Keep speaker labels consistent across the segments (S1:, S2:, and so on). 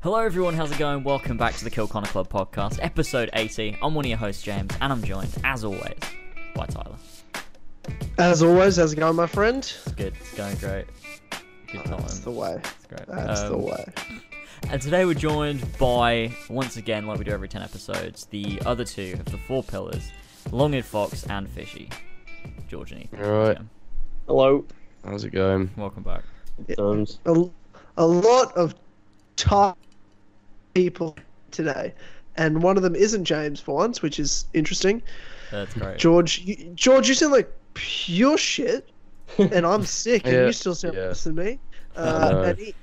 S1: Hello, everyone. How's it going? Welcome back to the Kilconnor Club podcast, episode 80. I'm one of your hosts, James, and I'm joined, as always, by Tyler.
S2: As always, how's it going, my friend?
S1: It's good. It's going great. Good time.
S2: That's the way.
S1: It's great.
S2: That's the
S1: Um,
S2: way.
S1: And today we're joined by, once again, like we do every 10 episodes, the other two of the four pillars, Longed Fox and Fishy. George and Ethan.
S3: Alright.
S1: Jim,
S4: Hello.
S3: How's it going? Um,
S1: Welcome back.
S4: Thumbs.
S2: A, a lot of top people today, and one of them isn't James for once, which is interesting.
S1: That's great.
S2: George, you, George, you sound like pure shit, and I'm sick, and
S3: Yeah,
S2: you still sound
S3: yeah.
S2: worse than me.
S3: I know.
S2: Uh, and e-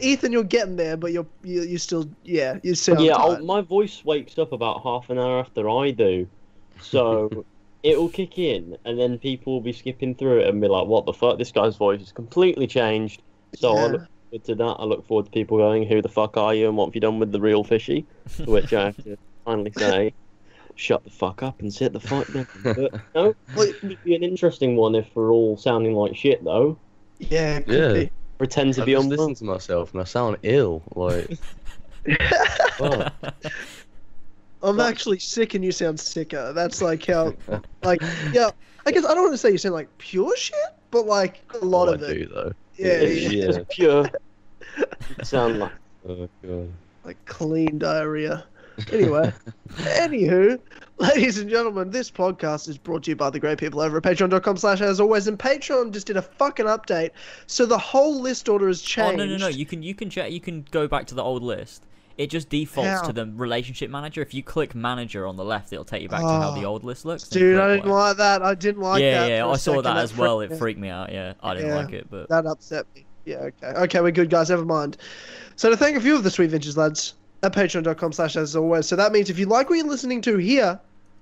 S2: Ethan, you're getting there, but you're you, you still yeah you sound
S4: yeah, I'll,
S2: tired.
S4: my voice wakes up about half an hour after I do, so it'll kick in, and then people will be skipping through it and be like, "What the fuck? This guy's voice has completely changed." So I
S2: Yeah.
S4: look forward to that. I look forward to people going, "Who the fuck are you? And what have you done with the real fishy?" To which I have to finally say, "Shut the fuck up and sit the fuck down." But no, it would be an interesting one if we're all sounding like shit though.
S2: yeah it could
S3: Yeah.
S2: be.
S4: Pretend to
S3: I
S4: be
S3: just
S4: on
S3: listen to myself and I sound ill. Like, fuck.
S2: I'm actually sick and you sound sicker. That's like how, like, yeah. I guess I don't want to say you sound like pure shit, but like a lot
S3: What
S2: of
S3: I
S2: it.
S3: do though.
S2: Yeah,
S3: Yeah.
S2: yeah,
S4: It's pure sound like
S3: Oh god.
S2: like clean diarrhea. Anyway, anywho, ladies and gentlemen, this podcast is brought to you by the great people over at patreon.com slash as always. And Patreon just did a fucking update, so the whole list order has
S1: Oh
S2: changed.
S1: no no no! You can you can check you can go back to the old list. It just defaults
S2: How?
S1: to the relationship manager. If you click manager on the left, it'll take you back to how the
S2: Oh.
S1: old list looks. and
S2: Dude,
S1: click
S2: I didn't
S1: one.
S2: like that. I didn't like
S1: yeah
S2: that.
S1: yeah,
S2: for a
S1: I saw
S2: second.
S1: that as well. It
S2: freaked me out.
S1: freaked me out. Yeah, I didn't
S2: Yeah.
S1: like it, but
S2: That upset me. Yeah, okay. Okay, we're good, guys. Never mind. So to thank a few of the Sweet Ventures lads at patreon.com slash as always. So that means if you like what you're listening to here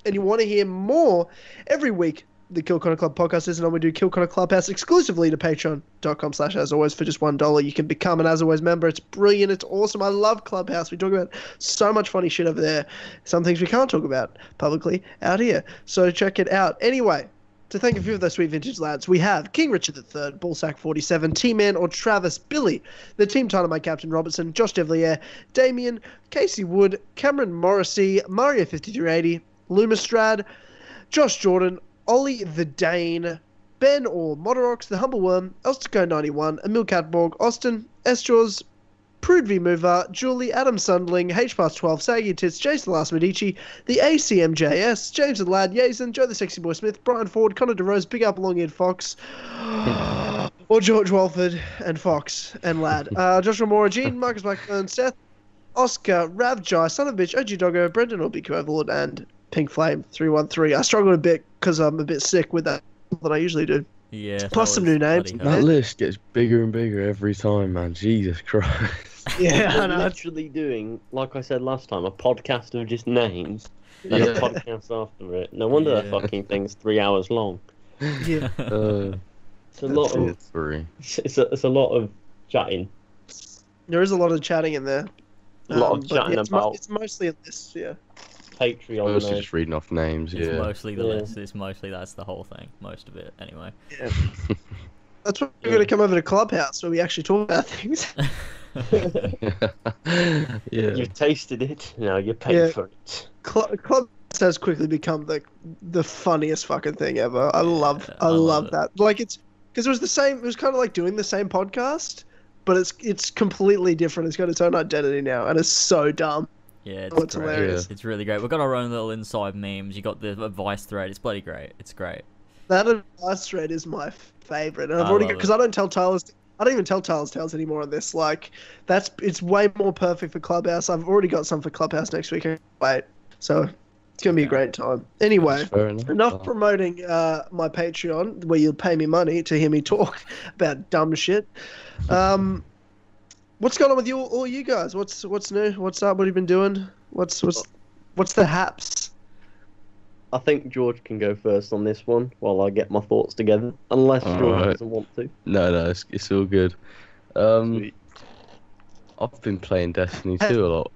S2: and you want to hear more, every week the Kill Connor Club podcast is and we do Kill Connor Clubhouse exclusively to patreon.com slash as always for just one dollar. You can become an as always member. It's brilliant. It's awesome. I love Clubhouse. We talk about so much funny shit over there. Some things we can't talk about publicly out here. So check it out. Anyway, to thank a few of those sweet vintage lads, we have King Richard III, Ballsack 47, T-Man or Travis, Billy, the team title my Captain Robertson, Josh Devlier, Damien, Casey Wood, Cameron Morrissey, Mario 5280, Lumistrad, Josh Jordan, Ollie the Dane, Ben or Modorox, The Humble Worm, Elstico 91, Emil Catborg, Austin, S. Jaws, Prude V Mover, Julie, Adam Sundling, H Past 12, Saggy Tits, Jason Last Medici, the ACMJS, James the Lad, Yazen, Joe the Sexy Boy Smith, Brian Ford, Connor DeRose, Big Up Long Eared Fox, or George Walford and Fox and Lad. Uh, Joshua Mora, Gene, Marcus Blackburn, Seth, Oscar, Ravjai, Son of a Bitch, OG Doggo, Brendan or BQ Overlord, and Pink Flame 313. I struggled a bit because I'm a bit sick with that that I usually do.
S1: yeah. that
S2: Plus some
S1: was
S2: new names.
S1: bloody hell.
S3: That list gets bigger and bigger every time, man. Jesus Christ.
S2: Yeah,
S4: We're literally doing, like I said last time, a podcast of just names and a
S3: Yeah.
S4: podcast after it. No wonder
S1: Yeah.
S4: the fucking thing's three hours long.
S2: Yeah.
S3: Uh,
S4: It's a lot. Of,
S3: it's free.
S4: it's, a, it's a lot of chatting.
S2: There is a lot of chatting in there. Um,
S4: A lot of
S2: but
S4: chatting
S2: it's mo-
S4: about-
S2: it's mostly a list, yeah.
S4: Patreon.
S3: Mostly just reading off names.
S1: It's
S3: Yeah.
S1: mostly the
S4: Yeah.
S1: list. It's mostly that's the whole thing. Most of it, anyway.
S2: That's why we're
S4: Yeah.
S2: going to come over to Clubhouse where we actually talk about things.
S3: yeah.
S4: You've tasted it. Now you pay
S2: Yeah.
S4: for it.
S2: Cl- Clubhouse has quickly become the the funniest fucking thing ever. I love
S1: Yeah,
S2: I,
S1: I love
S2: love
S1: it.
S2: that. Like it's because it was the same. It was kind of like doing the same podcast, but it's it's completely different. It's got its own identity now, and it's so dumb.
S1: Yeah, it's,
S2: Oh, it's
S1: great.
S2: hilarious.
S1: It's really great. We've got our own little inside memes. You got the advice thread. It's bloody great. It's great.
S2: That advice thread is my favorite, and I've
S1: I
S2: already
S1: love
S2: because I don't tell Tyler's. I don't even tell Tyler's tales anymore on this. Like, that's it's way more perfect for Clubhouse. I've already got some for Clubhouse next week. I can't Wait, so it's gonna be a great time. Anyway,
S3: Fair enough.
S2: enough promoting uh, my Patreon, where you'll pay me money to hear me talk about dumb shit. Um, what's going on with you all you guys? What's what's new? What's up? What have you been doing? What's what's what's the haps?
S4: I think George can go first on this one while I get my thoughts together. Unless
S3: All
S4: George
S3: right.
S4: doesn't want to.
S3: No, no, it's, it's all good. Um,
S4: Sweet.
S3: I've been playing Destiny 2 a lot.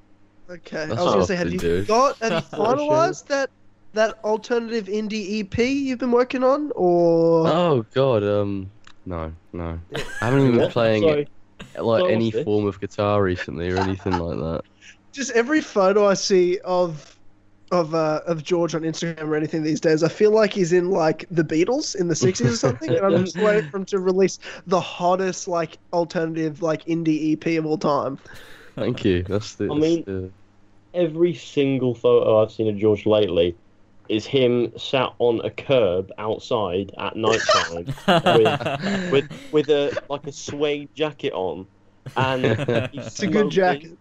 S2: Okay,
S3: That's
S2: I was
S3: what
S2: gonna
S3: I've
S2: say, have
S3: been
S2: you
S3: doing.
S2: got have you
S1: Oh,
S4: shit.
S2: finalized that that alternative indie EP you've been working on, or
S3: Oh god, um, no, no. I haven't even been playing
S4: Sorry.
S3: it. like any
S4: Honestly.
S3: form of guitar recently or anything like that.
S2: Just every photo I see of of uh, of George on Instagram or anything these days, I feel like he's in like the Beatles in the sixties or something, and I'm just waiting for him to release the hottest like alternative like indie EP of all time.
S3: Thank you. That's the.
S4: I
S3: that's
S4: mean-
S3: the-
S4: Every single photo I've seen of George lately is him sat on a curb outside at night time With- with with a like a suede jacket on, and he's
S2: It's a good
S4: smoking-
S2: jacket.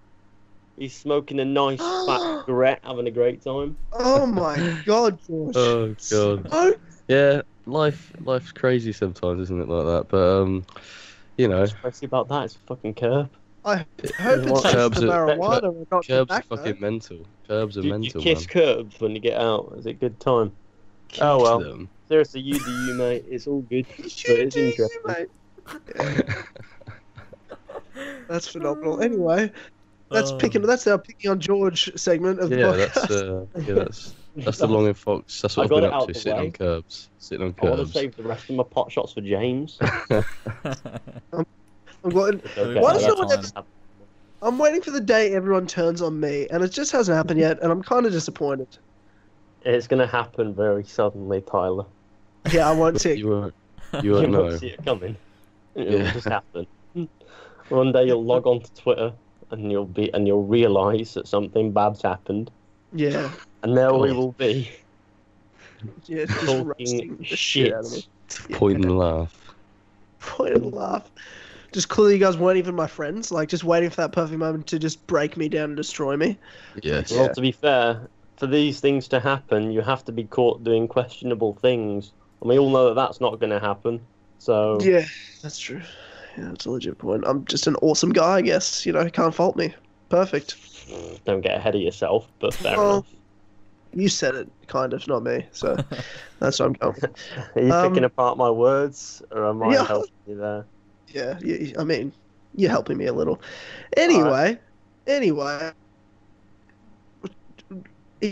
S4: He's smoking a nice fat cigarette, having a great time.
S2: Oh my god, George.
S3: oh god.
S2: oh,
S3: Yeah, life life's crazy sometimes, isn't it? Like that, but um, you know,
S4: What's crazy about that? It's fucking curb.
S2: I hope it's
S3: What?
S2: just
S3: Curbs
S2: the
S3: are-
S2: marijuana and not the
S3: curbs are
S2: tobacco.
S3: fucking mental. Curbs are
S4: Do you, do you
S3: mental,
S4: kiss
S3: man.
S4: curbs when you get out? Is it a good time? oh well,
S3: Them.
S4: seriously, you do you, mate. It's all good.
S2: You
S4: But it's
S2: do you,
S4: interesting.
S2: mate. That's phenomenal. Anyway, that's
S1: Oh.
S2: picking. That's our picking on George segment of the
S3: yeah,
S2: podcast.
S3: that's uh, yeah, that's that's the longing fox. That's
S4: I
S3: what I've
S4: got
S3: been
S4: it out
S3: up to,
S4: the
S3: sitting
S4: way.
S3: on curbs, sitting on
S4: I want to
S3: curbs.
S4: save the rest of my pot shots for James.
S2: I'm, going-
S3: uh,
S4: It's okay,
S2: Why
S4: I
S2: does
S4: got
S2: no one
S4: time.
S2: ever- I'm waiting for the day everyone turns on me, and it just hasn't happened yet, and I'm kind of disappointed.
S4: It's gonna happen very suddenly, Tyler.
S2: Yeah, I won't
S3: But
S2: tick.
S3: You won't, you won't
S4: you
S3: know.
S4: won't see it coming. It'll
S3: Yeah.
S4: just happen. One day you'll log on to Twitter and you'll be and you'll realise that something bad's happened,
S2: Yeah,
S4: and there we
S3: God.
S4: will be
S2: yeah, just roasting
S4: talking
S2: the
S4: shit.
S2: shit out of me.
S3: Point and laugh.
S2: Point and laugh. Just clearly, you guys weren't even my friends. Like, just waiting for that perfect moment to just break me down and destroy me.
S3: Yes.
S4: Well, to be fair, for these things to happen, you have to be caught doing questionable things, and we all know that that's not going to happen.
S3: Oh.
S4: So
S2: Yeah, that's true. Yeah, that's a legit point. I'm just an awesome guy, I guess. You know, can't fault me. Perfect.
S4: don't get ahead of yourself. But fair
S2: Well,
S4: enough.
S2: You said it, kind of, not me. So that's what I'm going. with.
S4: Are you
S2: um,
S4: picking apart my words, or am I
S2: Yeah.
S4: helping you there?
S2: Yeah, you, I mean, you're helping me a little. Anyway, anyway,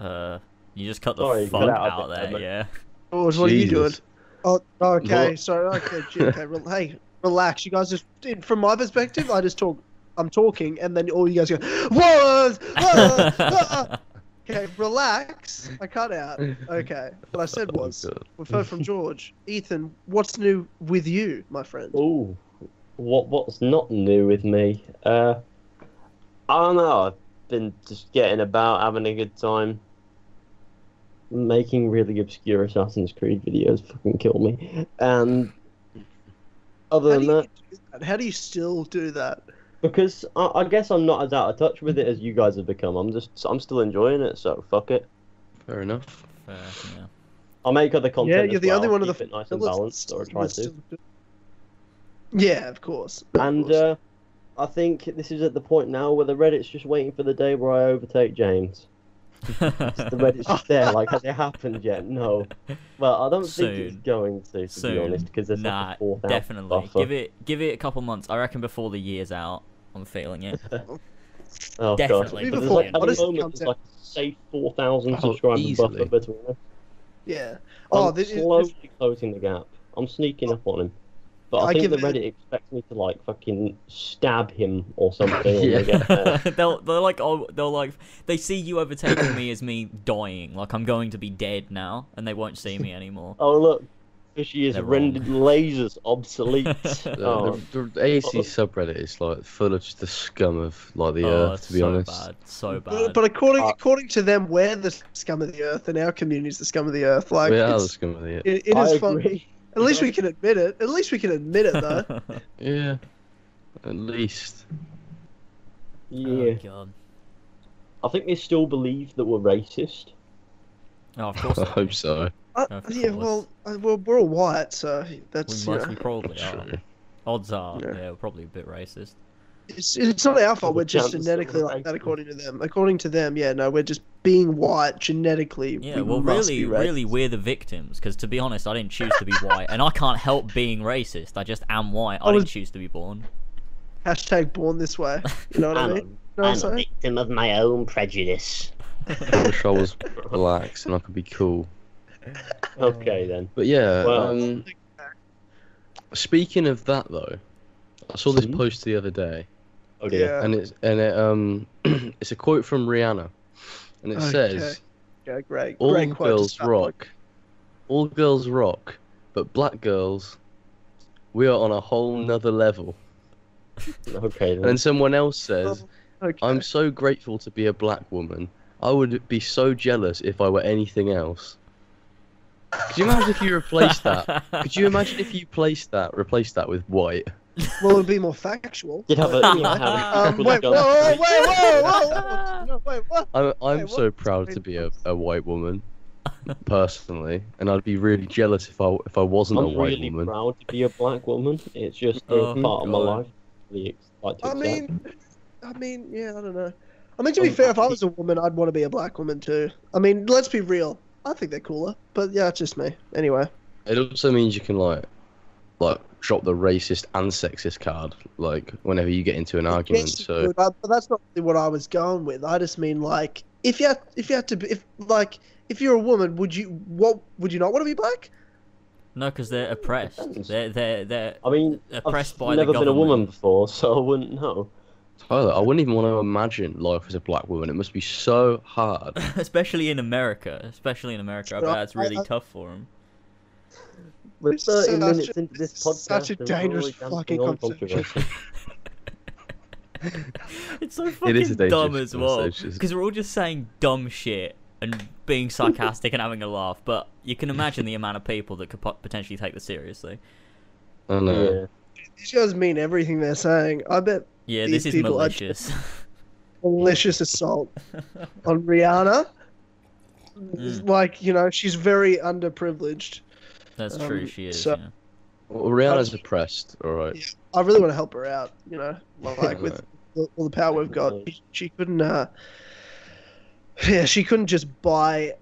S1: uh, you just cut the
S4: Sorry, cut
S1: funk
S4: out a
S1: out
S4: bit,
S1: there,
S4: mate.
S1: yeah.
S2: George, what are you doing?
S3: Jesus.
S2: Oh, okay.
S3: What?
S2: Sorry. Okay. gee, okay. Rel hey, relax. You guys just, dude, from my perspective, I just talk. I'm talking, and then all you guys go, what? what? what?" okay, relax. I cut out. Okay. What I said
S3: Oh,
S2: was,
S3: God.
S2: we've heard from George. Ethan, what's new with you, my friend?
S4: Ooh, what what's not new with me? Uh, I don't know. I've been just getting about, having a good time, making really obscure Assassin's Creed videos. Fucking kill me. And other
S2: How do,
S4: than
S2: you
S4: that,
S2: do that? How do you still do that?
S4: because I, I guess I'm not as out of touch with it as you guys have become. I'm just I'm still enjoying it. So fuck it.
S3: Fair enough.
S1: Fair, yeah.
S4: I'll make other content.
S2: yeah, you're
S4: as
S2: the
S4: well,
S2: only one of
S4: keep
S2: the
S4: it nice and
S2: fellas
S4: balanced, or
S2: that's
S4: try to.
S2: still do- Yeah, of course. of
S4: And
S2: course.
S4: uh, I think this is at the point now where the Reddit's just waiting for the day where I overtake James. The Reddit's just there, like, has it happened yet? No. Well, I don't think it's
S1: Soon.
S4: going to, to
S1: Soon.
S4: be honest, because there's
S1: nah,
S4: like a 4,000
S1: definitely.
S4: buffer.
S1: Give it, give it a couple months. I reckon before the year's out, I'm feeling it.
S4: oh,
S1: definitely
S4: God. But there's
S1: before
S4: like, at
S2: Odyssey
S4: the moment,
S2: comes
S4: there's like a safe 4,000
S3: Oh,
S4: subscriber
S3: easily.
S4: buffer between us.
S2: yeah. Oh,
S4: I'm
S2: this is
S4: slowly closing the gap. I'm sneaking up on him. But I,
S2: I
S4: think
S2: give
S4: the
S2: it-
S4: Reddit expects me to, like, fucking stab him or something when
S3: Yeah.
S4: we get there.
S1: they'll, they're like, oh, they'll like, they see you overtaking me as me dying. Like I'm going to be dead now, and they won't see me anymore.
S4: Oh, look. Fishy has
S1: They're wrong.
S4: rendered lasers obsolete.
S3: The,
S4: oh,
S3: the, the AC subreddit is like full of just the scum of like the
S1: oh,
S3: earth. To be
S1: so
S3: honest.
S1: bad, so bad.
S2: But, but according
S4: Uh,
S2: according to them, we're the scum of the earth, and our community's the scum of the earth. Like
S3: we are the
S2: it's,
S3: scum of the earth.
S2: it, it
S4: I
S2: is
S4: agree.
S2: fun. At least we can admit it. At least we can admit it, though.
S3: Yeah. At least.
S4: Yeah.
S1: Oh, God.
S4: I think they still believe that we're racist.
S1: Oh, of course.
S3: I hope so.
S2: Uh,
S1: Of
S2: yeah,
S1: course.
S2: well, uh, well, we're all white, so
S1: We
S2: that's you
S1: must.
S2: know,
S1: We probably are.
S3: True.
S1: Odds are,
S2: Yeah.
S1: yeah, we're probably a bit racist.
S2: it's, it's not our fault.
S4: Well,
S2: We're
S4: the
S2: just
S4: chances
S2: genetically
S4: that we're
S2: like that,
S4: racist.
S2: according to them. According to them, yeah, no, we're just being white genetically.
S1: Yeah,
S2: we
S1: well,
S2: must
S1: really,
S2: be racist.
S1: really, we're the victims because, to be honest, I didn't choose to be white, and I can't help being racist. I just am white. I,
S2: I was-
S1: didn't choose to be born.
S2: hashtag born this way. You know what I mean? You know what I'm saying?
S4: victim of my own prejudice.
S3: I wish I was relaxed and I could be cool.
S2: Oh.
S4: Okay then.
S3: But yeah.
S4: Well-
S3: um, speaking of that though, I saw this
S4: Hmm?
S3: post the other day,
S4: Oh dear.
S2: yeah.
S3: and it's and it um, it's a quote from Rihanna, and it
S2: Okay.
S3: says,
S2: yeah, great.
S3: "All
S2: great quote to
S3: girls
S2: start
S3: rock, all girls rock, but black girls, we are on a whole nother level."
S4: Okay.
S3: And
S4: Then.
S3: then someone else says,
S2: with. Okay.
S3: "I'm so grateful to be a black woman. I would be so jealous if I were anything else." Could you imagine if you replaced that? Could you imagine if you placed that, replaced that with white?
S2: Well, it'd be more factual.
S4: Did have a.
S2: Um,
S4: did have a-
S2: Um,
S4: with
S2: wait,
S4: a
S2: whoa,
S4: gun.
S2: whoa, whoa, whoa, whoa, whoa, wait, what?
S3: I'm, I'm
S2: Wait,
S3: so
S2: what?
S3: proud to be a, a white woman, personally, and I'd be really jealous if I if I wasn't a
S4: I'm
S3: white
S4: really
S3: woman.
S4: proud to be a black woman. It's just a
S1: Oh,
S4: part of my
S1: God.
S4: life. Really like to
S2: I
S4: accept.
S2: mean, I mean, yeah, I don't know. I mean, to be
S3: Oh,
S4: Um,
S2: fair, if I
S4: I-
S2: was a woman, I'd want to be a black woman too. I mean, let's be real. I think they're cooler, but yeah, it's just me. Anyway,
S3: It also means you can like like drop the racist and sexist card like whenever you get into an argument.
S2: Yes, you
S3: So
S2: could, but but that's not really what I was going with. I just mean like, if you had, if you had to, be, if like, if you're a woman, would you what would you not want to be black?
S1: No, because they're oppressed.
S4: Depends.
S1: They're they're they're
S4: I mean,
S1: oppressed
S4: I've
S1: by
S4: never
S1: the
S4: been a
S1: government.
S4: woman before, so I wouldn't know.
S3: Tyler, I wouldn't even want to imagine life as a black woman. It must be so hard.
S1: especially in America. Especially in America, I
S2: Sure,
S1: bet that's really
S2: I- I-
S1: tough for them.
S4: We're
S2: It's 30
S4: 30
S2: such- minutes
S4: minutes into this
S2: it's
S4: podcast.
S2: such a and we're dangerous already dancing fucking on conversation.
S1: It's so
S3: It is a
S1: fucking dumb
S3: dangerous
S1: as well
S3: conversation.
S1: because we're all just saying dumb shit and being sarcastic and having a laugh. But you can imagine the amount of people that could po- potentially take this seriously.
S3: I don't know.
S2: These guys mean everything they're saying. I bet
S1: Yeah,
S2: These
S1: this is
S2: people are
S1: malicious.
S2: malicious assault on Rihanna.
S3: Hmm.
S1: Mm.
S2: Like you know, she's very underprivileged.
S1: that's
S2: Um,
S1: true. She is.
S2: so-
S1: yeah.
S3: Well, Rihanna's oppressed, all right.
S2: I really want to help her out. You know, like with the- all the power we've got,
S4: Definitely.
S2: she couldn't. Uh, yeah, she couldn't just buy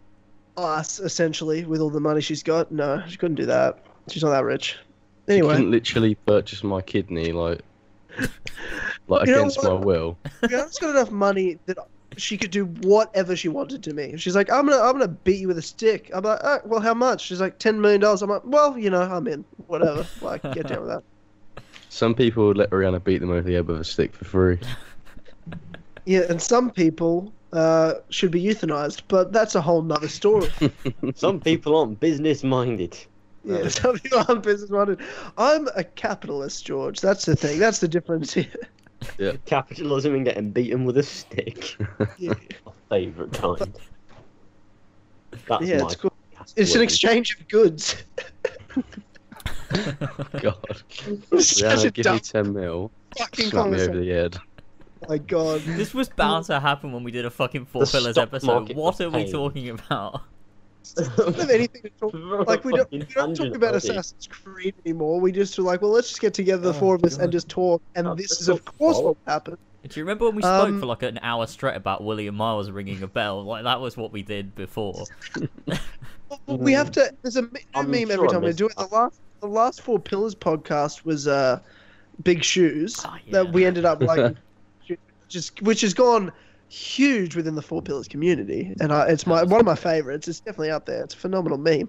S2: us essentially with all the money she's got. No, she couldn't do that. She's not that rich.
S3: She
S2: Anyway,
S3: couldn't literally purchase my kidney, like, like
S2: You know
S3: against my
S2: what?
S3: will.
S2: Rihanna's got enough money that she could do whatever she wanted to me. She's like, I'm gonna, I'm gonna beat you with a stick. I'm like, oh, well, how much? She's like, ten million dollars. I'm like, well, you know, I'm in. Whatever. Like, get down with that.
S3: Some people would let Rihanna beat them over the head with a stick for free.
S2: Yeah, and some people uh, should be euthanized, but that's a whole nother story.
S4: Some people aren't business minded.
S2: Yeah,
S4: Uh,
S2: some people aren't business minded. I'm a capitalist, George. That's the thing. That's the difference here.
S4: Capitalism and getting beaten with a stick.
S2: Yeah,
S4: My favourite kind. That's
S2: yeah,
S4: my
S2: it's cool. It's an exchange of goods.
S3: God.
S2: It's such a
S3: Rihanna, give
S2: dumb
S3: me 10 mil,
S2: fucking
S3: slap me over
S2: conversation.
S3: the head.
S2: Oh my god.
S1: This was bound to happen when we did a fucking four
S4: The
S1: pillars
S4: stock
S1: episode.
S4: market
S1: What
S4: was
S1: are we
S4: paid.
S1: talking about?
S2: We don't have anything to talk like we don't we don't talk about Assassin's Creed anymore. We just were like, well, let's just get together the
S4: Oh,
S2: four of us
S4: God.
S2: and just talk. And
S4: Oh,
S2: this
S4: that's
S2: is of
S4: not
S2: course
S4: fault.
S2: what happened.
S1: Do you remember when we spoke
S2: Um,
S1: for like an hour straight about William Miles ringing a bell? Like that was what we did before.
S2: Well, We have to. There's a me- new
S4: Hmm. I'm
S2: meme
S4: sure
S2: every
S4: I
S2: time we
S4: missed
S2: do it. The last the last four pillars podcast was uh, big shoes.
S1: Oh, yeah.
S2: that we ended up like just which has gone huge within the four pillars community and I, it's my one of my favorites it's definitely up there it's a phenomenal meme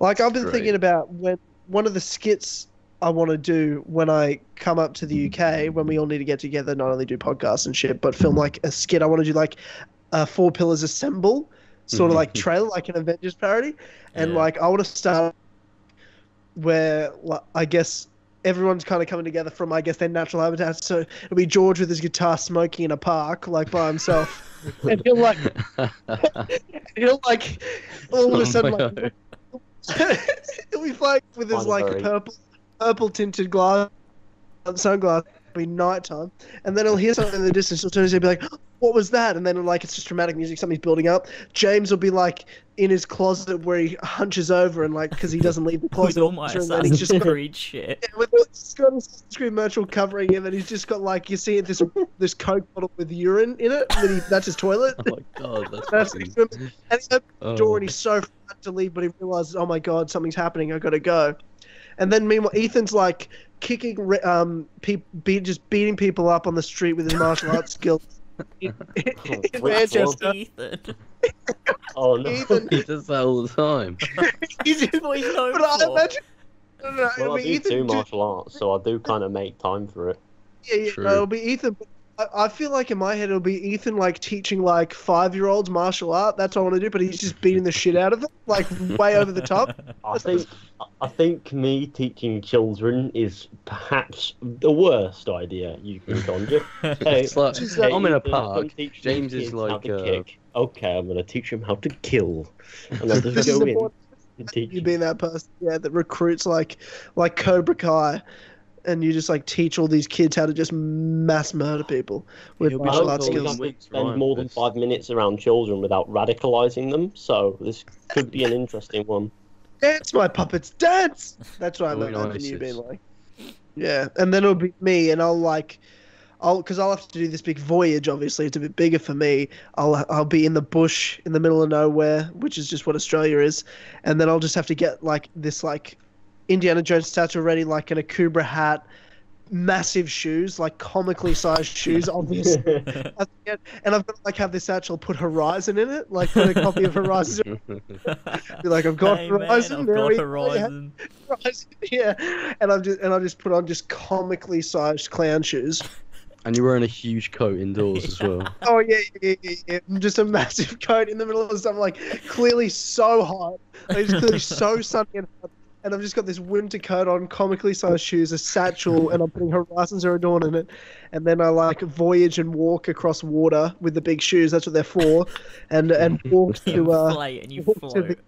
S2: like i've been
S3: Great.
S2: thinking about when one of the skits i want to do when i come up to the uk when we all need to get together not only do podcasts and shit but film like a skit i want to do like a four pillars assemble sort of like trailer like an avengers parody and
S1: Yeah.
S2: like i want to start where like, i guess everyone's kind of coming together from I guess their natural habitat. So it'll be George with his guitar smoking in a park, like by himself, and he'll like he'll like all of a
S3: Oh
S2: sudden
S3: my
S2: like
S3: God.
S2: he'll be like with his
S4: Mine are
S2: like
S4: very-
S2: purple purple tinted glass sunglasses. It'll be nighttime, and then he'll hear something in the distance. He'll turn his head and be like. What was that? And then, like, it's just dramatic music. Something's building up. James will be like in his closet where he hunches over and like because he doesn't leave the
S1: With
S2: closet.
S1: all my
S2: and then he's
S1: Assassin's
S2: just got
S1: Creed shit.
S2: yeah, with he's got his screen merchant covering him, and he's just got like you see this this coke bottle with urine in it. And he, that's his toilet.
S3: Oh my god, that's,
S2: That's
S3: fucking-
S2: and he opens the door,
S3: oh.
S2: and he's so frightened to leave, but he realizes, oh my god, something's happening. I gotta go. And then meanwhile, Ethan's like kicking, re- um, pe- be- just beating people up on the street with his martial arts skills. In, in
S4: Which
S2: Manchester,
S1: Ethan.
S4: Oh no.
S2: Ethan,
S3: He does that all the time.
S2: he's just,
S1: That's what he's known
S2: but I
S1: for.
S2: imagine, No, no, no,
S4: Well,
S2: it'll
S4: I
S2: be
S4: do
S2: Ethan.
S4: do
S2: dude.
S4: martial arts, so I do kind of make time for it.
S2: yeah, yeah,
S3: True.
S2: no, it'll be Ethan. but I, I feel like in my head it'll be Ethan like teaching like five year olds martial art. That's what I want to do, but he's just beating the shit out of them, like way over the top.
S4: I think I think me teaching children is perhaps the worst idea you can conjure. Hey,
S3: It's like,
S2: Just,
S3: I'm in a
S4: Ethan, come
S3: park.
S4: teach these
S3: James is
S4: kids how
S3: like,
S4: to
S3: uh,
S4: kick. okay, I'm going to teach him how to kill, and I'll
S2: This
S4: just
S2: is
S4: go
S2: the
S4: in
S2: point
S4: and teach.
S2: you
S4: him.
S2: being that person, yeah, that recruits like like Cobra Kai, and you just like teach all these kids how to just mass murder people with
S3: You'll be
S2: martial
S4: so
S2: arts
S4: cool.
S2: skills.
S4: Like, spend more than five minutes around children without radicalizing them. So this could be an interesting one.
S2: dance, my puppets, dance. That's what I
S3: Oh,
S2: meant. Imagine
S3: nice.
S2: you being like, yeah, and then it'll be me, and I'll like, I'll because I'll have to do this big voyage. Obviously, it's a bit bigger for me. I'll I'll be in the bush in the middle of nowhere, which is just what Australia is, and then I'll just have to get like this like Indiana Jones statue ready, like in a Kubra hat. Massive shoes, like comically sized shoes, obviously. That's it. and I've got to like have this satchel put Horizon in it, like put a copy of Horizon. Be like, I've got
S1: hey, man,
S2: Horizon.
S1: I've
S2: there
S1: got
S2: we go.
S1: Horizon.
S2: yeah, and I've just and I've just put on just comically sized clown shoes.
S3: And you're wearing a huge coat indoors as well.
S2: Oh yeah, yeah, yeah, yeah, yeah. just a massive coat in the middle of something like clearly so hot, like it's clearly so sunny and hot. And I've just got this winter coat on, comically sized shoes, a satchel, and I'm putting Horizon Zero Dawn in it. And then I like voyage and walk across water with the big shoes. That's what they're for. And and walk
S1: You
S2: to uh
S1: flay and you
S2: walk to
S1: float.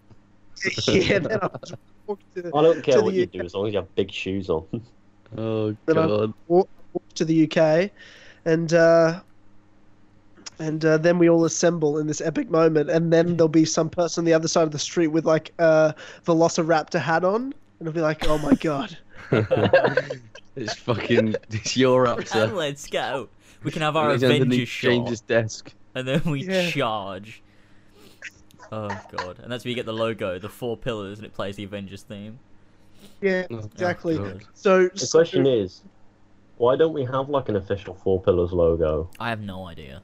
S2: the- yeah. Then I just walk to
S4: I don't care
S2: So
S4: what
S2: the-
S4: you do as long as you have big shoes on.
S3: Oh
S2: Then I-
S3: god.
S2: walk to the UK, and uh, and uh, then we all assemble in this epic moment, and then there'll be some person on the other side of the street with like a Velociraptor hat on, and it'll be like, oh my god,
S3: it's fucking. It's your
S1: And
S3: upset.
S1: let's go. We can have our
S3: He's
S1: Avengers
S3: underneath
S1: shot,
S3: James's desk.
S1: and then we
S2: Yeah.
S1: charge. Oh god! And that's where you get the logo, the four pillars, and it plays the Avengers theme.
S2: yeah,
S3: Oh,
S2: exactly.
S3: God.
S2: so
S4: The question is, why don't we have like an official Four Pillars logo?
S1: I have no idea.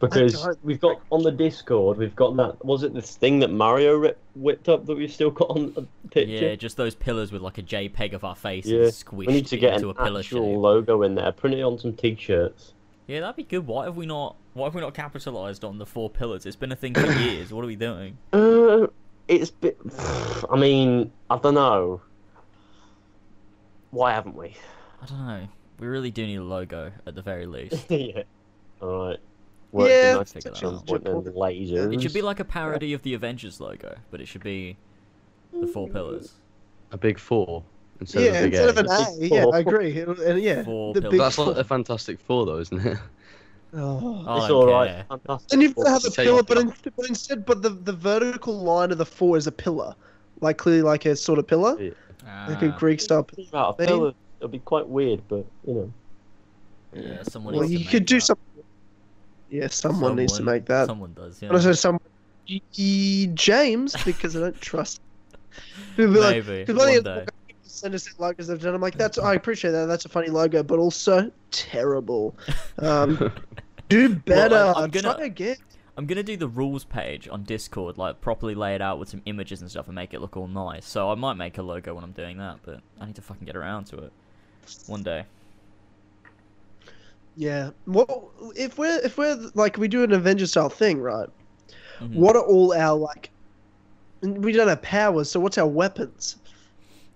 S4: Because
S2: don't-
S4: we've got on the Discord, we've got that. Was it this thing that Mario rip, whipped up that we've still got on the
S1: Yeah,
S4: picture?
S1: just those pillars with like a JPEG of our faces
S4: Yeah.
S1: squished
S4: we need to get
S1: into
S4: an
S1: a pillar
S4: actual
S1: shape.
S4: logo in there. Print it on some T-shirts.
S1: Yeah, that'd be good. Why have we not? Why have we not capitalized on the four pillars? It's been a thing for years. What are we doing?
S4: Uh, it's bit. I mean, I don't know. Why haven't we?
S1: I don't know. We really do need a logo at the very least.
S4: yeah. All right.
S2: Yeah,
S4: nice
S1: figure that
S4: some
S1: out.
S4: point and lasers.
S1: It should be like a parody of the Avengers logo, but it should be the four pillars.
S3: A big four instead
S2: yeah,
S3: of a big
S2: instead of
S3: A.
S2: an A, yeah, I agree, It'll- and yeah,
S1: Four
S2: the
S1: pillars.
S2: big
S3: That's like
S2: four.
S3: the Fantastic Four, though, isn't it?
S2: Oh.
S1: I
S4: It's
S1: don't
S4: all right.
S1: care.
S4: Fantastic.
S2: And you've got to have a
S3: Just take
S2: pillar,
S3: off
S2: but,
S3: the-
S2: in, but instead, but the, the vertical line of the four is a pillar, like clearly like a sort of pillar, like a
S1: Ah,
S2: Greek style pillar.
S4: about a
S2: Maybe-
S4: pillar. It'll be quite weird, but you know.
S1: yeah, someone
S2: Well,
S1: needs to
S2: you
S1: make
S2: could do
S1: that.
S2: something. Yeah, someone, needs to
S1: Someone-
S2: make that.
S1: Someone does. Yeah.
S2: And also some G- James because I don't trust. People be like,
S1: Maybe
S2: because
S1: one
S2: one of
S1: day.
S2: the send us their logos they've done. I'm like, that's I appreciate that. That's a funny logo, but also terrible. Um, do better.
S1: I'm- I'm
S2: I'm
S1: gonna-
S2: trying to get.
S1: I'm gonna do the rules page on Discord, like properly lay it out with some images and stuff, and make it look all nice. So I might make a logo when I'm doing that, but I need to fucking get around to it one day.
S2: Yeah. Well, if we're if we're like we do an Avengers style thing, right?
S1: Mhm.
S2: What are all our like? We don't have powers, so what's our weapons?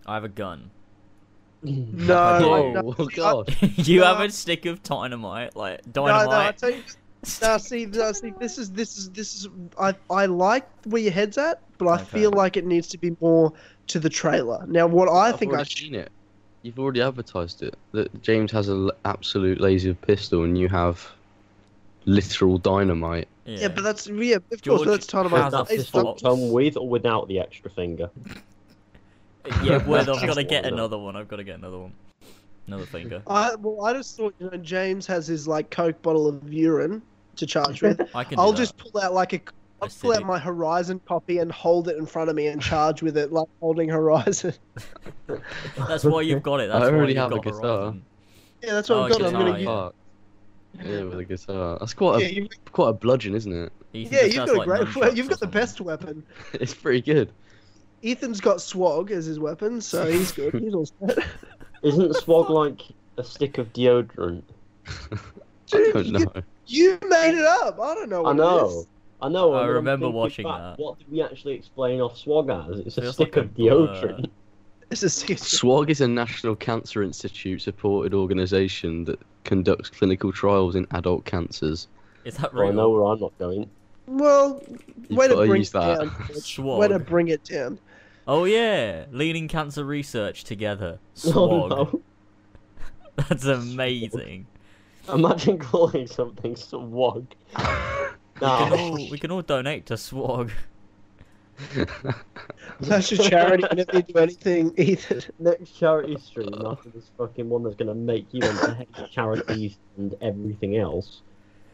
S1: I have a gun.
S2: No.
S3: Oh,
S2: no,
S3: god.
S1: you have
S2: No.
S1: a stick of dynamite, like
S2: No, no, I
S1: dynamite.
S2: tell you,
S1: stick-
S2: Now, see, now, see, this is this is this is. I I like where your head's at, but I
S1: Okay.
S2: feel like it needs to be more to the trailer. Now, what I
S3: I've
S2: think I
S3: already
S2: should.
S3: seen it. You've already advertised it. That James has an absolute laser pistol, and you have literal dynamite.
S2: Yeah, but that's yeah, of
S1: George
S2: course, that's time of
S1: has a
S2: it's
S1: fistful
S2: not-
S1: Box.
S4: Come with or without the extra finger.
S1: yeah, well, I've got to
S4: Just
S1: get
S4: one, though.
S1: another one. I've got to get another one. Another finger.
S2: I well, I just thought you know James has his like Coke bottle of urine to charge with.
S1: I can. do
S2: I'll
S1: that.
S2: just pull out like a. I'll pull
S1: Acidic.
S2: out my Horizon copy and hold it in front of me and charge with it like holding Horizon.
S1: That's why you've got it. That's
S3: I already
S1: why
S3: have
S1: you've
S3: a
S1: got
S3: guitar.
S1: Horizon.
S2: Yeah, that's what
S1: Oh,
S2: I've got. I'm
S1: guitar,
S2: gonna.
S1: yeah.
S2: Yeah,
S3: Fuck. Yeah, with a guitar. That's quite a
S1: Oh,
S2: yeah, you,
S3: quite a bludgeon, isn't it?
S1: Ethan
S2: yeah
S1: just
S2: you've
S1: has,
S2: got a
S1: like,
S2: great.
S1: nunchucks
S2: You've
S1: or
S2: got the
S1: something.
S2: best weapon.
S3: It's pretty good.
S2: Ethan's got swag as his weapon, so he's good. He's all set.
S4: Isn't swag like a stick of deodorant?
S3: I
S2: Dude,
S3: don't
S2: you-
S3: know.
S2: You made it up. I don't know. What
S4: I
S2: it
S4: know.
S2: is.
S4: I know.
S1: I
S4: and then I'm
S1: remember
S4: thinking
S1: watching
S4: back,
S1: that.
S4: What did we actually explain off swag as? It's a
S1: Feels
S4: stick
S1: like a uh,
S4: of deodorant. Oh,
S2: It's a secret.
S3: SWOG is a National Cancer Institute supported organisation that conducts clinical trials in adult cancers.
S1: Is that
S4: Well, I
S1: real?
S4: know where I'm not going.
S2: Well,
S3: You've
S2: way to
S3: got to
S2: bring
S3: use
S2: it
S3: that.
S2: down.
S1: Swag.
S2: Way to bring it down.
S1: Oh yeah, leading cancer research together. Swag.
S4: Oh, no.
S1: That's amazing.
S4: Imagine calling something swag.
S1: We can,
S4: no.
S1: all, we can all donate to Swag.
S2: That's your charity. and if they do anything, Ethan.
S4: Next charity stream after this fucking one that's gonna make you want to hate charities and everything else.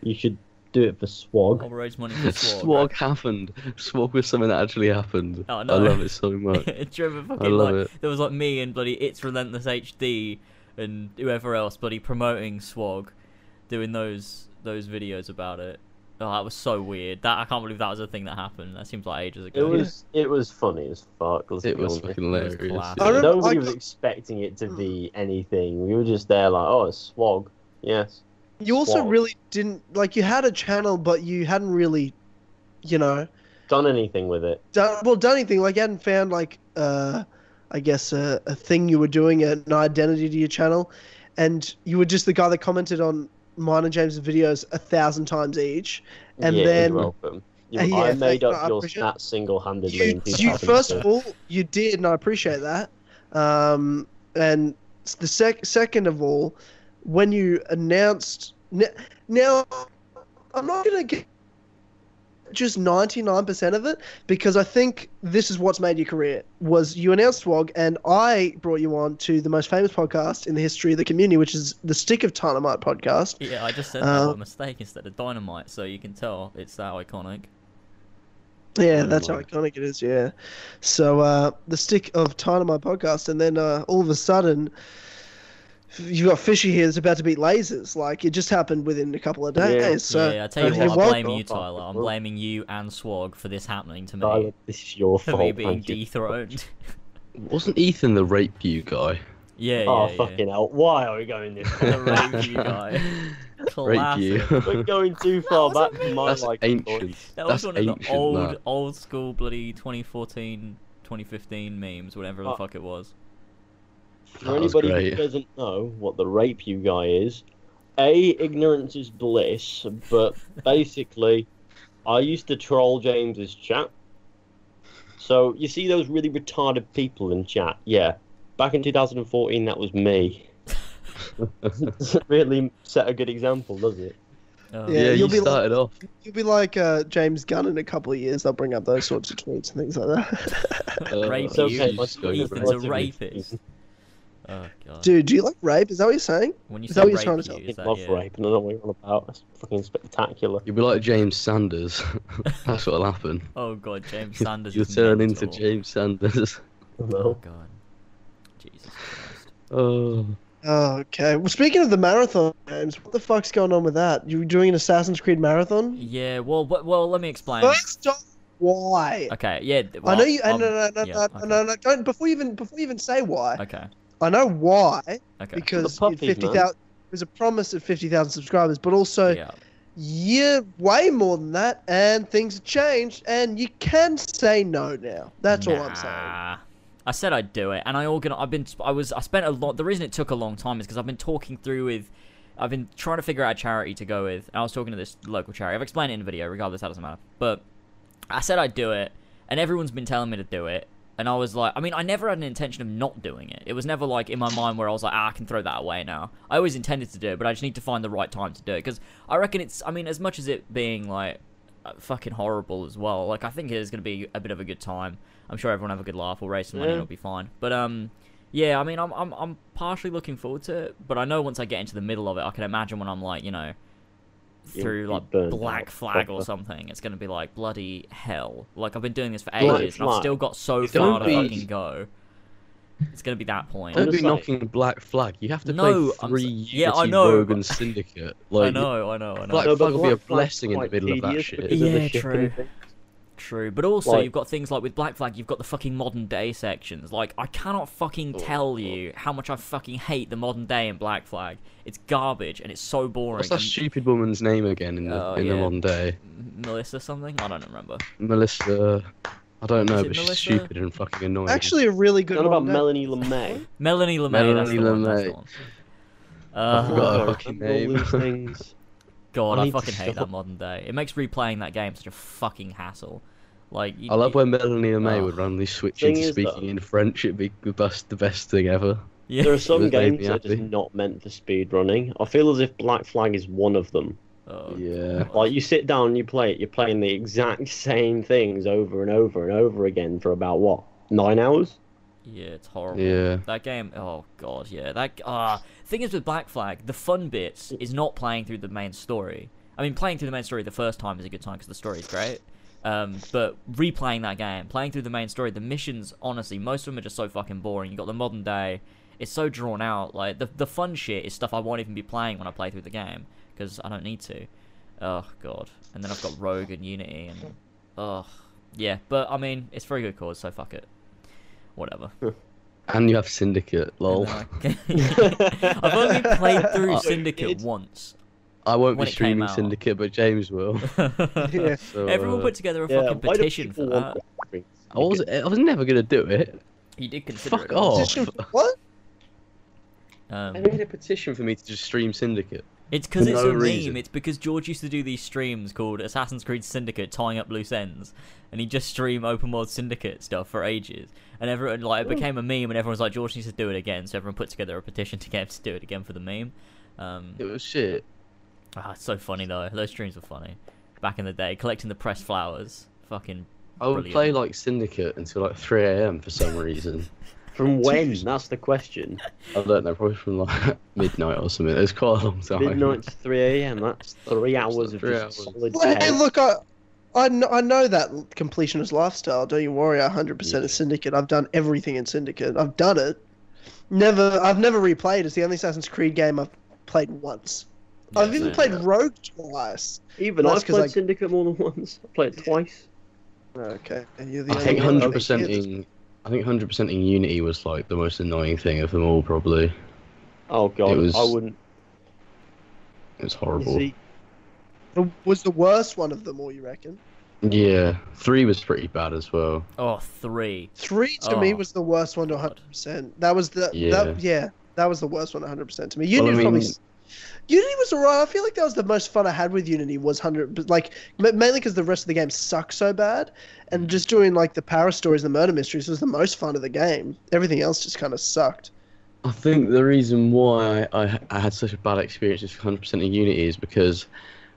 S4: You should do it for
S1: I'll
S4: swag.
S1: raise money for Swag.
S3: SWOG happened. SWOG was something that actually happened.
S1: Oh,
S3: I
S1: no.
S3: love it so much.
S1: Do you remember
S3: I
S1: fucking
S3: love
S1: like
S3: it.
S1: there was like me and bloody it's relentless HD and whoever else bloody promoting Swag, doing those those videos about it. Oh, that was so weird. That I can't believe that was a thing that happened. That seems like ages
S4: It
S1: ago.
S4: was it was funny as fuck. let's
S3: It
S4: be
S3: was
S4: honest.
S3: fucking
S1: was
S3: hilarious.
S1: class.
S3: yeah.
S2: I remember-
S4: Nobody
S2: I
S4: was
S2: got-
S4: expecting it to be anything. We were just there like, oh, it's swag. Yes.
S2: You also
S4: Swag.
S2: really didn't like. You had a channel, but you hadn't really, you know,
S4: Done anything with it.
S2: done well done anything. Like you hadn't found like, uh, I guess a, a thing you were doing an identity to your channel, and you were just the guy that commented on mine and James' videos a thousand times each. And
S4: yeah,
S2: then-
S4: You're welcome. You,
S2: Uh, yeah,
S4: I
S2: thanks,
S4: made
S2: no,
S4: up
S2: I
S4: your
S2: appreciate-
S4: stats single handedly.
S2: you, you first of all you did and i appreciate that um, and s- the sec- second of all when you announced n- now i'm not going to get just 99% of it because i think this is what's made your career was you announced wog and i brought you on to the most famous podcast in the history of the community which is the stick of Tanamite podcast
S1: Yeah, I just said that
S2: Uh,
S1: by mistake instead of dynamite, so you can tell it's that iconic.
S2: Yeah,
S3: Oh
S2: that's
S3: my.
S2: how iconic it is. Yeah. So uh, the stick of time of my podcast, and then uh, all of a sudden, f- you've got Fishy here that's about to beat lasers. Like it just happened within a couple of days.
S4: Yeah.
S2: So
S1: yeah, I tell you
S2: so
S1: what,
S2: you're
S1: I blame
S4: welcome.
S1: you, Tyler. I'm blaming you and Swag for this happening to me.
S4: Tyler, this is your
S1: For me
S2: oh,
S4: fault.
S1: being
S4: Thank you.
S1: dethroned.
S3: Wasn't Ethan the rape you guy?
S1: yeah,
S4: Oh
S1: yeah,
S4: fucking hell! Why are we going this?
S1: yeah.
S4: far?
S1: The rape you guy.
S3: Rape
S1: Classic.
S3: you.
S4: We're going too far
S2: That
S4: back in my
S3: That's
S4: life.
S3: ancient.
S1: That was
S3: That's
S1: one of
S3: ancient.
S1: the old,
S3: that.
S1: old school bloody 2014, 2015 memes, whatever the
S4: Oh.
S1: fuck it was.
S4: For
S3: That was
S4: anybody who
S3: great.
S4: doesn't know what the rape you guy is, A, ignorance is bliss, but basically, I used to troll James's chat. So, you see those really retarded people in chat? Yeah. Back in 2014, that was me. Doesn't really set a good example, does it?
S1: Oh,
S2: Yeah,
S3: Yeah, you
S2: you'll be like-
S3: started off.
S2: you'll be like uh, James Gunn in a couple of years. They'll bring up those sorts of tweets and things like that.
S3: Uh,
S1: Rape
S3: it's
S1: you.
S3: okay,
S4: my
S3: just go
S4: tweet
S3: for
S4: is
S3: it.
S1: Ethan's a
S4: relatively-
S1: rapist. Oh, God.
S2: Dude, do you like rape? Is that what you're saying?
S1: when you
S2: is
S1: say
S2: that what
S1: rape
S2: you're trying to
S1: you,
S2: tell me?
S1: is
S4: I
S1: that
S4: love
S1: yeah.
S4: rape, and I don't know what you're on about. It's fucking spectacular.
S3: You'll be like James Sanders. That's what'll happen.
S1: Oh, God, James Sanders
S3: You'll
S1: is
S3: turn into
S1: mental.
S3: James Sanders.
S1: Oh,
S4: No.
S1: God. Jesus Christ.
S3: Oh,
S2: Okay. Well, speaking of the marathon, James, what the fuck's going on with that? You're doing an Assassin's Creed marathon?
S1: Yeah, well, well, well let me explain.
S2: First off, why?
S1: Okay, yeah. th-
S2: I
S1: well,
S2: know you. uh,
S1: um,
S2: no, no, no,
S1: yeah,
S2: no,
S1: okay.
S2: no, no, don't. Before you even, before you even say why,
S1: Okay,
S2: I know why.
S1: okay.
S2: because
S4: The
S2: it
S4: puppies,
S2: fifty
S4: man.
S2: thousand it was a promise of fifty thousand subscribers, but also yeah.
S1: yeah.
S2: way more than that, and things have changed, and you can say no now. That's all I'm saying.
S1: Nah. I said I'd do it, and I organ. I've been. I was. I spent a lot. The reason it took a long time is because I've been talking through with. I've been trying to figure out a charity to go with. And I was talking to this local charity. I've explained it in the video. Regardless, that doesn't matter. But I said I'd do it, and everyone's been telling me to do it. And I was like, I mean, I never had an intention of not doing it. It was never like in my mind where I was like, ah, I can throw that away now. I always intended to do it, but I just need to find the right time to do it. Because I reckon it's, I mean, as much as it being like uh, fucking horrible as well, like, I think it is going to be a bit of a good time. I'm sure everyone will have a good laugh. We'll raise some money and
S4: Yeah.
S1: it'll be fine. But, um, yeah, I mean, I'm, I'm, I'm partially looking forward to it, but I know once I get into the middle of it, I can imagine when I'm like, you know,
S4: You'll
S1: through
S4: be
S1: like
S4: burned
S1: Black
S4: out
S1: Flag or
S4: proper.
S1: something, it's gonna be like bloody hell. Like I've been doing this for
S4: Black
S1: ages, and I've
S4: Flag.
S1: still got so
S3: It's
S1: far
S3: gonna
S1: to
S3: be-
S1: fucking go. It's gonna be that point.
S3: don't
S4: just
S3: be
S4: like-
S3: knocking Black Flag. You have to
S1: No,
S3: play
S1: I'm
S3: three
S1: s-
S3: Unity
S1: yeah, I know,
S3: Rogue
S1: but-
S3: and Syndicate.
S1: I
S3: Like,
S1: know, I know, I know.
S3: Black
S4: No, but
S3: Flag will be a
S4: Black Flag's
S3: blessing in the
S4: quite
S3: middle of that
S4: tedious
S3: shit.
S4: because of the
S1: Yeah,
S4: shipping
S1: true.
S4: thing.
S1: True, but also
S4: Like-
S1: you've got things like with Black Flag, you've got the fucking modern day sections. Like I cannot fucking
S3: Oh,
S1: tell
S3: God.
S1: you how much I fucking hate the modern day in Black Flag. It's garbage and it's so boring.
S3: What's that
S1: and-
S3: stupid woman's name again in the
S1: Oh,
S3: in the
S1: yeah.
S3: modern day?
S1: Melissa something? I don't remember.
S3: Melissa. I don't know,
S1: Is it
S3: but
S1: Melissa?
S3: she's stupid and fucking annoying.
S2: Actually, a really good
S4: None
S2: one.
S4: about
S2: no.
S4: Melanie LeMay.
S1: Melanie LeMay. that's the one.
S3: Melanie
S1: That's the
S3: LeMay.
S1: one.
S3: I
S1: Uh,
S3: forgot her
S4: Oh,
S3: fucking
S4: remember all
S3: name.
S4: these things.
S1: God,
S4: I
S1: I
S4: need to
S1: fucking hate that
S4: stop.
S1: modern day. It makes replaying that game such a fucking hassle. Like you,
S3: I love
S1: you-
S3: when Melanie and May
S1: Oh.
S3: would randomly switch into
S4: Thing is,
S3: speaking
S4: though-
S3: in French. It'd be the best, the best thing ever.
S1: yeah.
S4: There are some
S3: Would they be
S4: games that are just
S3: happy?
S4: not meant for speedrunning. I feel as if Black Flag is one of them.
S1: Oh,
S3: Yeah.
S1: God.
S4: Like you sit down, you play it, you're playing the exact same things over and over and over again for about what nine hours.
S1: Yeah, it's horrible.
S3: Yeah.
S1: That game. Oh god, yeah. That ah. thing is with Black Flag, the fun bits is not playing through the main story. I mean, playing through the main story the first time is a good time because the story's great. Um, but replaying that game, playing through the main story, the missions, honestly, most of them are just so fucking boring. You got the modern day. It's so drawn out. Like the the fun shit is stuff I won't even be playing when I play through the game because I don't need to. Oh god. And then I've got Rogue and Unity and oh yeah. But I mean, it's very good cause, so fuck it. Whatever.
S3: And you have Syndicate, lol.
S1: And then I- I've only played through
S3: Uh,
S1: Syndicate
S4: it's-
S1: once.
S3: I won't
S1: When
S3: be
S1: it came
S3: streaming
S1: out.
S3: Syndicate, but James will.
S2: Yeah.
S3: So,
S1: Everyone
S3: uh,
S1: put together a
S4: Yeah,
S1: fucking
S4: why do
S1: petition for
S4: people
S1: that.
S4: want Black Flag?
S3: I was, I was never gonna do it.
S1: You did consider
S3: Fuck
S1: it. wasn't
S3: off.
S2: Petition- What?
S1: you? Um,
S3: I made a petition for me to just stream Syndicate.
S1: it's because
S3: for
S1: it's
S3: no
S1: a
S3: reason.
S1: meme. It's because George used to do these streams called Assassin's Creed Syndicate, tying up loose ends, and he'd just stream open world Syndicate stuff for ages. And everyone like it
S4: Hmm.
S1: became a meme, and everyone's like, George needs to do it again. So everyone put together a petition to get him to do it again for the meme. Um,
S3: It was shit.
S1: ah, it's so funny though. Those streams were funny back in the day, collecting the pressed flowers. Fucking
S3: I would
S1: Brilliant.
S3: play like Syndicate until like 3 a.m. for some reason.
S4: From when? That's the question.
S3: I don't know, probably from like midnight or something. It was quite a long time.
S4: Midnight to 3 a.m. That's three hours of
S3: three
S4: just
S3: hours.
S4: solid
S2: Well, hey,
S4: text.
S2: look, I, I, know, I know that completionist lifestyle. Don't you worry, I 100%
S3: Yeah.
S2: of Syndicate. I've done everything in Syndicate. I've done it. Never, I've never replayed. It's the only Assassin's Creed game I've played once. I've
S1: Yeah,
S2: even
S1: same.
S2: played Rogue twice.
S4: Even
S2: That's
S4: I've
S2: 'cause
S4: played
S2: I-
S4: Syndicate more than once. I played it twice.
S2: Okay, and you're the
S3: I
S2: only
S3: think
S2: one that
S3: 100 percent
S2: kids.
S3: in I think 100 percent in Unity was like the most annoying thing of them all. Probably
S4: Oh god,
S3: It was
S4: I wouldn't.
S3: it was
S4: you
S3: horrible.
S4: see,
S2: It was the worst one of them all, you reckon?
S3: Yeah, three was pretty bad as well.
S1: Oh, three.
S2: Three to me
S1: Oh,
S2: was the worst one to
S1: God.
S2: 100%. That was the yeah.
S3: Yeah.
S2: That, yeah, that was the worst one 100% to me.
S3: Well, I
S2: Unity was probably
S3: mean-
S2: s- Unity was alright. I feel like that was the most fun I had with Unity was 100 but like ma- mainly cuz the rest of the game sucked so bad and just doing like the power stories the murder mysteries was the most fun of the game. Everything else just kind of sucked.
S3: I think the reason why I, I had such a bad experience with 100 percent in Unity is because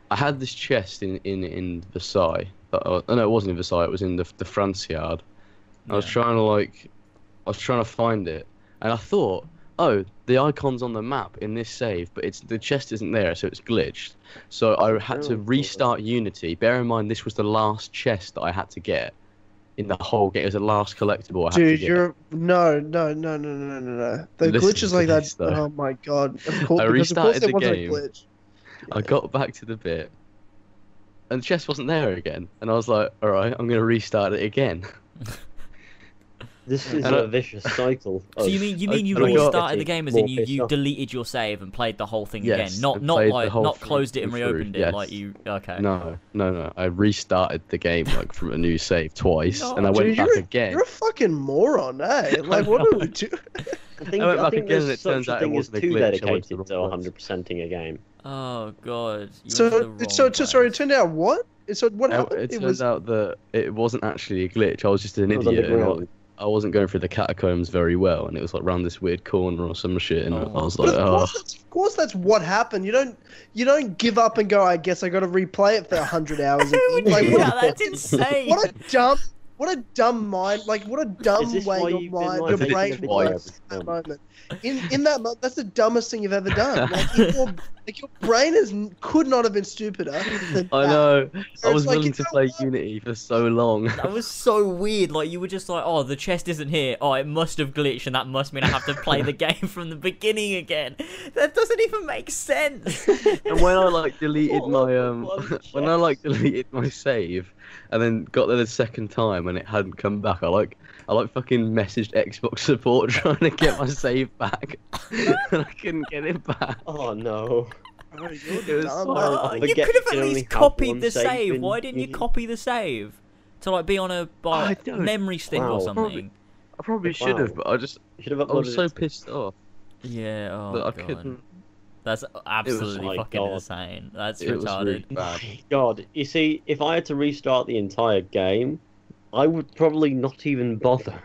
S3: I had this chest in in in Versailles. Uh, no, it wasn't in Versailles. It was in the the France yard. I was
S1: Yeah.
S3: trying to like, I was trying to find it, and I thought, oh, the icon's on the map in this save, but it's the chest isn't there, so it's glitched. So I had to
S4: no.
S3: restart Unity. Bear in mind, this was the last chest that I had to get in the whole game. It was the last collectible I had
S2: Dude,
S3: to get.
S2: you're no, no, no, no, no, no, no, no. The
S3: Listen
S2: glitches
S3: to
S2: like that.
S3: this, though.
S2: oh my god! Of course, because of course
S3: restarted
S2: there
S3: the
S2: wasn't
S3: game.
S2: A glitch.
S3: I got back to the bit, and the chest wasn't there again, and I was like, all right, I'm gonna restart it again.
S4: This is
S3: And
S4: a
S3: I-
S4: vicious cycle.
S1: So
S4: of-
S1: you mean you mean you
S3: I- I got-
S1: restarted the game as in you, you deleted your save and played the whole thing
S3: Yes,
S1: again, not
S3: and
S1: not
S3: played the
S1: like
S3: whole
S1: not
S3: thing
S1: closed it and
S3: through,
S1: reopened it
S3: yes.
S1: like you okay.
S3: No, no, no. I restarted the game like from a new save twice, and
S1: No.
S3: I went
S2: Dude,
S3: back
S2: you're-
S3: again.
S2: You're a fucking moron, eh? Like, what do we do?
S4: I think,
S3: I went
S4: I
S3: back
S4: think
S3: again and
S4: there's
S3: it
S4: such
S3: turns
S4: a
S3: out it
S4: thing as
S3: wasn't a
S4: too
S3: glitch, I went to the
S4: dedicated to
S3: wrong place.
S4: 100%ing a game.
S1: Oh god. You went to the
S2: So,
S1: wrong
S2: so, so sorry. It
S1: place.
S2: turned out what? It- So what
S3: Now,
S2: happened?
S3: it
S2: It
S3: turns
S2: was
S3: out that it wasn't actually a glitch. I was just an
S4: It was
S3: idiot. and I-
S4: underground.
S3: I wasn't going through the catacombs very well, and it was like round this weird corner or some shit, and
S1: Oh.
S3: I was
S2: But
S3: like,
S2: of
S3: oh.
S2: course, that's, of course, that's what happened. You don't, you don't give up and go. I guess I got to replay it for hundred hours.
S1: Who would
S2: again."
S1: do
S2: like, what,
S1: that? That's insane.
S2: what a dumb What a dumb mind! Like what a
S4: Is
S2: dumb
S4: this
S2: way
S4: why
S2: your
S4: you've been
S2: mind,
S4: like
S2: your
S3: that?
S2: brain
S3: Is this why
S2: works
S4: I've
S2: at that
S4: been-
S2: moment. In in that moment, that's the dumbest thing you've ever done. Like, if your, like your brain is could not have been stupider. Than
S3: "Oh, I
S2: that.
S3: know. I
S2: It's
S3: was
S2: like,
S3: willing
S2: you
S3: to
S2: know
S3: play
S2: what?
S3: Unity for so long.
S1: That was so weird. Like you were just like, oh, the chest isn't here. Oh, it must have glitched, and that must mean I have to play the game from the beginning again. That doesn't even make sense.
S3: and when I like deleted
S4: What
S3: my
S4: level
S3: um,
S4: was
S3: when I like deleted my save, and then got there the second time and it hadn't come back, I like I like fucking messaged Xbox support trying to get my save back, and I couldn't get it back.
S4: Oh no.
S2: Oh, you're
S3: It was
S2: dumb.
S3: so-
S2: Oh,
S1: Uh,
S4: I
S1: you
S4: forget
S1: could have at
S4: you can only
S1: least
S4: have
S1: copied
S4: one
S1: the
S4: save
S1: save.
S4: in
S1: Why didn't you
S4: Unity.
S1: copy the save? To like be on a
S3: I
S1: like,
S3: don't-
S1: memory stick
S4: Wow.
S1: or
S3: Probably-
S1: something.
S3: I probably
S4: Wow.
S3: should have, but I just
S4: You should have
S3: I was
S4: uploaded
S3: so
S4: it.
S3: pissed off
S1: Yeah. Oh
S3: that I
S1: god.
S3: couldn't.
S1: That's absolutely
S4: my
S1: fucking
S4: God.
S1: insane. That's
S3: It was
S1: retarded.
S3: really bad.
S4: My God, you see, if I had to restart the entire game, I would probably not even bother.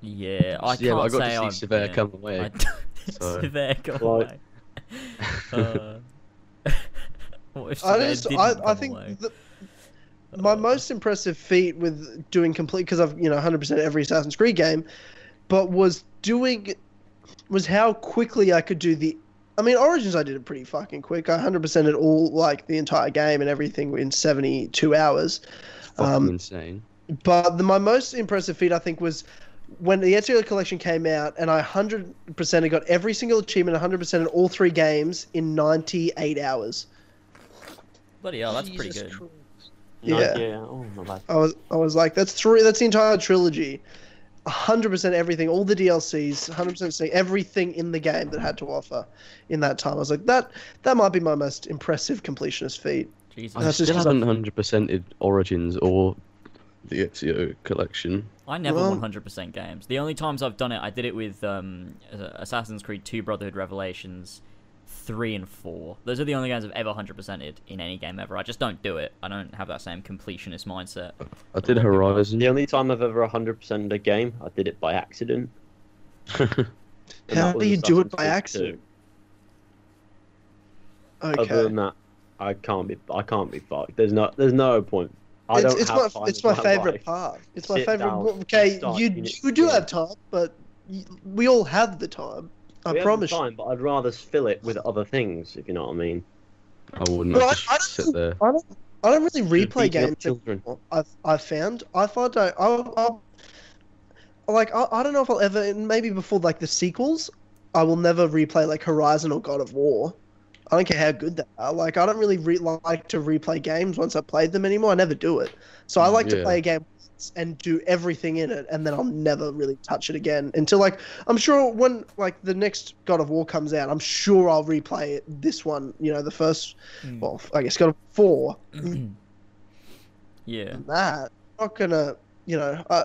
S1: Yeah. I can't
S3: yeah, but I got
S1: say
S3: to see
S1: I'm,
S3: Severe
S1: yeah,
S3: come away.
S1: I-
S3: so-
S1: Severe come
S4: Like-
S1: away. Uh, what if
S2: I
S1: Severe
S2: just,
S1: didn't
S2: I, I
S1: come
S2: think
S1: away?
S2: the, my
S1: Uh,
S2: most impressive feat with doing complete because I've you know 100% every Assassin's Creed game, but was doing was how quickly I could do the. I mean, Origins I did it pretty fucking quick. I 100% at all like the entire game and everything in 72 hours.
S3: It's fucking
S2: Um,
S3: insane.
S2: But the, my most impressive feat I think was when the Ezio Collection came out and I 100% got every single achievement 100% in all three games in 98 hours.
S1: Bloody hell, that's pretty
S2: Jesus
S1: good.
S2: Christ.
S4: No,
S2: Yeah.
S4: yeah. Oh my God.
S2: I was I was like, that's three. That's the entire trilogy, hundred percent everything, all the DLCs, hundred percent everything in the game that had to offer in that time. I was like, that that might be my most impressive completionist feat.
S1: Jesus.
S3: I
S2: that's just
S3: still
S2: 'cause I-
S3: haven't hundred percented Origins or the Ezio collection.
S1: I never
S2: Well-
S1: 100% games. The only times I've done it, I did it with um, Assassin's Creed 2 Brotherhood Revelations 3 and 4. Those are the only games I've ever 100%ed in any game ever. I just don't do it. I don't have that same completionist mindset.
S3: I did Horizon.
S4: The only time I've ever 100%ed a game, I did it by accident. and
S2: How
S4: that was
S2: do you do it
S4: Assassin's
S2: by
S4: Creed
S2: accident?
S4: 2. Other
S2: Okay,
S4: than that, I can't be. I can't be fucked. There's no. There's no point. I
S2: it's,
S4: don't
S2: it's
S4: have
S2: my
S4: time
S2: it's
S4: in
S2: my favorite
S4: life.
S2: part. It's my
S4: Sit
S2: favorite.
S4: down,
S2: okay,
S4: start
S2: you
S4: unit
S2: you do
S4: three.
S2: have time, but you, we all have the time. I
S4: We have the
S2: promise. you.
S4: Time, but I'd rather fill it with other things, if you know what I mean.
S3: I wouldn't.
S2: Well, I-
S3: I just
S2: I don't
S3: sit
S2: think-
S3: there.
S2: I don't, I don't really replay
S4: Beating up
S2: games.
S4: Children.
S2: I've I've found I thought I, I, I like I, I don't know if I'll ever and maybe before like the sequels I will never replay like Horizon or God of War. I don't care how good they are. Like I don't really re- like to replay games once I played them anymore. I never do it. So I like
S3: Yeah.
S2: to play a game once and do everything in it, and then I'll never really touch it again until like I'm sure when like the next God of War comes out, I'm sure I'll replay it. This one, you know, the first well, I guess God of War
S1: yeah.
S2: than that. I'm not gonna, you know, I,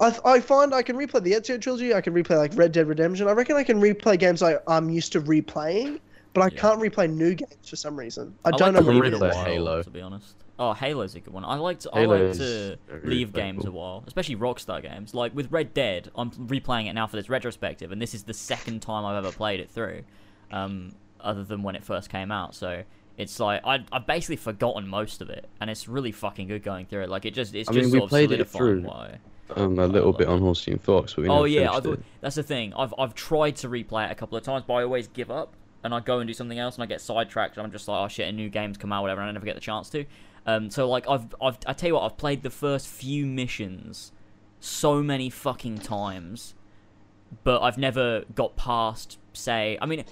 S2: I, I find I can replay the Ezio trilogy. I can replay like Red Dead Redemption. I reckon I can replay games I, I'm used to replaying, but I
S1: Yeah.
S2: can't replay new games for some reason. I,
S1: I like
S2: don't know
S1: to
S2: what
S1: leave
S2: it
S1: it
S2: is.
S1: a
S3: Replay
S1: while,
S3: Halo.
S1: to be honest. Oh, Halo's a good one. I like to, I
S3: Halo
S1: like
S3: is
S1: to
S3: very
S1: leave
S3: replayable.
S1: games a while, especially Rockstar games. Like with Red Dead, I'm replaying it now for this retrospective, and this is the second time I've ever played it through, um, other than when it first came out. So it's like I, I've basically forgotten most of it, and it's really fucking good going through it. Like it just, it's
S3: I
S1: just
S3: mean, we
S1: sort of
S3: played it
S1: solidifying
S3: through.
S1: why.
S3: Um, a little bit on Horse Team Fox, but we never
S1: Oh yeah, I
S3: finished
S1: thought,
S3: it.
S1: that's the thing. I've I've tried to replay it a couple of times, but I always give up and I go and do something else and I get sidetracked and I'm just like, oh shit, a new game's come out, whatever, and I never get the chance to. Um, so like I've I've I tell you what, I've played the first few missions so many fucking times, but I've never got past say, I mean,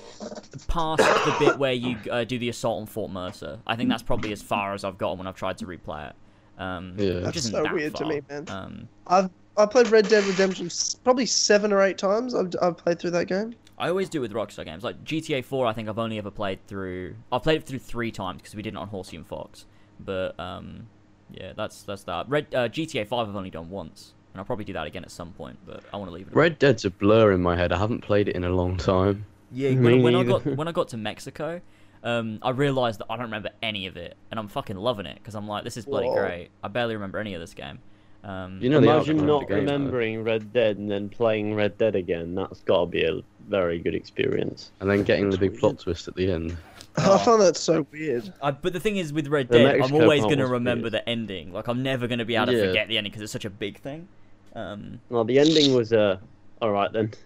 S1: past the bit where you uh, do the assault on Fort Mercer. I think that's probably as far as I've gotten when I've tried to replay it. Um,
S3: Yeah.
S1: which
S3: That's
S1: isn't
S2: so
S1: that
S2: weird to
S1: far.
S2: me, man.
S1: Um,
S2: I've I played Red Dead Redemption s- probably seven or eight times. I've, I've played through that game.
S1: I always do with Rockstar games. Like GTA 4, I think I've only ever played through. I've played it through three times because we did it on Horsey and Fox. But um, yeah, that's that's that. Red uh, GTA 5 I've only done once, and I'll probably do that again at some point. But I want to leave it.
S3: Red Dead's a blur in my head. I haven't played it in a long time.
S1: Yeah,
S4: Me
S1: when, when I got
S4: neither.
S1: when I got to Mexico, um, I realized that I don't remember any of it, and I'm fucking loving it because I'm like, this is bloody
S2: Whoa.
S1: great. I barely remember any of this game. Um,
S3: You know, the outcome
S4: Imagine
S3: of
S4: not
S3: the game, though.
S4: remembering Red Dead and then playing Red Dead again. That's got to be a very good experience.
S3: and then getting the big plot twist at the end.
S1: Oh.
S2: I found that so weird.
S1: I, but the thing is, with Red
S4: The
S1: Dead, I'm
S4: Mexico
S1: always
S4: part
S1: going to
S4: was
S1: remember
S4: weird.
S1: the ending. Like, I'm never going to be able to
S3: Yeah.
S1: forget the ending because it's such a big thing. Um,
S4: Well, the ending was uh, all right then.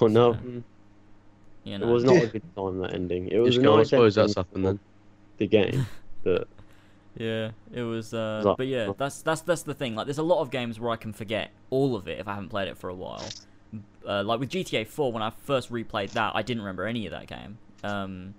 S4: Oh no,
S1: you
S4: it
S1: know,
S4: was not a good time. That ending. It was
S3: Just
S4: a
S3: go, I
S4: nice
S3: suppose
S4: ending
S3: that's happened then.
S4: for the game, but
S1: yeah, it was. Uh,
S4: Like-
S1: but yeah, that's that's that's the thing. Like, there's a lot of games where I can forget all of it if I haven't played it for a while. Uh, like with GTA 4, when I first replayed that, I didn't remember any of that game. Um,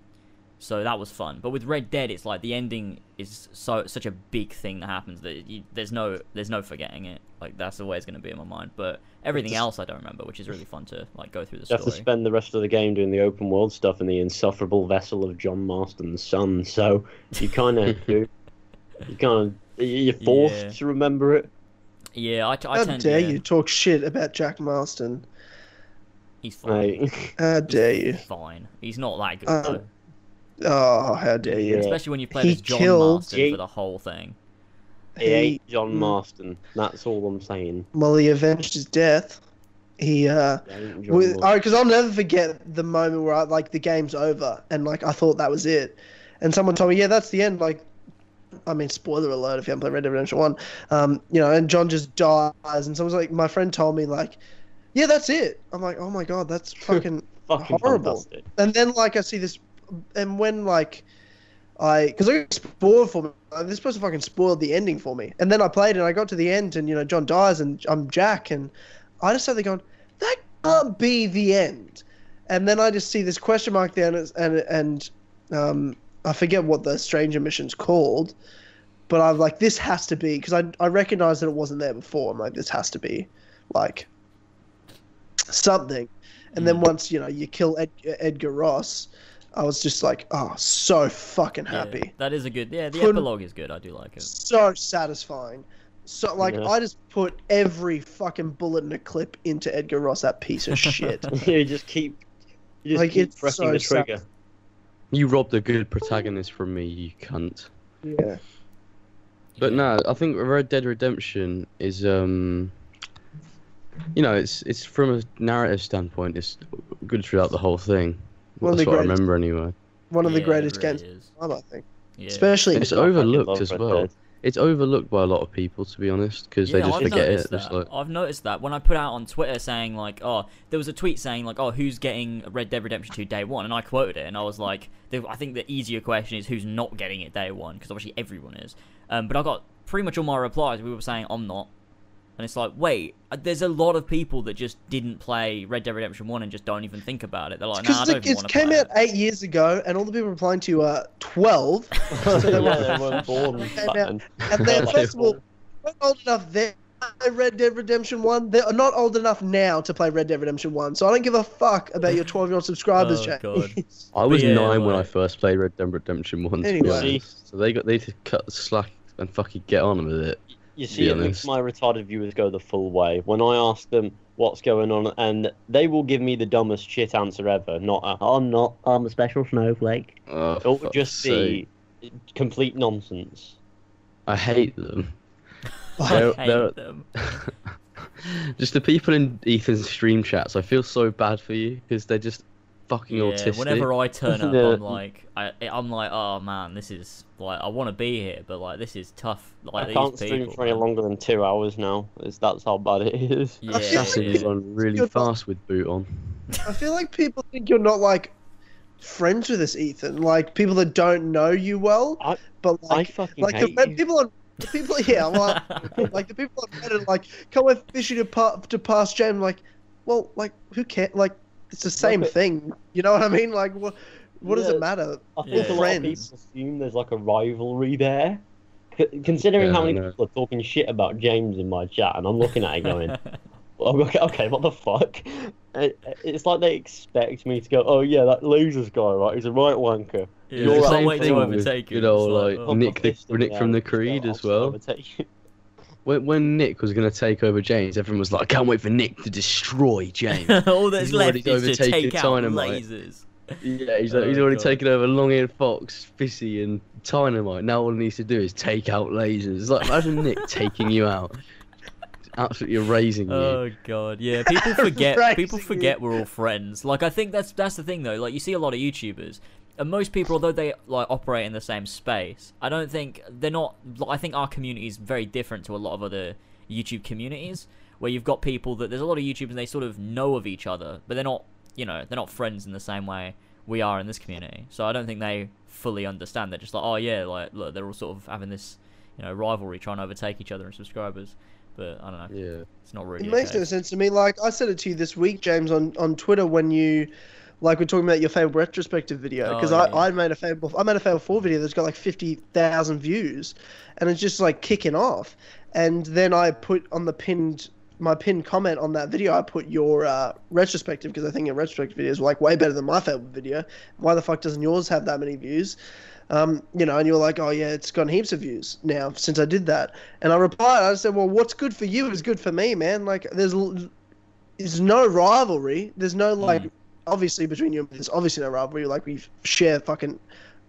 S1: so that was fun. But with Red Dead, it's like the ending is so such a big thing that happens that you, there's no there's no forgetting it. Like that's always going to be in my mind. But everything else I don't remember, which is really fun to like go through the
S4: you have to
S1: story.
S4: spend the rest of the game doing the open world stuff in the insufferable vessel of John Marston's son. So you kind of do. You kind of you're forced
S1: Yeah.
S4: to remember it.
S1: Yeah, I, t- I
S2: How
S1: tend.
S2: dare
S1: yeah,
S2: you talk shit about Jack Marston?
S1: He's fine.
S4: Like,
S2: How dare you?
S1: Fine. He's not that good.
S2: Uh,
S1: though.
S2: Oh, how dare you?
S4: Yeah.
S1: Especially when you play
S2: He
S1: as John
S2: killed-
S1: Marston
S4: Ye-
S1: for the whole thing.
S4: he ain't
S2: Mm.
S4: John Marston. That's all I'm saying.
S2: Well, he avenged his death. He, uh,
S4: He ain't John
S2: with,
S4: Marston.
S2: because I'll never forget the moment where I, like the game's over and like I thought that was it, and someone told me, yeah, that's the end. Like, I mean, spoiler alert if you haven't played Red Dead Redemption One, um, you know, and John just dies, and someone's like, my friend told me like, yeah, that's it. I'm like, oh my god, that's fucking
S4: Fucking
S2: horrible.
S4: fantastic.
S2: and then like I see this, and when like I because I got spoiled for me, like, this person fucking spoiled the ending for me, and then I played and I got to the end and you know John dies and I'm Jack and I just started going that can't be the end, and then I just see this question mark there and it's, and and um, I forget what the stranger mission's called. But I'm like, this has to be because I I recognised that it wasn't there before. I'm like, this has to be, like, something. And
S1: Mm.
S2: then once you know you kill Ed- Edgar Ross, I was just like, oh, so fucking
S1: Yeah,
S2: happy,
S1: that is a good. Yeah, the
S2: Couldn't-
S1: epilogue is good. I do like it.
S2: so satisfying. So like
S4: Yeah.
S2: I just put every fucking bullet and a clip into Edgar Ross, that piece of shit.
S4: you just keep, you just
S2: Like,
S4: keep
S2: it's
S4: pressing
S2: so
S4: the
S2: sad.
S4: trigger.
S3: You robbed a good protagonist from me, you cunt.
S2: yeah.
S3: But
S1: Yeah.
S3: no, I think Red Dead Redemption is um you know, it's it's from a narrative standpoint, it's good throughout the whole thing.
S2: One of
S3: That's
S2: the
S3: what I
S2: greatest-
S3: remember anyway.
S2: One of the
S1: Yeah, it
S2: greatest
S1: really
S2: games
S1: is.
S2: of all time, I think.
S1: Yeah.
S2: Especially
S3: It's
S4: I fucking
S3: overlooked
S4: love
S3: as
S4: Red
S3: well.
S4: Dead.
S3: It's overlooked by a lot of people to be honest, because they
S1: Yeah,
S3: just
S1: I've
S3: forget it.
S1: noticed
S3: It's
S1: That.
S3: like
S1: I've noticed that when I put out on Twitter saying like, oh, there was a tweet saying like, oh, who's getting Red Dead Redemption 2 day one, and I quoted it, and I was like, the, I think the easier question is who's not getting it day one, because obviously everyone is. Um, but I got pretty much all my replies. We were saying I'm not, and it's like, wait, uh, there's a lot of people that just didn't play Red Dead Redemption one and just don't even think about it. They're like, nah, I
S2: because
S1: don't
S2: it,
S1: even want to
S2: came
S1: play
S2: out
S1: it.
S2: eight years ago, and all the people replying to you are twelve.
S4: yeah,
S2: they
S4: they
S2: were-
S4: weren't born back
S2: Came out-
S4: then.
S2: And then,
S3: Yeah.
S2: first of all, we're old enough then. to play Red Dead Redemption 1, they're not old enough now to play Red Dead Redemption 1, so I don't give a fuck about your 12 year old subscribers,
S1: Oh,
S2: Jack.
S1: God.
S3: I was
S1: yeah,
S3: nine when I
S1: like-
S3: first played Red Dead Redemption One. to be
S2: Anyway.
S3: honest. so they got they just cut the slack and fucking get on with it.
S4: You
S3: to
S4: see,
S3: be
S4: it
S3: honest.
S4: makes my retarded viewers go the full way. When I ask them what's going on, and they will give me the dumbest shit answer ever. Not, a, I'm not, I'm a special snowflake.
S3: Oh,
S4: It will
S3: fuck's
S4: just
S3: sake.
S4: be complete nonsense.
S3: I hate them.
S1: I
S3: They're-
S1: hate
S3: they're-
S1: them.
S3: just the people in Ethan's stream chats. I feel so bad for you because they're just fucking
S1: Yeah,
S3: autistic.
S1: whenever I turn up,
S4: Yeah.
S1: I'm like, I, I'm like, oh man, this is like, I want to be here, but like, this is tough. Like,
S4: I
S1: these
S4: can't
S1: people,
S4: stream for any
S1: man.
S4: longer than two hours now. It's, that's how bad it is.
S1: Yeah,
S3: Assassin
S1: yeah.
S3: is on really
S2: Good one.
S3: fast with boot on.
S2: I feel like people think you're not like friends with this Ethan, like people that don't know you well,
S4: I-
S2: but
S4: I
S2: like,
S4: fucking
S2: like the
S4: hate
S2: red
S4: you.
S2: people on the people, yeah, like, like the people on Reddit, like, come with fishy to, pa- to pass James, like, well, like, who cares? Like, it's the same
S4: at-
S2: thing, you know what I mean? Like, what, what does
S4: Yeah.
S2: it matter?
S4: I
S1: Yeah.
S4: think a lot of
S2: Friends.
S4: people assume there's like a rivalry there. C- Considering
S3: Yeah,
S4: how
S3: I
S4: many
S3: know.
S4: people are talking shit about James in my chat, and I'm looking at it going, Well, okay, okay, what the fuck? It- It's like they expect me to go, oh yeah, that losers guy, right? He's a right wanker.
S1: yeah,
S4: You're
S1: I
S4: same
S1: can't wait to
S4: thing with,
S1: overtake
S3: you
S1: it.
S3: know,
S1: It's
S3: like,
S1: oh.
S3: Nick the-
S4: Pop-up
S3: Nick from
S4: there,
S3: the
S4: I'll just go,
S3: Creed
S4: I'll
S3: as well.
S4: just overtake you.
S3: When, when Nick was gonna take over James, everyone was like, "I can't wait for Nick to destroy James."
S1: all that's
S3: He's
S1: left
S3: already
S1: is to
S3: overtaken
S1: take out
S3: Dynamite.
S1: lasers.
S3: yeah, he's, like,
S1: Oh,
S3: he's already
S1: God.
S3: taken over long-eared fox, Fissy, and Dynamite. Now all he needs to do is take out lasers. It's like imagine Nick taking you out, absolutely erasing you.
S1: Oh god, yeah. People forget.
S2: Right,
S1: people
S2: so you-
S1: forget we're all friends. Like I think that's that's the thing though. Like you see a lot of YouTubers and most people, although they like operate in the same space, I don't think they're not. like, I think our community is very different to a lot of other YouTube communities, where you've got people that there's a lot of YouTubers and they sort of know of each other, but they're not, you know, they're not friends in the same way we are in this community. So I don't think they fully understand. They're just like, oh yeah, like look, they're all sort of having this, you know, rivalry trying to overtake each other in subscribers. But I don't know.
S3: Yeah.
S1: It's not
S2: It
S1: really.
S2: makes
S1: okay.
S2: no sense to me. Like I said it to you this week, James, on, on Twitter when you, like, we're talking about your favorite retrospective video
S1: Oh,
S2: because
S1: yeah.
S2: I, I made a favorable I made a favorable four video that's got like fifty thousand views, and it's just like kicking off. And then I put on the pinned my pinned comment on that video, I put your uh, retrospective because I think your retrospective videos were like way better than my favorite video. Why the fuck doesn't yours have that many views? Um, you know, and you were like, oh yeah, it's gotten heaps of views now since I did that. And I replied, I said, well, what's good for you is good for me, man. Like, there's l- there's no rivalry. There's no like, obviously between you and me, there's obviously no rivalry. Like we share fucking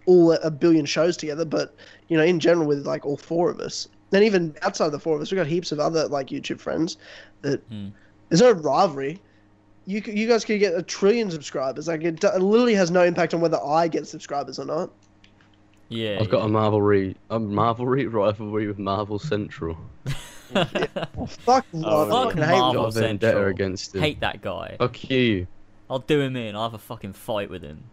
S2: all a billion shows together, but you know, in general, with like all four of us, and even outside the four of us, we have got heaps of other like YouTube friends that
S1: Hmm.
S2: there's no rivalry. You, c- you guys could get a trillion subscribers. Like it, d- it literally has no impact on whether I get subscribers or not.
S1: Yeah.
S3: I've got a Marvelry, a Marvelry rivalry with Marvel Central.
S1: Oh,
S2: Fuck, Marvel.
S4: yeah.
S2: I fucking hate
S1: Marvel.
S3: Got a vendetta
S1: Central.
S3: against him.
S1: hate that guy.
S3: Fuck you.
S1: I'll do him in. I'll have a fucking fight with him.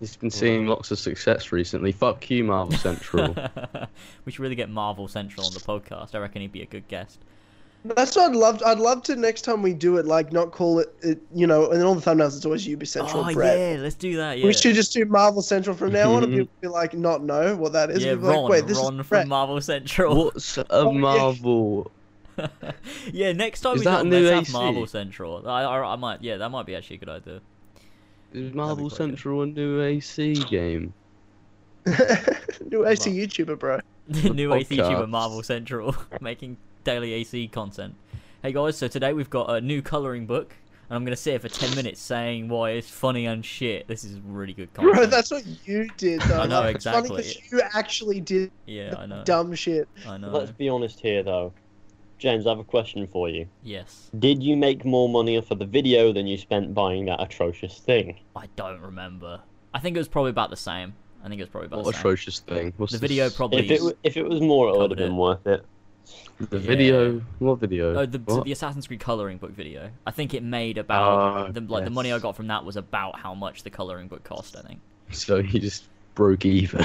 S3: He's been seeing lots of success recently. Fuck you, Marvel Central.
S1: we should really get Marvel Central on the podcast. I reckon he'd be a good guest.
S2: That's what I'd love. I'd love to next time we do it, like not call it, it you know, and all the thumbnails it's always UB Central.
S1: oh
S2: Brett.
S1: yeah, let's do that. Yeah.
S2: We should just do Marvel Central from now on, and people be like, not know what that is.
S1: yeah,
S2: We'll be like,
S1: Ron,
S2: wait, this
S1: Ron
S2: is
S1: from
S2: Brett.
S1: Marvel Central.
S3: What's a
S2: Oh, yeah.
S3: Marvel?
S1: yeah, next time
S3: Is
S1: we
S3: that
S1: talk,
S3: new
S1: let's have
S3: AC?
S1: Marvel Central. I, I, I might, yeah, that might be actually a good idea.
S3: Is
S1: quite
S3: Marvel
S1: good.
S3: Central a new AC game?
S2: New AC YouTuber, bro.
S1: The new AC tuber
S3: podcast.
S1: Marvel Central making daily AC content. Hey guys, so today we've got a new coloring book, and I'm gonna sit here for ten minutes saying why it's funny and shit. This is really good content.
S2: Bro, that's what you did, though.
S1: I know,
S2: Like, it's funny 'cause
S1: exactly.
S2: you actually did
S1: yeah, I know.
S2: dumb shit.
S1: I know.
S4: Let's be honest here, though. James, I have a question for you.
S1: Yes,
S4: Did you make more money off of the video than you spent buying that atrocious thing?
S1: I don't remember. I think it was probably about the same. I think it was probably about
S3: What
S1: the same.
S3: atrocious thing? What's
S1: The
S3: this-
S1: video probably.
S4: If it wa- if it was more, it would have
S1: Covered it.
S4: been worth it.
S3: The
S1: Yeah.
S3: video. What video?
S1: Oh, the,
S3: What?
S1: the Assassin's Creed coloring book video. I think it made about
S3: Ah,
S1: the, like the money I
S3: yes.
S1: got from that was about how much the coloring book cost. I think.
S3: So he just broke even.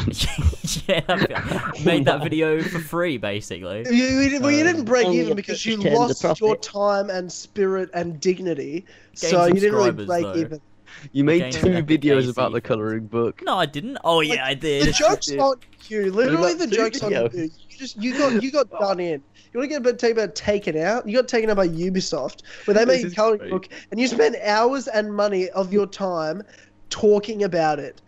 S1: yeah, I made that video for free basically.
S2: You, you, did- well, you
S1: Uh,
S2: didn't break
S3: oh,
S4: only
S2: even
S4: if
S2: because
S4: it
S2: you
S4: came to
S2: lost
S4: profit.
S2: your time and spirit and dignity, so you didn't really
S1: subscribers,
S2: break
S1: though.
S2: even.
S3: You
S1: game
S3: made two
S1: had the AC
S3: videos about the
S1: effect.
S3: colouring book.
S1: No, I didn't. Oh yeah, I
S2: The
S1: did.
S2: joke's
S4: did.
S2: on you. Literally,
S4: about
S2: the
S4: two
S2: joke's on you.
S4: videos?
S2: You just you got you got done in. You want to get about take about taken out? You got taken out by Ubisoft, where they
S3: This
S2: made a
S3: is
S2: coloring
S3: great.
S2: book, and you spend hours and money of your time talking about it,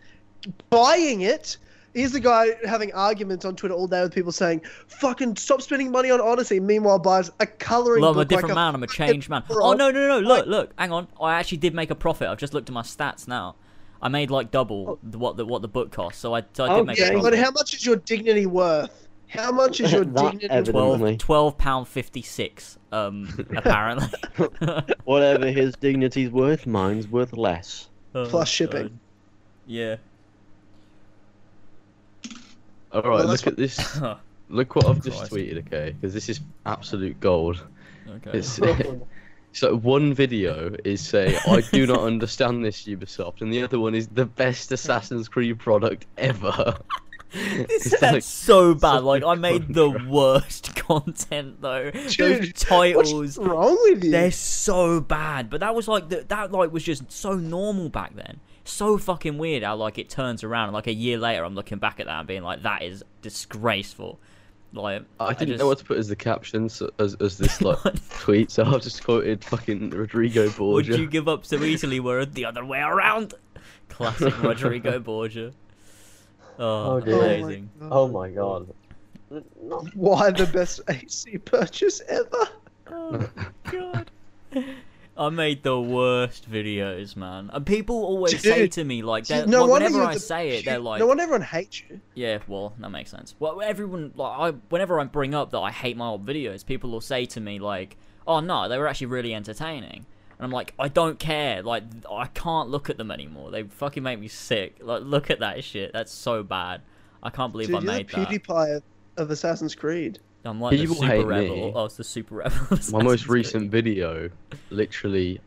S2: buying it. Here's the guy having arguments on Twitter all day with people saying, "Fucking stop spending money on Odyssey." Meanwhile, buys a coloring
S1: Well, I'm a
S2: book
S1: different
S2: like
S1: man. I'm a changed man.
S2: fucking
S1: Oh no,
S2: fraud.
S1: no, no! Look, look. Hang on. I actually did make a profit. I've just looked at my stats now. I made like double the, what the what the book cost. So I, so I did make
S2: Oh. Yeah,
S1: a
S2: but
S1: profit.
S2: how much is your dignity worth? How much is your
S4: That
S2: dignity?
S4: evidence.
S2: worth?
S4: Didn't we?
S1: Twelve twelve pound fifty six. Um, apparently.
S4: Whatever his dignity's worth, mine's worth less.
S1: Oh,
S2: Plus shipping.
S1: God. Yeah.
S3: All right,
S2: Well, that's
S3: look at this. Look what I've just
S1: Christ.
S3: tweeted, okay? Because this is absolute gold.
S1: okay.
S3: It's so one video is say I do not understand this Ubisoft, and the other one is the best Assassin's Creed product ever.
S1: This
S3: It's
S1: sounds
S3: like-
S1: so bad. Like I
S3: such a
S1: made the worst content though. Those
S2: Dude, What's
S1: titles,
S2: wrong with you?
S1: they're so bad. But that was like the, that like was just so normal back then. So fucking weird how like it turns around. and, Like a year later, I'm looking back at that and being like, that is disgraceful. Like
S3: I didn't know what to put as the captions so- as, as this like tweet, so I've just quoted fucking Rodrigo
S1: Would
S3: Borgia.
S1: you give up so easily? Were it the other way around. Classic Rodrigo Borgia. Oh,
S4: Oh, dear.
S2: Oh my
S1: amazing.
S2: God.
S4: Oh my god.
S2: why the best AC purchase ever.
S1: Oh god. I made the worst videos, man. And people always say
S2: Dude,
S1: to me, like,
S2: See,
S1: they're-
S2: no wonder
S1: whenever
S2: you're
S1: I
S2: the-
S1: say it, they're like,
S2: no wonder everyone hates you.
S1: yeah, well, that makes sense. Well, everyone, like, I, whenever I bring up that I hate my old videos, people will say to me, like, oh no, they were actually really entertaining. And I'm like, I don't care. Like, I can't look at them anymore. They fucking make me sick. Like, look at that shit. That's so bad. I can't believe
S2: Dude,
S1: I
S2: you're
S1: made
S2: the
S1: that.
S2: PewDiePie of, of Assassin's Creed.
S1: I'm like the
S3: People
S1: super
S3: hate
S1: rebel.
S3: me.
S1: Oh, it's the super rebel. of
S3: My
S1: Assassin's
S3: most
S1: Creed.
S3: recent video, literally,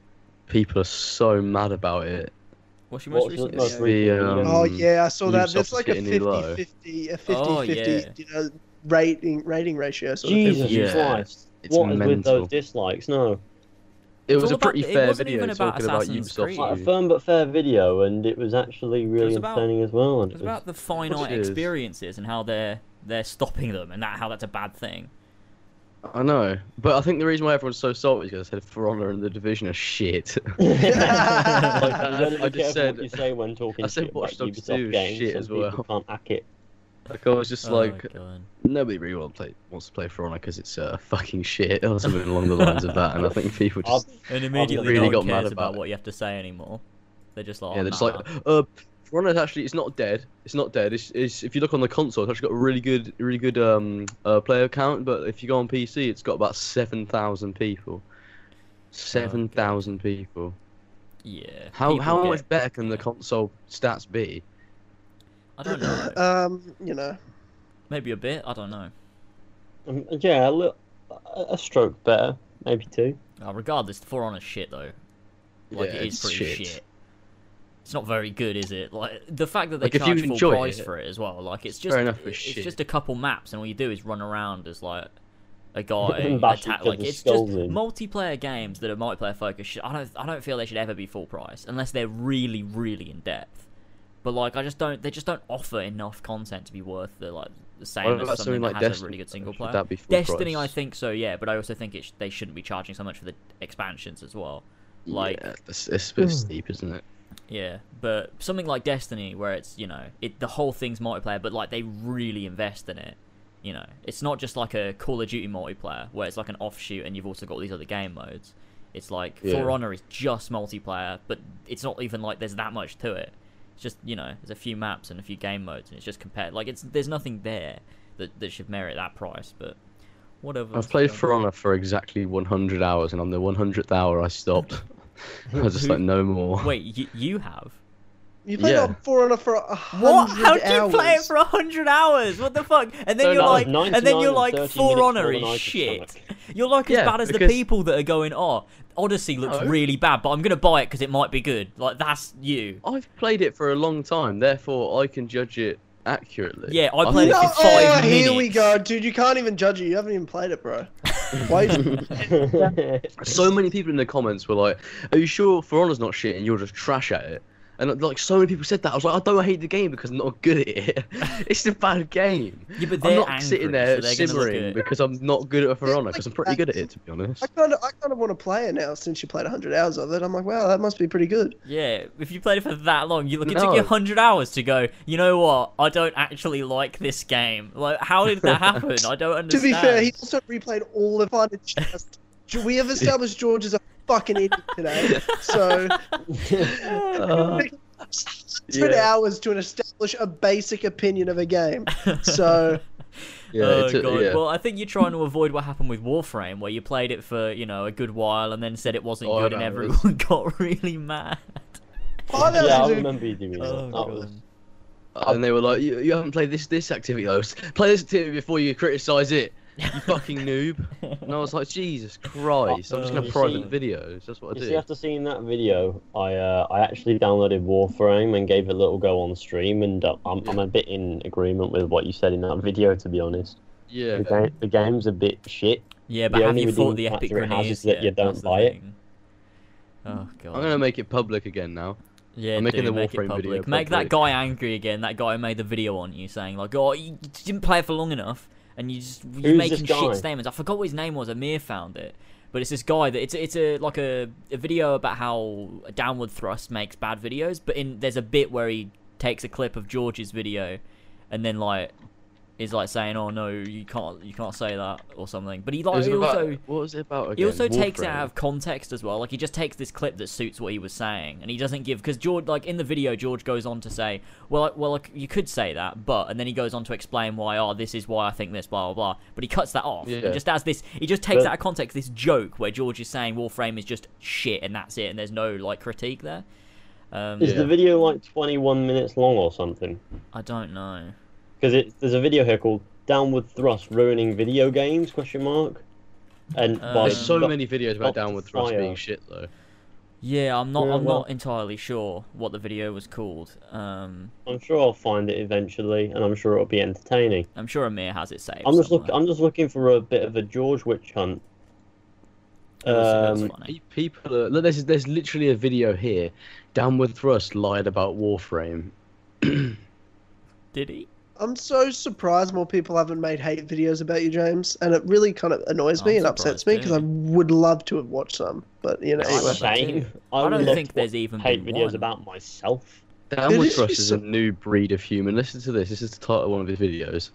S3: people are so mad about it.
S1: What's your most
S4: What was
S1: recent?
S4: your most
S1: video?
S3: video? The,
S4: recent video?
S2: oh
S3: Um,
S2: yeah, I saw that.
S3: Ubisoft
S2: That's like a
S3: hitting new low.
S2: 50-50, a 50-50
S1: Oh, yeah.
S2: you know, rating rating ratio. Sort of
S4: Jesus
S2: thing.
S3: Yeah.
S4: Christ!
S3: It's
S4: What is with
S3: mental.
S4: those dislikes? No,
S3: It
S1: It's
S3: was
S1: all
S3: a pretty
S1: about- it
S3: fair
S1: wasn't
S3: video
S1: even about
S3: talking about
S1: Assassin's
S3: Ubisoft.
S1: Creed.
S4: like a
S3: Creed.
S4: firm but fair video, and it was actually really
S1: was about-
S4: entertaining as well. And
S1: It was
S4: it was-
S1: about the finite
S3: it is.
S1: experiences and how they're they're stopping them and that how that's a bad thing.
S3: I know, but I think the reason why everyone's so salty is because I said For Honor and The Division are shit.
S4: You gotta be
S3: I just
S4: careful what
S3: said-
S4: you say when talking
S3: I said
S4: shit
S3: Watch
S4: about
S3: Dogs
S4: Ubisoft
S3: 2 is
S4: games,
S3: shit
S4: some
S3: as well.
S4: people can't hack it.
S3: like I was just
S1: Oh my
S3: like,
S1: God.
S3: nobody really want to play, wants to play For Honor because it's uh, fucking shit or something along the lines of that. And I think people
S4: I'll-
S3: just
S1: and immediately
S4: really
S1: no
S3: got
S1: one
S3: mad
S1: cares about,
S3: about it.
S1: what you have to say anymore. They're just like,
S3: yeah,
S1: oh,
S3: they're just
S1: nah.
S3: like, uh, For Honor's actually it's not dead. It's not dead. It's, it's if you look on the console, it's actually got a really good, really good um uh, player count. But if you go on PC, it's got about seven thousand people. Seven thousand people.
S1: yeah.
S3: How
S1: people
S3: how
S1: get-
S3: much better can the
S1: yeah.
S3: console stats be?
S1: I don't know.
S2: um, you know,
S1: Maybe a bit. I don't know.
S4: Um, yeah, a, little, a a stroke better, maybe two.
S1: Uh, regardless, the For Honor shit though. Like
S3: Yeah,
S1: it is
S3: it's
S1: pretty shit.
S3: shit.
S1: It's not very good, is it? Like the fact that they
S3: Like, if you
S1: charge full
S3: enjoy
S1: price
S3: it,
S1: for it as well. Like it's
S3: fair
S1: just
S3: enough, but
S1: it's
S3: shit.
S1: just a couple maps, and all you do is run around as like a guy
S4: And bash
S1: attack.
S4: each
S1: Like
S4: other's
S1: it's just
S4: skulls in.
S1: multiplayer games that are multiplayer focused. should- I don't I don't feel they should ever be full price unless they're really really in depth. But like I just don't they just don't offer enough content to be worth the like the same
S3: What
S1: as
S3: about
S1: something,
S3: something
S1: that
S3: like
S1: has
S3: Destiny?
S1: a really good single
S3: Should
S1: player.
S3: that be full
S1: Destiny, I
S3: price?
S1: think so, yeah. But I also think it sh- they shouldn't be charging so much for the expansions as well. Like
S3: yeah, it's, it's a
S1: Hmm.
S3: bit steep, isn't it?
S1: yeah, but something like Destiny, where it's you know it the whole thing's multiplayer, but like they really invest in it. You know, it's not just like a Call of Duty multiplayer where it's like an offshoot and you've also got all these other game modes. It's like
S3: Yeah.
S1: For Honor is just multiplayer, but it's not even like there's that much to it. It's just you know there's a few maps and a few game modes and it's just compared. Like it's there's nothing there that that should merit that price, but. Whatever.
S3: I've played For Honor for exactly 100 hours, and on the 100th hour, I stopped. I was just
S1: Who-
S3: like, no more.
S1: Wait, you, you have?
S2: you played
S3: Yeah.
S2: on For Honor for a hundred
S1: What? How
S2: hours.
S1: do you play it for a hundred hours? What the fuck? And then
S4: So
S1: you're like,
S4: that was
S1: and then
S4: 99
S1: you're
S4: and
S1: like,
S4: 30
S1: For
S4: minutes
S1: Honor
S4: more than I
S1: is
S4: could
S1: shit.
S4: stomach.
S1: You're like as
S3: Yeah,
S1: bad as the
S3: because-
S1: people that are going, oh, Odyssey looks
S3: No.
S1: really bad, but I'm gonna buy it because it might be good. Like that's you.
S3: I've played it for a long time, therefore I can judge it accurately.
S1: Yeah, I
S3: think
S1: played it
S2: No,
S1: for
S3: it's-
S1: five
S2: oh, here we
S1: minutes.
S2: go, dude. You can't even judge it. You haven't even played it, bro. Why? you-
S3: So many people in the comments were like, "Are you sure For Honor's not shit and you're just trash at it?" And like so many people said that, I was like, "I don't hate the game because I'm not good at it. it's a bad game."
S1: Yeah, but
S3: I'm
S1: they're
S3: not
S1: angry,
S3: sitting
S1: so
S3: there
S1: they're gonna look at
S3: simmering
S1: it.
S3: because I'm not good at For
S2: Yeah,
S3: Honor
S2: like,
S3: because I'm pretty good at it, to be honest. Uh,
S2: I kind of, I kind of want to play it now since you played a hundred hours of it. I'm like, wow, that must be pretty good.
S1: Yeah, if you played it for that long, you look. It took
S3: No.
S1: you hundred hours to go. You know what? I don't actually like this game. Like, how did that happen? I don't understand.
S2: To be fair, he also replayed all of Final Chest. We have established George is a fucking idiot today. So
S3: Uh,
S2: spent
S3: yeah.
S2: hours to establish a basic opinion of a game. So
S3: yeah,
S1: oh
S3: it took-
S1: god.
S3: yeah.
S1: Well, I think you're trying to avoid what happened with Warframe, where you played it for you know a good while and then said it wasn't
S3: Oh,
S1: good, and
S3: no,
S1: everyone got really mad.
S2: five hours
S4: yeah, I
S2: is a-
S4: remember you Uh, doing that.
S1: Oh,
S4: that. Was,
S1: God.
S3: Uh, and they were like, you, "You haven't played this this activity, though. Play this activity before you criticize it." You fucking noob! And I was like, Jesus Christ! I'm just
S1: Oh,
S3: gonna
S1: you
S3: private
S4: see-
S3: videos. That's what I
S4: you
S3: do.
S4: see, after seeing that video, I uh, I actually downloaded Warframe and gave it a little go on stream, and uh, I'm I'm a bit in agreement with what you said in that video, to be honest.
S3: Yeah.
S4: The, game, the game's a bit shit.
S1: yeah, but
S4: The
S1: have
S4: only
S1: you fought
S4: redeeming
S1: the epic
S4: factor it has
S1: grenades
S4: is that
S1: yet?
S4: you don't
S1: That's the
S4: buy it.
S1: thing. Oh god.
S3: I'm gonna make it public again now.
S1: yeah,
S3: I'm making
S1: do,
S3: the
S1: make it
S3: Warframe
S1: public.
S3: video
S1: Make that
S3: public.
S1: guy angry again. That guy who made the video on you saying like, "Oh, you just didn't play it for long enough," and you just you're
S4: Who's
S1: making
S4: this guy?
S1: shit statements. I forgot what his name was. Amir found it, but it's this guy that it's it's a like a, a video about how downward thrust makes bad videos. But in there's a bit where he takes a clip of George's video, and then like is like saying, "Oh no, you can't, you can't say that" or something. But he
S3: It
S1: like
S3: was
S1: he
S3: about-
S1: also
S3: what was it about? Again?
S1: he also takes it
S3: Warframe.
S1: out of context as well. Like he just takes this clip that suits what he was saying, and he doesn't give because George, like in the video, George goes on to say, "Well, I- well, like, you could say that, but," and then he goes on to explain why, "Oh, this is why I think this, blah blah blah." But he cuts that off.
S3: Yeah.
S1: And just as this, he just takes
S4: But-
S1: out of context this joke where George is saying Warframe is just shit and that's it, and there's no like critique there. Um,
S4: Is
S3: Yeah.
S4: the video like 21 minutes long or something?
S1: I don't know.
S4: Because there's a video here called "Downward Thrust Ruining Video Games?" Question mark. And
S1: Uh,
S4: by
S3: There's so
S4: Dr.
S3: many videos about
S4: Doctor
S3: downward thrust
S4: Fire.
S3: being shit though.
S1: Yeah, I'm not.
S4: Yeah,
S1: I'm
S4: well-
S1: not entirely sure what the video was called. Um,
S4: I'm sure I'll find it eventually, and I'm sure it'll be entertaining.
S1: I'm sure Amir has it saved.
S4: I'm just
S1: somewhere.
S4: look. I'm just looking for a bit of a George witch hunt.
S1: It was- it
S4: Um,
S1: was funny.
S3: Pe- People, are, look, there's there's literally a video here. Downward thrust lied about Warframe.
S1: Did he?
S2: I'm so surprised more people haven't made hate videos about you, James, and it really kind of annoys me
S1: I'm
S2: and upsets
S1: surprised
S2: me because I
S1: too.
S2: would love to have watched some, but you know,
S1: I
S2: anyway.
S1: love that
S4: Shame.
S1: too.
S4: I,
S1: I
S4: would
S1: don't
S4: love
S1: think
S4: to
S1: there's even
S4: hate
S1: been
S4: videos
S1: one.
S4: about myself.
S2: There
S3: Downward
S2: is
S3: thrust
S2: just
S3: is a
S2: some-
S3: new breed of human. Listen to this. This is the title of one of his videos.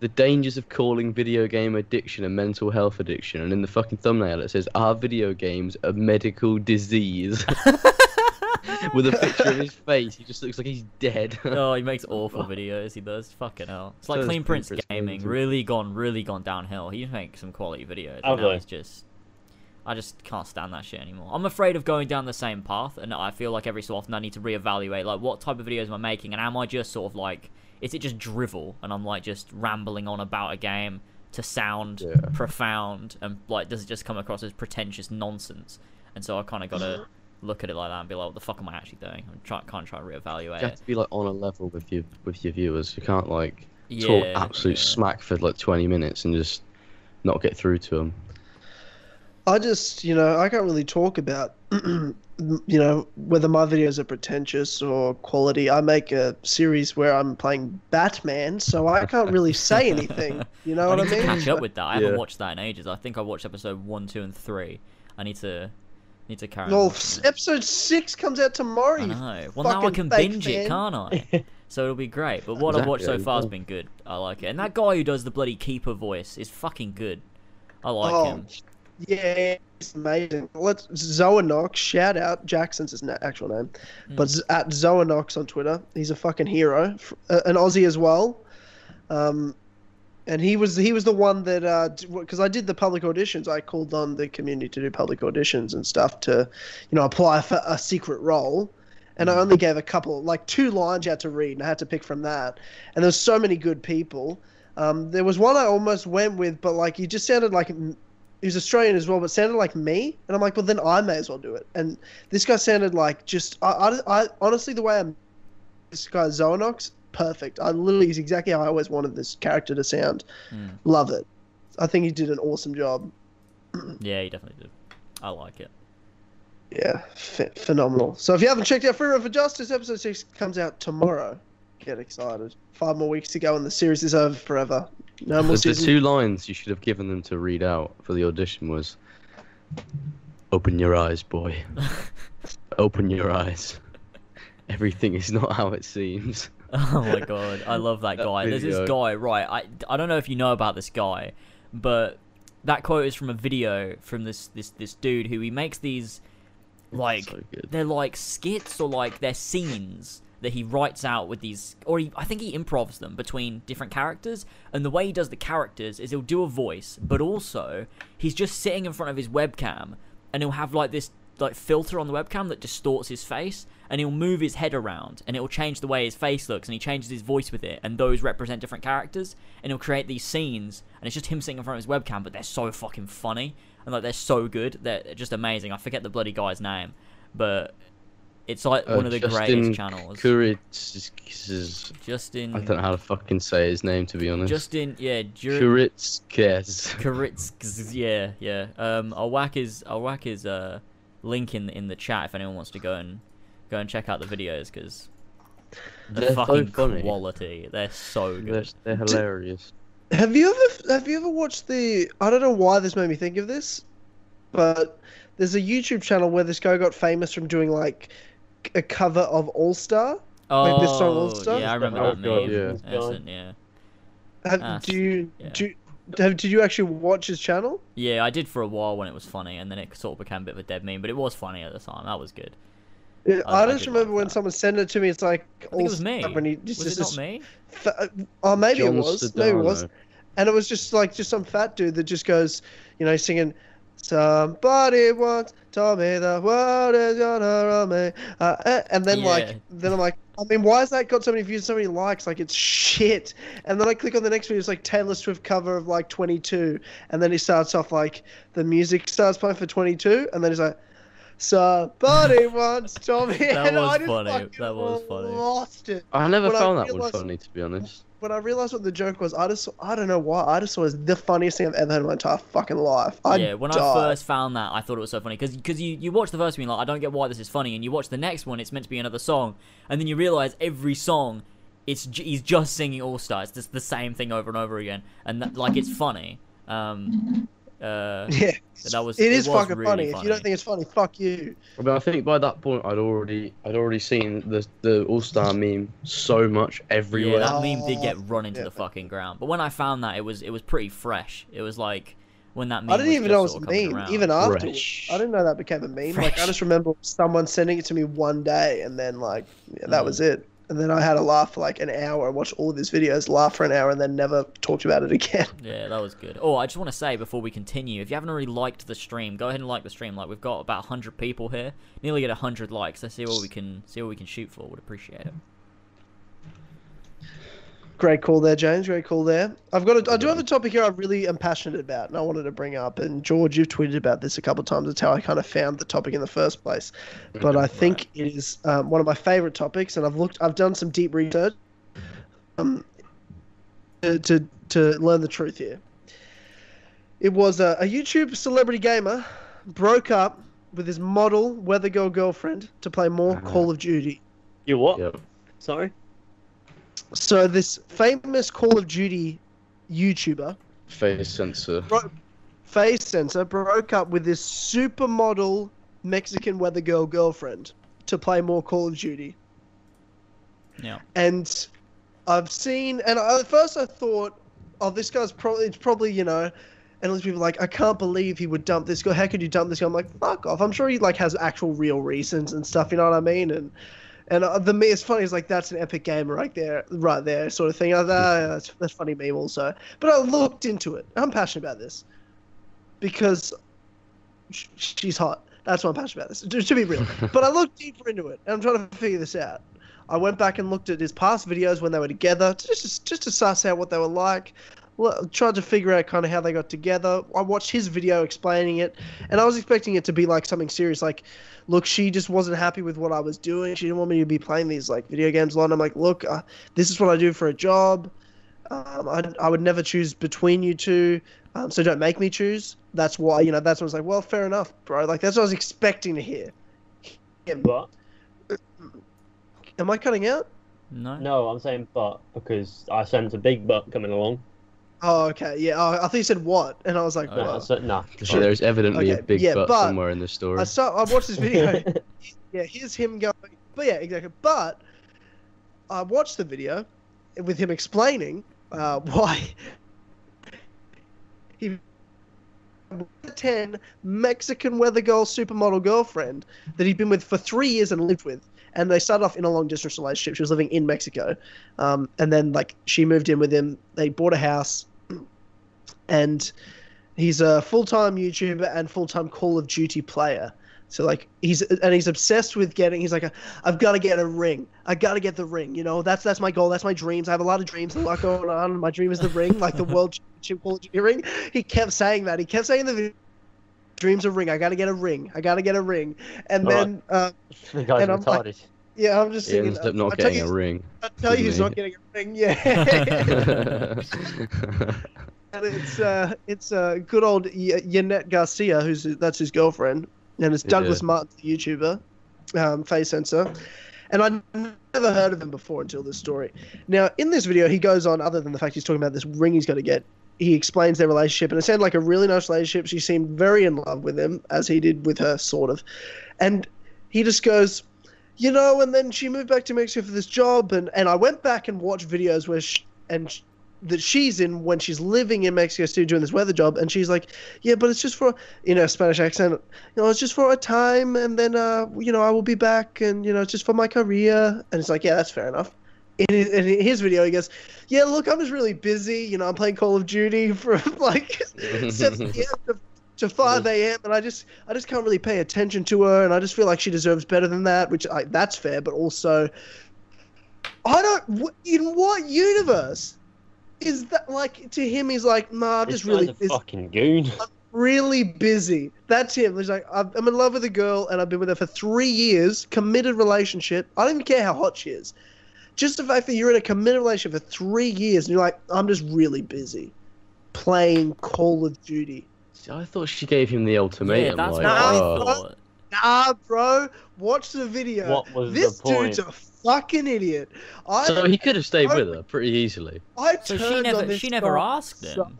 S3: The dangers of calling video game addiction a mental health addiction, and in the fucking thumbnail it says, "Are video games a medical disease?" With a picture of his face, he just looks like he's dead.
S1: Oh, he makes awful videos. He does. Fucking hell. It's like
S3: So does
S1: Clean Prince
S3: Clean Prince
S1: Gaming.
S3: Games.
S1: Really gone. Really gone downhill. He makes some quality videos.
S4: Have
S1: And now
S4: they?
S1: he's just. I just can't stand that shit anymore. I'm afraid of going down the same path, and I feel like every so often I need to reevaluate like what type of videos am I making, and am I just sort of like, is it just drivel, and I'm like just rambling on about a game to sound
S3: Yeah.
S1: profound, and like does it just come across as pretentious nonsense? And so I kind of gotta look at it like that and be like, what the fuck am I actually doing? I'm try, kind of try and reevaluate.
S3: You
S1: it.
S3: have to be like on a level with your with your viewers. You can't like talk absolute
S1: yeah.
S3: smack for like 20 minutes and just not get through to them.
S2: I just, you know, I can't really talk about, you know, whether my videos are pretentious or quality. I make a series where I'm playing Batman, so I can't really say anything. You know
S1: I
S2: what I
S1: need to
S2: mean?
S1: catch up with that. I haven't
S3: Yeah.
S1: watched that in ages. I think I watched episode one, two, and three. I need to need to carry. on
S2: Well,
S1: watching it.
S2: episode six comes out tomorrow.
S1: I
S2: you
S1: know. Well, now I
S2: fucking
S1: can
S2: fake
S1: binge
S2: fan.
S1: it, can't I? So it'll be great. But what I've watched so
S3: Exactly.
S1: far has been good. I like it. And that guy who does the bloody keeper voice is fucking good. I like
S2: Oh,
S1: him.
S2: Yeah, it's amazing. Let's Zoanox shout out. Jackson's his na- actual name, but z- at Zoanox on Twitter, he's a fucking hero, f- uh, an Aussie as well. Um, and he was he was the one that uh, because I did the public auditions, I called on the community to do public auditions and stuff to, you know, apply for a secret role. And I only gave a couple, like two lines you had to read, and I had to pick from that. And there's so many good people. Um, there was one I almost went with, but like he just sounded like m- he was Australian as well, but sounded like me. And I'm like, well, then I may as well do it. And this guy sounded like just, I, I, I honestly, the way I'm, this guy Zoonox, perfect. I literally is exactly how I always wanted this character to sound.
S1: Mm.
S2: Love it. I think he did an awesome job.
S1: Yeah, he definitely did. I like it.
S2: Yeah, ph- phenomenal. So if you haven't checked out Free Run for Justice, episode six comes out tomorrow. Get excited. Five more weeks to go, and the series is over forever. No more
S3: Because the
S2: season.
S3: two lines you should have given them to read out for the audition was, "Open your eyes, boy. Open your eyes. Everything is not how it seems."
S1: Oh my god, I love that
S3: That
S1: guy. There's this
S3: video.
S1: guy, right? I, I don't know if you know about this guy, but that quote is from a video from this this this dude who he makes these like
S3: so good.
S1: they're like skits or like they're scenes that he writes out with these or he, I think he improvs them between different characters and the way he does the characters is he'll do a voice but also he's just sitting in front of his webcam and he'll have like this like filter on the webcam that distorts his face and he'll move his head around and it'll change the way his face looks and he changes his voice with it and those represent different characters and he'll create these scenes and it's just him sitting in front of his webcam but they're so fucking funny and like they're so good they're just amazing i forget the bloody guy's name but it's like one
S3: Uh,
S1: of the
S3: Justin
S1: greatest channels
S3: Kuritskis. I don't
S1: justin
S3: know how to fucking say his name to be honest.
S1: justin yeah Jur-
S3: Kuritskis.
S1: Kuritsk, yeah yeah um i'll whack his i'll whack his uh link in in the chat if anyone wants to go and go and check out the videos because the
S3: They're so
S1: fucking
S3: funny.
S1: quality they're so
S3: They're,
S1: good
S3: they're hilarious.
S2: Have you ever have you ever watched the I don't know why this made me think of this, but there's a YouTube channel where this guy got famous from doing like a cover of All Star
S1: Oh,
S2: Like this song also?
S1: yeah, I remember
S4: Oh,
S1: that
S4: God,
S1: meme.
S4: yeah.
S1: Innocent, yeah.
S2: Have,
S1: Ah,
S2: do you
S1: yeah.
S2: do? you- Have, did you actually watch his channel?
S1: Yeah, I did for a while when it was funny, and then it sort of became a bit of a dead meme, but it was funny at the time. That was good.
S2: Yeah,
S1: I-
S2: I,
S1: I
S2: just
S1: did
S2: remember
S1: like
S2: when
S1: that.
S2: someone sent it to me. It's like
S1: I think it was me.
S2: When he, it's
S1: was
S2: just
S1: it not
S2: this
S1: me?
S2: fa- oh, maybe
S3: John
S2: it was. Maybe it was.
S3: Sodano.
S2: And it was just like just some fat dude that just goes, you know, singing. Somebody once told me the world is gonna roll me, uh, uh, and then
S1: Yeah.
S2: like, then I'm like, I mean, why has that got so many views, so many likes? Like, it's shit. And then I click on the next video, it's like Taylor Swift cover of like 22, and then he starts off like the music starts playing for 22, and then he's like, somebody once told me,
S1: That
S2: and I
S1: was
S2: just
S1: funny.
S2: fucking
S1: That was funny.
S2: Lost it
S3: I never
S2: Well, I
S3: found that one
S2: realised-
S3: funny, to be honest.
S2: when I realized what the joke was, I just I don't know why I just saw it as the funniest thing I've ever heard in my entire fucking life. I
S1: yeah, when I
S2: died.
S1: first found that, I thought it was so funny because you you watch the first one, you're like I don't get why this is funny, and you watch the next one, it's meant to be another song, and then you realize every song, it's j- he's just singing All Star, it's just the same thing over and over again, and that, like it's funny. Um, uh,
S2: yeah,
S1: that was
S2: it
S1: it
S2: is
S1: was
S2: fucking
S1: really
S2: funny. If you don't think it's funny, fuck you.
S3: But I think by that point, I'd already, I'd already seen the the All Star meme so much
S1: yeah,
S3: everywhere.
S1: that meme did
S2: Oh,
S1: get run into
S2: yeah.
S1: the fucking ground. But when I found that, it was it was pretty fresh. It was like when that meme
S2: I didn't
S1: was
S2: even
S1: just
S2: know it was a
S1: sort of coming
S2: meme.
S1: around.
S2: Even
S3: Fresh.
S2: afterwards, I didn't know that became a meme. Like I
S1: Fresh.
S2: just remember someone sending it to me one day, and then like yeah, that
S1: Mm.
S2: was it. And then I had a laugh for like an hour. I watched all of these videos, laugh for an hour, and then never talked about it again.
S1: Yeah, that was good. Oh, I just want to say before we continue, if you haven't already liked the stream, go ahead and like the stream. Like we've got about 100 people here, nearly get 100 likes. Let's see what we can see what we can shoot for. Would appreciate it.
S2: Great call there, James. Great call there. I've got. A, I do have a topic here I really am passionate about, and I wanted to bring up. And George, you've tweeted about this a couple of times. That's how I kind of found the topic in the first place. But I think it is um, one of my favorite topics, and I've looked. I've done some deep research um, to, to to learn the truth here. It was uh, a, a YouTube celebrity gamer broke up with his model weather girl girlfriend to play more
S3: Uh-huh.
S2: Call of Duty.
S4: You what?
S3: Yeah.
S4: Sorry.
S2: So this famous Call of Duty YouTuber
S3: Face sensor.
S2: face sensor broke up with his supermodel Mexican weather girl girlfriend to play more Call of Duty.
S1: Yeah.
S2: And I've seen, and I- at first I thought, oh, this guy's probably, it's probably, you know, and all these people are like, I can't believe he would dump this guy. How could you dump this guy? I'm like, fuck off. I'm sure he like has actual real reasons and stuff. You know what I mean? And and uh, the me, it's funny. It's like that's an epic game right there, right there, sort of thing. I was, "Ah, that's, that's funny meme also. But I looked into it. I'm passionate about this because sh- she's hot. That's why I'm passionate about this. To, to be real, but I looked deeper into it, and I'm trying to figure this out. I went back and looked at his past videos when they were together, to just just to suss out what they were like. Lo- Tried to figure out kind of how they got together. I watched his video explaining it, and I was expecting it to be like something serious, like, look, she just wasn't happy with what I was doing. She didn't want me to be playing these like video games a lot. And I'm like, look, uh, this is what I do for a job. Um, I, I would never choose between you two, um, so don't make me choose. That's why you know. That's when I was like, well, fair enough, bro. Like that's what I was expecting to hear. Yeah,
S4: But
S2: Am I cutting out?
S1: No.
S4: no, I'm saying but because I sense a big but coming along.
S2: Oh, okay. Yeah, oh, I thought you said what, and I was like,
S1: Oh,
S4: No,
S2: well.
S4: so, nah.
S3: Oh, there's evidently
S2: Okay,
S3: a big
S2: yeah,
S3: butt
S2: but-
S3: somewhere in this story.
S2: I saw. I watched this video. yeah, here's him going. But yeah, exactly. But I watched the video with him explaining uh, why he ten Mexican weather girl supermodel girlfriend that he'd been with for three years and lived with. And they started off in a long distance relationship. She was living in Mexico, um, and then like she moved in with him. They bought a house, and he's a full-time YouTuber and full-time Call of Duty player. So like he's and he's obsessed with getting. He's like, I've got to get a ring. I got to get the ring. You know, that's that's my goal. That's my dreams. I have a lot of dreams. A lot going on. My dream is the ring, like the world championship Call of Duty ring. He kept saying that. He kept saying the video, dreams a ring. I got to get a ring. I got to get a ring. And
S4: All right.
S2: then uh,
S4: the guy's
S2: And I'm like-
S4: retarded.
S2: yeah, I'm just
S3: He
S2: thinking.
S3: ends up
S2: uh, I
S3: not
S2: tell
S3: getting
S2: you-
S3: a ring.
S2: I tell you, he's not getting a ring. Yeah. and it's uh, it's uh, good old y- Yannette Garcia, who's that's his girlfriend, and it's Douglas
S3: Yeah.
S2: Martin, the YouTuber, um, face censor, and I never heard of him before until this story. Now, in this video, he goes on other than the fact he's talking about this ring he's going to get. He explains their relationship, and it sounded like a really nice relationship. She seemed very in love with him, as he did with her, sort of, and he just goes, you know, and then she moved back to Mexico for this job, and, and I went back and watched videos where she, and sh that she's in when she's living in Mexico City doing this weather job, and she's like, yeah, but it's just for in a Spanish accent, you know, it's just for a time, and then uh, you know, I will be back, and you know, it's just for my career, and it's like, yeah, that's fair enough. In his, in his video, he goes, "Yeah, look, I'm just really busy. You know, I'm playing Call of Duty from like 7 p.m. to, to 5 a.m. and I just I just can't really pay attention to her, and I just feel like she deserves better than that, which I, that's fair, but also, I don't. wh- In what universe is that like to him? He's like, nah, I'm
S4: This
S2: just really
S4: guy's a
S2: busy.
S4: fucking goon.
S2: Really busy. That's him. He's like, I'm I'm in love with a girl, and I've been with her for three years, committed relationship. I don't even care how hot she is. Just the fact that you're in a committed relationship for three years, and you're like, I'm just really busy, playing Call of Duty.
S3: See, I thought she gave him the
S1: yeah,
S3: ultimatum.
S1: that's
S3: like,
S1: what I
S3: oh.
S1: thought.
S2: Nah, bro. Watch the video.
S4: What was
S2: this
S4: the point?
S2: dude's a fucking idiot. I
S3: So he could have stayed
S2: I-
S3: with her pretty easily.
S2: I
S1: So
S2: turned
S1: she
S2: on
S1: never
S2: this
S1: she never
S2: guy.
S1: asked him.
S2: so-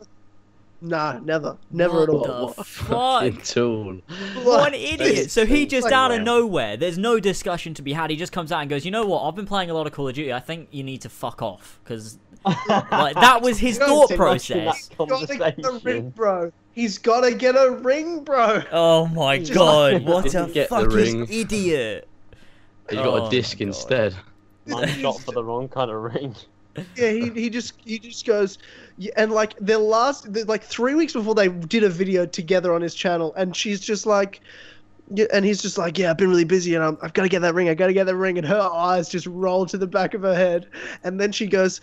S2: Nah, never, never at
S1: What
S2: all.
S1: the
S3: Fucking
S1: fuck?
S3: tool.
S1: What an idiot! So he just
S4: Like,
S1: out of
S4: wow.
S1: nowhere. There's no discussion to be had. He just comes out and goes, "You know what? I've been playing a lot of Call of Duty. I think you need to fuck off." Because like, that was his
S2: You
S1: thought
S2: don't say
S4: much in that
S1: process.
S2: Gotta get a ring,
S4: conversation.
S2: bro. He's gotta get a ring, bro.
S1: Oh my
S2: Just-
S1: god! What
S3: Didn't
S1: a
S3: get the
S1: fucking
S3: ring.
S1: idiot!
S3: He got
S1: Oh
S3: a disc
S1: my God.
S3: instead.
S4: Man shot for the wrong kind of ring.
S2: Yeah, he, he just he just goes, yeah, and like their last the- like three weeks before they did a video together on his channel, and she's just like, yeah, and he's just like, yeah, I've been really busy, and I'm, I've got to get that ring, I got to get that ring, and her eyes just roll to the back of her head, and then she goes,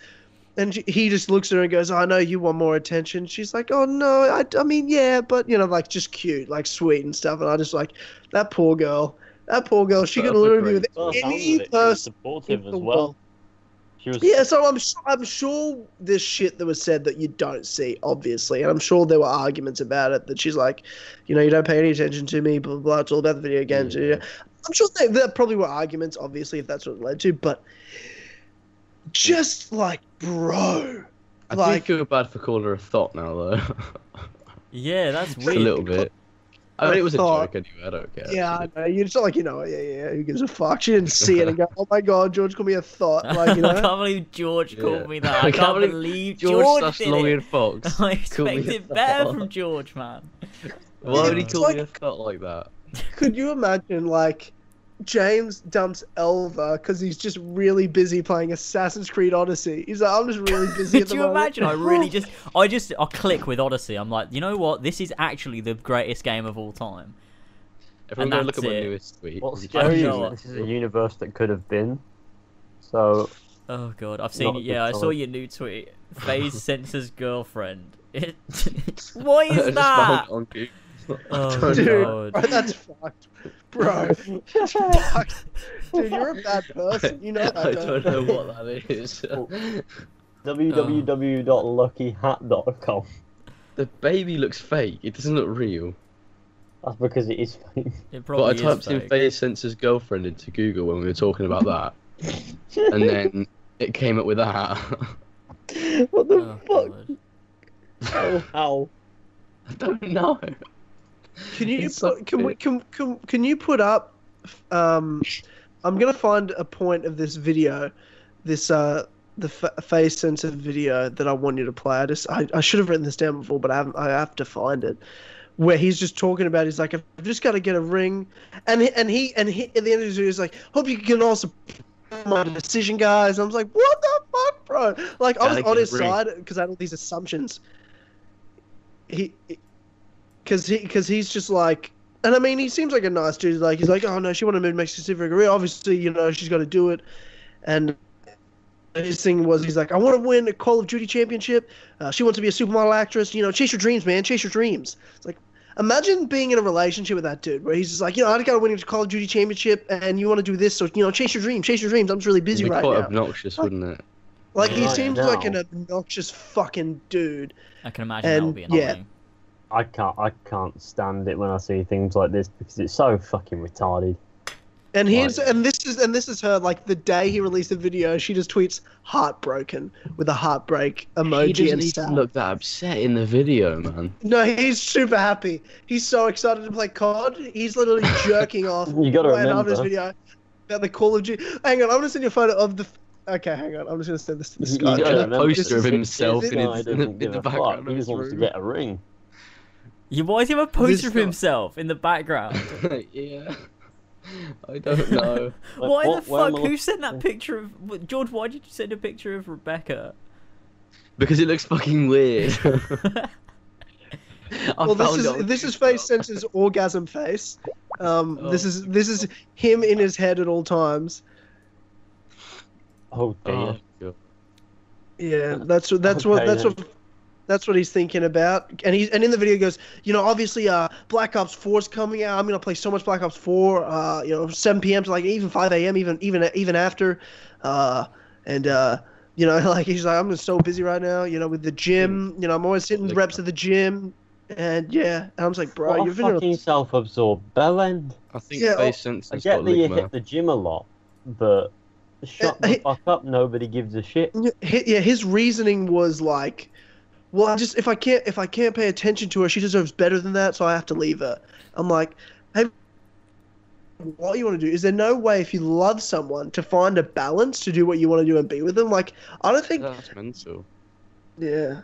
S2: and she, he just looks at her and goes, I know you want more attention. She's like, oh no, I, I mean yeah, but you know like just cute, like sweet and stuff, and I just like that poor girl, that poor girl, she
S3: That's
S2: could
S3: a
S2: literally be with
S3: great
S4: Well, it sounds
S2: any
S4: like she was
S2: person. in
S4: supportive as
S2: the world.
S4: well. She was
S2: Yeah, so I'm su- I'm sure there's shit that was said that you don't see, obviously, and I'm sure there were arguments about it that she's like, you know, you don't pay any attention to me, blah blah. blah it's all about the video games.
S3: Yeah.
S2: I'm sure there, there probably were arguments, obviously, if that's what it led to, but just like, bro,
S3: I
S2: Like-
S3: do feel bad for calling her a thought now, though.
S1: Yeah, that's
S3: a
S1: weird.
S3: little bit. I mean, it was a
S2: Thought.
S3: joke anyway. I don't care.
S2: yeah, I know. You're just like, you know, yeah, yeah, who gives a fuck? She didn't see it and go, oh my god, George called me a thought, like you
S1: I
S2: know.
S1: can't believe George called
S3: Yeah.
S1: me that. I can't, believe, George,
S3: George slash
S1: did
S3: Long
S1: it.
S3: Eared Fox.
S1: I
S3: called me
S1: expected
S3: a
S1: better
S3: thought.
S1: from George, man.
S3: Why would he
S2: It's
S3: call
S2: like-
S3: me a thought like that?
S2: Could you imagine like? James dumps Elva because he's just really busy playing Assassin's Creed Odyssey. He's like, I'm just really busy. at
S1: Could
S2: the
S1: you
S2: moment."
S1: imagine? I really just, I just, I click with Odyssey. I'm like, you know what? This is actually the greatest game of all time.
S3: Everyone go
S1: that's
S3: look at my
S1: it.
S3: newest tweet.
S4: What's
S3: Is
S4: Oh,
S3: it
S1: I
S4: scary
S1: know
S2: Oh,
S1: what-
S4: is that this is a universe that could have been. So
S1: Oh god, I've seen
S4: Not
S1: it.
S4: a good
S1: Yeah, I saw
S4: time.
S1: your new tweet. Faye's censors girlfriend. It, what
S3: Just
S1: is
S3: found
S1: that?
S3: it on Google.
S1: Oh
S2: Dude,
S1: god.
S2: bro, that's fucked, bro. That's fucked. Dude, you're a bad person. You know that.
S3: I
S2: don't
S3: don't
S2: you?
S3: know what that is.
S4: www.luckyhat.com.
S3: the baby looks fake. It doesn't look real.
S4: That's because it is fake.
S1: It probably
S3: but I typed
S1: is
S3: in
S1: fake.
S3: Faye Sensor's girlfriend into Google when we were talking about that, and then it came up with that.
S4: what the
S1: Oh,
S4: fuck?
S1: God.
S4: How? How?
S3: I don't know.
S2: Can you
S3: It's so
S2: put, can, we,
S3: weird.
S2: can can can you put up? Um, I'm gonna find a point of this video, this uh the fa- face sensor video that I want you to play. I just I, I should have written this down before, but I haven't, I have to find it. Where he's just talking about, he's like, I've just got to get a ring, and he, and he and he at the end of his video, he's like, hope you can also my decision, guys. And I was like, what the fuck, bro? Like I
S3: Gotta
S2: was
S3: get
S2: on
S3: a
S2: his
S3: ring.
S2: side because I had all these assumptions. He because he because he's just like and i mean he seems like a nice dude like he's like oh no she wanted to move to mexico city for her career obviously you know she's got to do it and his thing was he's like i want to win a call of duty championship uh, she wants to be a supermodel actress you know chase your dreams man chase your dreams it's like imagine being in a relationship with that dude where he's just like you know i got to win a call of duty championship and you want to do this so you know chase your dream chase your dreams i'm just really
S3: It'd
S2: busy
S3: be
S2: right
S3: quite
S2: now
S3: obnoxious, wouldn't it?
S2: like he
S4: Right
S2: seems
S4: now.
S2: like an obnoxious fucking dude
S1: I can imagine that would
S2: And,
S1: be
S2: yeah.
S1: annoying.
S4: I can't. I can't stand it when I see things like this because it's so fucking retarded.
S2: And
S3: Right.
S2: here's and this is and this is her like the day he released the video, she just tweets heartbroken with a heartbreak
S3: he
S2: emoji
S3: doesn't
S2: and
S3: even
S2: stuff.
S3: look that upset in the video, man.
S2: No, he's super happy. He's so excited to play COD. He's literally jerking off
S4: You gotta
S2: right after this
S4: remember.
S2: video. about the Call of Duty. Hang on, I'm gonna send you a photo of the. f- Okay, hang on. I'm just gonna send this to this
S4: You
S2: guy.
S3: He's got
S4: don't
S3: a
S4: remember.
S3: poster of
S2: This is-
S3: himself
S2: this
S3: in,
S2: guy
S3: his,
S4: doesn't
S3: in,
S4: give
S3: the
S4: a fuck.
S3: background
S4: He
S3: of his
S4: just wants to
S3: room.
S4: get a ring.
S1: You why does he have a
S2: This
S1: poster of
S2: guy.
S1: himself in the background?
S3: yeah. I don't know.
S4: Like,
S1: why
S4: what-
S1: the
S4: why am
S1: fuck?
S4: I
S1: Who sent that
S4: looking-
S1: picture of what- George? Why did you send a picture of Rebecca?
S3: because it looks fucking weird. I
S2: Well, this
S3: found it
S2: is
S3: on
S2: this is
S3: TikTok.
S2: face Sense's orgasm face. Um,
S3: Oh.
S2: this is this is him in his head at all times.
S4: Oh dear.
S3: Oh, God.
S2: Yeah, that's what that's what
S4: Okay,
S2: that's
S4: then.
S2: what that's what he's thinking about. And he and in the video he goes, you know, obviously, uh, Black Ops Four is coming out. I'm gonna play so much Black Ops Four. Uh, you know, 7 p.m. to like even 5 a.m. even even even after. Uh, and uh, you know, like he's like, I'm just so busy right now. You know, with the gym. You know, I'm always hitting
S3: Like-
S2: reps at the gym. And yeah, and I'm just like, bro,
S4: what a
S2: you've been.
S4: fucking self-absorbed bellend.
S3: I think
S2: Yeah,
S3: face sense
S4: I
S3: has
S4: get
S3: got
S4: that you
S3: ligma.
S4: hit the gym a lot, but shut
S2: Uh,
S4: the
S2: he-
S4: fuck up. Nobody gives a shit.
S2: Hi- yeah his reasoning was like well i just if i can't if i can't pay attention to her she deserves better than that so i have to leave her i'm like hey what you want to do is there no way if you love someone to find a balance to do what you want to do and be with them like i don't think
S3: That's mental.
S2: yeah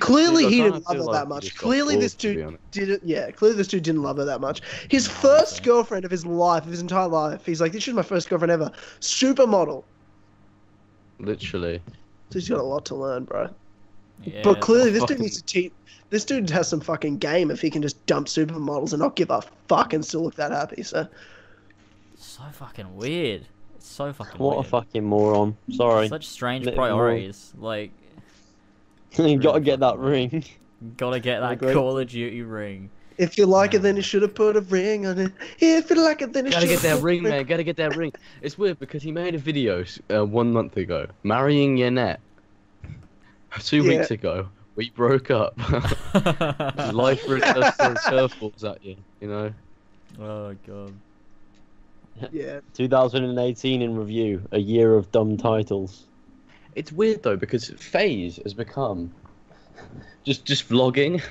S2: clearly
S3: Dude, I
S2: he
S3: kinda
S2: didn't love
S3: feel
S2: her
S3: like
S2: that
S3: he
S2: much
S3: just got
S2: clearly
S3: bored,
S2: this
S3: to be
S2: dude
S3: honest.
S2: didn't yeah clearly this dude didn't love her that much his first girlfriend of his life of his entire life he's like this is my first girlfriend ever supermodel
S3: Literally.
S2: so he's got a lot to learn bro
S1: Yeah.
S2: But clearly, this dude
S3: Fucking-
S2: needs to teach. This dude has some fucking game if he can just dump supermodels and not give a fuck and still look that happy. So
S1: so fucking weird. It's so fucking
S4: What a
S1: weird.
S4: fucking moron. Sorry.
S1: Such strange
S4: Little
S1: priorities. Like,
S4: you gotta
S1: really
S4: get that
S1: fucking
S4: ring.
S1: gotta get that
S2: Agree.
S1: Call of Duty ring.
S2: if you like it, then you should have put a ring on it. If you like it, then you
S3: Gotta
S2: should
S3: get that ring, man. Gotta get that ring. It's weird because he made a video s- uh, one month ago marrying Yanette. Two
S2: Yeah.
S3: weeks ago, we broke up. Life returns throws curveballs at you, you know.
S1: oh god.
S2: Yeah,
S4: 2018 in review. A year of dumb titles.
S3: It's weird though because phase has become just just vlogging.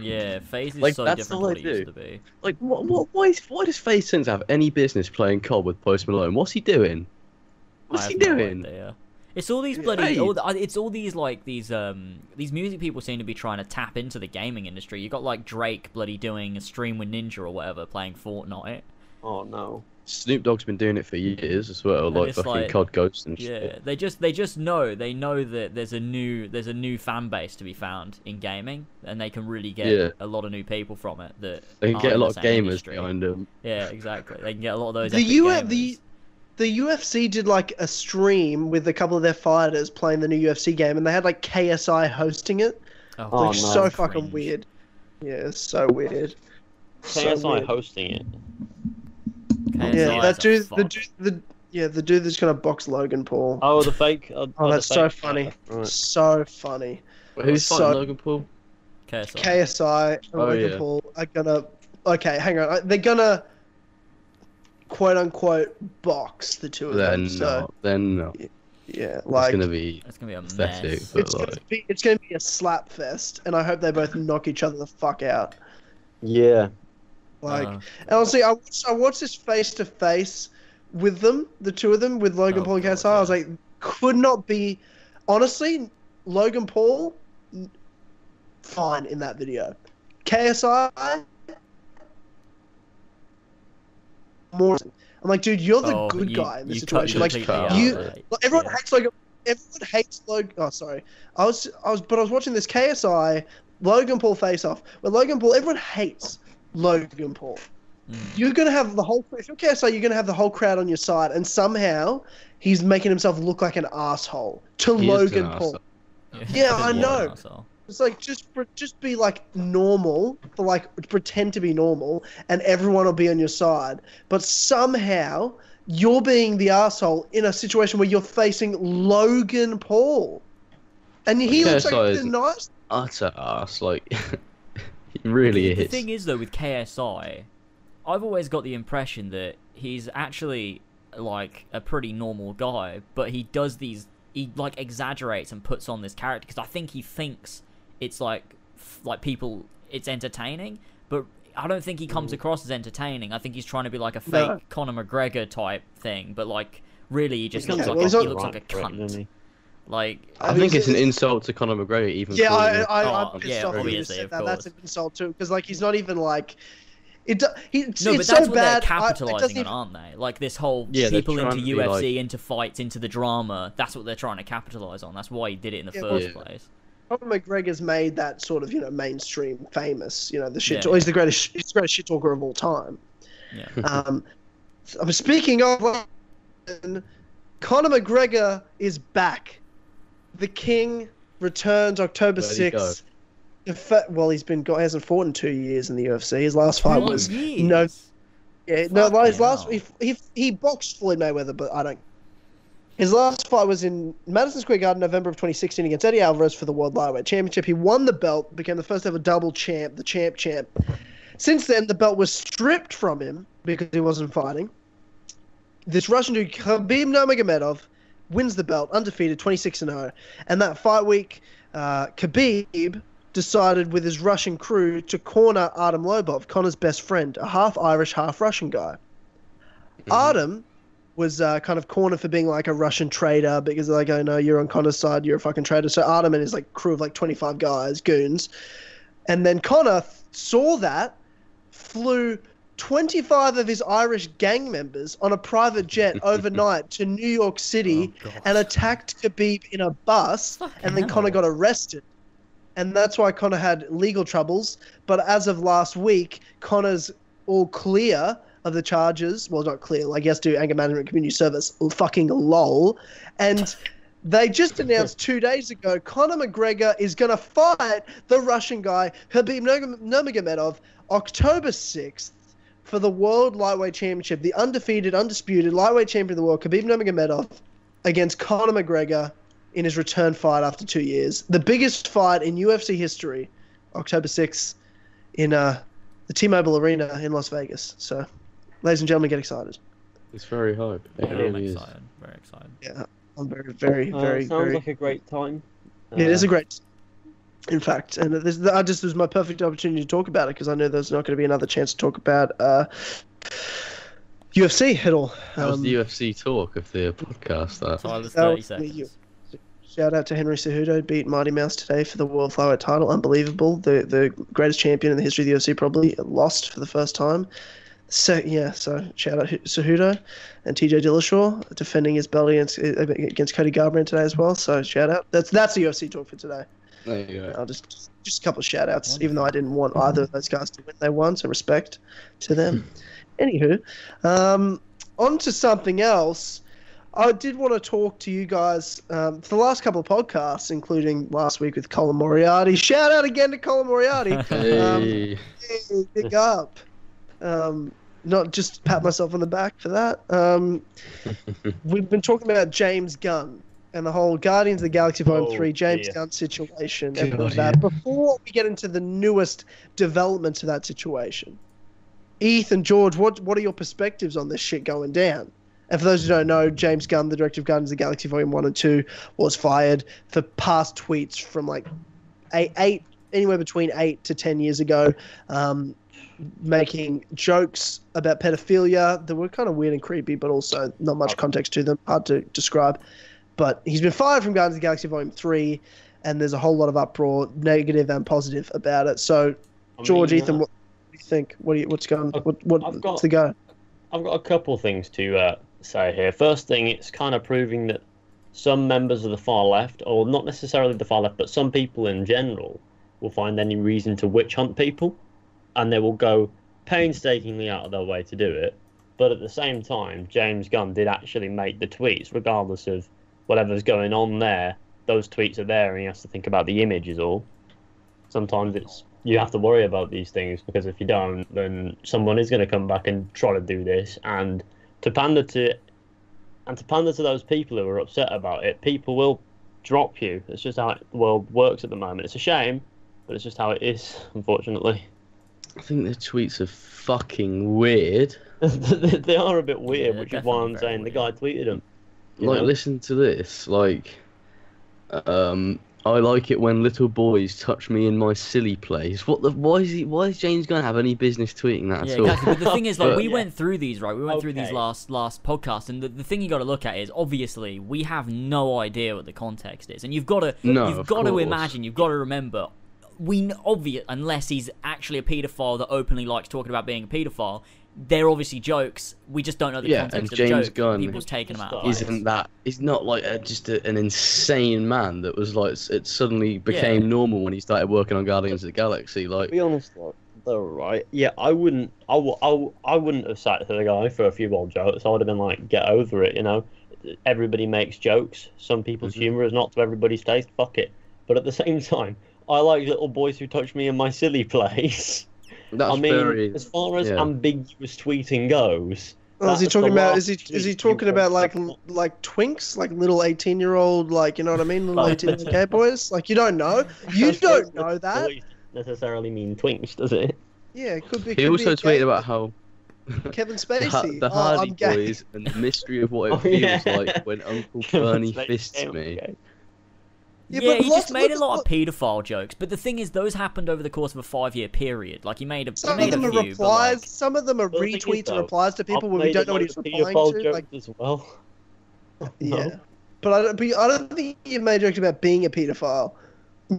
S1: Yeah, phase is
S3: Like,
S1: so
S3: that's
S1: different
S3: all
S1: from what
S3: I
S1: it used
S3: do.
S1: to be.
S3: Like, what, what, why, is, why does Phase Sense have any business playing COD with Post Malone? What's he doing? What's
S1: I
S3: he
S1: have no
S3: doing?
S1: idea. It's all these
S2: Yeah.
S1: bloody.
S3: Hey.
S1: All the, uh, it's all these like these um these music people seem to be trying to tap into the gaming industry. You got like Drake bloody doing a stream with Ninja or whatever playing Fortnite.
S4: Oh no.
S3: Snoop Dogg's been doing it for years as well,
S1: And
S3: like
S1: it's
S3: fucking
S1: like-
S3: COD Ghosts and shit.
S1: Yeah, they just they just know they know that there's a new there's a new fan base to be found in gaming, and they can really get
S3: Yeah.
S1: a lot of new people from it. That
S3: They can
S1: aren't
S3: get a
S1: in
S3: lot
S1: the
S3: of
S1: same
S3: gamers
S1: industry.
S3: behind them.
S1: Yeah, exactly. They can get a lot of those.
S2: The
S1: epic
S2: U-
S1: gamers.
S2: the- the UFC did like a stream with a couple of their fighters playing the new UFC game, and they had like KSI hosting it.
S1: oh,
S4: Oh,
S2: Like
S4: no.
S2: so fucking
S1: Cringe.
S2: weird. Yeah, it's so weird. So
S4: KSI
S2: weird.
S4: hosting it.
S1: KSI
S2: Yeah,
S1: is
S2: that
S1: a
S2: dude, the
S1: fuck.
S2: dude, the yeah, the dude that's gonna box Logan Paul.
S4: Oh, the fake. Oh,
S2: Oh,
S4: the
S2: that's so
S4: fake-
S2: funny.
S4: Right.
S2: So funny.
S3: Wait, who's
S2: So-
S3: fighting Logan Paul?
S1: KSI.
S2: KSI and
S3: Oh,
S2: Logan
S3: yeah.
S2: Paul are gonna. Okay, hang on. Uh, They're gonna quote unquote box the two of
S3: They're
S2: them.
S3: not.
S2: So
S3: They're not.
S2: yeah, like
S3: it's gonna be
S1: That's gonna be a
S3: pathetic.
S1: mess.
S3: but
S2: it's gonna
S3: like-
S2: be it's gonna be a slap fest, and I hope they both knock each other the fuck out.
S4: Yeah.
S2: Like
S1: Uh,
S2: and honestly, I watched I watched this face to face with them, the two of them, with Logan
S1: Oh,
S2: Paul and
S1: God,
S2: KSI. I was like, could not be. Honestly, Logan Paul, n- fine in that video. KSI, more. I'm like, dude, you're the
S1: oh,
S2: good
S1: you-
S2: guy in this
S1: you cut
S2: situation. Like,
S1: completely
S3: like,
S1: out
S2: you-
S1: of it.
S2: like, everyone
S1: Yeah.
S2: hates Logan. Everyone hates Logan. Oh, sorry. I was, I was, but I was watching this KSI Logan Paul face off. Where Logan Paul, everyone hates Logan Paul.
S1: Mm.
S2: You're gonna have the whole. If you're KSI, you're gonna have the whole crowd on your side, and somehow he's making himself look like an asshole to
S3: He is an
S2: Logan Paul.
S3: arsehole.
S2: Yeah, I
S1: Fucking
S2: know.
S1: arsehole.
S2: It's like just pre- just be like normal, but like pretend to be normal, and everyone will be on your side. But somehow you're being the asshole in a situation where you're facing Logan Paul, and he
S3: Well,
S2: looks like
S3: KSI
S2: the
S3: is-
S2: nice.
S3: Utter ass. Like, he really
S1: the
S3: is.
S1: thing is though with KSI, I've always got the impression that he's actually like a pretty normal guy, but he does these he like exaggerates and puts on this character because I think he thinks it's like f- like people it's entertaining, but I don't think he comes across as entertaining. I think he's trying to be like a fake
S2: No.
S1: Conor McGregor type thing, but like really, he just
S2: Yeah,
S1: looks
S2: well,
S1: like
S2: he's
S1: a, he
S2: not
S1: looks like a cunt. Like
S3: I think it's an insult to Conor McGregor, even.
S2: Yeah,
S3: calling
S2: I,
S3: him-
S2: I,
S1: Oh,
S2: I'm pissed
S1: yeah,
S2: off that you
S1: obviously,
S2: said
S1: of
S2: that. That's an
S1: course.
S2: insult too, because like he's not even like it. Do, he, it's,
S1: No,
S2: it's
S1: but that's
S2: so
S1: what
S2: bad.
S1: they're
S2: I- it
S1: capitalizing
S2: doesn't even-
S1: on, aren't they? Like this whole
S3: Yeah, they're
S1: people
S3: trying
S1: into
S3: to be,
S1: UFC,
S3: like-
S1: into fights, into the drama. That's what they're trying to capitalize on. That's why he did it in the
S2: Yeah,
S1: first
S3: Yeah.
S1: place.
S2: Conor McGregor's made that sort of you know mainstream famous. You know the shit.
S1: Yeah.
S2: talk- He's the greatest. He's the greatest shit talker of all time.
S1: Yeah.
S2: um, I'm speaking of. Conor McGregor is back. The King returns October
S3: Where'd he go?
S2: sixth. The fa- well, he's been got hasn't fought in two years in the UFC. His last fight
S1: Two
S2: was
S1: years.
S2: no yeah, no,
S1: Fucking
S2: like his last
S1: hell.
S2: he, he he boxed Floyd Mayweather, but I don't. His last fight was in Madison Square Garden, November of 2016, against Eddie Alvarez for the World Lightweight Championship. He won the belt, became the first ever double champ, the champ champ. Since then, the belt was stripped from him because he wasn't fighting. This Russian dude, Khabib Nurmagomedov, wins the belt, undefeated, 26 and 0. And that fight week, uh, Khabib decided with his Russian crew to corner Artem Lobov, Connor's best friend, a half Irish, half Russian guy.
S3: Mm-hmm.
S2: Artem was uh, kind of cornered for being like a Russian traitor because like, oh no, you're on Connor's side, you're a fucking traitor. So Artem and his like crew of like 25 guys, goons, and then Connor th- saw that, flew 25 of his Irish gang members on a private jet overnight to New York City
S1: Oh, God.
S2: and attacked Khabib in a bus,
S1: Fucking
S2: and then
S1: hell.
S2: Connor got arrested. And that's why Connor had legal troubles. But as of last week, Connor's all clear of the charges. Well, not clear, like he has to do anger management community service. Fucking lol. And they just announced two days ago Conor McGregor is going to fight the Russian guy, Habib Nurm- Nurmagomedov, October 6th for the World Lightweight Championship, the undefeated, undisputed lightweight champion of the world, Khabib Nurmagomedov, against Conor McGregor in his return fight after two years. The biggest fight in UFC history, October 6th, in uh, the T Mobile Arena in Las Vegas. So, ladies and gentlemen, get excited.
S3: It's very hype. It
S1: Yeah, I'm
S3: really is.
S1: excited. Very excited.
S2: Yeah, I'm very, very,
S4: Uh,
S2: very,
S4: sounds
S2: very.
S4: like a great time.
S2: It is
S4: Uh,
S2: a great, in fact, and this I just this was my perfect opportunity to talk about it because I know there's not going to be another chance to talk about uh, UFC at all.
S3: That was
S2: Um,
S3: the UFC talk of the podcast. That
S1: Tyler's
S2: that
S1: 30
S2: was
S1: seconds.
S2: me. Shout out to Henry Cejudo, beat Mighty Mouse today for the World Flyweight title. Unbelievable. The the greatest champion in the history of the UFC probably lost for the first time. So yeah, so shout out Cejudo and TJ Dillashaw defending his belt against against Cody Garbrandt today as well. So shout out. That's that's the UFC talk for today.
S3: there you go.
S2: I'll just just a couple of shout outs, even though I didn't want either of those guys to win. They won, so respect to them. Anywho, um, on to something else. I did want to talk to you guys um, for the last couple of podcasts, including last week with Colin Moriarty. Shout out again to Colin Moriarty.
S3: Um, Hey.
S2: Hey, big up. Um, not just pat myself on the back for that. Um, we've been talking about James Gunn and the whole Guardians of the Galaxy Volume
S4: Oh,
S2: 3 James
S4: dear.
S2: Gunn situation.
S3: Good
S2: And all of
S3: idea.
S2: that. Before we get into the newest developments of that situation, Ethan George, what, what are your perspectives on this shit going down? And for those who don't know, James Gunn, the director of Guardians of the Galaxy Volume 1 and 2, was fired for past tweets from like eight, eight anywhere between 8 to 10 years ago um, making jokes about pedophilia that were kind of weird and creepy, but also not much context to them, hard to describe. But he's been fired from Guardians of the Galaxy Volume 3, and there's a whole lot of uproar, negative and positive, about it. So,
S4: I
S2: George,
S4: mean,
S2: Ethan,
S4: uh,
S2: what do you think? What do you, what's going
S4: I've-
S2: What, what,
S4: I've
S2: what's
S4: got-
S2: the go?
S4: I've got a couple things to uh, say here. First thing, it's kind of proving that some members of the far left, or not necessarily the far left, but some people in general, will find any reason to witch hunt people, and they will go painstakingly out of their way to do it. But at the same time, James Gunn did actually make the tweets, regardless of whatever's going on there. Those tweets are there, and he has to think about the image is all. Sometimes it's you have to worry about these things because if you don't, then someone is going to come back and try to do this, and to pander to, and to pander to those people who are upset about it, people will drop you. It's just how the world works at the moment. It's a shame, but it's just how it is, unfortunately.
S3: I think the tweets are fucking weird.
S4: they they are a bit weird,
S1: Yeah,
S4: which is why
S1: definitely
S4: I'm
S1: very
S4: saying the guy
S1: weird.
S4: tweeted them. you
S3: Like,
S4: know?
S3: listen to this. Like, um, I like it when little boys touch me in my silly place. What the? Why is he? Why is James Gunn have any business tweeting that
S1: Yeah,
S3: at all?
S1: exactly. But the thing is, like,
S3: But-
S1: we went through these, right? We went through these
S4: Okay.
S1: last last podcast, and the, the thing you got to look at is obviously we have no idea what the context is, and you've got to
S3: No,
S1: you've
S3: of
S1: got to
S3: course.
S1: imagine, you've got to remember. We kn- obvious unless he's actually a paedophile that openly likes talking about being a paedophile. They're obviously jokes. We just don't know the
S3: Yeah,
S1: context
S3: and
S1: of
S3: James
S1: the joke.
S3: Gunn
S1: People's taking them out. of
S4: is-
S1: place.
S3: Isn't that? He's not like a, just a, an insane man that was like s- it suddenly became normal when he started working on Guardians of the Galaxy.
S4: To
S3: Like,
S4: be honest, though, they're right. Yeah, I wouldn't. I, w- I, w- I wouldn't have sat to the guy for a few more jokes. I would have been like, get over it. You know, everybody makes jokes. Some people's
S3: Mhm.
S4: humor is not to everybody's taste. Fuck it. But at the same time, I like little boys who touch me in my silly place.
S3: that's
S4: I mean,
S3: very.
S4: as far as
S3: yeah.
S4: ambiguous tweeting goes,
S2: Well, is he
S4: That's the
S2: talking about? Is he
S4: last
S2: is he
S4: tweet
S2: talking
S4: you
S2: about like
S4: wrote.
S2: l- like twinks, like little eighteen year old, like you know what I mean, little eighteen year old gay boys? Like you don't know, you don't know that.
S4: Boys necessarily mean twinks, does it?
S2: Yeah, it could be.
S3: He
S2: could
S3: also
S2: be a gay-
S3: tweeted about how
S2: Kevin
S3: the, Ha-
S2: Spacey.
S3: the
S2: oh,
S3: Hardy
S2: I'm gay.
S3: Boys and the mystery of what it
S4: Oh,
S3: feels
S4: yeah.
S3: like when Uncle Bernie fists
S4: Okay.
S3: me.
S1: Yeah,
S2: Yeah,
S1: he
S2: but
S1: just
S2: lots-
S1: made a
S2: look-
S1: lot of paedophile jokes, but the thing is, those happened over the course of a five-year period. Like he made a, he
S2: Some
S1: made
S2: of them
S1: a
S2: are
S1: few, but, like-
S2: replies. Some of them are
S4: Well, the thing is,
S2: retweets and
S4: though,
S2: replies to people when we don't know what he's replying
S4: pedophile
S2: to.
S4: jokes
S2: Like,
S4: as well.
S2: yeah, but I don't. But I don't think he made jokes about being a pedophile.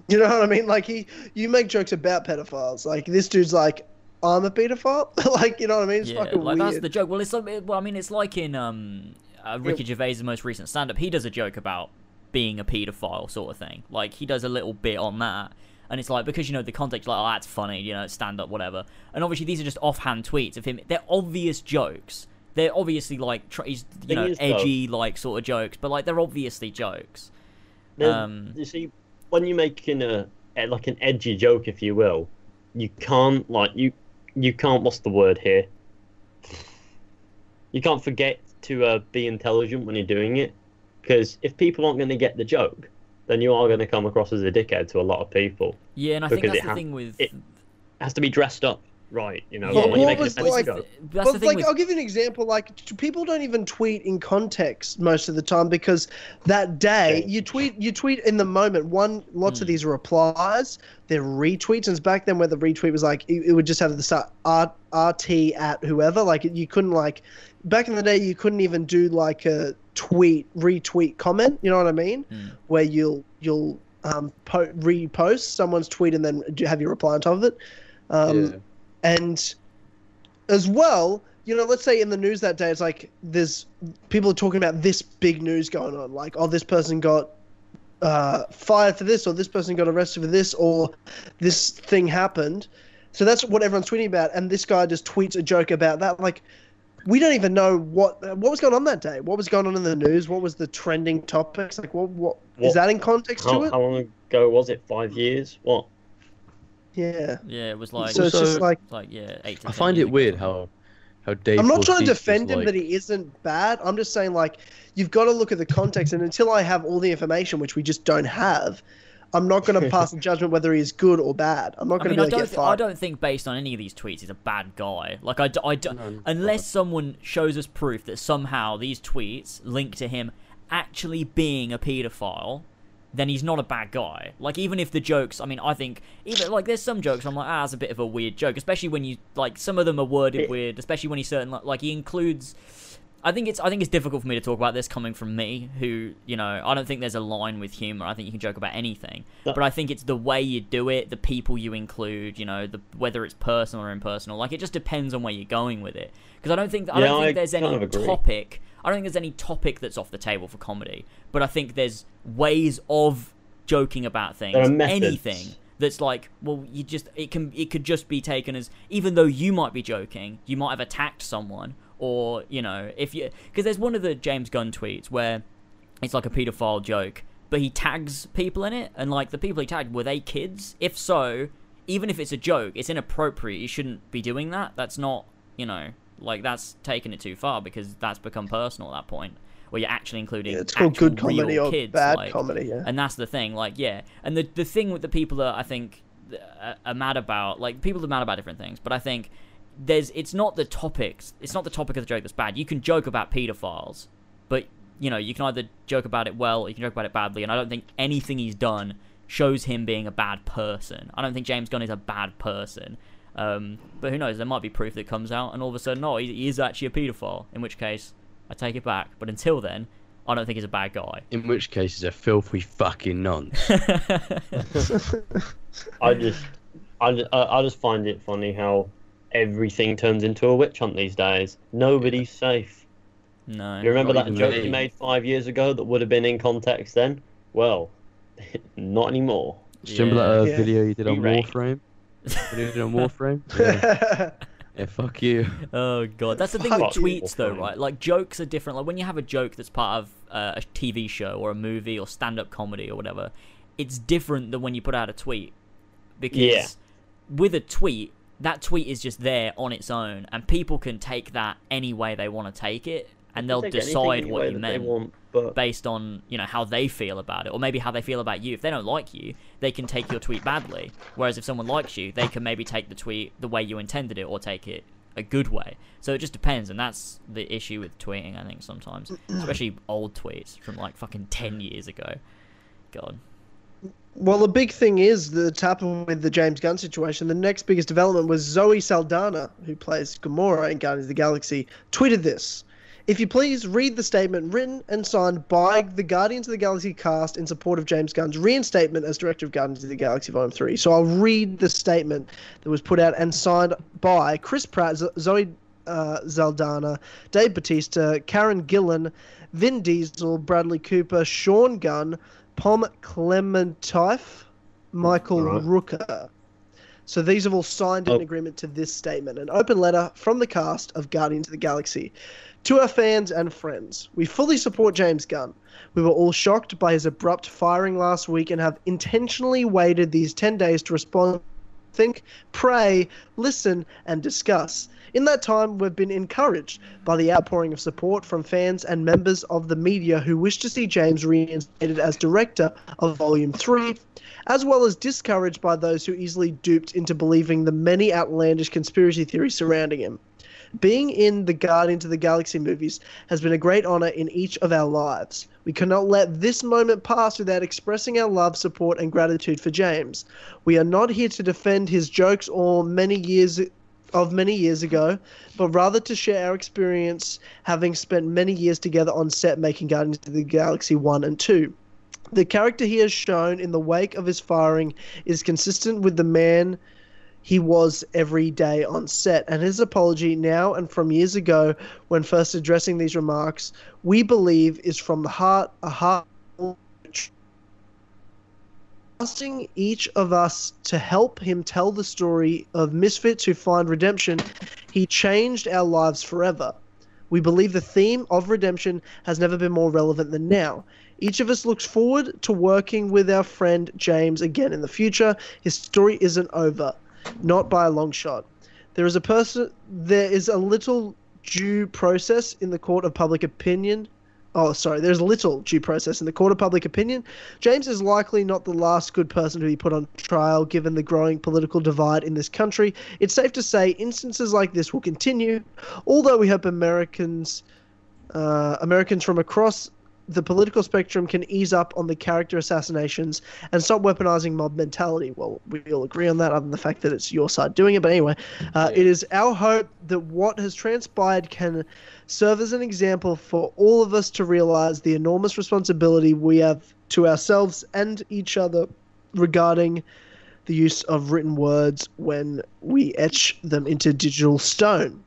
S2: You know what I mean? Like he, you make jokes about pedophiles. Like this dude's like, I'm a pedophile. like you know what I mean? It's
S1: yeah,
S2: fucking
S1: like
S2: weird.
S1: that's the joke. Well, it's like, well, I mean, it's like in um, uh, Ricky Gervais' most recent stand-up. He does a joke about being a paedophile sort of thing. Like he does a little bit on that, and it's like because you know the context, like oh that's funny, you know, it's stand-up, whatever. And obviously these are just offhand tweets of him. They're obvious jokes. They're obviously like tr- he's you
S4: Thing
S1: know
S4: is, though-
S1: edgy like sort of jokes, but like they're obviously jokes.
S4: Now,
S1: Um,
S4: you see, when you're making a eh, like an edgy joke, if you will, you can't like you you can't. What's the word here? You can't forget to uh, be intelligent when you're doing it, because if people aren't going to get the joke, then you are going to come across as a dickhead to a lot of people.
S1: Yeah, and I think
S4: Because
S1: that's
S4: it
S1: the
S4: ha-
S1: thing with
S4: it- It has to be dressed up, right? You know,
S1: Yeah.
S4: when you're
S2: What
S4: making
S2: was,
S4: a sense
S2: like,
S4: joke.
S1: that's the
S2: but
S1: thing
S2: like,
S1: with
S2: I'll give you an example. Like, t- people don't even tweet in context most of the time because that day
S4: Yeah.
S2: you tweet, you tweet in the moment. One, lots of
S1: Hmm.
S2: these are replies, they're retweets. And it's back then where the retweet was like it, it would just have the start R- RT at whoever. Like, you couldn't like back in the day, you couldn't even do like a tweet retweet comment. You know what I mean?
S1: Hmm.
S2: Where you'll you'll um, po- repost someone's tweet and then do- have your reply on top of it. Um,
S3: yeah.
S2: and as well you know let's say in the news that day it's like there's people are talking about this big news going on like oh this person got uh, fired for this or this person got arrested for this or this thing happened so that's what everyone's tweeting about and this guy just tweets a joke about that like we don't even know what what was going on that day what was going on in the news what was the trending topics like what what is
S4: What-
S2: that in context to
S4: How,
S2: it
S4: how long ago was it? Five years? What?
S2: yeah
S1: yeah, it was like
S2: so it's just
S3: Also-
S2: like
S1: like yeah, eight. To 10
S3: I find
S1: years
S3: it
S1: ago.
S3: weird how how Dave.
S2: I'm not trying to
S3: Bautista's
S2: defend him
S3: like-
S2: that he isn't bad. I'm just saying like you've got to look at the context, and until I have all the information, which we just don't have, I'm not going to pass judgment whether he is good or bad. I'm not
S1: I mean,
S2: going to
S1: I
S2: be like,
S1: don't,
S2: get
S1: th- I
S2: fired.
S1: don't think based on any of these tweets he's a bad guy. Like I, d- I d-
S3: No, no.
S1: unless someone shows us proof that somehow these tweets link to him actually being a paedophile, then he's not a bad guy. Like even if the jokes, I mean, I think even like there's some jokes I'm like, ah, that's a bit of a weird joke, especially when you like some of them are worded
S4: It-
S1: weird, especially when he certain like, like he includes. I think it's I think it's difficult for me to talk about this coming from me, who you know I don't think there's a line with humor. I think you can joke about anything,
S4: That-
S1: but I think it's the way you do it, the people you include, you know, the whether it's personal or impersonal. Like it just depends on where you're going with it. Because I don't think I
S4: Yeah,
S1: don't think
S4: I
S1: there's
S4: kind of
S1: any
S4: agree.
S1: topic. I don't think there's any topic that's off the table for comedy. But I think there's ways of joking about things.
S4: There are methods.
S1: Anything that's like, well, you just it can it could just be taken as even though you might be joking, you might have attacked someone, or you know, if you because there's one of the James Gunn tweets where it's like a pedophile joke, but he tags people in it, and like the people he tagged were they kids? If so, even if it's a joke, it's inappropriate. You shouldn't be doing that. That's not, you know, like that's taking it too far because that's become personal at that point, where you're actually including
S2: Yeah, it's called
S1: actual
S2: good comedy
S1: real
S2: or
S1: kids,
S2: bad
S1: like-
S2: comedy. Yeah.
S1: and that's the thing like yeah and the the thing with the people that i think uh, are mad about like people are mad about different things but i think there's it's not the topics it's not the topic of the joke that's bad you can joke about pedophiles but you know you can either joke about it well or you can joke about it badly and i don't think anything he's done shows him being a bad person. I don't think James Gunn is a bad person. Um, but who knows? There might be proof that comes out, and all of a sudden, oh, he, he is actually a paedophile. In which case, I take it back. But until then, I don't think he's a bad guy.
S3: In which case, he's a filthy fucking nonce.
S4: I just, I, ju- I I just find it funny how everything turns into a witch hunt these days. Nobody's safe.
S1: no.
S4: You remember
S3: Not
S4: that
S3: even
S4: joke
S3: me.
S4: you made five years ago that would have been in context then? Well, not anymore.
S3: Do you remember that
S2: Yeah.
S3: uh, video you did on
S4: Right.
S3: Warframe? Video you did on Warframe? Yeah.
S1: uh,
S3: yeah, fuck you.
S1: Oh god, that's the thing with
S4: Fuck.
S1: tweets though,
S4: Awful.
S1: right? Like jokes are different. Like when you have a joke that's part of uh, a TV show or a movie or stand-up comedy or whatever, it's different than when you put out a tweet because
S4: Yeah.
S1: with a tweet, that tweet is just there on its own, and people can take that any way they want to take it, and they'll
S4: Take anything
S1: decide
S4: any
S1: what
S4: way
S1: you
S4: that they
S1: meant
S4: want, but
S1: based on you know how they feel about it or maybe how they feel about you if they don't like you they can take your tweet badly whereas if someone likes you they can maybe take the tweet the way you intended it or take it a good way so it just depends and that's the issue with tweeting i think sometimes especially old tweets from like fucking 10 years ago god
S2: Well, the big thing is that happened with the James Gunn situation. The next biggest development was Zoe Saldana, who plays Gamora in Guardians of the Galaxy, tweeted this. If you please read the statement written and signed by the Guardians of the Galaxy cast in support of James Gunn's reinstatement as director of Guardians of the Galaxy Volume 3. So I'll read the statement that was put out and signed by Chris Pratt, Z- Zoe uh, Zaldana, Dave Batista, Karen Gillan, Vin Diesel, Bradley Cooper, Sean Gunn, Pom Clementife, Michael
S4: Alright.
S2: Rooker. So these have all signed
S4: Oh.
S2: an agreement to this statement, an open letter from the cast of Guardians of the Galaxy. To our fans and friends, we fully support James Gunn. We were all shocked by his abrupt firing last week and have intentionally waited these 10 days to respond think, pray, listen, and discuss. In that time, we've been encouraged by the outpouring of support from fans and members of the media who wish to see James reinstated as director of Volume 3, as well as discouraged by those who easily duped into believing the many outlandish conspiracy theories surrounding him. Being in the Guardians of the Galaxy movies has been a great honor in each of our lives. We cannot let this moment pass without expressing our love, support, and gratitude for James. We are not here to defend his jokes or many years of many years ago, but rather to share our experience having spent many years together on set making Guardians of the Galaxy 1 and 2. The character he has shown in the wake of his firing is consistent with the man he was every day on set, and his apology now and from years ago when first addressing these remarks, we believe is from the heart, a heart asking each of us to help him tell the story of misfits who find redemption, he changed our lives forever. We believe the theme of redemption has never been more relevant than now. Each of us looks forward to working with our friend James again in the future. His story isn't over, not by a long shot. There is a person there is a little due process in the court of public opinion. Oh, sorry. There's little due process in the court of public opinion. James is likely not the last good person to be put on trial given the growing political divide in this country. It's safe to say instances like this will continue, although we hope Americans uh, Americans from across the political spectrum can ease up on the character assassinations and stop weaponizing mob mentality. Well, we all agree on that, other than the fact that it's your side doing it. But anyway, uh, it is our hope that what has transpired can serve as an example for all of us to realize the enormous responsibility we have to ourselves and each other regarding the use of written words when we etch them into digital stone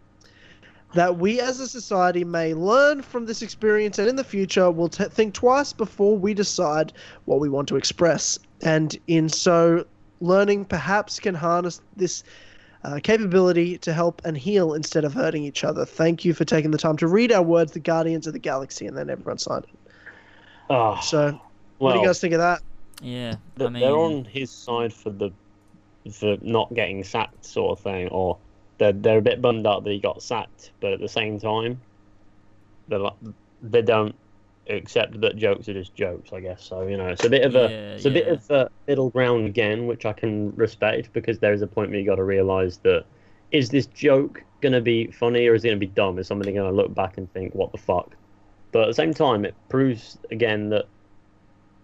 S2: that we as a society may learn from this experience and in the future will t- think twice before we decide what we want to express. And in so learning, perhaps can harness this uh, capability to help and heal instead of hurting each other. Thank you for taking the time to read our words, the Guardians of the Galaxy, and then everyone signed it.
S4: Ah,
S2: So, what
S4: well,
S2: do you guys think of that?
S1: yeah i
S4: th-
S1: mean
S4: they're on his side for the for not getting sacked sort of thing, or they're they're a bit bummed out that he got sacked, but at the same time, they like, they don't accept that jokes are just jokes. I guess so. You know, it's a bit of a
S1: Yeah,
S4: it's a bit
S1: yeah.
S4: of a middle ground again, which I can respect because there is a point where you got to realise that is this joke gonna be funny or is it gonna be dumb? Is somebody gonna look back and think what the fuck? But at the same time, it proves again that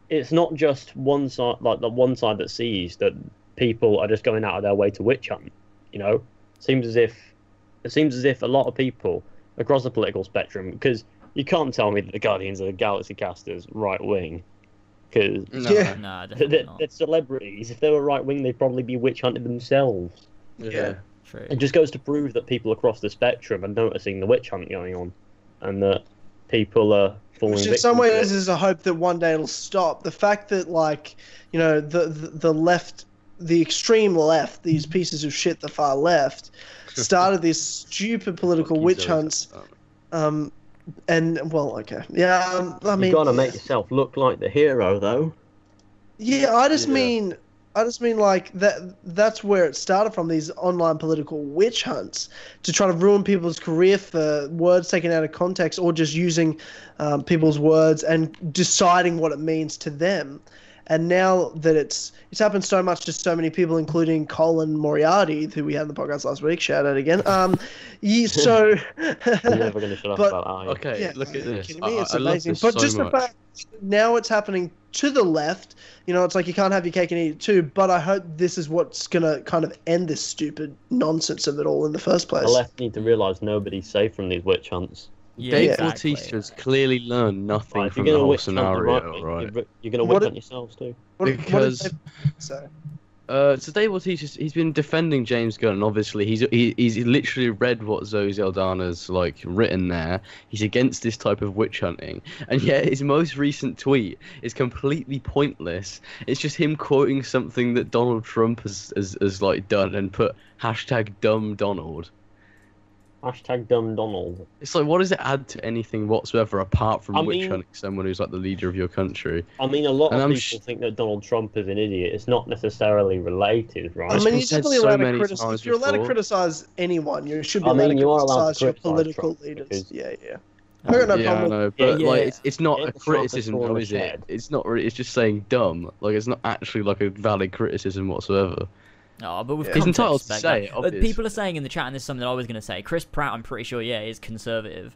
S4: it's not just one side, like the one side that sees that people are just going out of their way to witch hunt. You know, seems as if it seems as if a lot of people across the political spectrum, because you can't tell me that the Guardians of the Galaxy casters right wing, because
S3: No,
S2: Yeah.
S1: Nah, definitely
S4: they're,
S1: not.
S4: they're celebrities. If they were right wing, they'd probably be witch hunted themselves.
S3: yeah.
S1: True.
S4: It just goes to prove that people across the spectrum are noticing the witch hunt going on, and that people are falling.
S2: Which in
S4: victim
S2: some
S4: to it.
S2: ways is a hope that one day it'll stop. The fact that like you know the the, the left, the extreme left, these pieces of shit, the far left, started these stupid political
S3: Fuck you,
S2: witch
S3: Zoe.
S2: hunts. Um, and well, okay, yeah. Um, I mean,
S4: You've got to make yourself look like the hero, though.
S2: Yeah, I just
S3: Yeah.
S2: mean, I just mean like that. That's where it started from. These online political witch hunts to try to ruin people's career for words taken out of context or just using um, people's words and deciding what it means to them. And now that it's it's happened so much to so many people, including Colin Moriarty, who we had on the podcast last week. Shout out again. Um, ye, so
S4: You're never going to shut up
S2: But-
S4: about that. are you?
S3: Okay,
S2: yeah,
S3: look at
S2: are you
S3: this.
S2: kidding
S3: I,
S2: me?
S3: I-
S2: It's
S3: I love
S2: amazing.
S3: this
S2: But
S3: so
S2: just
S3: much.
S2: the fact that now it's happening to the left. You know, it's like you can't have your cake and eat it too. But I hope this is what's gonna kind of end this stupid nonsense of it all in the first place.
S4: The left need to realise nobody's safe from these witch hunts.
S1: yeah,
S3: Dave
S1: exactly.
S3: Bautista has clearly learned nothing
S4: Like, if
S3: from
S4: you're
S3: the
S4: going to
S3: whole
S4: witch hunt the
S3: scenario,
S4: right,
S3: right?
S4: wing, You're, going to
S2: What
S4: witch
S2: if-
S4: hunt yourselves too.
S2: What- what did
S3: because-
S2: they say?
S3: Uh, so Dave Bautista's he's been defending James Gunn. and Obviously, he's he, he's literally read what Zoe Zeldana's like written there. He's against this type of witch hunting, and yet his most recent tweet is completely pointless. It's just him quoting something that Donald Trump has has, has like done and put hashtag dumb Donald.
S4: Hashtag dumb Donald.
S3: It's like, what does it add to anything whatsoever apart from
S4: I
S3: witch
S4: mean-
S3: hunting someone who's like the leader of your country?
S4: I mean, a lot
S3: And
S4: of
S3: I'm
S4: people
S3: sh-
S4: think that Donald Trump is an idiot. It's not necessarily related, right?
S2: I
S3: It's
S2: mean,
S3: been
S2: you're
S3: said
S2: definitely
S3: so
S2: allowed to
S3: many
S2: criticize.
S3: times
S2: You're allowed to
S3: before.
S2: criticize anyone. You should be
S4: I
S2: allowed
S4: mean,
S2: to
S4: you are allowed to
S2: criticize your
S4: criticize
S2: political
S4: Trump
S2: leaders.
S4: because-
S2: Yeah, yeah.
S1: Um,
S2: I got no
S3: yeah, I
S2: problem.
S3: know,
S4: Yeah,
S3: but like
S4: yeah.
S3: it's, it's not
S4: Get
S3: a
S4: the sharpest
S3: criticism,
S4: sword in
S3: though,
S4: the
S3: is it?
S4: shed.
S3: It's not. Really, it's just saying dumb. Like it's not actually like a valid criticism whatsoever.
S1: Oh, but we've
S2: Yeah.
S1: come
S3: He's entitled to
S1: expect
S3: say
S1: that.
S3: it,
S1: But
S3: obviously.
S1: people are saying in the chat, and this is something that I was going to say. Chris Pratt, I'm pretty sure, yeah, is conservative,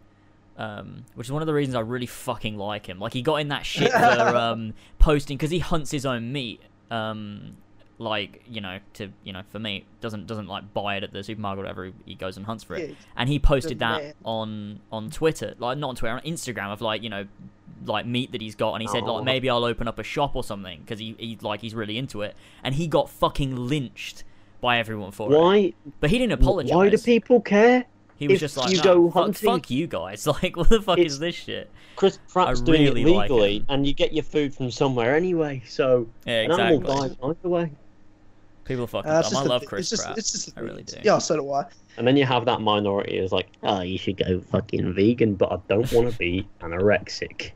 S1: um, which is one of the reasons I really fucking like him. Like he got in that shit for um, posting because he hunts his own meat. Um, like you know, to you know, for me, doesn't doesn't like buy it at the supermarket or whatever. He goes and hunts for it,
S2: Yeah.
S1: and he posted
S2: The
S1: that
S2: man.
S1: on on Twitter, like not on Twitter, on Instagram of like you know, like meat that he's got, and he said
S4: Aw.
S1: like maybe I'll open up a shop or something because he, he like he's really into it, and he got fucking lynched by everyone for it.
S4: why?
S1: But he didn't apologize.
S4: Why do people care?
S1: he was
S4: if
S1: just like,
S4: you
S1: "No,
S4: go
S1: fuck-
S4: hunting-
S1: fuck, you guys! Like, what the fuck
S4: It's-
S1: is this shit?
S4: Chris Pratt's
S1: I
S4: doing it
S1: really like
S4: legally,
S1: him.
S4: and you get your food from somewhere anyway. So
S1: Yeah,
S4: an animal
S1: exactly.
S4: dies either way,
S1: People fucking
S2: Uh, it's
S1: dumb.
S2: just
S1: I
S2: the-
S1: love
S2: it's
S1: Chris
S2: just-
S1: Pratt.
S2: it's just the
S1: I really do.
S2: things. Yeah, so do I.
S4: and then you have that minority is like, oh, you should go fucking vegan, but I don't want to be anorexic.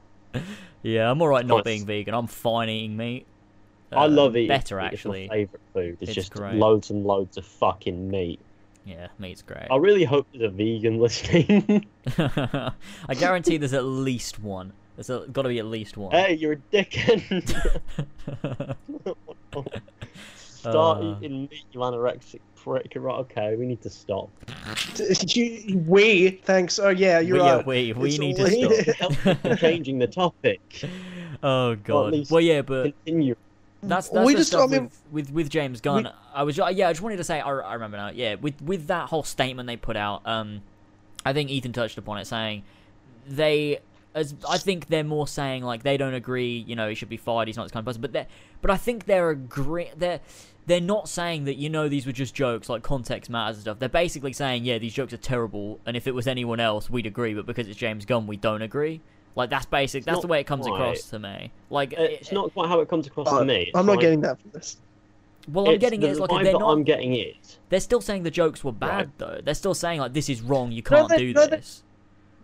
S1: Yeah, I'm alright not
S4: Nice.
S1: being vegan. I'm fine eating meat.
S4: I
S1: Uh,
S4: love eating.
S1: Better
S4: meat.
S1: actually.
S4: It's my favorite food. It's,
S1: It's
S4: just
S1: great.
S4: loads and loads of fucking meat.
S1: Yeah, meat's great.
S4: I really hope there's a vegan listening.
S1: I guarantee there's at least one. There's got to be at least one.
S4: hey, you're a dickhead. Start
S1: Uh.
S4: eating meat, you anorexic prick. Right, okay, we need to stop.
S2: You- we thanks. Oh yeah, you're
S1: we,
S2: right.
S1: yeah, we, we
S2: It's
S1: need
S2: all-
S1: to stop.
S4: Help changing the topic.
S1: Oh god.
S4: least-
S1: Well, yeah, but
S4: Continue.
S1: That's, that's
S2: Mm. we
S1: the
S2: just-
S1: stuff
S2: I mean-
S1: with, with with James Gunn. I was yeah, I just wanted to say I, I remember now. Yeah, with with that whole statement they put out, um, I think Ethan touched upon it, saying they as I think they're more saying like they don't agree. You know, he should be fired. He's not this kind of person. But they but I think they're agree they're they're not saying that you know these were just jokes like context matters and stuff. They're basically saying yeah, these jokes are terrible, and if it was anyone else, we'd agree. But because it's James Gunn, we don't agree. Like that's basic. that's
S4: not
S1: the way it comes
S4: quite-
S1: across to me. Like
S4: It's
S1: it-
S4: not quite how it comes across
S2: Uh,
S4: to me. It's
S2: I'm not
S4: like-
S2: getting that from this.
S1: Well, I'm getting
S4: the
S1: it. It's like
S4: vibe
S1: they're
S4: that
S1: not.
S4: I'm getting it.
S1: They're still saying the jokes were bad,
S4: Right.
S1: though. They're still saying like this is wrong. You can't
S2: they-
S1: do
S2: no, they-
S1: this.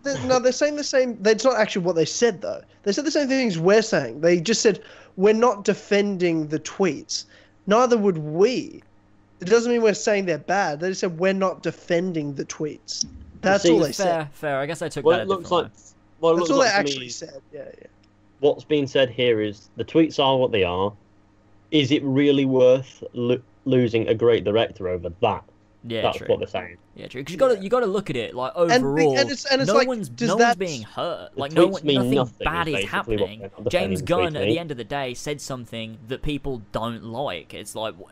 S2: They- No, they're saying the same. That's not actually what they said, though. They said the same things we're saying. They just said we're not defending the tweets. Neither would we. It doesn't mean we're saying they're bad. They just said we're not defending the tweets. That's
S4: See,
S2: all they said.
S1: fair, fair. I guess I took
S4: Well,
S1: that.
S4: it
S1: a
S4: looks like.
S1: different
S4: Well, it
S2: That's
S4: looks
S2: all they
S4: like to
S2: actually
S4: me,
S2: said. Yeah, yeah.
S4: what's being said here is the tweets are what they are. Is it really worth lo- losing a great director over that?
S1: Yeah,
S4: That's
S1: true.
S4: what they're saying.
S1: Yeah, true. Because you got to you got to look at it like
S2: the-
S1: overall.
S2: and it's- and it's
S1: no
S2: like,
S1: one's
S2: does
S1: no
S2: that-
S1: one's being hurt.
S4: The
S1: Like no
S4: tweets
S1: one,
S4: mean
S1: nothing,
S4: nothing, is
S1: bad is
S4: basically what
S1: happening.
S4: they're defending
S1: James
S4: the
S1: Gunn, at
S4: tweet
S1: the
S4: mean.
S1: end of the day, said something that people don't like. It's like wh-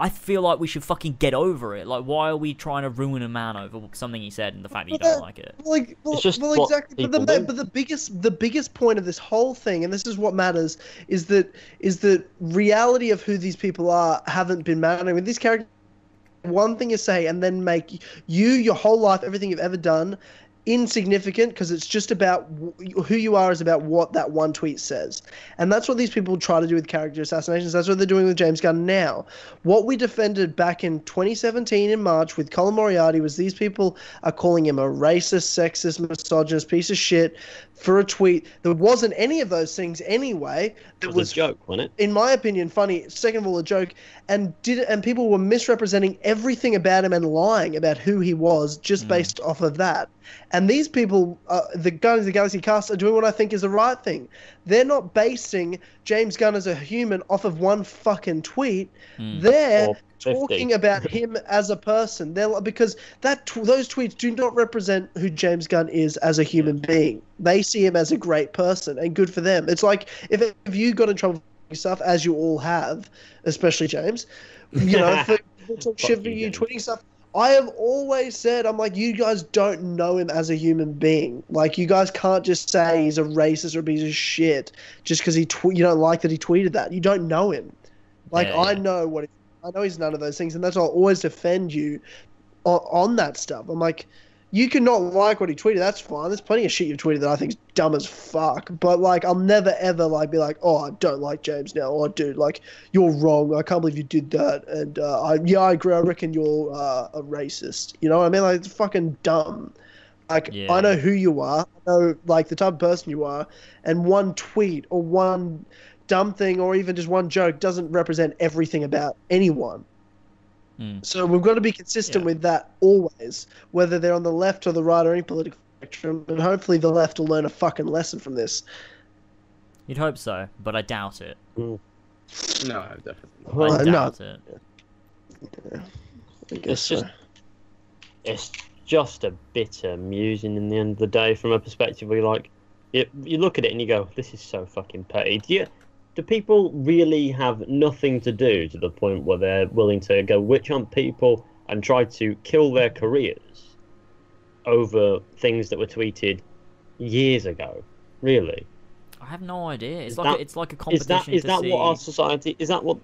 S1: I feel like we should fucking get over it. Like why are we trying to ruin a man over something he said and the fact that you
S2: Well,
S1: don't
S2: that-
S1: like it?
S2: Well, Like, well,
S4: just
S2: well
S4: what
S2: exactly. But the,
S4: people
S2: ma-
S4: do.
S2: but the biggest, the biggest point of this whole thing, and this is what matters, is that is the reality of who these people are haven't been mattering. With these characters, one thing you say, and then make you, your whole life, everything you've ever done, insignificant because it's just about w- who you are is about what that one tweet says and that's what these people try to do with character assassinations that's what they're doing with james gunn now what we defended back in 2017 in march with colin moriarty was these people are calling him a racist sexist misogynist piece of shit for a tweet that wasn't any of those things anyway
S4: It
S2: that
S4: was,
S2: was
S4: a joke, wasn't
S2: in my opinion, funny. Second of all, a joke, and did and people were misrepresenting everything about him and lying about who he was just
S1: Mm.
S2: based off of that. And these people, uh, the Guardians of the Galaxy cast, are doing what I think is the right thing. They're not basing James Gunn as a human off of one fucking tweet.
S1: Mm.
S4: it?
S2: They're
S4: Or 50.
S2: talking about him as a person. They're like- because that tw- those tweets do not represent who James Gunn is as a human being. They see him as a great person, and good for them. It's like if, if you got in trouble for stuff, as you all have, especially James, you know, for people talk shit
S4: Fuck
S2: for
S4: you,
S2: you
S4: James.
S2: tweeting stuff. I have always said, I'm like, you guys don't know him as a human being. Like, you guys can't just say he's a racist or a piece of shit just because he tw- you don't like that he tweeted that. You don't know him. Like,
S1: Yeah,
S2: I
S1: yeah.
S2: know what he I know he's none of those things, and that's why I always defend you on, on that stuff. I'm like, you can not like what he tweeted. That's fine. There's plenty of shit you've tweeted that I think's dumb as fuck. But like, I'll never ever like be like, oh, I don't like James now, or dude, like you're wrong. I can't believe you did that. And uh, I, yeah, I agree. I reckon you're uh, a racist. You know what I mean? Like, it's fucking dumb. Like,
S1: Yeah.
S2: I know who you are. I know like the type of person you are. And one tweet or one dumb thing or even just one joke doesn't represent everything about anyone.
S1: Mm.
S2: So we've got to be consistent
S1: Yeah.
S2: with that always, whether they're on the left or the right or any political spectrum. And hopefully the left will learn a fucking lesson from this.
S1: You'd hope so, but I doubt it.
S3: No, definitely.
S1: I
S2: Well, no.
S1: doubt it.
S2: I
S4: It's
S2: guess
S4: just,
S2: so.
S4: it's just a bit amusing in the end of the day from a perspective where you're like, you, you look at it and you go, this is so fucking petty. Do, you, do people really have nothing to do to the point where they're willing to go witch hunt people and try to kill their careers over things that were tweeted years ago? Really?
S1: I have no idea. It's
S4: Is
S1: like a,
S4: that-
S1: it's like a
S4: Is
S1: competition
S4: that is
S1: to
S4: that
S1: see.
S4: what our society is that what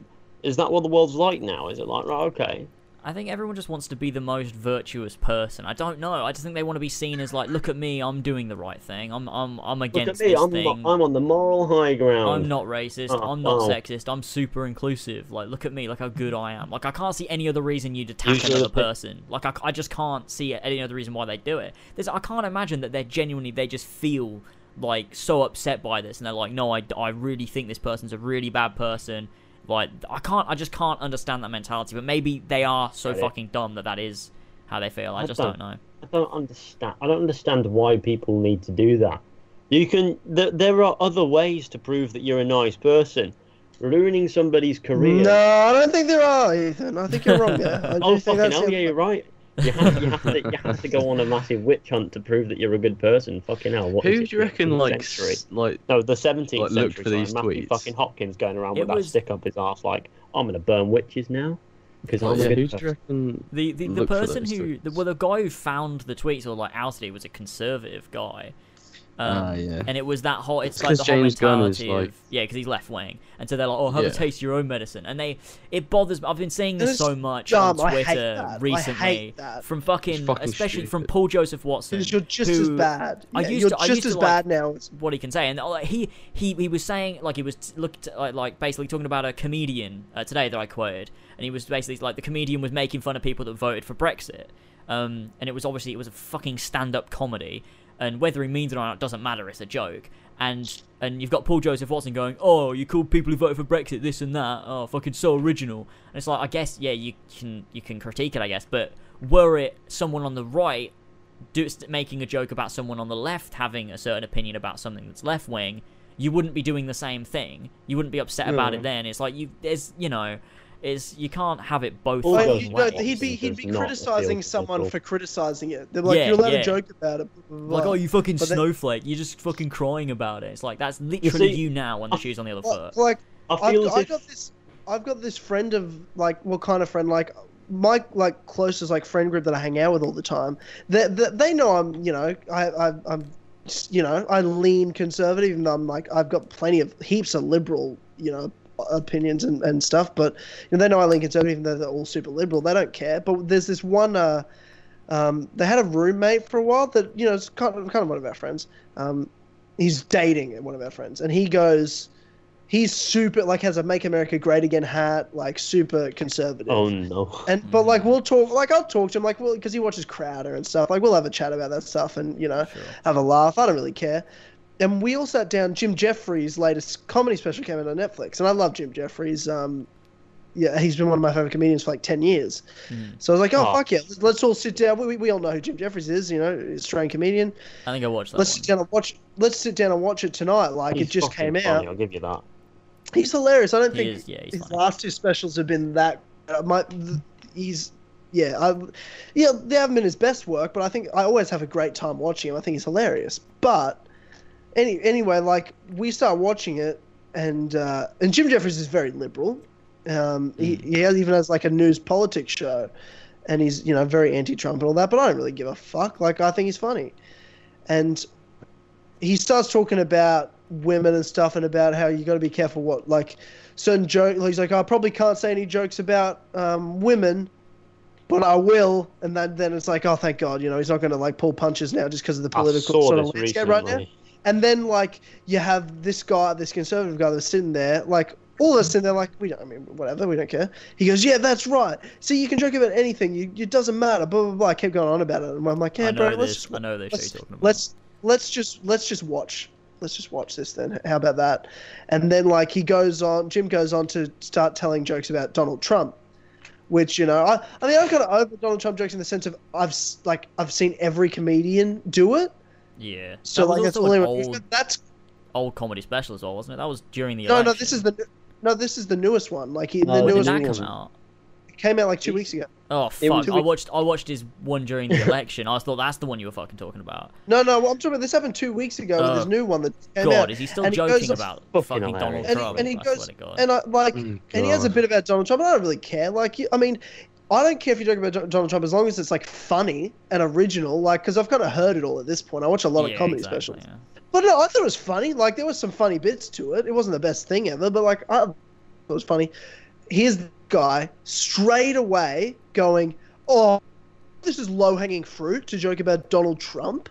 S4: is that what the world's like now? Is it like right okay?
S1: I think everyone just wants to be the most virtuous person. I don't know. I just think they want to be seen as like, look at me, I'm doing the right thing. I'm I'm I'm
S4: Look
S1: against
S4: at me,
S1: this
S4: I'm
S1: thing.
S4: I'm on the moral high ground.
S1: I'm not racist.
S4: Oh,
S1: I'm not
S4: oh.
S1: sexist. I'm super inclusive. Like, look at me. Look how good I am. Like, I can't see any other reason you'd attack
S4: Usually
S1: another
S4: the-
S1: person. Like, I, c- I just can't see any other reason why they do it. There's, I can't imagine that they're genuinely, they just feel like so upset by this and they're like, no, I, I really think this person's a really bad person. Like, I can't, I just can't understand that mentality. But maybe they are so
S4: Get it.
S1: fucking dumb that that is how they feel. I,
S4: I
S1: just don't
S4: don't-
S1: know.
S4: I don't understand. I don't understand why people need to do that. You can. Th- there are other ways to prove that you're a nice person. Ruining somebody's career.
S2: No, I don't think there are, Ethan. I think you're wrong there. I do
S4: Oh
S2: think
S4: fucking
S2: that's
S4: hell!
S2: the-
S4: Yeah, you're right. You have, you, have to, you have to go on a massive witch hunt to prove that you're a good person. Fucking hell! What is
S3: Who
S4: it,
S3: do you reckon
S4: 15th
S3: like
S4: century?
S3: s- like
S4: No, the 17th
S3: Like, looked
S4: century.
S3: for
S4: sorry,
S3: these
S4: Matthew
S3: tweets.
S4: fucking Hopkins going around
S1: It
S4: with
S1: was-
S4: that stick up his ass, like I'm gonna burn witches now because
S1: Oh,
S4: I'm
S3: yeah,
S4: a
S3: who
S4: good
S3: do you
S4: person.
S3: reckon?
S1: The the, the
S3: look for
S1: person
S3: those
S1: who the,
S3: tweets.
S1: well the guy who found the tweets or like outed it was a conservative guy.
S4: Uh,
S1: Um,
S3: Ah, yeah.
S1: And it was that whole it's
S3: It's
S1: like
S3: 'cause
S1: the whole
S3: James Gunn is,
S1: mentality
S3: like-
S1: of yeah because he's left wing and so they're like oh have
S3: Yeah.
S1: a taste of your own medicine and they it bothers me. I've been seeing this
S2: It's
S1: so much
S2: dumb.
S1: on
S2: I hate
S1: Twitter
S2: that. I
S1: recently
S2: hate that.
S1: from fucking,
S3: fucking
S1: especially from
S3: stupid.
S1: Paul Joseph Watson
S2: Because you're just as
S1: who-
S2: bad.
S1: I
S2: Yeah,
S1: used
S2: you're
S1: to- I
S2: just
S1: used to,
S2: as
S1: like,
S2: bad now.
S1: what he can say. And like, he he he was saying like he was t- looked like, like basically talking about a comedian uh, today that I quoted, and he was basically like the comedian was making fun of people that voted for Brexit. Um, and it was obviously it was a fucking stand-up comedy, and whether he means it or not doesn't matter. It's a joke. And and you've got Paul Joseph Watson going, oh, you called people who voted for Brexit this and that. Oh, fucking so original. And it's like I guess yeah, you can you can critique it, I guess, but were it someone on the right do, st- making a joke about someone on the left having a certain opinion about something that's left wing, you wouldn't be doing the same thing. You wouldn't be upset about it then. It's like you, there's, you know, is you can't have it both.
S4: Well,
S2: Like,
S1: ways.
S4: does
S2: you know,
S4: well.
S2: he'd be he'd
S4: Does
S2: be
S4: not appeal
S2: criticizing
S4: to
S2: someone
S4: people.
S2: for criticizing it. They're like,
S1: Yeah,
S2: you're allowed
S1: yeah.
S2: to joke about it. blah, blah,
S1: Like,
S2: blah.
S1: oh, you fucking
S2: But then-
S1: snowflake! You're just fucking crying about it. It's like that's literally you,
S4: see-
S1: now when the shoe's on the other
S2: Well,
S1: foot.
S2: like
S4: I
S2: I've,
S4: feel as
S2: I've
S4: if
S2: got this. I've got this friend of like what kind of friend? Like my like closest like friend group that I hang out with all the time. They they, they know I'm you know I, I I'm you know I lean conservative. Even though I'm like I've got plenty of heaps of liberal you know opinions and, and stuff. But you know, they know I lean conservative. Even though they're all super liberal, they don't care. But there's this one. Uh, um, they had a roommate for a while that you know it's kind of kind of one of our friends. Um, he's dating one of our friends, and he goes, he's super like has a "Make America Great Again" hat, like super conservative.
S4: oh no,
S2: And but like we'll talk, like I'll talk to him, like well because he watches Crowder and stuff. Like we'll have a chat about that stuff, and you know
S1: Sure.
S2: have a laugh. I don't really care. And we all sat down. Jim Jeffries' latest comedy special came out on Netflix, and I love Jim Jeffries. Um, yeah, he's been one of my favorite comedians for like ten years.
S1: Mm.
S2: So I was like, oh,
S4: Oh.
S2: fuck yeah, let's- let's all sit down. We, we, we all know who Jim Jeffries is, you know, Australian comedian.
S1: I think I watched that.
S2: let's
S1: one.
S2: sit down and watch. Let's sit down and watch it tonight. Like
S4: He's
S2: it just
S4: fucking
S2: came
S4: funny,
S2: out.
S4: I'll give you that.
S2: He's hilarious. I don't
S1: He
S2: think
S1: is, yeah, he's
S2: his
S1: funny.
S2: last two specials have been that. Uh, my, th- he's yeah, I, yeah, they haven't been his best work, but I think I always have a great time watching him. I think he's hilarious. But any anyway, like we start watching it, and uh, and Jim Jeffries is very liberal. Um, he,
S4: Hmm.
S2: he has, even has like a news politics show, and he's you know very anti-Trump and all that. But I don't really give a fuck. Like I think he's funny, and he starts talking about women and stuff and about how you got to be careful what like certain joke. He's like, I probably can't say any jokes about um, women, but I will. And then then it's like, oh, thank God, you know, he's not going to like pull punches now just because of the
S4: I
S2: political
S4: saw
S2: sort of
S4: this
S2: landscape
S4: recently.
S2: right now. And then like you have this guy, this conservative guy that's sitting there, like all of us sitting there, like we don't. I mean, whatever, we don't care. He goes, yeah, that's right. See, you can joke about anything. You, it doesn't matter. Blah blah blah. I kept going on about it, and I'm like, yeah,
S1: I know
S2: bro, let's
S1: this.
S2: just
S1: I know this show
S2: let's-
S1: you're talking about.
S2: let's let's just let's just watch let's just watch this then how about that and then like he goes on jim goes on to start telling jokes about donald trump which you know i, I mean i'm kind of over donald trump jokes in the sense of i've s- like i've seen every comedian do it
S1: Yeah.
S2: so
S1: that
S2: like
S1: was
S2: that's
S1: also
S2: all
S1: an
S2: anyone-
S1: old,
S2: that's
S1: old comedy special as well, wasn't it? That was during the
S2: no
S1: election.
S2: no this is the new- no this is the newest one like he,
S4: No,
S2: the
S4: it
S1: When
S2: newest
S1: did
S2: one
S1: that
S4: new
S1: come
S4: one.
S1: out?
S2: came out like two weeks ago
S1: Oh
S4: It
S1: fuck!
S4: was-
S1: I watched I watched his one during the election. I thought that's the one you were fucking talking about.
S2: no no well, i'm talking about this happened two weeks ago
S1: Oh,
S2: with this new one that came out
S1: God, is he still
S2: and he
S1: joking
S2: goes off-
S1: about
S4: Fucking
S1: fucking Donald
S4: hilarious.
S2: And he-
S1: Trump?
S2: and he
S1: I
S2: goes-
S1: swear to God.
S2: and I like,
S3: Mm,
S2: and he has a
S3: God.
S2: bit about Donald Trump. But I don't really care. Like, you, I mean, I don't care if you talk about Jo- Donald Trump as long as it's like funny and original. Like, because I've kind of heard it all at this point. I watch a lot
S1: Yeah,
S2: of comedy
S1: exactly,
S2: specials,
S1: yeah.
S2: but no, I thought it was funny. Like, there was some funny bits to it. It wasn't the best thing ever, but like, I thought it was funny. Here's the guy straight away going, "Oh, this is low hanging fruit to joke about Donald Trump."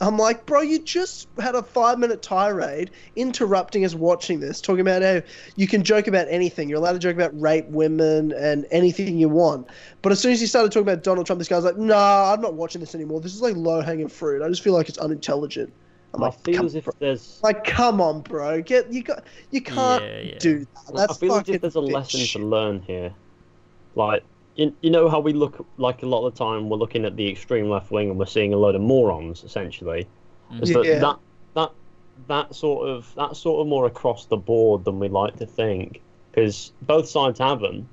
S2: I'm like, bro, you just had a five minute tirade interrupting us watching this, talking about how you can joke about anything. You're allowed to joke about rape, women, and anything you want. But as soon as you started talking about Donald Trump, this guy's like, nah, I'm not watching this anymore. This is like low hanging fruit. I just feel like it's unintelligent. I'm
S4: I
S2: like,
S4: feel
S2: come,
S4: as if there's
S2: like, come on, bro. Get you got you can't
S1: Yeah, yeah.
S2: do that.
S4: Well,
S2: That's
S4: I feel as
S2: fucking
S4: if there's a lesson
S2: bitch.
S4: to learn here. Like, you, you know how we look, like, a lot of the time we're looking at the extreme left wing and we're seeing a load of morons, essentially.
S1: Mm.
S4: Is that,
S2: Yeah.
S4: that, that, that sort of, that's sort of more across the board than we like to think. Because both sides have them.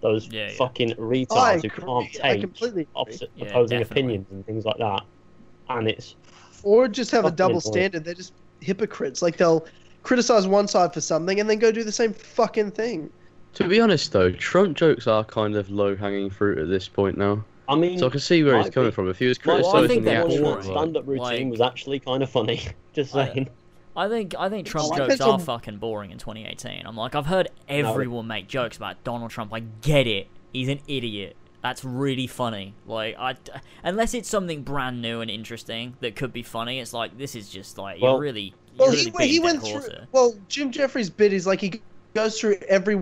S4: Those
S1: Yeah, yeah.
S4: fucking
S2: I
S4: retards who
S2: agree.
S4: can't
S2: I
S4: take
S2: completely agree.
S4: opposite,
S1: Yeah,
S4: opposing
S1: definitely.
S4: opinions and things like that. And it's
S2: or just have a
S4: Fucking
S2: double
S4: annoying.
S2: standard. They're just hypocrites. Like they'll criticize one side for something and then go do the same fucking thing.
S3: To be honest, though, Trump jokes are kind of low hanging fruit at this point now.
S4: I mean,
S3: So I can see where he's
S4: Might
S3: coming
S4: be.
S3: from. If he was
S4: my
S1: Well, I
S3: criticising
S1: think
S3: the
S1: that
S3: actual
S1: one-
S3: like,
S4: stand up routine
S1: like-
S4: was actually kind of funny. Just
S1: I-
S4: saying.
S1: I think I think Trump
S2: like-
S1: jokes
S2: depends
S1: are
S2: on-
S1: fucking boring in 2018. I'm like, I've heard everyone make jokes about Donald Trump. I get it. He's an idiot. That's really funny. Like, I unless it's something brand new and interesting that could be funny, it's like this is just like
S4: Well-
S1: you're really. You're
S2: Well,
S1: really
S2: he,
S1: beating
S2: he
S1: a
S2: went
S1: dead
S2: through.
S1: horse here.
S2: Well, Jim Jeffries' bit is like he goes through every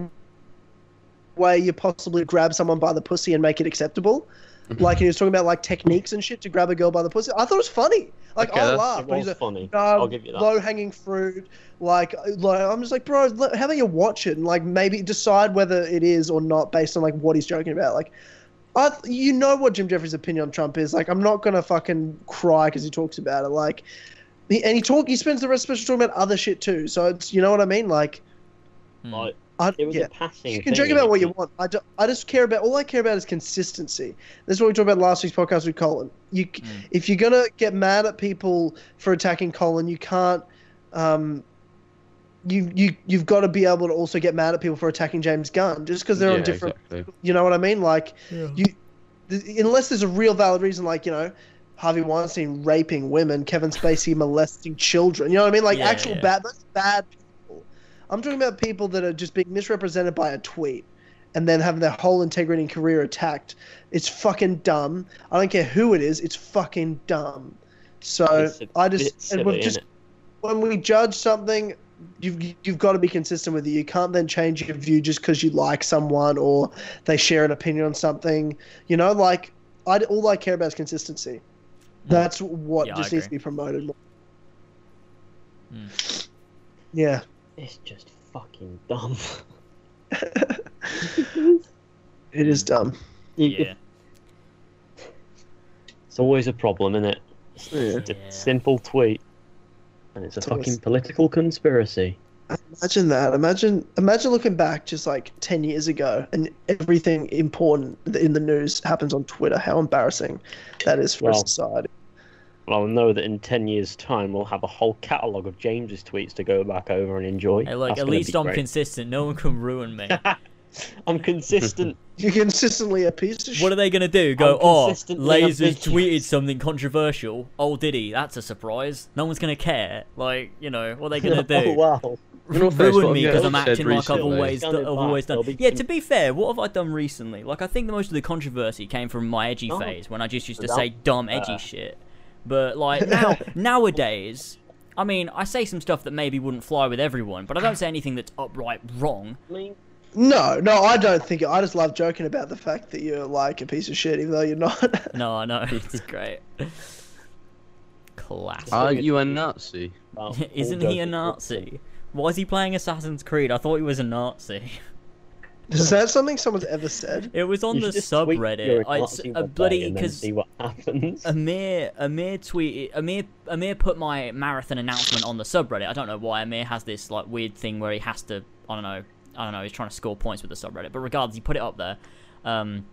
S2: way you possibly grab someone by the pussy and make it acceptable.
S4: Mm-hmm.
S2: like he was talking about like techniques and shit to grab a girl by the pussy. I thought it was funny. Like
S3: Okay,
S2: I
S3: that's-
S2: laughed.
S4: It
S2: but he's
S4: was
S2: like,
S4: funny.
S2: no,
S4: I'll give you that.
S2: Low hanging fruit. Like, like, I'm just like, bro, l- how about you watch it and like maybe decide whether it is or not based on like what he's joking about. Like, I, th- you know what Jim Jeffries' opinion on Trump is. Like, I'm not gonna fucking cry because he talks about it. Like, he, and he talk, he spends the rest of the special talking about other shit too. So it's, you know what I mean? Like,
S1: Hmm.
S4: Like,
S2: I,
S4: It was
S2: yeah.
S4: a passing.
S2: You can
S4: thing,
S2: joke about what you
S4: wasn't
S2: want. I, do, I just care about all I care about is consistency. This is what we talked about last week's podcast with Colin. You, c
S1: Mm.
S2: if you're gonna get mad at people for attacking Colin, you can't. Um, you you you've got to be able to also get mad at people for attacking James Gunn just because they're
S3: yeah,
S2: on different.
S3: Exactly.
S2: You know what I mean? Like
S1: Yeah.
S2: you, th- unless there's a real valid reason, like you know. Harvey Weinstein raping women, Kevin Spacey molesting children. You know what I mean? Like
S1: Yeah,
S2: actual
S1: yeah.
S2: bad, that's bad people. I'm talking about people that are just being misrepresented by a tweet and then having their whole integrity and career attacked. It's fucking dumb. I don't care who it is. It's fucking dumb. So
S4: It's a
S2: I
S4: bit
S2: just and
S4: silly,
S2: we've just
S4: innit?
S2: when we judge something, you've you've got to be consistent with it. You can't then change your view just because you like someone or they share an opinion on something. You know, like I all I care about is consistency. That's what
S1: Hmm. Yeah, I
S2: just needs to
S1: agree.
S2: be promoted. more.
S1: Mm.
S2: Yeah.
S4: It's just fucking dumb.
S2: It is dumb.
S4: You-
S1: Yeah.
S4: It's always a problem, isn't it?
S2: Yeah.
S4: It's
S1: Yeah.
S4: a simple tweet, and it's a
S2: It's always-
S4: fucking political conspiracy.
S2: Imagine that. Imagine imagine looking back just like ten years ago and everything important in the news happens on Twitter. How embarrassing that is for
S4: Well,
S2: society.
S4: Well, I'll know that in 10 years' time, we'll have a whole catalogue of James's tweets to go back over and enjoy.
S1: Hey, look,
S4: That's
S1: at
S4: gonna
S1: least
S4: be
S1: I'm
S4: great.
S1: consistent. No one can ruin me.
S4: I'm consistent.
S2: You're consistently a piece of
S1: What
S2: shit.
S1: are they gonna do? Go, oh,
S4: consistently
S1: Lasers
S4: ambitious."
S1: tweeted something controversial. Oh, did he? That's a surprise. No one's gonna care. Like, you know, what are they gonna do?
S4: oh, wow.
S3: In all fairness,
S1: ruin
S3: what
S1: me
S3: I've
S1: because I'm
S3: said
S1: acting like I've
S3: recently-
S1: always,
S4: Done it
S1: I've always
S4: back,
S1: done.
S4: they'll be-
S1: Yeah, to be fair, what have I done recently? Like, I think the most of the controversy came from my edgy
S4: Oh.
S1: phase when I just used to
S4: That-
S1: say dumb edgy shit. But like now, nowadays, I mean, I say some stuff that maybe wouldn't fly with everyone, but I don't say anything that's upright wrong.
S4: I mean,
S2: No, no, I don't think. I just love joking about the fact that you're like a piece of shit, even though you're not.
S1: No, I know it's great. Classic.
S4: Uh,
S3: Are you a Nazi?
S4: well,
S1: Isn't
S4: all
S1: he a
S4: jokes-
S1: Nazi? Why is he playing Assassin's Creed? I thought he was a Nazi.
S2: Is that something someone's ever said?
S1: It was on
S4: You
S1: the
S4: should just tweet you're
S1: subreddit.
S4: a
S1: I,
S4: Nazi
S1: a
S4: one day
S1: bloody Um,
S4: and then
S1: because
S4: see what happens.
S1: Amir Amir tweeted Amir Amir put my marathon announcement on the subreddit. I don't know why Amir has this like weird thing where he has to I don't know I don't know he's trying to score points with the subreddit. But regardless, he put it up there, um,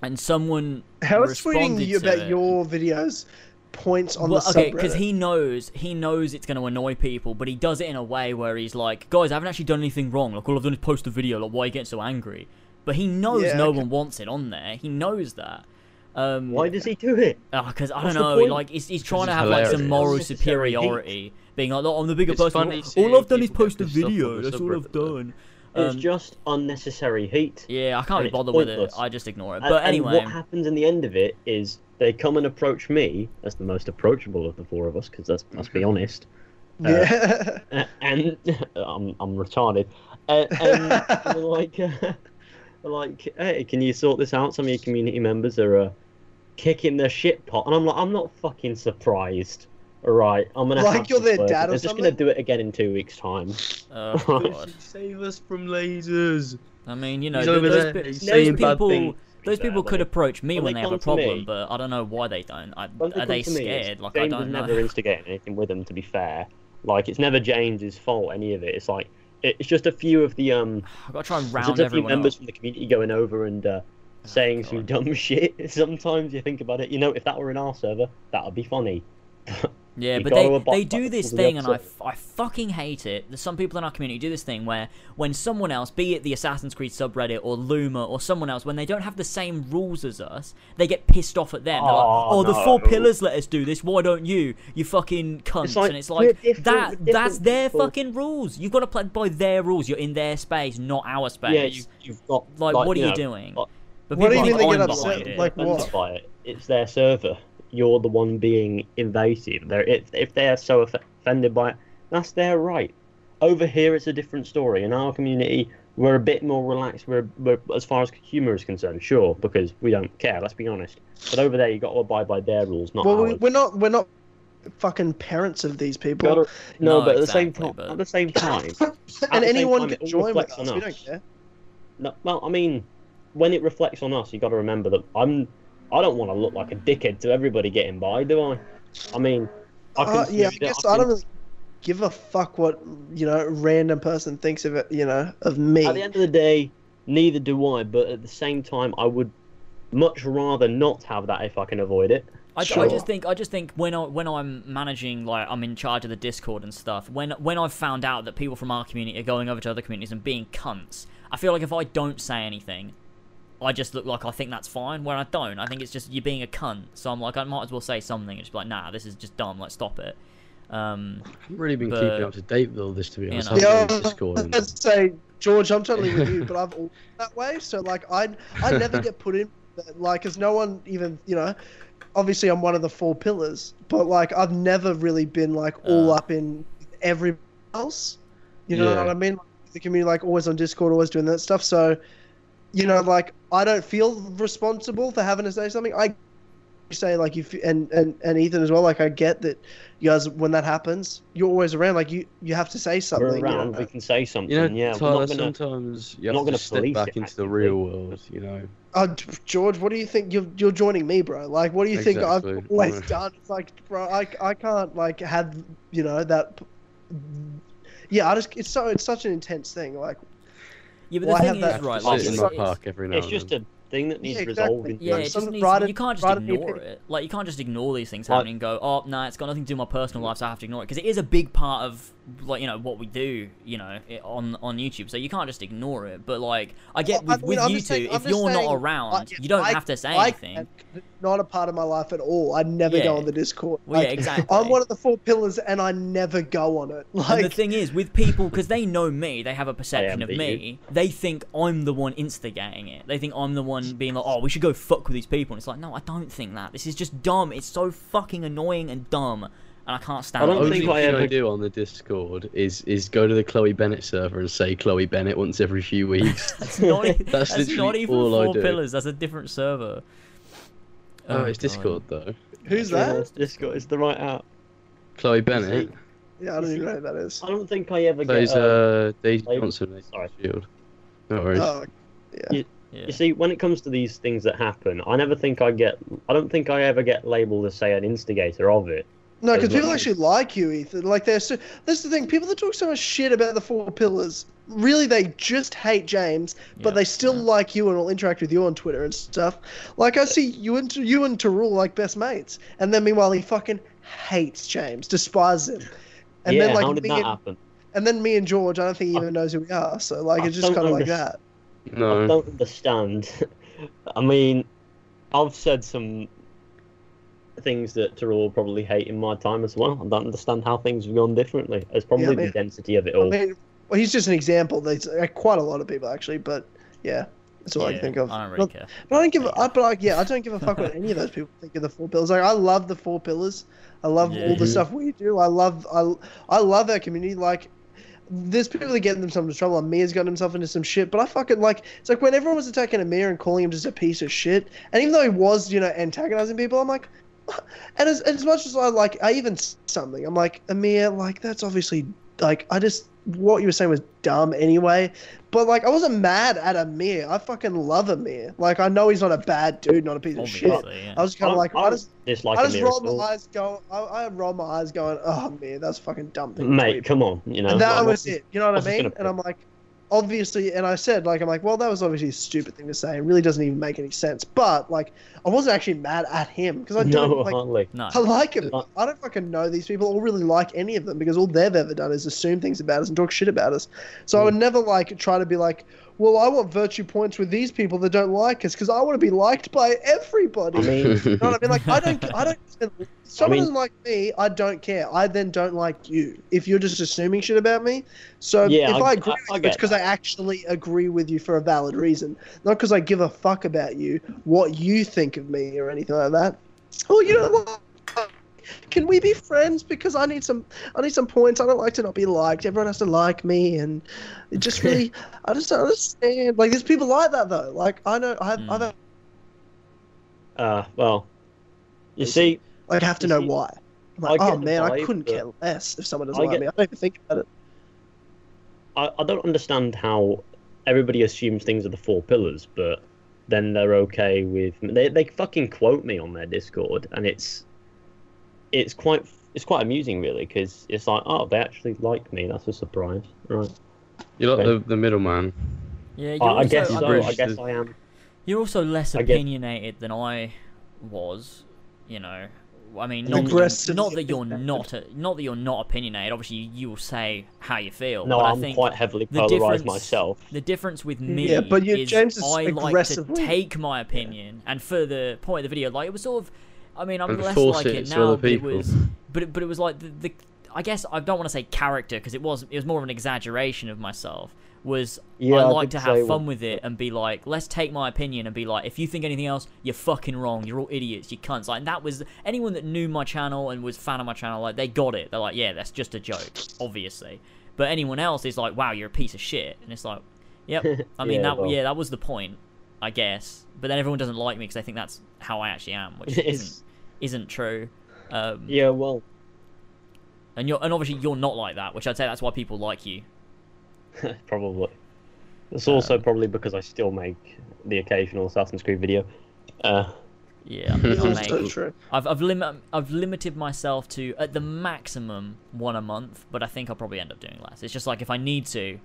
S1: and someone
S2: How is
S1: responded
S2: tweeting you
S1: to
S2: about
S1: it.
S2: your videos points on
S1: well,
S2: the
S1: okay,
S2: subreddit?
S1: because he knows he knows it's going to annoy people, but he does it in a way where he's like, "Guys, I haven't actually done anything wrong. Like all I've done is post a video. Like why are you getting so angry?" But he knows
S2: Yeah,
S1: no
S2: okay.
S1: one wants it on there. He knows that. Um,
S4: Why does he do it?
S1: because I don't
S4: What's the
S1: know,
S4: point?
S1: like he's, he's trying to
S3: is
S1: have like some
S3: hilarious.
S1: moral
S4: It's necessary heat.
S1: superiority, being like, "Look, I'm the bigger
S3: It's
S1: person.
S3: funny
S1: all
S3: seeing
S1: I've done is
S3: people get
S1: post a
S3: pissed off on
S1: video.
S3: the
S1: That's all I've
S3: subreddit, though.
S1: done."
S4: It's
S1: Um,
S4: just unnecessary heat.
S1: yeah, I can't
S4: and
S1: be
S4: it's
S1: bothered with it.
S4: pointless.
S1: I just ignore it.
S4: And-
S1: But
S4: and
S1: anyway,
S4: what happens in the end of it is they come and approach me as the most approachable of the four of us, because let's, let's be honest.
S2: yeah.
S4: Uh, and I'm, I'm retarded. Uh, and they're like, uh, they're like, hey, can you sort this out? Some of your community members are uh, kicking their shit pot, and I'm like, I'm not fucking surprised. All right, I'm gonna
S2: Like
S4: have
S2: you're
S4: to
S2: their
S4: work
S2: dad
S4: it.
S2: or
S4: They're just gonna
S2: something?
S4: do it again in two weeks' time.
S1: uh,
S4: Right.
S1: God.
S3: Save us from lasers.
S1: I mean, you know,
S3: He's
S1: th-
S3: over
S1: those,
S3: there,
S1: pe-
S3: he's
S1: those
S3: saying bad
S1: people,
S3: things.
S1: those people could approach me
S4: When
S1: when
S4: they
S1: they have a
S4: come to me-
S1: problem, but I don't know why they don't. I,
S4: When
S1: are
S4: come
S1: they
S4: to me, it's-
S1: scared? Like I
S4: James
S1: don't
S4: is
S1: know.
S4: never instigating anything with them. To be fair, like it's never James's fault. Any of it. It's like it- it's just a few of the um
S1: I gotta try and
S4: There's
S1: round
S4: just a few
S1: everyone up.
S4: members
S1: Oh,
S4: from the community going over and uh, saying some
S1: God.
S4: dumb shit. Sometimes you think about it, you know, if that were in our server, that would be funny.
S1: Yeah,
S4: You
S1: but
S4: gotta
S1: they,
S4: abide
S1: they
S4: by
S1: do
S4: the
S1: this
S4: rules of the
S1: thing, and I,
S4: episode.
S1: f- I fucking hate it. There's some people in our community do this thing where when someone else, be it the Assassin's Creed subreddit or Luma or someone else, when they don't have the same rules as us, they get pissed off at them. They're like,
S4: Oh,
S1: "Oh, the four
S4: no.
S1: pillars let us do this. Why don't you? You fucking cunts!"
S4: like,
S1: and it's
S4: we're
S1: like
S4: different,
S1: that.
S4: we're
S1: That's
S4: different
S1: their
S4: people.
S1: fucking rules. You've got to play by their rules. You're in their space, not our space.
S4: Yeah, you, you've got
S1: like, what are
S4: you
S1: you
S4: know,
S1: doing?
S4: like-
S1: But
S2: What do
S1: people
S2: you mean
S1: think
S2: they get
S1: I'm
S2: upset?
S1: behind it.
S2: Like,
S4: offended
S2: what?
S4: by it. It's their server. You're the one being invasive. They're, if, if they're so off- offended by it, that's their right. Over here, it's a different story. In our community, we're a bit more relaxed. We're, we're as far as humor is concerned, sure, because we don't care. Let's be honest. But over there, you got to abide by their rules, not
S2: well,
S4: ours.
S2: we, we're not we're not fucking parents of these people,
S4: Gotta- no,
S1: No,
S4: but at the same
S1: exactly,
S4: time,
S1: but-
S4: at the same time,
S2: and
S4: the same
S2: anyone
S4: time, it
S2: can
S4: all
S2: join with
S4: reflects
S2: us.
S4: on
S2: We
S4: us.
S2: don't care.
S4: no, well, I mean, when it reflects on us, you got to remember that I'm, I don't want to look like a dickhead to everybody getting by, do I? I mean, I can
S2: Uh, yeah, I Uh, guess I don't really give a fuck what you know random person thinks of it. You know of me.
S4: At the end of the day, neither do I. But at the same time, I would much rather not have that if I can avoid it.
S1: I, I
S2: Sure.
S1: just think I just think when I when I'm managing like I'm in charge of the Discord and stuff. When when I've found out that people from our community are going over to other communities and being cunts, I feel like if I don't say anything, I just look like I think that's fine. When I don't, I think it's just you're being a cunt. So I'm like I might as well say something and just be like, nah, this is just dumb. Like stop it. Um,
S3: I've really been
S1: But-
S3: keeping up to date with all this, to be
S1: You
S3: honest.
S1: know.
S3: I haven't been
S2: Yeah.
S3: on Discord and-
S2: I'd say, George, I'm totally with you, but I've always been that way. So like, I I never get put in like, because no one even you know. Obviously, I'm one of the four pillars, but like, I've never really been like all
S1: Uh.
S2: up in everyone else. You know
S3: Yeah.
S2: what I mean? Like, the community, like, always on Discord, always doing that stuff. So, you know, like, I don't feel responsible for having to say something. I say like you f- and, and and Ethan as well. Like I get that you guys when that happens, you're always around. Like you you have to say something.
S4: We're
S2: you know?
S4: around. We can say something.
S3: You know,
S4: yeah,
S3: Tyler,
S4: we're not gonna.
S3: sometimes you
S4: not
S3: have
S4: gonna
S3: to step
S4: police
S3: back
S4: it,
S3: into the
S4: actively.
S3: real world, you know.
S2: Oh, G- George, what do you think? You're, you're joining me, bro. Like, what do you think
S3: Exactly.
S2: I've always
S3: Yeah.
S2: done? It's like, bro, I, I can't, like, have, you know, that. p- Yeah, I just, it's so, it's such an intense thing. Like,
S1: yeah, but
S2: Well, I
S1: the
S2: have
S1: thing
S2: that
S1: is, right,
S3: Sit
S1: like,
S4: it's
S3: in
S1: it's,
S3: the
S1: it's-
S3: park every now
S4: It's
S3: and
S4: just
S3: then.
S4: a thing that needs
S2: Yeah,
S4: resolved.
S2: exactly.
S1: Yeah,
S2: Like,
S1: it just
S2: some-
S1: needs,
S2: rather-
S1: you can't just
S2: rather be
S1: ignore
S2: pick-
S1: it. Like you can't just ignore these things
S4: Like-
S1: happening and go, oh no, it's got nothing to do with my personal life, so I have to ignore it because it is a big part of like you know what we do, you know, i on on YouTube. So you can't just ignore it. But like I get
S2: Well, I
S1: with,
S2: mean,
S1: with
S2: I'm
S1: you
S2: just
S1: two,
S2: saying- I'm
S1: if
S2: just
S1: you're
S2: saying,
S1: not
S2: I-
S1: around,
S2: yeah,
S1: you don't
S2: I-
S1: have to say
S2: I
S1: anything.
S2: can't- not a part of my life at all. I never
S1: Yeah.
S2: go on the Discord.
S1: Well, yeah,
S2: Like,
S1: exactly.
S2: I'm one of the four pillars, and I never go on it.
S1: And
S2: Like,
S1: the thing is, with people, because they know me, they have a perception of
S4: beat
S1: me. They think I'm the one instigating it. They think I'm the one being like, "Oh, we should go fuck with these people." And it's like, no, I don't think that. This is just dumb. It's so fucking annoying and dumb, and I can't stand.
S4: I don't
S1: it.
S3: Only
S4: think
S3: thing
S4: I
S3: I
S4: ever-
S3: do on the Discord is is go to the Chloe Bennett server and say Chloe Bennett once every few weeks.
S1: That's not. e-
S3: That's
S1: that's not
S3: literally
S1: even
S3: all I
S1: four
S3: do.
S1: pillars. That's a different server.
S3: oh, it's
S1: God.
S3: Discord though.
S2: who's
S4: Yeah,
S2: that?
S4: it's Discord. It's the right app.
S3: Chloe Bennett.
S2: Yeah, I don't even know who that is.
S4: I don't think I ever
S3: Plays
S4: get. um,
S3: uh, Daisy
S4: Chloe-
S3: Johnson. Nathan
S4: sorry. Uh,
S3: Shield. No worries.
S2: Oh,
S1: Yeah.
S4: You see, when it comes to these things that happen, I never think I get. I don't think I ever get labelled as, say, an instigator of it.
S2: No,
S4: As
S2: because people
S4: well.
S2: actually like you, Ethan. Like they're so. That's the thing. People that talk so much shit about the Four Pillars, really, they just hate James, but
S1: Yeah,
S2: they still
S1: yeah.
S2: like you and will interact with you on Twitter and stuff. Like I see you and you and Tarul like best mates, and then meanwhile he fucking hates James, despises him, and
S4: yeah,
S2: then like
S4: how did
S2: me
S4: that
S2: and,
S4: happen?
S2: and then me and George, I don't think he
S4: I-
S2: even knows who we are. So like
S4: I
S2: it's just
S4: don't
S2: kind of like
S4: understand.
S2: that.
S4: I
S3: No.
S4: don't understand. I mean, I've said some things that Terrell will probably hate in my time as well. I don't understand how things have gone differently. It's probably
S2: I
S4: the
S2: mean-
S4: density of it
S2: I
S4: all.
S2: mean, well, he's just an example. There's uh, quite a lot of people actually, but yeah, that's all I
S1: Yeah,
S2: can think of.
S1: I don't
S2: Not-
S1: really care.
S2: But I don't give. a I, but I, yeah, I don't give a fuck what any of those people think of the four pillars. Like I love the four pillars. I love
S1: Yeah,
S2: all the
S3: yeah.
S2: stuff we do. I love. I I love our community. Like there's people that get themselves into trouble. And Mia's gotten himself into some shit. But I fucking like. It's like when everyone was attacking Amir and calling him just a piece of shit. And even though he was, you know, antagonizing people, I'm like. And as, as much as I like, I even s- something. I'm like Amir. Like that's obviously like I just what you were saying was dumb anyway. But like, I wasn't mad at Amir. I fucking love Amir. Like, I know he's not a bad dude, not a piece of shit.
S1: Obviously, yeah.
S2: I was kind
S4: I-
S2: of like,
S4: I
S2: I, just,
S4: dislike
S2: I
S4: a
S2: just
S4: mirror
S2: rolled my
S4: still.
S2: eyes, going, I, I rolled my eyes, going, oh Amir, that's a fucking dumb thing. to
S4: Mate,
S2: tweet."
S4: come on, you know.
S2: and that
S4: like,
S2: was it. You know what
S4: what's
S2: I
S4: it
S2: mean?
S4: gonna
S2: And I'm
S4: be?
S2: like, obviously, and I said, like, I'm like, well, that was obviously a stupid thing to say. It really doesn't even make any sense. But like, I wasn't actually mad at him because I don't
S4: No,
S2: like.
S4: hardly.
S1: No.
S2: I like him.
S4: Like-
S2: I don't fucking know these people or really like any of them because all they've ever done is assume things about us and talk shit about us. So
S4: Mm.
S2: I would never like try to be like, well, I want virtue points with these people that don't like us because I want to be liked by everybody.
S4: I mean,
S2: you know what I mean? Like I don't, I don't. if Someone
S4: mean-
S2: doesn't like me. I don't care. I then don't like you if you're just assuming shit about me. So
S4: Yeah,
S2: if
S4: I-
S2: I, agree,
S4: I- I
S2: with you,
S4: get
S2: it's because I actually agree with you for a valid reason, not because I give a fuck about you, what you think of me, or anything like that. Oh, you don't like. Can we be friends? Because I need some, I need some points. I don't like to not be liked. Everyone has to like me, and it just really, I just don't understand. Like there's people like that though. Like I know,
S4: Hmm.
S2: I've,
S1: Mm.
S2: I've
S4: uh, well, you see,
S2: I'd have to
S4: You
S2: know
S4: see,
S2: why. I'm like,
S4: I get
S2: oh
S4: the
S2: man, I
S4: vibe
S2: couldn't
S4: that-
S2: care less if someone doesn't
S4: I
S2: like
S4: get-
S2: me. I don't even think about it.
S4: I, I don't understand how everybody assumes things are the four pillars, but then they're okay with they they fucking quote me on their Discord, and it's it's quite it's quite amusing really because it's like oh they actually like me that's a surprise right
S3: You're like
S4: Okay.
S3: the, the middleman.
S1: Yeah, you're
S4: I, I
S1: also,
S4: guess
S3: you
S4: so
S3: bridge
S4: I guess
S3: the-
S4: I am
S1: you're also less
S4: I guess-
S1: opinionated than I was. You know, I mean, not that, you're,
S2: Aggressively
S1: not that you're not a, not that you're not opinionated. Obviously, you, you will say how you feel.
S4: no
S1: but I
S4: I'm
S1: think
S4: quite heavily
S1: the difference-
S4: polarized myself
S1: The difference with me
S2: Yeah, but you-
S1: is
S2: James is
S1: I like to
S2: aggressively-
S1: take my opinion, and for the point of the video, like it was sort of, I mean, I'm
S3: And
S1: less
S3: force
S1: like
S3: it
S1: it
S3: to
S1: now,
S3: other
S1: but it
S3: people.
S1: was, but it, but it was like the, the I guess I don't want to say character because it was it was more of an exaggeration of myself. Was
S4: Yeah,
S1: I
S4: I
S1: like to
S4: could say
S1: have
S4: what-
S1: fun with it and be like, let's take my opinion and be like, if you think anything else, you're fucking wrong. You're all idiots. You cunts. Like that was anyone that knew my channel and was a fan of my channel, like they got it. They're like, yeah, that's just a joke, obviously. But anyone else is like, wow, you're a piece of shit, and it's like, yep. I mean
S4: Yeah,
S1: that
S4: well.
S1: yeah, that was the point, I guess. But then everyone doesn't like me because they think that's how I actually am, which
S4: It's-
S1: isn't isn't true. Um,
S4: yeah well
S1: And you're and obviously you're not like that, which I'd say that's why people like you.
S4: probably it's also
S1: Uh.
S4: probably because I still make the occasional Assassin's Creed video uh
S1: Yeah,
S3: Yeah,
S1: I
S2: That's
S1: make-
S2: so true.
S1: I've I've, lim- I've limited myself to at the maximum one a month, but I think I'll probably end up doing less. It's just like if I need to,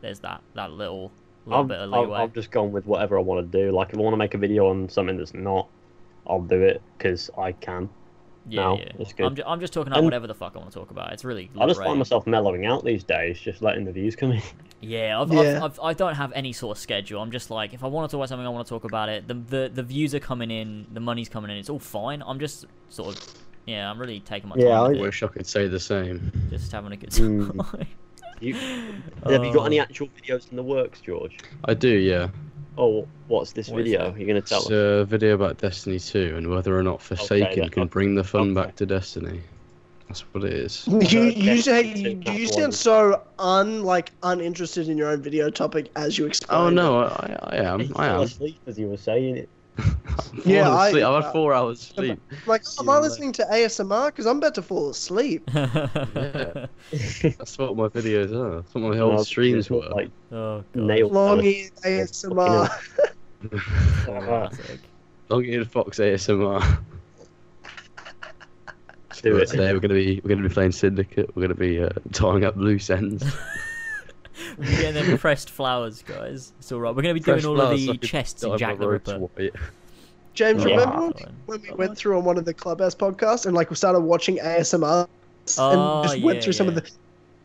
S1: there's that that little little
S4: I've,
S1: bit of
S4: I've,
S1: leeway.
S4: I've just gone with whatever I want to do like if I want to make a video on something that's not I'll do it because I can
S1: yeah,
S4: no,
S1: yeah.
S4: it's good.
S1: I'm, ju- I'm just talking about
S4: And-
S1: whatever the fuck I want to talk about. It's really.
S4: I just
S1: liberating.
S4: find myself mellowing out these days just letting the views come in
S1: Yeah, I've,
S2: Yeah.
S1: I've, I've, I don't have any sort of schedule. I'm just like, if I want to talk about something, I want to talk about it. The, the the views are coming in, the money's coming in. It's all fine. I'm just sort of, yeah, I'm really taking my time.
S4: Yeah, I-
S1: with it,
S3: Wish I could say the same.
S1: just having a good time.
S4: Mm. You- Have you got any
S1: Oh.
S4: actual videos in the works, George?
S3: I do, yeah.
S4: Oh, what's this
S1: What is
S4: video? You're going to tell
S3: It's
S4: us.
S3: a video about Destiny 2 and whether or not Forsaken
S4: that-
S3: can bring the fun
S4: okay.
S3: back to Destiny. That's what it is.
S2: You
S4: Okay,
S2: you, say,
S4: that's
S2: you, you
S4: one.
S2: sound so un like uninterested in your own video topic as you explain.
S3: Oh
S2: it.
S3: no, I, I am.
S4: You
S3: um, I
S4: fell
S3: am.
S4: asleep as you were saying it.
S2: Yeah,
S3: Fallen
S2: I-
S3: asleep. I've had four hours sleep.
S2: Like,
S3: You
S2: am I
S3: like-
S2: listening to ASMR? Because I'm about to fall asleep.
S3: That's what my videos are. That's what my
S4: No,
S3: old
S4: it's
S3: streams
S4: not
S3: were.
S4: Like
S1: oh, God.
S4: nail
S2: Long
S4: polish.
S2: ear ASMR.
S1: Classic.
S3: Long-eared fox ASMR.
S4: Do it.
S3: Today we're gonna be we're gonna be playing Syndicate. We're gonna be uh, tying up loose ends.
S1: Yeah, then pressed flowers, guys. It's all right. We're gonna be
S3: Fresh
S1: doing all of
S3: flowers
S1: the
S3: so I can
S1: chests
S3: dye
S1: in
S3: my
S1: Jack the
S3: robes
S1: Ripper.
S3: white.
S2: James,
S4: Yeah.
S2: remember when- when we went through on one of the Clubhouse podcasts and like we started watching ASMR
S1: Oh,
S2: and just went
S1: yeah,
S2: through some of
S1: yeah.
S2: the.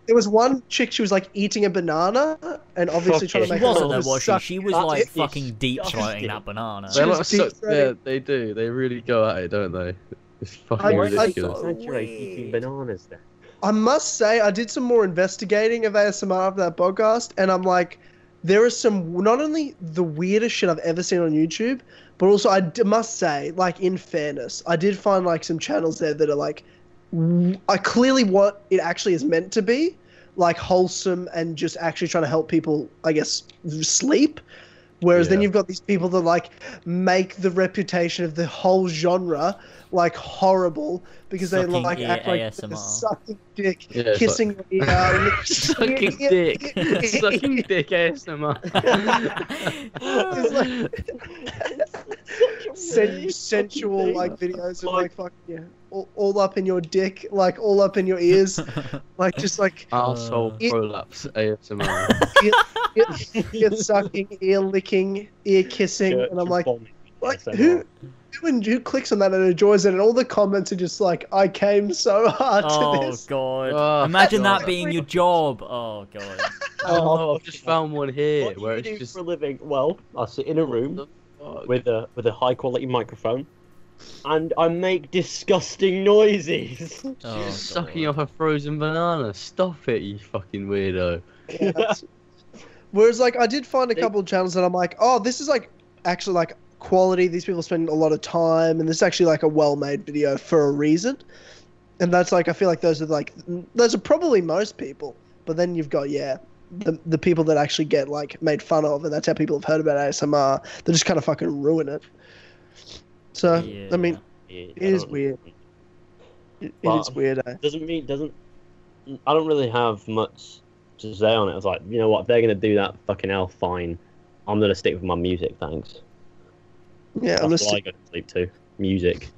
S2: There was one chick. She was like eating a banana and obviously
S4: Fuck
S2: trying
S4: it.
S1: She
S2: to make
S1: wasn't
S2: herself
S1: though, was she?
S2: suck
S1: She was
S4: That's
S1: like
S4: it.
S1: fucking deep
S4: Just
S1: throating
S4: it.
S1: that banana.
S3: They're
S2: She
S3: like
S2: was
S3: so,
S2: deep throating.
S3: yeah, they do. They really go at it, don't they? It's fucking
S2: I- I-
S3: ridiculous.
S2: Oh,
S4: Saturate
S1: weird.
S4: eating bananas then.
S2: I must say, I did some more investigating of ASMR after that podcast, and I'm like, there is some not only the weirdest shit I've ever seen on YouTube, but also I d- must say, like in fairness, I did find like some channels there that are like, w- are clearly what it actually is meant to be, like wholesome and just actually trying to help people, I guess, sleep. Whereas then
S3: Yeah.
S2: you've got these people that like make the reputation of the whole genre like horrible because they
S1: Sucking
S2: like
S1: ear
S2: act like they're
S1: ASMR.
S2: sucking dick,
S3: Yeah, it's
S2: kissing the uh,
S3: Sucking dick. Sucking dick ASMR.
S2: It's like sen- sensual like videos of like fucking yeah, all, all up in your dick, like all up in your ears, like just like
S3: Arsehole
S2: Uh,
S3: prolapse ASMR.
S2: ear, ear sucking, ear licking, ear kissing, and I'm like, like who? Who, en- who clicks on that and enjoys it, and all the comments are just like, "I came so hard to
S1: oh
S2: this."
S1: god!
S3: Oh,
S1: Imagine that
S3: God.
S1: being your job. Oh god!
S3: oh, I've just found one here
S4: What do
S3: where
S4: you
S3: it's
S4: do
S3: just
S4: for a living? Well, I sit in a room with a with a high quality microphone, and I make disgusting noises.
S1: Oh,
S3: You're
S1: God.
S3: sucking off a frozen banana. Stop it, you fucking weirdo.
S2: Yeah, that's- Whereas, like, I did find a
S4: They-
S2: couple of channels that I'm like, oh, this is like actually like quality. These people spend a lot of time, and this is actually like a well-made video for a reason. And that's like, I feel like those are like, those are probably most people. But then you've got yeah, the the people that actually get like made fun of, and that's how people have heard about ASMR. They just kind of fucking ruin it. So I mean,
S4: Yeah,
S2: It is
S4: I don't-
S2: weird. it, it
S4: Well,
S2: is weird. Eh?
S4: Doesn't mean doesn't. I don't really have much to say on it. I was like, you know what? If they're gonna do that, fucking hell, fine. I'm gonna stick with my music, thanks.
S2: Yeah, I'm
S4: That's
S2: just
S4: what I go to sleep to. Music.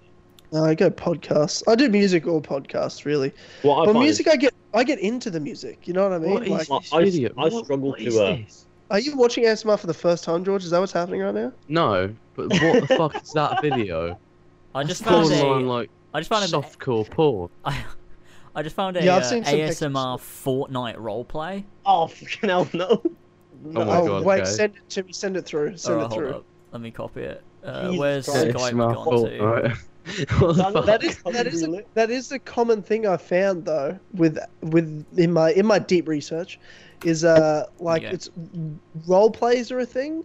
S2: I go podcasts. I do music or podcasts really.
S4: What I
S2: but
S4: find
S2: music, I get I get into the music. You know what I mean?
S3: What is
S2: like,
S3: this
S4: I- I
S3: idiot? What-
S4: struggle
S3: what
S4: to,
S3: is
S4: uh,
S3: this?
S2: are you watching ASMR for the first time, George? Is that what's happening right now?
S3: No, but what the fuck is that video?
S1: I just found
S3: Borderline
S1: a.
S3: like
S1: I just found a.
S3: softcore porn.
S1: I, I just found a
S2: Yeah, I've
S1: uh,
S2: seen some pictures.
S1: ASMR Fortnite roleplay.
S4: oh fucking hell no.
S1: Oh
S2: No,
S3: Oh my God,
S2: Oh,
S3: Oh,
S2: wait,
S3: guys.
S2: send it to me. Send it through. Send
S1: Alright,
S2: it
S1: Oh, hold
S2: through.
S1: up. Let me copy it. Uh,
S2: Jesus
S1: where's
S2: Christ.
S1: Skype gone to?
S3: right? What the
S4: That-
S3: fuck?
S2: That is
S4: Fuck.
S2: that is a,
S4: Really?
S2: that is a common thing I found though with with in my in my deep research, is uh like
S1: Yeah.
S2: it's role plays are a thing,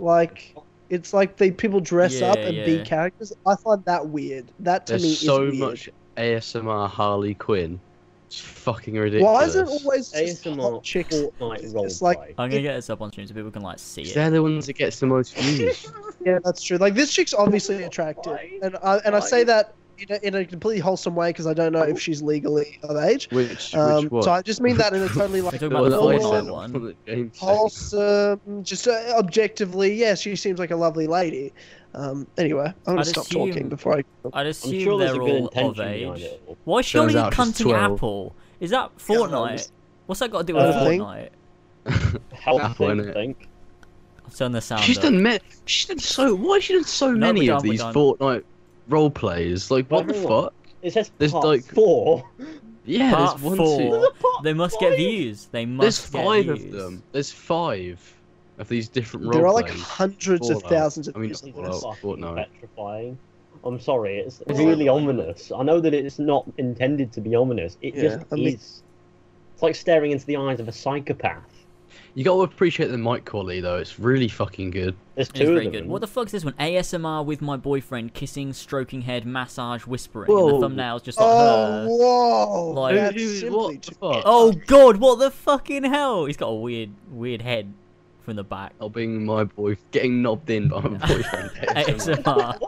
S2: like it's like the people dress up
S1: Yeah,
S2: and
S1: yeah.
S2: be characters. I find that weird. That to
S3: There's
S2: me is
S3: so
S2: weird.
S3: much ASMR Harley Quinn. It's fucking ridiculous.
S2: Why is it always just
S4: ASMR
S2: hot chicks?
S4: Fortnite
S2: It's-
S4: roleplay.
S2: it's like-
S1: I'm gonna get this up on stream so people can like see
S3: 'Cause
S1: it.
S3: They're the ones that gets the most views.
S2: Yeah, that's true. Like this chick's obviously attractive,
S4: Why?
S2: and I, and I say
S4: Why?
S2: that in a, in a completely wholesome way because I don't know if she's legally of age.
S3: Which,
S2: Um,
S3: which one?
S2: so I Oh, just mean that in a totally like
S1: talking
S3: The
S1: about
S3: one that I
S2: full-on-
S3: said,
S1: Fortnite one.
S3: the that James said.
S2: oh, wholesome, just uh, objectively, yeah, she seems like a lovely lady. Um, anyway, I'm gonna
S1: I'd
S2: stop
S1: assume-
S2: talking before I.
S1: I'd
S4: I'm
S1: assume
S4: sure there's a
S1: they're
S4: good
S1: all of
S4: intention behind
S1: age.
S4: it. all.
S1: Why is she only
S3: out she's
S1: cunting
S3: 12.
S1: Apple? Is that Fortnite? What's that got to do with
S2: Uh, thing?
S1: Fortnite?
S4: Health
S3: Apple,
S4: thing,
S3: innit?
S4: I think.
S1: I've turned the sound
S3: She's
S1: up.
S3: done me- She's done so. Why has she done so
S1: No,
S3: many
S1: we're
S3: of
S1: done, we're
S3: these
S1: done.
S3: Fortnite role plays? Like, what
S4: Wait,
S3: the
S4: hang on.
S3: fuck?
S4: It says
S3: There's
S4: part
S3: like-
S4: four.
S3: Yeah,
S1: Part
S3: there's one,
S1: four.
S3: two.
S1: They must get views. They must
S3: There's
S1: get
S3: five of
S1: views.
S3: them. There's five of these different role
S2: There are like
S3: plays.
S2: hundreds of
S3: Fallout.
S2: thousands of
S3: I mean,
S2: views. on
S3: Fallout.
S2: this.
S3: Well, Fortnite.
S4: petrifying. I'm sorry, it's
S3: It's
S4: really
S3: like-
S4: ominous. I know that it's not intended to be ominous. It
S2: Yeah,
S4: just
S2: I mean-
S4: is. It's like staring into the eyes of a psychopath.
S3: You gotta appreciate the mic quality though. It's really fucking good.
S4: There's
S1: It's
S4: two
S1: very
S4: of them.
S1: good. What the fuck's this one? ASMR with my boyfriend, kissing, stroking head, massage, whispering.
S3: Whoa.
S1: And the thumbnail's just like
S2: Oh
S1: her.
S2: whoa!
S1: Like-
S2: that's
S3: Who- who-
S2: simply
S3: what the
S2: too-
S3: fuck?
S1: Oh god, what the fucking hell? He's got a weird, weird head from the back.
S3: I'll being my boy, getting knobbed in by my boyfriend.
S1: ASMR.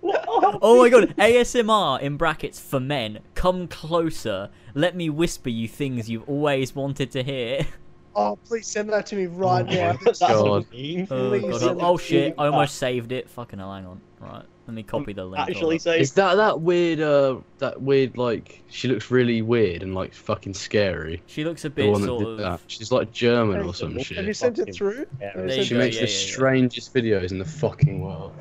S4: What?
S1: Oh my god, ASMR in brackets for men. Come closer. Let me whisper you things you've always wanted to hear.
S2: Oh, please send that to me right
S3: Oh my
S2: now.
S4: That's
S3: God.
S4: what I mean.
S1: Oh,
S2: Please
S1: god.
S2: send
S1: oh oh,
S2: it to
S1: shit,
S2: me.
S1: I almost saved it. Fucking hell, hang on. Right, let me copy the link. hold
S4: Actually,
S1: up.
S4: say
S3: Is that that weird? Uh, that weird like she looks really weird and like fucking scary.
S1: she looks a
S3: The
S1: bit
S3: one that
S1: sort
S3: did
S1: of.
S3: that. She's like German or some
S4: Have
S2: Have you
S3: shit.
S2: sent
S4: Fucking-
S2: it through?
S4: yeah,
S1: There you
S3: She
S1: go,
S3: makes
S1: yeah,
S3: the
S1: yeah, yeah.
S3: strangest videos in the fucking world.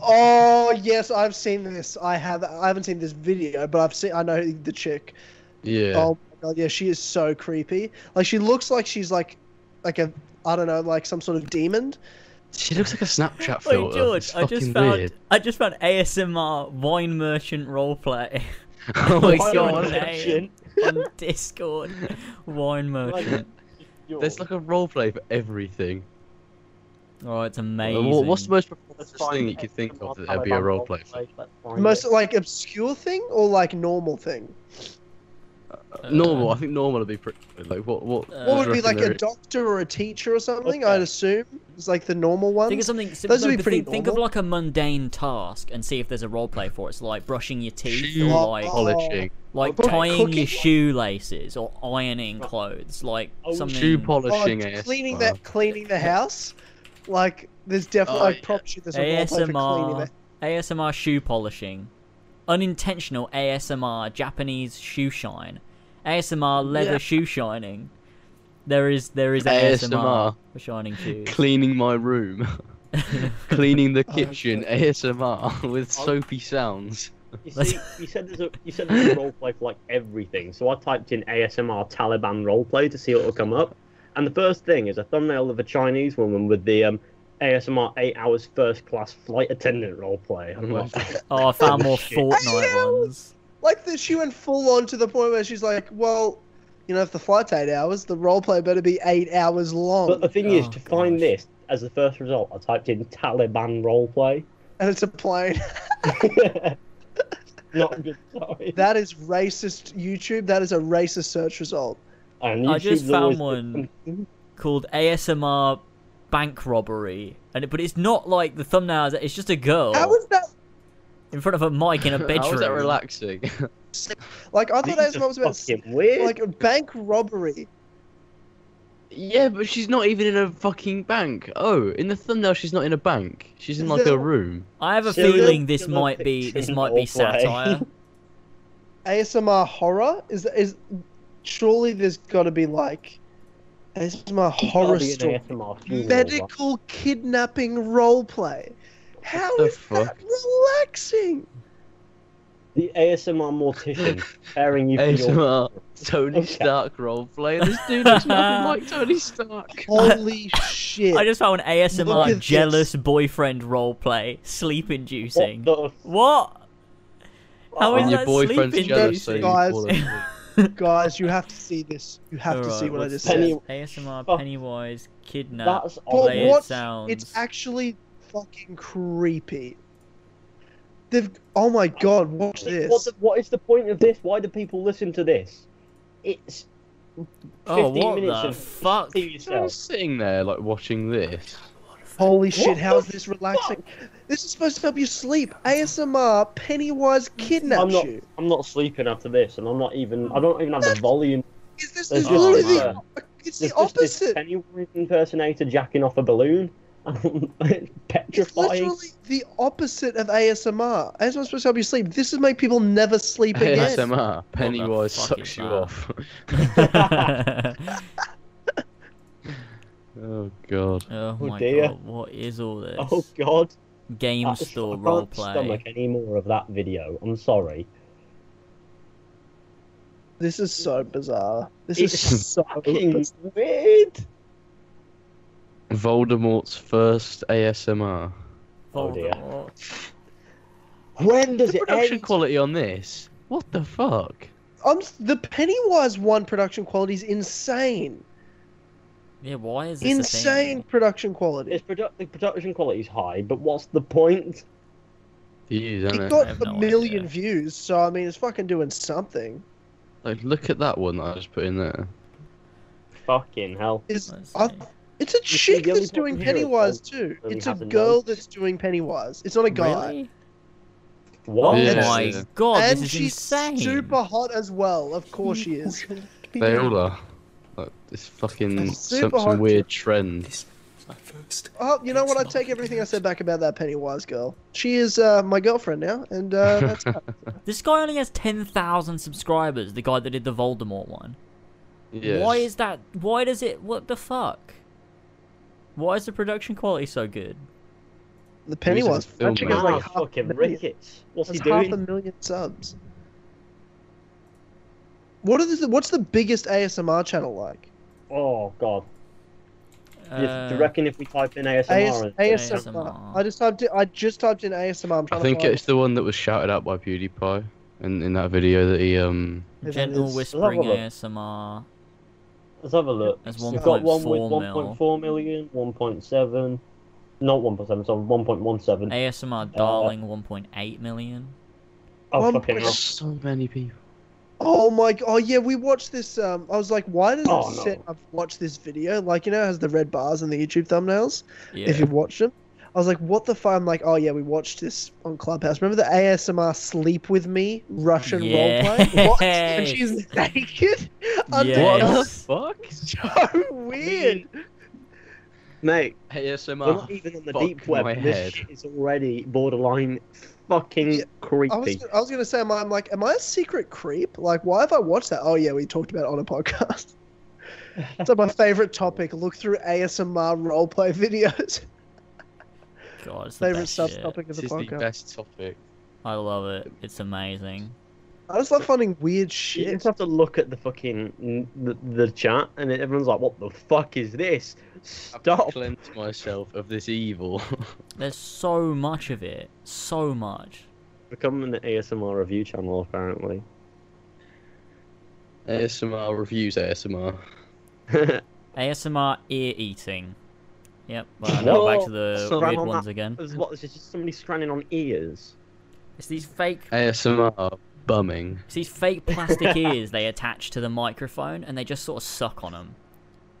S2: Oh yes, I've seen this. I have. I haven't seen this video, but I've seen. I know the chick.
S3: Yeah.
S2: Oh my god, yeah, she is so creepy. Like she looks like she's like, like a I don't know, like some sort of demon.
S3: She looks like a Snapchat
S1: Wait,
S3: filter.
S1: George,
S3: it's
S1: I
S3: fucking
S1: just found
S3: weird.
S1: I just found ASMR wine merchant roleplay
S3: oh my
S1: Wine
S3: god.
S1: merchant. on Discord. Wine merchant.
S3: There's like a roleplay for everything.
S1: Oh, it's
S3: Uh,
S1: amazing.
S3: what- What's the most preposterous thing you could think of that there'd be a roleplay for?
S4: Oh,
S2: The most like obscure thing or like normal thing.
S1: Uh,
S3: Normal, I think normal would be pretty good. Like what?
S1: What
S3: What, do you
S2: Uh, what would be
S3: reckon
S2: like
S3: there
S2: a
S3: is?
S2: doctor or a teacher or something?
S4: Okay.
S2: I'd assume it's like the normal ones.
S1: Think of something. Sim-
S2: Those would
S1: no,
S2: be
S1: but
S2: pretty
S1: think, think of
S2: normal.
S1: like a mundane task and see if there's a roleplay for it. So like brushing your teeth,
S3: Shoe
S1: or like
S3: polishing,
S1: like
S2: Or
S1: tying
S2: cooking.
S1: your shoelaces, or ironing clothes, like
S4: Oh, shoe
S1: something.
S3: shoe
S2: Oh,
S3: polishing. ASMR.
S2: cleaning that, cleaning the house. Like there's definitely
S3: Oh,
S2: like
S3: yeah.
S2: props you there's a roleplay for cleaning
S1: ASMR,
S2: that.
S1: ASMR shoe polishing, unintentional ASMR Japanese shoe shine, ASMR leather
S3: Yeah.
S1: shoe shining. There is there is ASMR,
S3: ASMR.
S1: for shining shoes.
S3: cleaning my room, cleaning the
S2: Oh,
S3: kitchen.
S2: God.
S3: ASMR with
S4: Oh.
S3: soapy sounds.
S4: You, see, you said there's a you said there's a roleplay for like everything. So I typed in ASMR Taliban roleplay to see what will come up, and the first thing is a thumbnail of a Chinese woman with the um, ASMR eight hours first class flight attendant roleplay. I'm like,
S1: oh, I found more
S4: Shit.
S1: Fortnite ones.
S2: Like that she went full on to the point where she's like, well, you know, if the flight's eight hours, the roleplay better be eight hours long,
S4: but the thing is,
S1: Oh,
S4: to find
S1: gosh.
S4: this as the first result, I typed in Taliban roleplay.
S2: and it's a plane.
S4: Not good. Sorry.
S2: That is racist YouTube. That is a racist search result.
S4: and
S1: I just
S4: YouTube's
S1: found
S4: always-
S1: one called ASMR bank robbery, and it, but it's not like the thumbnail. is- It's just a girl
S2: How is that?
S1: in front of a mic in a bedroom.
S3: How is that relaxing?
S2: Like I
S4: These
S2: thought ASMR
S4: are
S2: was about
S4: fucking weird.
S2: like a bank robbery.
S3: Yeah, but she's not even in a fucking bank. Oh, in the thumbnail, she's not in a bank. She's in
S2: Is
S3: like
S2: there-
S3: a room.
S1: I have a
S4: She'll
S1: feeling
S4: look
S1: this
S4: at the
S1: might be this
S4: picture
S1: might be
S4: and walk away.
S1: satire.
S2: ASMR horror is is surely there's got to be like ASMR horror
S4: That'll be an
S2: story,
S4: ASMR funeral, right?
S2: medical kidnapping roleplay. How
S3: the
S2: is that
S3: fuck?
S2: relaxing?
S4: The ASMR mortician preparing you for your.
S3: ASMR uh, Tony
S4: Okay.
S3: Stark roleplay. This dude looks nothing like Tony Stark.
S2: Holy shit!
S1: I just found an
S2: Look at
S1: ASMR
S2: this.
S1: jealous boyfriend roleplay, sleep inducing.
S4: What the
S1: What? How
S3: When
S1: is
S3: your
S1: that
S3: boyfriend's
S1: sleep
S3: jealous, so
S1: inducing?
S3: you
S2: Guys.
S3: fall asleep.
S2: Guys, you have to see this. You have to
S1: Alright,
S2: see what I
S1: what's
S2: just
S1: this?
S2: said. Oh.
S4: Penny-
S1: ASMR
S4: Fuck.
S1: Pennywise kidnap.
S4: That's
S2: But
S1: Play it
S2: what?
S1: sounds.
S2: It's actually fucking creepy. They've. Oh my god! Watch this.
S4: What, the, what is the point of this? Why do people listen to this? It's
S1: oh,
S4: 15
S1: what
S4: minutes
S1: the
S4: of
S1: fuck?
S4: see
S3: So I'm
S4: yourself.
S3: sitting there like watching this.
S2: Holy shit,
S4: What
S2: how is
S4: the
S2: this relaxing? This is supposed to help you sleep. ASMR Pennywise kidnaps
S4: I'm not.
S2: you.
S4: I'm not sleeping after this, and I'm not even. I don't even have the volume.
S2: Is this
S4: There's
S2: is
S1: just-
S2: literally
S1: oh,
S2: the, it's
S4: There's
S2: the
S4: just this
S2: opposite.
S4: Pennywise impersonator jacking off a balloon. It's
S2: It's
S4: petrifying.
S2: literally the opposite of ASMR. ASMR is supposed to help you sleep. This would make people never sleep again.
S3: ASMR Pennywise
S1: fuck is
S3: sucks you
S1: that?
S3: off. oh god.
S1: oh my
S4: dear.
S1: god, what is all this?
S4: Oh God!
S1: Game
S4: I-
S1: store
S4: I can't
S1: roleplay.
S4: stomach any more of that video. I'm sorry.
S2: This is so bizarre. This
S4: It's
S2: is so
S4: Fucking
S2: bizarre.
S4: weird.
S3: Voldemort's first ASMR.
S4: Oh dear.
S1: Voldemort.
S4: When does
S3: The
S4: it
S3: production
S4: end?
S3: quality on this? What the fuck?
S2: I'm, the Pennywise one production quality is insane.
S1: Yeah, why is this
S2: Insane production quality.
S4: It's produ- the production quality's high, but what's the point?
S3: Jeez, isn't
S2: It
S3: it?
S1: I
S2: got
S1: have
S2: a
S1: no
S2: million
S1: idea.
S2: views, so I mean, it's fucking doing something.
S3: Like, look at that one that I just put in there.
S4: Fucking hell!
S2: Is
S1: a thing? Let's
S2: I
S1: see.
S2: It's a
S4: see,
S2: chick
S4: the only
S2: that's doing
S4: problem here is
S2: Pennywise
S4: that
S2: too.
S4: he
S2: It's a
S4: hasn't
S2: girl
S4: noticed.
S2: that's doing Pennywise. It's not a guy.
S1: Really?
S4: What?
S1: Oh
S3: Yeah.
S1: my
S3: Yeah.
S1: god,
S2: and
S1: this is
S2: she's
S1: insane.
S2: super hot as well. Of course she is.
S3: They all are. Like, this fucking
S2: That's
S3: some,
S2: super hot.
S3: some weird trend.
S2: Oh, you know what? I take everything I said back about that Pennywise girl. She is uh, my girlfriend now, and uh, that's
S1: This guy only has 10,000 subscribers, the guy that did the Voldemort one.
S3: Yeah.
S1: Why is that? Why does it. What the fuck? Why is the production quality so good?
S2: the Pennywise.
S3: film,
S2: That chick
S3: man.
S2: has
S4: Now
S2: like
S4: it's
S2: half a
S4: fucking
S2: million,
S4: rickets. What's
S2: has
S4: he
S2: half
S4: doing?
S2: a million subs. What are the, what's the biggest ASMR channel like?
S4: Oh god. If- do
S1: Uh,
S4: you reckon if we type in ASMR,
S2: AS,
S4: and-
S2: ASMR.
S1: ASMR.
S2: I just typed in, I just typed in ASMR. I'm
S3: I
S2: trying
S3: think
S2: to find
S3: it's the one that was shouted out by PewDiePie in, in that video that he um
S2: if it
S1: Gentle
S2: is.
S1: whispering
S4: Let's have a look.
S1: ASMR.
S4: let's have a look.
S1: That's
S2: You've
S4: We've got one
S1: 1.4
S4: with
S1: mil.
S4: 1.4 million, 1.7, not 1.7, sorry, 1.17.
S1: ASMR Darling 1.8 million.
S4: oh,
S2: one
S4: fucking hell.
S2: point-
S3: so many people.
S2: Oh my! g- Oh yeah, we watched this. Um, I was like, why does
S4: Oh,
S2: it
S4: no.
S2: set I've watched this video? Like, you know, it has the red bars in the YouTube thumbnails.
S1: Yeah.
S2: If you've watched them, I was like, what the fuck? I'm like, oh yeah, we watched this on Clubhouse. Remember the ASMR "Sleep with Me" Russian roleplay? What? And
S1: Yes.
S2: she's naked. Under-
S1: Yes.
S3: What the fuck?
S2: So weird.
S4: Mate,
S3: ASMR.
S4: we're not even on the
S3: Ah, fuck
S4: deep web.
S3: my
S4: and This
S3: head.
S4: shit is already borderline fucking
S2: Yeah,
S4: creepy.
S2: I was, I was gonna say, am I, I'm like, am I a secret creep? Like, why have I watched that? Oh yeah, we talked about it on a podcast. it's like my favorite topic. Look through ASMR roleplay videos.
S1: God, it's the
S2: favorite
S1: best shit.
S2: subtopic of
S3: This
S2: the
S3: is the
S2: podcast.
S3: best topic.
S1: I love it. It's amazing.
S2: I just love finding weird
S4: You
S2: shit.
S4: just have to look at the fucking the, the chat, and then everyone's like, "What the fuck is this?
S3: I've
S4: Stop!"
S3: cleansed myself of this evil.
S1: There's so much of it. So much.
S4: Become an ASMR review channel, apparently.
S3: ASMR reviews ASMR.
S1: ASMR ear eating. Yep. Well,
S4: No.
S1: go back to the
S3: Sorry,
S1: weird
S4: I'm not-
S1: ones again.
S4: There's what? There's just somebody scranning on ears.
S1: It's these fake.
S3: ASMR bumming.
S1: It's these fake plastic ears they attach to the microphone and they just sort of suck on them.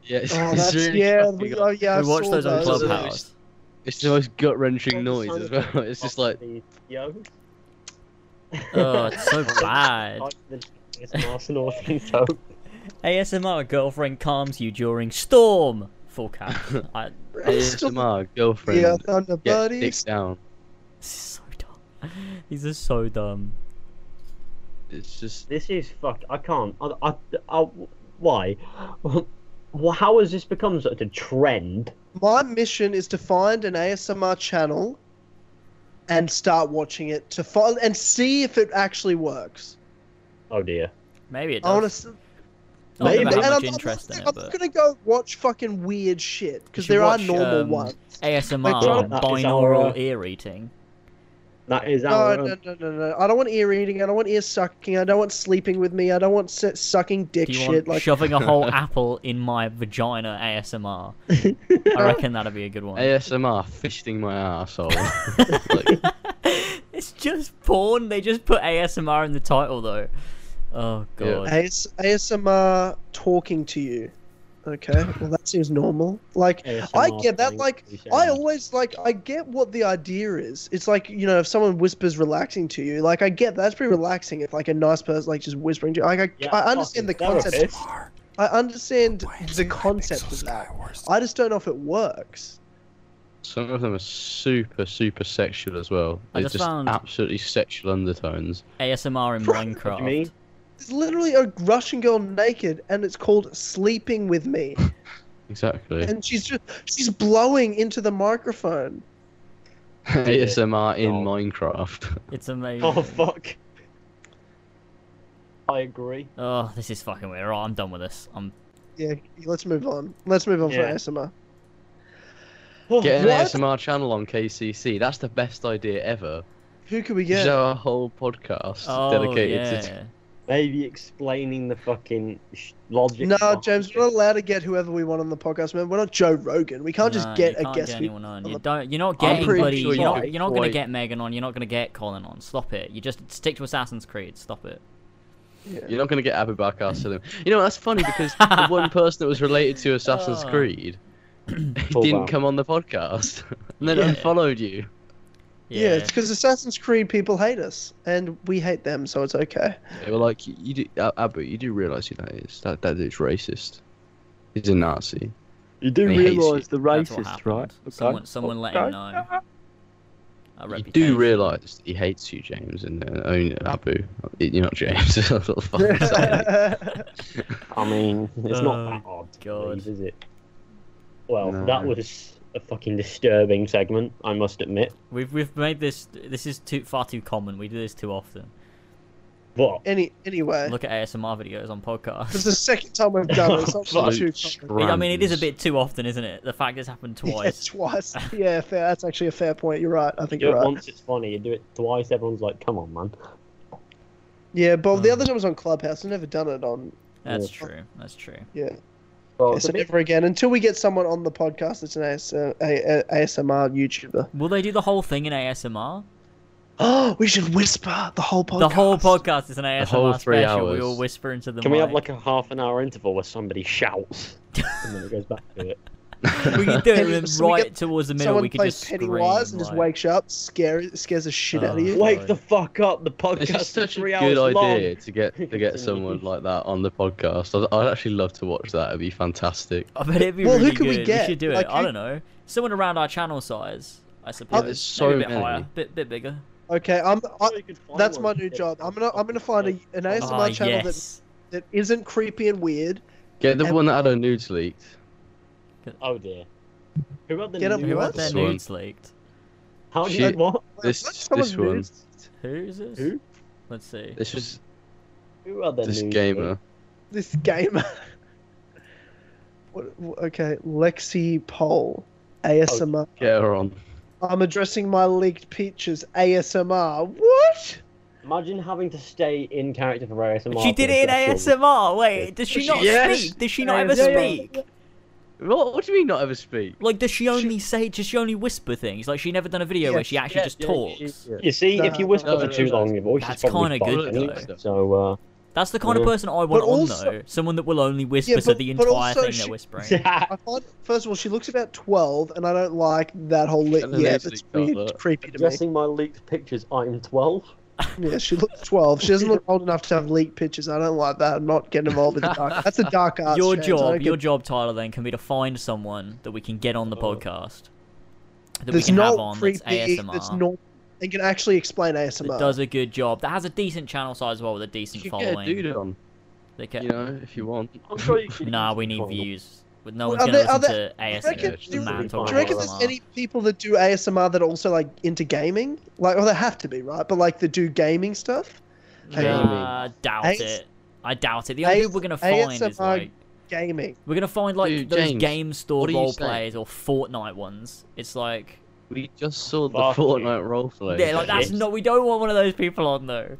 S3: Yeah, it's,
S2: Oh,
S3: it's
S2: that's
S3: really
S2: yeah,
S3: fucking
S2: we,
S3: awful.
S2: oh, yeah. I
S1: we watched
S2: saw
S1: those on
S3: those.
S1: Clubhouse.
S3: It's the most gut wrenching noise
S4: Sound
S3: as well.
S4: effect
S3: It's just like
S4: of the- Yo.
S1: oh, it's so bad.
S4: Like the ASMR snorting sound.
S1: ASMR girlfriend calms you during storm. Full cap. I,
S3: ASMR girlfriend.
S2: Yeah, Thunder
S3: Get
S2: Buddies.
S3: dick down.
S1: this is so dumb. These are so dumb.
S3: It's just
S4: This is fucked. I can't. I, I, I, why? Well, how has this become such a trend?
S2: My mission is to find an ASMR channel and start watching it to find and see if it actually works.
S4: Oh dear.
S1: Maybe it
S2: I want
S1: does.
S2: to.
S1: I don't know
S4: Maybe.
S1: how
S4: And
S1: much
S2: I'm,
S1: interest
S2: not,
S1: in it,
S2: I'm not
S1: but
S2: gonna go watch fucking weird shit because
S1: should
S2: there
S1: watch,
S2: are normal
S1: um,
S2: ones.
S1: ASMR and
S4: That is our,
S1: binaural
S4: uh,
S1: ear eating.
S4: That is
S2: No,
S4: our.
S2: no, no, no, no. I don't want ear eating. I don't want ear sucking. I don't want sleeping with me. I don't want se- sucking dick
S1: Do you
S2: shit.
S1: want
S2: Like,
S1: shoving a whole apple in my vagina ASMR? I reckon that'd be a good one.
S3: ASMR fisting my arsehole. like,
S1: it's just porn. They just put ASMR in the title though. Oh god.
S2: AS- ASMR talking to you. Okay, well that seems normal. Like I
S4: ASMR
S2: get that.
S4: thing,
S2: Like
S4: pretty
S2: I
S4: sure.
S2: always like I get what the idea is. It's like you know if someone whispers relaxing to you, like I get that. that's pretty relaxing. If like a nice person like just whispering to you, like I,
S4: Yeah,
S2: I understand the
S4: fucking
S2: concept.
S4: therapist.
S2: I understand the concept of that. I just don't know if it works.
S3: some of them are super, super sexual as well.
S1: I
S3: They're
S1: just
S3: just,
S1: found-
S3: absolutely sexual undertones.
S1: ASMR in
S4: What do you mean?
S1: Minecraft.
S2: There's literally a Russian girl naked, and it's called "Sleeping with Me,"
S3: Exactly.
S2: and she's just she's blowing into the microphone.
S3: ASMR in
S4: Oh.
S3: Minecraft.
S1: It's amazing.
S4: Oh fuck. I agree.
S1: Oh, this is fucking weird. Right, I'm done with this. I'm
S2: Yeah, let's move on. Let's move on
S4: Yeah.
S2: from ASMR.
S3: Get an
S2: What?
S3: ASMR channel on KCC. That's the best idea ever.
S2: Who could we
S3: Yeah.
S2: get?
S3: a whole podcast
S1: oh,
S3: dedicated
S1: yeah.
S3: to.
S4: Maybe explaining the fucking sh- logic.
S2: No,
S4: behind
S2: James,
S4: it.
S2: we're not allowed to get whoever we want on the podcast, man. We're not Joe Rogan. We can't just
S1: No,
S2: get
S1: you
S2: a
S1: can't
S2: guest.
S1: Get
S2: we-
S1: anyone on.
S2: on
S1: You
S2: the-
S1: don't. You're not
S3: I'm
S1: getting.
S2: pretty
S1: bloody-
S3: sure
S1: you're,
S3: you
S1: not,
S3: can't.
S1: you're not gonna
S3: Wait.
S1: get Megan on. You're not gonna get Colin on. Stop it. You just stick to Assassin's Creed. Stop it.
S2: Yeah.
S3: You're not going to get Abu Bakr Salim. You know, that's funny because the one person that was related to Assassin's
S1: Oh.
S3: Creed
S4: Oh,
S3: didn't
S4: wow.
S3: come on the podcast and then
S2: Yeah.
S3: unfollowed you.
S2: Yeah, it's because Assassin's Creed people hate us, and we hate them, so it's okay.
S3: They were like, "You do, uh, Abu, you do realise who that is? That that dude's racist. He's a Nazi."
S4: You do
S3: He hates you.
S4: realise the
S1: That's what
S4: racist,
S1: happened.
S4: right?
S1: Someone, someone let him
S4: Okay.
S1: know. A
S3: You
S1: reputation.
S3: do realise that he hates you, James, and uh, oh, you know, Abu. You're not James. What the fuck is that?
S4: I mean, it's
S1: Oh,
S4: not that hard, to
S1: God.
S4: believe, is it? Well,
S3: No.
S4: that was a fucking disturbing segment, I must admit.
S1: We've we've made this. This is too far too common. We do this too often.
S4: But
S2: Any anyway,
S1: Look at ASMR videos on
S2: it's
S1: podcasts.
S2: the second time we've done it. so it's not
S3: Absolute
S2: too common.
S1: I mean, it is a
S3: scrams.
S1: bit too often, isn't it? The fact it's happened twice.
S2: Yeah, twice. Yeah, fair. That's actually a fair point. You're right. I
S4: you
S2: think
S4: do it
S2: you're right.
S4: once, it's funny. You do it twice, everyone's like, come on, man.
S2: Yeah, but the
S1: Um.
S2: other time was on Clubhouse. I've never done it on.
S1: That's true. That's true.
S2: Yeah.
S4: Well,
S1: Oh,
S2: yeah
S4: it's
S2: so
S4: a bit-
S2: never again until we get someone on the podcast that's an AS, uh, a, a, ASMR YouTuber.
S1: Will they do the whole thing in ASMR?
S2: Oh, we should whisper the whole podcast.
S1: The whole podcast is an ASMR
S3: whole three
S1: special. We
S3: hours.
S1: all whisper into the
S4: Can we have
S1: mic.
S4: like a half an hour interval where somebody shouts and then it goes back to it?
S1: we could do it
S2: Penny-
S1: and
S2: so we
S1: right
S2: get
S1: towards the middle.
S2: Someone
S1: we could
S2: plays
S1: just
S2: Pennywise
S1: scream,
S2: and just
S1: like, Uh,
S2: wakes you up, scares scares the shit out of you.
S1: Wait.
S4: Wake the fuck up! The
S3: It's
S4: podcast
S3: just
S4: is
S3: such a
S4: three
S3: good
S4: hours
S3: idea
S4: long.
S3: to get to get someone like that on the podcast. I'd, I'd actually love to watch that. It'd be fantastic.
S1: I bet it'd be
S2: Well, who
S1: really
S2: could we
S1: good.
S2: get?
S1: should do it.
S2: Like,
S1: I
S2: who-
S1: don't know. Someone around our channel size, I suppose.
S3: there's so
S1: Maybe a bit
S3: many.
S1: higher, bit bit bigger.
S2: Okay, I'm. I,
S4: You could find
S2: that's
S4: one
S2: my
S4: to
S2: new
S4: get
S2: job. I'm gonna I'm gonna
S4: fucking
S2: find
S4: like-
S2: a, an ASMR
S1: Ah,
S2: channel
S1: yes.
S2: that, that isn't creepy and weird.
S3: Get the
S2: Ev-
S3: one that had our nudes leaked.
S4: Oh dear. Who had the
S2: Get up,
S4: new
S1: Who had
S2: What?
S1: their
S3: This one.
S1: nudes leaked?
S4: How do you
S3: Shit.
S4: what?
S3: This-
S2: What? Someone
S3: this one.
S2: nudes?
S1: Who is this?
S4: Who?
S1: Let's see.
S3: This was
S4: Who had their
S3: this
S4: new
S3: gamer.
S2: This gamer. what, what- okay, Lexi Poll, ASMR.
S3: Get her on.
S1: Oh.
S2: I'm addressing my leaked pictures. ASMR. What?
S4: Imagine having to stay in character for ASMR.
S1: She did it in ASMR. Wait, does she
S3: She-
S1: not
S3: yes.
S1: speak? Does she not ever
S2: Yeah, yeah.
S1: speak?
S3: What? What do you mean not ever speak?
S1: Like, does she only say? Does she only whisper things? Like, she never done a video where
S2: Yes,
S1: she actually just talks.
S4: You see, if
S2: No,
S4: you whisper
S3: no,
S4: for
S3: no,
S4: too
S3: no.
S4: long, your voice
S1: That's
S4: is probably
S1: kinda good,
S4: fucked,
S3: though.
S4: isn't it? So, uh,
S1: That's the kind of
S4: Yeah.
S1: person I want on
S2: also-
S1: though. Someone that will only whisper
S2: Yeah,
S1: to
S2: but-
S1: the
S2: but
S1: entire
S2: also
S1: thing
S2: she-
S1: they're whispering.
S2: I find, first of all, she looks about 12, and I don't like that whole. Li-
S3: And the
S2: yeah,
S3: legs
S2: it's
S3: leaked out
S2: weird,
S3: there.
S2: creepy to me.
S4: addressing my leaked pictures, I'm 12.
S2: Yeah, she looks 12. She doesn't look old enough to have leaked pictures. I don't like that. I'm not getting involved with the dark. That's the dark arts.
S1: your
S2: James. I
S1: job,
S2: don't
S1: your
S2: get-
S1: job, Tyler, then can be to find someone that we can get on the podcast that we
S2: that's
S1: can have
S2: not
S1: on that's
S2: Oh. creepy.
S1: ASMR.
S2: That's not. It can actually explain ASMR.
S1: that does a good job. That has a decent channel size as well with a
S3: You
S1: decent
S3: could get a
S1: following.
S3: dude
S4: Um,
S3: on,
S1: They ca-
S3: you know, if you want.
S4: I'm sure you can.
S1: nah, we need
S4: Well,
S1: views. With no one's
S2: Are
S1: gonna
S2: there-
S1: listen
S2: are
S1: to
S2: Do you reckon-
S1: ASMR.
S2: do you-
S1: man
S4: do
S1: talking
S2: Do you reckon
S1: about
S2: there's
S1: ASMR.
S2: any people that do ASMR that are also like into gaming? Like, well, there have to be, right? But like, that do gaming stuff,
S1: Nah, doubt
S2: AS
S1: it. I doubt it. The only people we're gonna find is
S2: ASMR
S1: like
S2: gaming.
S1: we're gonna find like
S3: Dude,
S1: those
S3: James,
S1: game store
S3: what are you
S1: role
S3: saying?
S1: plays or Fortnite ones. It's like
S3: We just saw the
S4: Fuck you.
S3: Fortnite roleplay.
S1: yeah, like that's
S4: Yes.
S1: not. We don't want one of those people on though.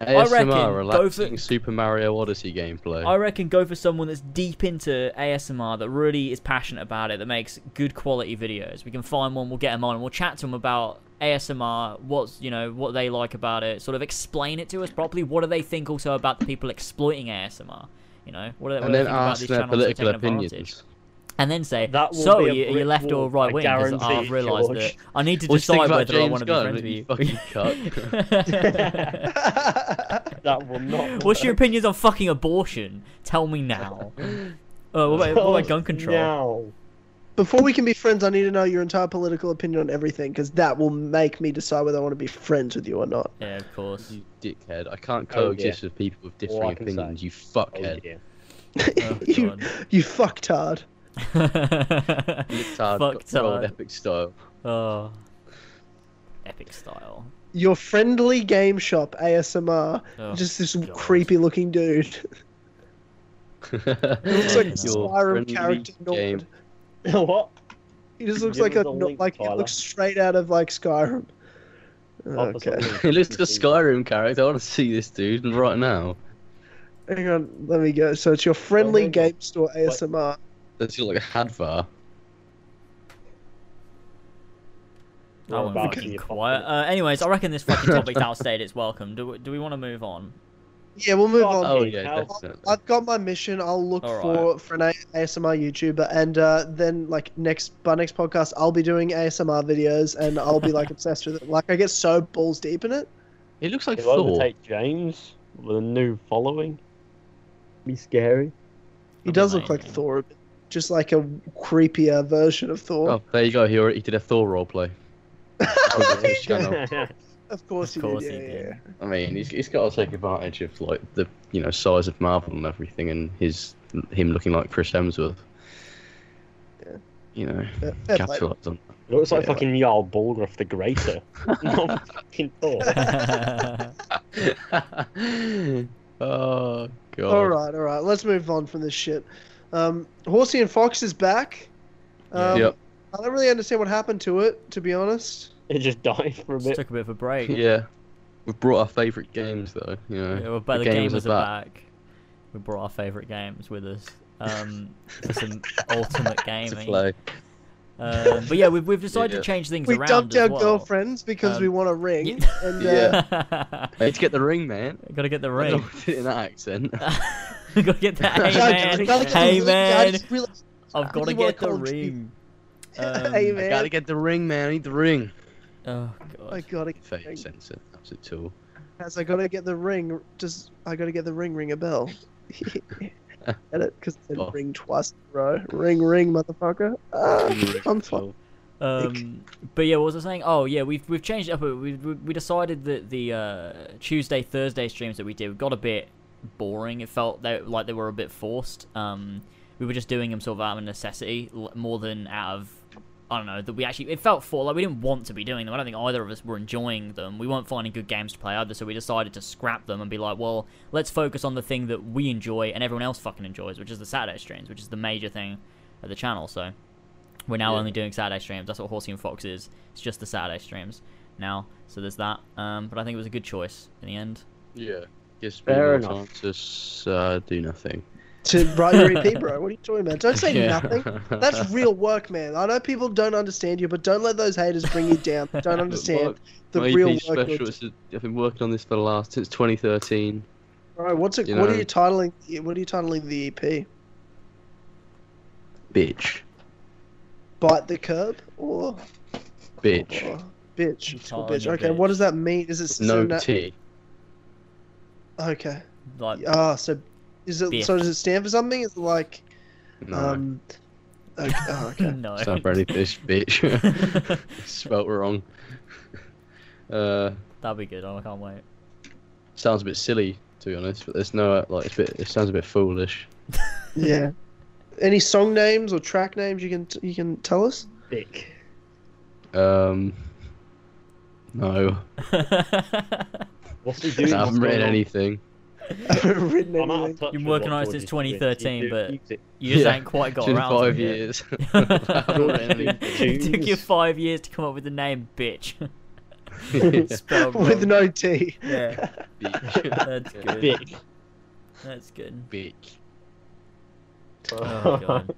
S3: ASMR,
S1: reckon go for-
S3: relaxing Super Mario Odyssey gameplay.
S1: I reckon go for someone that's deep into ASMR that really is passionate about it, that makes good quality videos. We can find one, we'll get them on, we'll chat to them about ASMR, what's you know what they like about it, sort of explain it to us properly. What do they think also about the people exploiting ASMR? You know, what do they, what do
S3: and
S1: they
S3: then
S1: think about
S3: ask
S1: these
S3: their
S1: channels that are
S3: political
S1: taking
S3: opinions.
S1: advantage? And then say,
S4: That will
S1: so
S4: be
S1: you,
S4: a
S1: are you
S4: brick
S1: left or
S4: wall,
S1: right
S4: I
S1: wing? 'Cause
S4: guarantee
S1: I've
S4: it,
S1: realised that
S4: George.
S1: I need to
S3: What do you think
S1: decide
S3: about
S1: whether I
S3: James
S1: want to
S3: Gunn,
S1: be
S3: you
S1: friends
S3: fucking cuck?
S1: with you.
S4: That will not.
S1: What's your
S4: work.
S1: opinions on fucking abortion? Tell me now. Uh, what, about, what about gun control?
S4: Now.
S2: Before we can be friends, I need to know your entire political opinion on everything, because that will make me decide whether I want to be friends with you or not.
S1: Yeah, of course.
S3: You dickhead. I can't
S4: Oh,
S3: coexist with people with differing
S4: All I can say.
S3: opinions, you
S4: Oh,
S3: fuckhead.
S4: yeah.
S1: Oh,
S2: you, you fucktard.
S1: God.
S3: Liptard,
S1: Fuck
S3: got rolled
S1: time.
S3: epic style.
S1: Oh. Epic style.
S2: Your friendly game shop ASMR.
S1: Oh.
S2: Just this
S1: God.
S2: creepy looking dude. He looks like a
S1: Your
S2: Skyrim character. Nord.
S4: what?
S2: He just looks
S4: Give
S2: like
S4: us
S2: a
S4: the
S2: no-
S4: link,
S2: like he
S4: Tyler.
S2: looks straight out of like Skyrim.
S4: Officer
S2: Okay,
S4: Lee.
S3: He looks like a Skyrim character. I want to see this dude right now.
S2: hang on, let me go. So it's your friendly
S4: hang on.
S2: game store ASMR.
S3: Does he look like a Hadvar?
S1: I went
S4: About
S1: fucking
S4: you,
S1: quiet.
S4: fucking-
S1: Uh, anyways, I reckon this fucking topic's outstayed its welcome. Do we, do we want to move on?
S2: Yeah, we'll move
S4: Oh,
S2: on.
S3: Oh
S4: Okay,
S3: yeah,
S4: how-
S3: definitely.
S2: I've got my mission. I'll look
S1: All
S2: for for an A- ASMR YouTuber, and uh, then like next by next podcast, I'll be doing ASMR videos, and I'll be like obsessed with it. Like I get so balls deep in it.
S3: He looks like
S4: If I were to
S3: Thor.
S4: take James with a new following, be scary.
S2: He
S1: That'd be
S2: does look like
S1: amazing.
S2: Thor, a bit, just like a creepier version of Thor.
S3: Oh, there you go. He already he did a Thor roleplay. Over his channel.
S2: of course
S1: Of
S2: he
S1: course
S2: did.
S1: he
S2: yeah, yeah,
S1: did.
S2: yeah.
S3: I mean, he's, he's got to take advantage of like the you know size of Marvel and everything, and his him looking like Chris Hemsworth.
S2: Yeah.
S3: You know,
S2: Fair- fair play.
S3: capitalised on.
S4: It looks like
S2: Yeah,
S4: fucking Jarl Bulgruff the Greater. Not fucking Thor.
S3: oh god.
S2: All right, all right. Let's move on from this shit. Um, Horsey and Fox is back. Um,
S3: Yep.
S2: I don't really understand what happened to it, to be honest.
S4: It just died for a
S1: Just
S4: bit.
S1: took a bit of a break.
S3: Yeah. We've brought our favourite games though, you know.
S1: Yeah, well, but the,
S3: games
S1: gamers,
S3: are
S1: are back. We brought our favourite games with us. Um, for some ultimate
S3: to
S1: gaming.
S3: play.
S1: Um, but yeah, we've, we've decided
S3: Yeah.
S1: to change things
S2: We
S1: around.
S2: dumped
S1: as
S2: our
S1: well.
S2: girlfriends because
S1: Um,
S2: we want a ring.
S1: yeah.
S2: And, uh,
S3: Yeah.
S1: Gotta
S3: I need to get the ring, man.
S1: get the
S3: I don't
S1: ring.
S3: know what I did in that accent.
S1: Gotta get that.
S2: I
S1: Hey
S2: just-
S1: man,
S2: I just
S1: hey
S2: realized- I
S1: man,
S2: just realized-
S1: I've
S2: really
S1: gotta
S2: wanna
S1: get the
S2: call him Steve.
S1: ring.
S2: Hey,
S1: Um,
S2: man.
S3: I gotta get the ring, man. I need the ring.
S1: oh
S2: I
S1: god.
S2: gotta get the
S3: Fake
S2: ring.
S3: censor. That's a tool.
S2: As I gotta get the ring, just I gotta get the ring. Ring a bell. Get it? Because
S3: Oh.
S2: ring twice in a row. Ring, ring, motherfucker. Ah, I'm fine.
S1: Um, but yeah, what was I saying? Oh yeah, we've we've changed it up. a- We we we decided that the uh, Tuesday Thursday streams that we did got a bit boring. It felt they, like they were a bit forced. Um, we were just doing them sort of out of necessity l- more than out of I don't know that we actually it felt for like we didn't want to be doing them. I don't think either of us were enjoying them. We weren't finding good games to play either, so we decided to scrap them and be like, well, let's focus on the thing that we enjoy and everyone else fucking enjoys, which is the Saturday streams, which is the major thing of the channel. So we're now
S3: Yeah.
S1: only doing Saturday streams. That's what Horsey and Fox is. It's just the Saturday streams now. So there's that. Um, but I think it was a good choice in the end.
S3: Yeah. Gives me
S4: Fair
S3: more
S4: enough.
S3: time to s- uh, do nothing.
S2: To write your EP, bro. What are you talking about? Don't say
S3: Yeah.
S2: nothing. That's real work, man. I know people don't understand you, but don't let those haters bring you down. They Don't understand the
S3: my E
S2: real
S3: EP
S2: work. you're
S3: special.
S2: doing.
S3: It's a, I've been working on this for the last since 2013.
S2: Bro, what's it?
S3: you
S2: what
S3: know.
S2: are you titling? What are you titling the E EP?
S3: Bitch,
S2: Bite the curb or
S3: bitch.
S2: or- bitch. School
S1: Tall
S2: bitch.
S1: and a
S2: Okay,
S1: bitch.
S2: what does that mean? Is it Oh, so
S3: No
S2: na-
S3: T.
S2: Okay.
S1: Like,
S2: Ah, so is it? So
S1: Bitch.
S2: does it stand for something? Is it like
S3: No.
S2: um? Okay. Oh, okay.
S1: no.
S3: Stop ready this bitch. Spelt wrong. Uh,
S1: That'd be good. Oh, I can't wait.
S3: sounds a bit silly to be honest, but there's no uh, like it's a bit, it sounds a bit foolish.
S2: yeah. Any song names or track names you can you can tell us?
S4: Dick.
S3: Um, no,
S4: What's he
S3: I
S4: doing?
S3: haven't read anything.
S2: I haven't written
S4: I'm out
S2: anything.
S4: of touch
S1: You've been
S4: with
S1: working
S4: what
S1: on it since
S4: Geordie's doing.
S1: 2013,
S4: You do
S1: but-
S4: music.
S1: you just
S3: Yeah.
S1: ain't quite got
S3: It's been
S1: around
S3: five
S1: to it.
S3: years. I haven't read anything.
S1: it took you five years to come up with the name, bitch.
S3: Yeah,
S1: Spelled
S2: With
S1: wrong.
S2: no T.
S1: um, Yeah,
S3: bitch.
S1: that's good.
S4: Dick.
S1: That's good.
S3: bitch.
S1: Oh, God.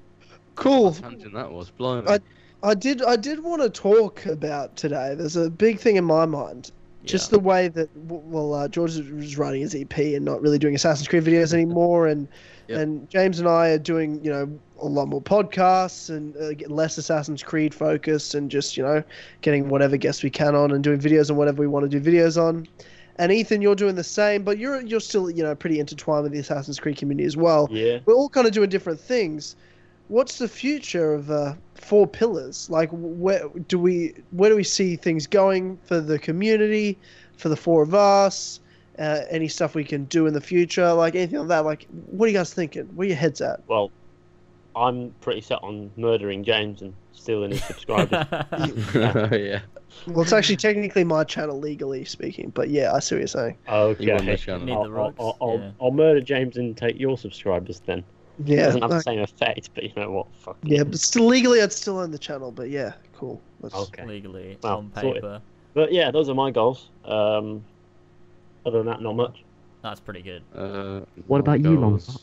S2: Cool.
S3: Tangent that was blind.
S2: I- I did I did want to talk about today. There's a big thing in my mind. Just the way that w- well uh, George is writing his EP and not really doing Assassin's Creed videos anymore, and
S3: Yeah.
S2: and James and I are doing you know a lot more podcasts and uh, get less Assassin's Creed focused, and just you know getting whatever guests we can on and doing videos on whatever we want to do videos on. And Ethan, you're doing the same, but you're you're still you know pretty intertwined with the Assassin's Creed community as well
S4: Yeah.
S2: we're all kind of doing different things. What's the future of uh, Four Pillars? Like, where do we where do we see things going for the community, for the four of us? Uh, any stuff we can do in the future, like anything like that. Like, what are you guys thinking? Where are your heads at?
S4: Well, I'm pretty set on murdering James and stealing his subscribers.
S3: yeah,
S2: Well, it's actually technically my channel legally speaking, but yeah, I see what you're saying.
S3: you won the
S4: okay.
S1: Need
S3: channel.
S4: I'll,
S1: the rocks,
S4: I'll, I'll,
S1: yeah.
S4: I'll murder James and take your subscribers then. It
S2: Yeah,
S4: doesn't have the
S2: like-
S4: same effect, but you know what? Fuck it.
S2: yeah, but still legally, I'd still own the channel. But yeah, cool. Let's,
S4: Okay.
S1: Legally,
S4: Well,
S1: on
S4: sorted.
S1: paper,
S4: But yeah, those are my goals. Um, other than that, not much.
S1: that's pretty good.
S3: Uh,
S4: What about you, Long
S3: goals.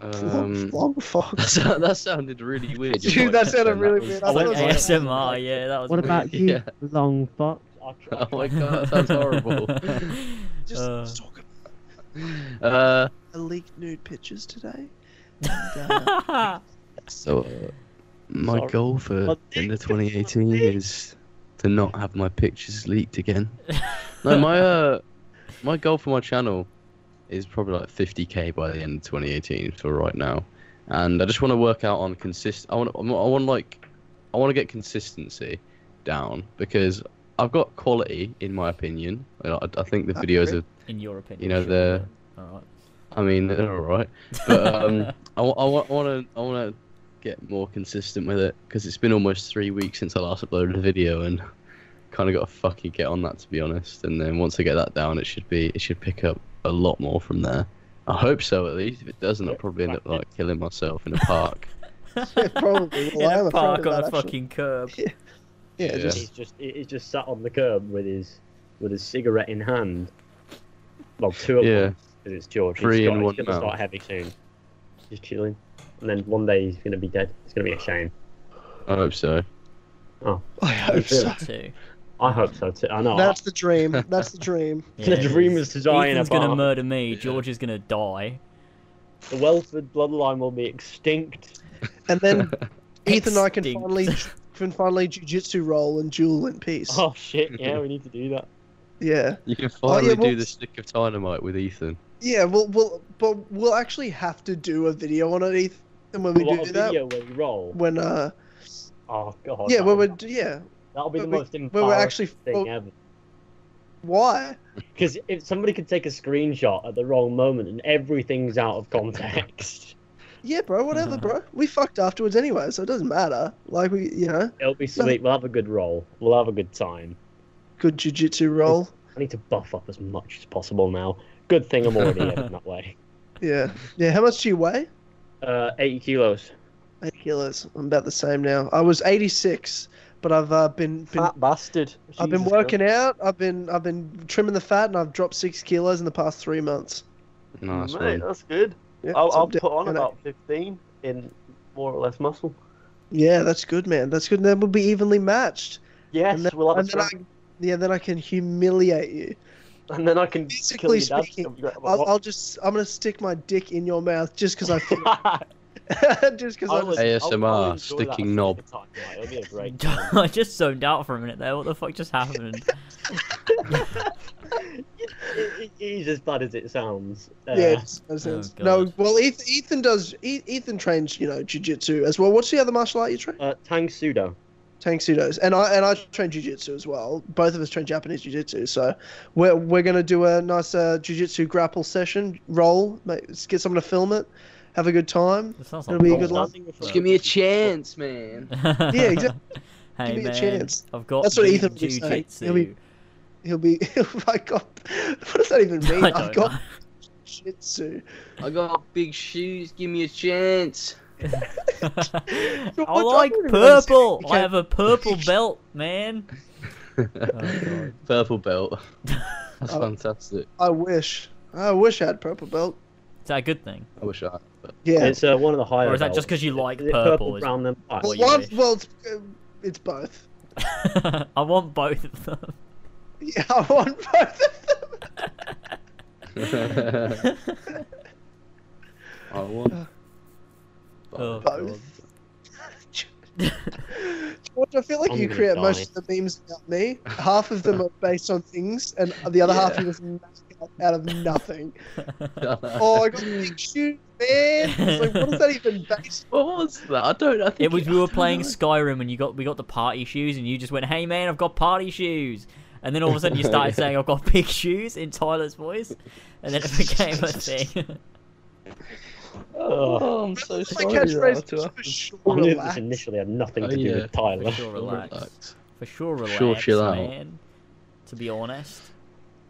S3: Um,
S2: long
S3: that,
S2: fox.
S3: sou- that sounded really weird.
S2: Dude,
S3: Your
S2: that
S3: voice
S2: sounded
S3: then,
S2: really
S3: was-
S2: weird.
S1: I
S2: I
S1: went
S2: thought it was-
S1: ASMR. Yeah, that was.
S5: What
S1: weird.
S5: about you,
S3: Yeah.
S5: long fox?
S4: I tr- I
S3: Oh
S4: tr-
S3: my god, that's horrible.
S2: Just
S1: Uh,
S2: talk about
S3: Uh,
S2: I leaked nude pictures today. uh,
S3: so, uh, my
S4: Sorry.
S3: goal for
S4: My
S3: end of
S4: dick is my
S3: 2018
S4: dick.
S3: is to not have my pictures leaked again. no, my uh, my goal for my channel is probably like 50k by the end of 2018 for right now, and I just want to work out on consist. I want I want like I want to get consistency down because I've got quality in my opinion. I, I think the
S2: I
S3: videos
S2: agree.
S3: are.
S1: in your opinion,
S3: You know,
S1: sure,
S3: the-
S1: but- alright.
S3: I mean, they're all right. But um, I, want to I want to get more consistent with it because it's been almost three weeks since I last uploaded a video and kind of got to fucking get on that to be honest. And then once I get that down, it should be it should pick up a lot more from there. I hope so at least. If it doesn't, I'll probably end up like killing myself in a park.
S2: Probably. Well,
S1: in
S2: I am
S1: a
S2: afraid
S1: park
S2: of
S1: on a
S2: that, actually.
S1: fucking curb.
S2: Yeah,
S3: Yeah.
S2: just
S4: He's just he- he's just sat on the curb with his with his cigarette in hand. Well, two of
S3: Yeah.
S4: them. It's George.
S3: Three
S4: he's
S3: in
S4: got,
S3: one
S4: he's gonna
S3: mouth.
S4: start heavy soon. He's chilling, and then one day he's gonna be dead. It's gonna be a shame.
S3: I hope so.
S2: I hope so.
S1: too.
S4: I hope so too. I know.
S2: That's the dream. That's the dream.
S4: The dream is to die in a
S1: Ethan's gonna
S4: bar.
S1: murder me. George is gonna die.
S4: The Welford bloodline will be extinct.
S2: And then Ethan and I can
S1: Extinct.
S2: finally can finally jujitsu roll and duel in peace.
S4: Oh shit! Yeah, we need to do that.
S2: Yeah.
S3: You can
S2: Oh, yeah,
S3: finally do
S2: well-
S3: the stick of dynamite with Ethan.
S2: Yeah. We'll we'll but we'll actually have to do a video on it, Ethan, when we
S4: what
S2: do
S4: a
S2: that.
S4: video where we roll.
S2: When uh
S4: Oh god.
S2: yeah when
S4: that'll,
S2: we're d- yeah
S4: that'll be the
S2: when we-
S4: most
S2: when
S4: embarrassing
S2: we're actually Oh,
S4: thing
S2: well,
S4: ever.
S2: why
S4: Because if somebody could take a screenshot at the wrong moment and everything's out of context,
S2: yeah bro whatever bro we fucked afterwards anyway so it doesn't matter like we you know
S4: it'll be sweet. We'll have a good roll. We'll have a good time.
S2: good jujitsu roll
S4: I need to buff up as much as possible now. Good thing I'm already heading that way.
S2: yeah yeah how much do you weigh
S4: Uh, 80 kilos.
S2: Eight kilos. I'm about the same now. I was 86, but I've uh, been,
S4: Ah,
S2: been
S4: bastard.
S2: I've been working out. I've been I've been trimming the fat, and I've dropped six kilos in the past three months.
S3: Nice one.
S4: that's good.
S2: Yeah, so I'm down- and I-
S4: 15 in more or less muscle.
S2: Yeah, that's good, man. That's good. And then we'll be evenly matched.
S4: Yes,
S2: and then,
S4: we'll
S2: and then I, yeah, then I can humiliate you.
S4: and then I can
S2: Physically speaking, I'll, I'll just I'm gonna stick my dick in your mouth just because I. feel- just because
S4: I
S2: I
S4: was-
S2: was.
S4: I
S3: ASMR,
S4: will enjoy that
S3: sticking
S4: for the
S3: knob.
S4: time, right? It'll be a break.
S1: I just zoned out for a minute there. What the fuck just happened?
S4: It it is as bad as it sounds. Uh,
S2: Yeah, it's- it's- it's-
S1: Oh,
S2: no.
S1: God.
S2: Well, Ethan, Ethan does. E- Ethan trains, you know, jujitsu as well. What's the other martial art you train?
S4: Uh, Tang Sudo.
S2: Tang Sudos, and I and I train jujitsu as well. Both of us train Japanese jujitsu, so we're we're gonna do a nice uh, jujitsu grapple session. Roll, make, let's get someone to film it, have a good time.
S1: That sounds
S2: It'll
S1: like
S2: be a
S4: Oh,
S1: fun.
S2: good laugh.
S3: Just give me a chance, man.
S1: yeah,
S2: exactly.
S1: Hey,
S2: Give me a
S1: man,
S2: chance.
S1: I've got
S2: That's what
S1: the
S2: Ethan would say.
S1: jujitsu.
S2: He'll be- He'll be. I got. What does that even
S1: I
S2: mean? I
S1: don't
S2: got
S1: know.
S2: jujitsu.
S3: I got big shoes. Give me a chance.
S2: What
S1: I
S2: do I
S1: like
S2: even
S1: purple.
S2: say?
S1: I have a purple belt, man. Oh,
S3: Purple belt. That's
S2: Oh.
S3: fantastic.
S2: I wish. I wish I had purple belt.
S1: Is that a good thing?
S3: I wish I. Had, but
S2: Yeah.
S4: It's uh, one of the higher.
S1: Or is that just 'cause you
S4: belts.
S1: like
S4: Is it
S1: purple,
S4: purple,
S1: is-
S4: brown, and black?
S1: what
S2: well,
S1: you
S2: one,
S1: wish.
S2: well, it's, uh, it's both.
S1: I want both of them.
S2: Yeah, I want both of them.
S3: I want.
S1: Oh,
S2: Both. George, I feel like
S4: I'm
S2: you
S4: gonna
S2: create
S4: die.
S2: most of the memes about me. Half of them are based on things, and the other half you just make up out of nothing. oh, I got big shoes, man. It's like, what is that even based?
S3: What was that? I don't. I think
S1: It was we
S3: I
S1: were
S3: don't
S1: playing
S3: know.
S1: Skyrim and you got we got the party shoes and you just went, "Hey man, I've got party shoes." And then all of a sudden you started saying, "I've got big shoes" in Tyler's voice, and then it became a thing.
S3: Oh, I'm so
S2: My
S3: sorry.
S2: catchphrase
S3: that I
S2: is
S3: had
S2: for
S3: to-
S2: sure.
S4: I knew this
S2: relax.
S4: initially had nothing
S3: Oh,
S4: to do
S3: yeah.
S4: with Tyler.
S1: For sure, relax.
S3: Relax.
S1: For sure, relax,
S3: Sure, chill out.
S1: man. To be honest,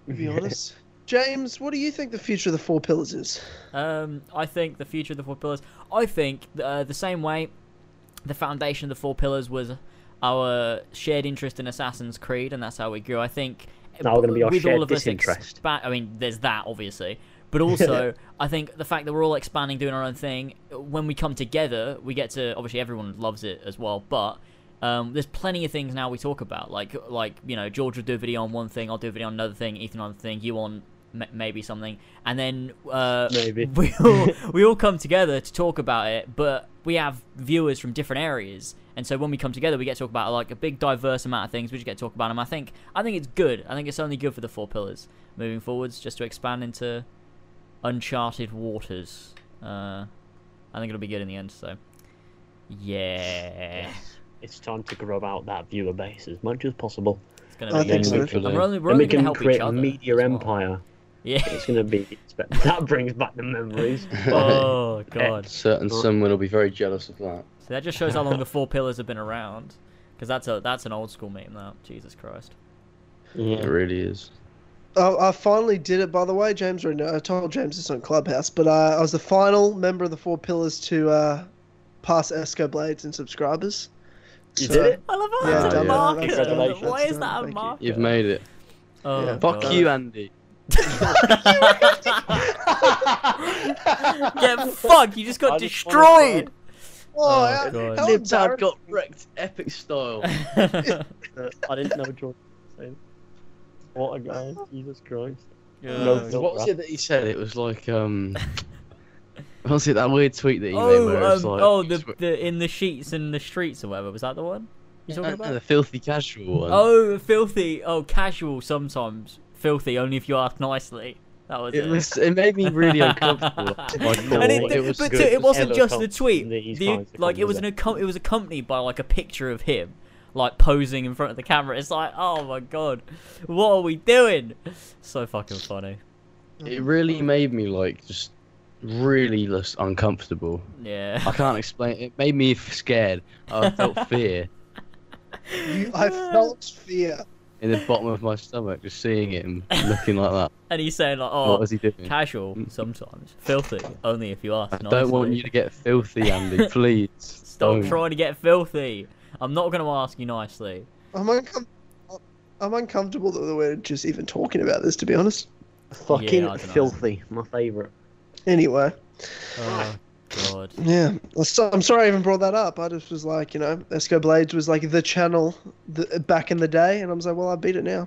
S2: To be honest, James, what do you think the future of the Four Pillars is?
S1: Um, I think the future of the four pillars. I think uh, the same way the foundation of the four pillars was our shared interest in Assassin's Creed, and that's how we grew. I think
S4: Now we're gonna be our
S1: with
S4: shared
S1: all of us
S4: disinterest.
S1: expa- I mean, there's that obviously, but also I think the fact that we're all expanding, doing our own thing. When we come together, we get to obviously everyone loves it as well, but. Um, there's plenty of things now we talk about, like like you know George will do a video on one thing, I'll do a video on another thing, Ethan on another thing, you on m- maybe something, and then uh,
S4: Maybe.
S1: we all we all come together to talk about it, but we have viewers from different areas, and so when we come together, we get to talk about like a big diverse amount of things. We just get to talk about them. I think I think it's good. I think it's only good for the four pillars moving forwards, just to expand into uncharted waters. Uh, I think it'll be good in the end. So, yeah,
S4: It's time to grow out that viewer base as much as possible.
S1: it's gonna be.
S2: I
S1: good.
S2: think so.
S3: Literally.
S1: And we're only, we're
S4: then
S1: only
S4: we
S1: gonna
S4: can
S1: help
S4: create
S1: each
S4: a
S1: other.
S4: media
S1: as well.
S4: empire.
S1: Yeah.
S4: It's going to be. that brings back the memories.
S1: oh god.
S3: Certain someone will be very jealous of that.
S1: So that just shows how long the four pillars have been around. Because that's a that's an old school meme now. Jesus Christ.
S3: It really is.
S2: I, I finally did it, by the way, James. Right now, I told James it's on Clubhouse, but uh, I was the final member of the Four Pillars to uh, pass Esco Blades and subscribers.
S4: You
S2: So-
S4: did it?
S1: I love how
S3: Yeah,
S1: that's a
S3: yeah.
S1: marker.
S4: Congratulations.
S1: Why is that a
S2: Thank you.
S1: marker?
S3: You've made it.
S1: Oh,
S2: Yeah.
S3: Fuck
S1: God.
S3: you, Andy.
S1: Get fucked. You just got
S4: I just wanna
S1: destroyed.
S2: Oh, how-
S1: God.
S2: how
S3: Nibtad
S2: embarrassing.
S3: got wrecked, epic style.
S4: Uh, I didn't know George. was saying. What a guy! Jesus Christ!
S1: Oh,
S4: No.
S3: what was it that he said? It was like um. What was it that weird tweet that he made where it
S1: um,
S3: was like
S1: oh, the, the in the sheets and the streets or whatever. Was that the one you talking
S3: No, no,
S4: Uh,
S1: about?
S3: Uh, the filthy casual one.
S1: Oh, filthy. Oh, casual sometimes. Filthy only if you ask nicely. That was it.
S3: It was. It made me really uncomfortable. Like,
S1: and
S4: And Well,
S1: it,
S4: it
S1: but
S4: was
S1: but
S4: good
S1: it
S4: to
S1: wasn't
S4: have
S1: just
S4: a
S1: the tweet.
S4: these
S1: The-
S4: kinds of
S1: like it was an accom- it was accompanied by like a picture of him, like posing in front of the camera. It's like, oh my god, what are we doing? So fucking funny.
S3: it really made me like just really just uncomfortable. I
S1: Yeah.
S3: can't explain. It made me f- scared. I felt fear
S2: I felt fear.
S3: in the bottom of my stomach just seeing him looking like that.
S1: and he's saying like,
S3: What
S1: oh,
S3: was he doing?
S1: casual sometimes, filthy only if you ask.
S3: I
S1: nicely.
S3: don't want you to get filthy, Andy. Please
S1: Stop
S3: don't.
S1: trying to get filthy. I'm not gonna ask you nicely.
S2: I'm uncom- I'm uncomfortable that we're just even talking about this, to be honest.
S4: fucking
S1: Yeah, I dunno.
S4: filthy. My favorite.
S2: Anyway,
S1: Oh god.
S2: yeah, I'm so- I'm sorry I even brought that up. I just was like, you know, Esco Blades was like the channel the, back in the day, and I was like, well, I beat it now.
S5: uh,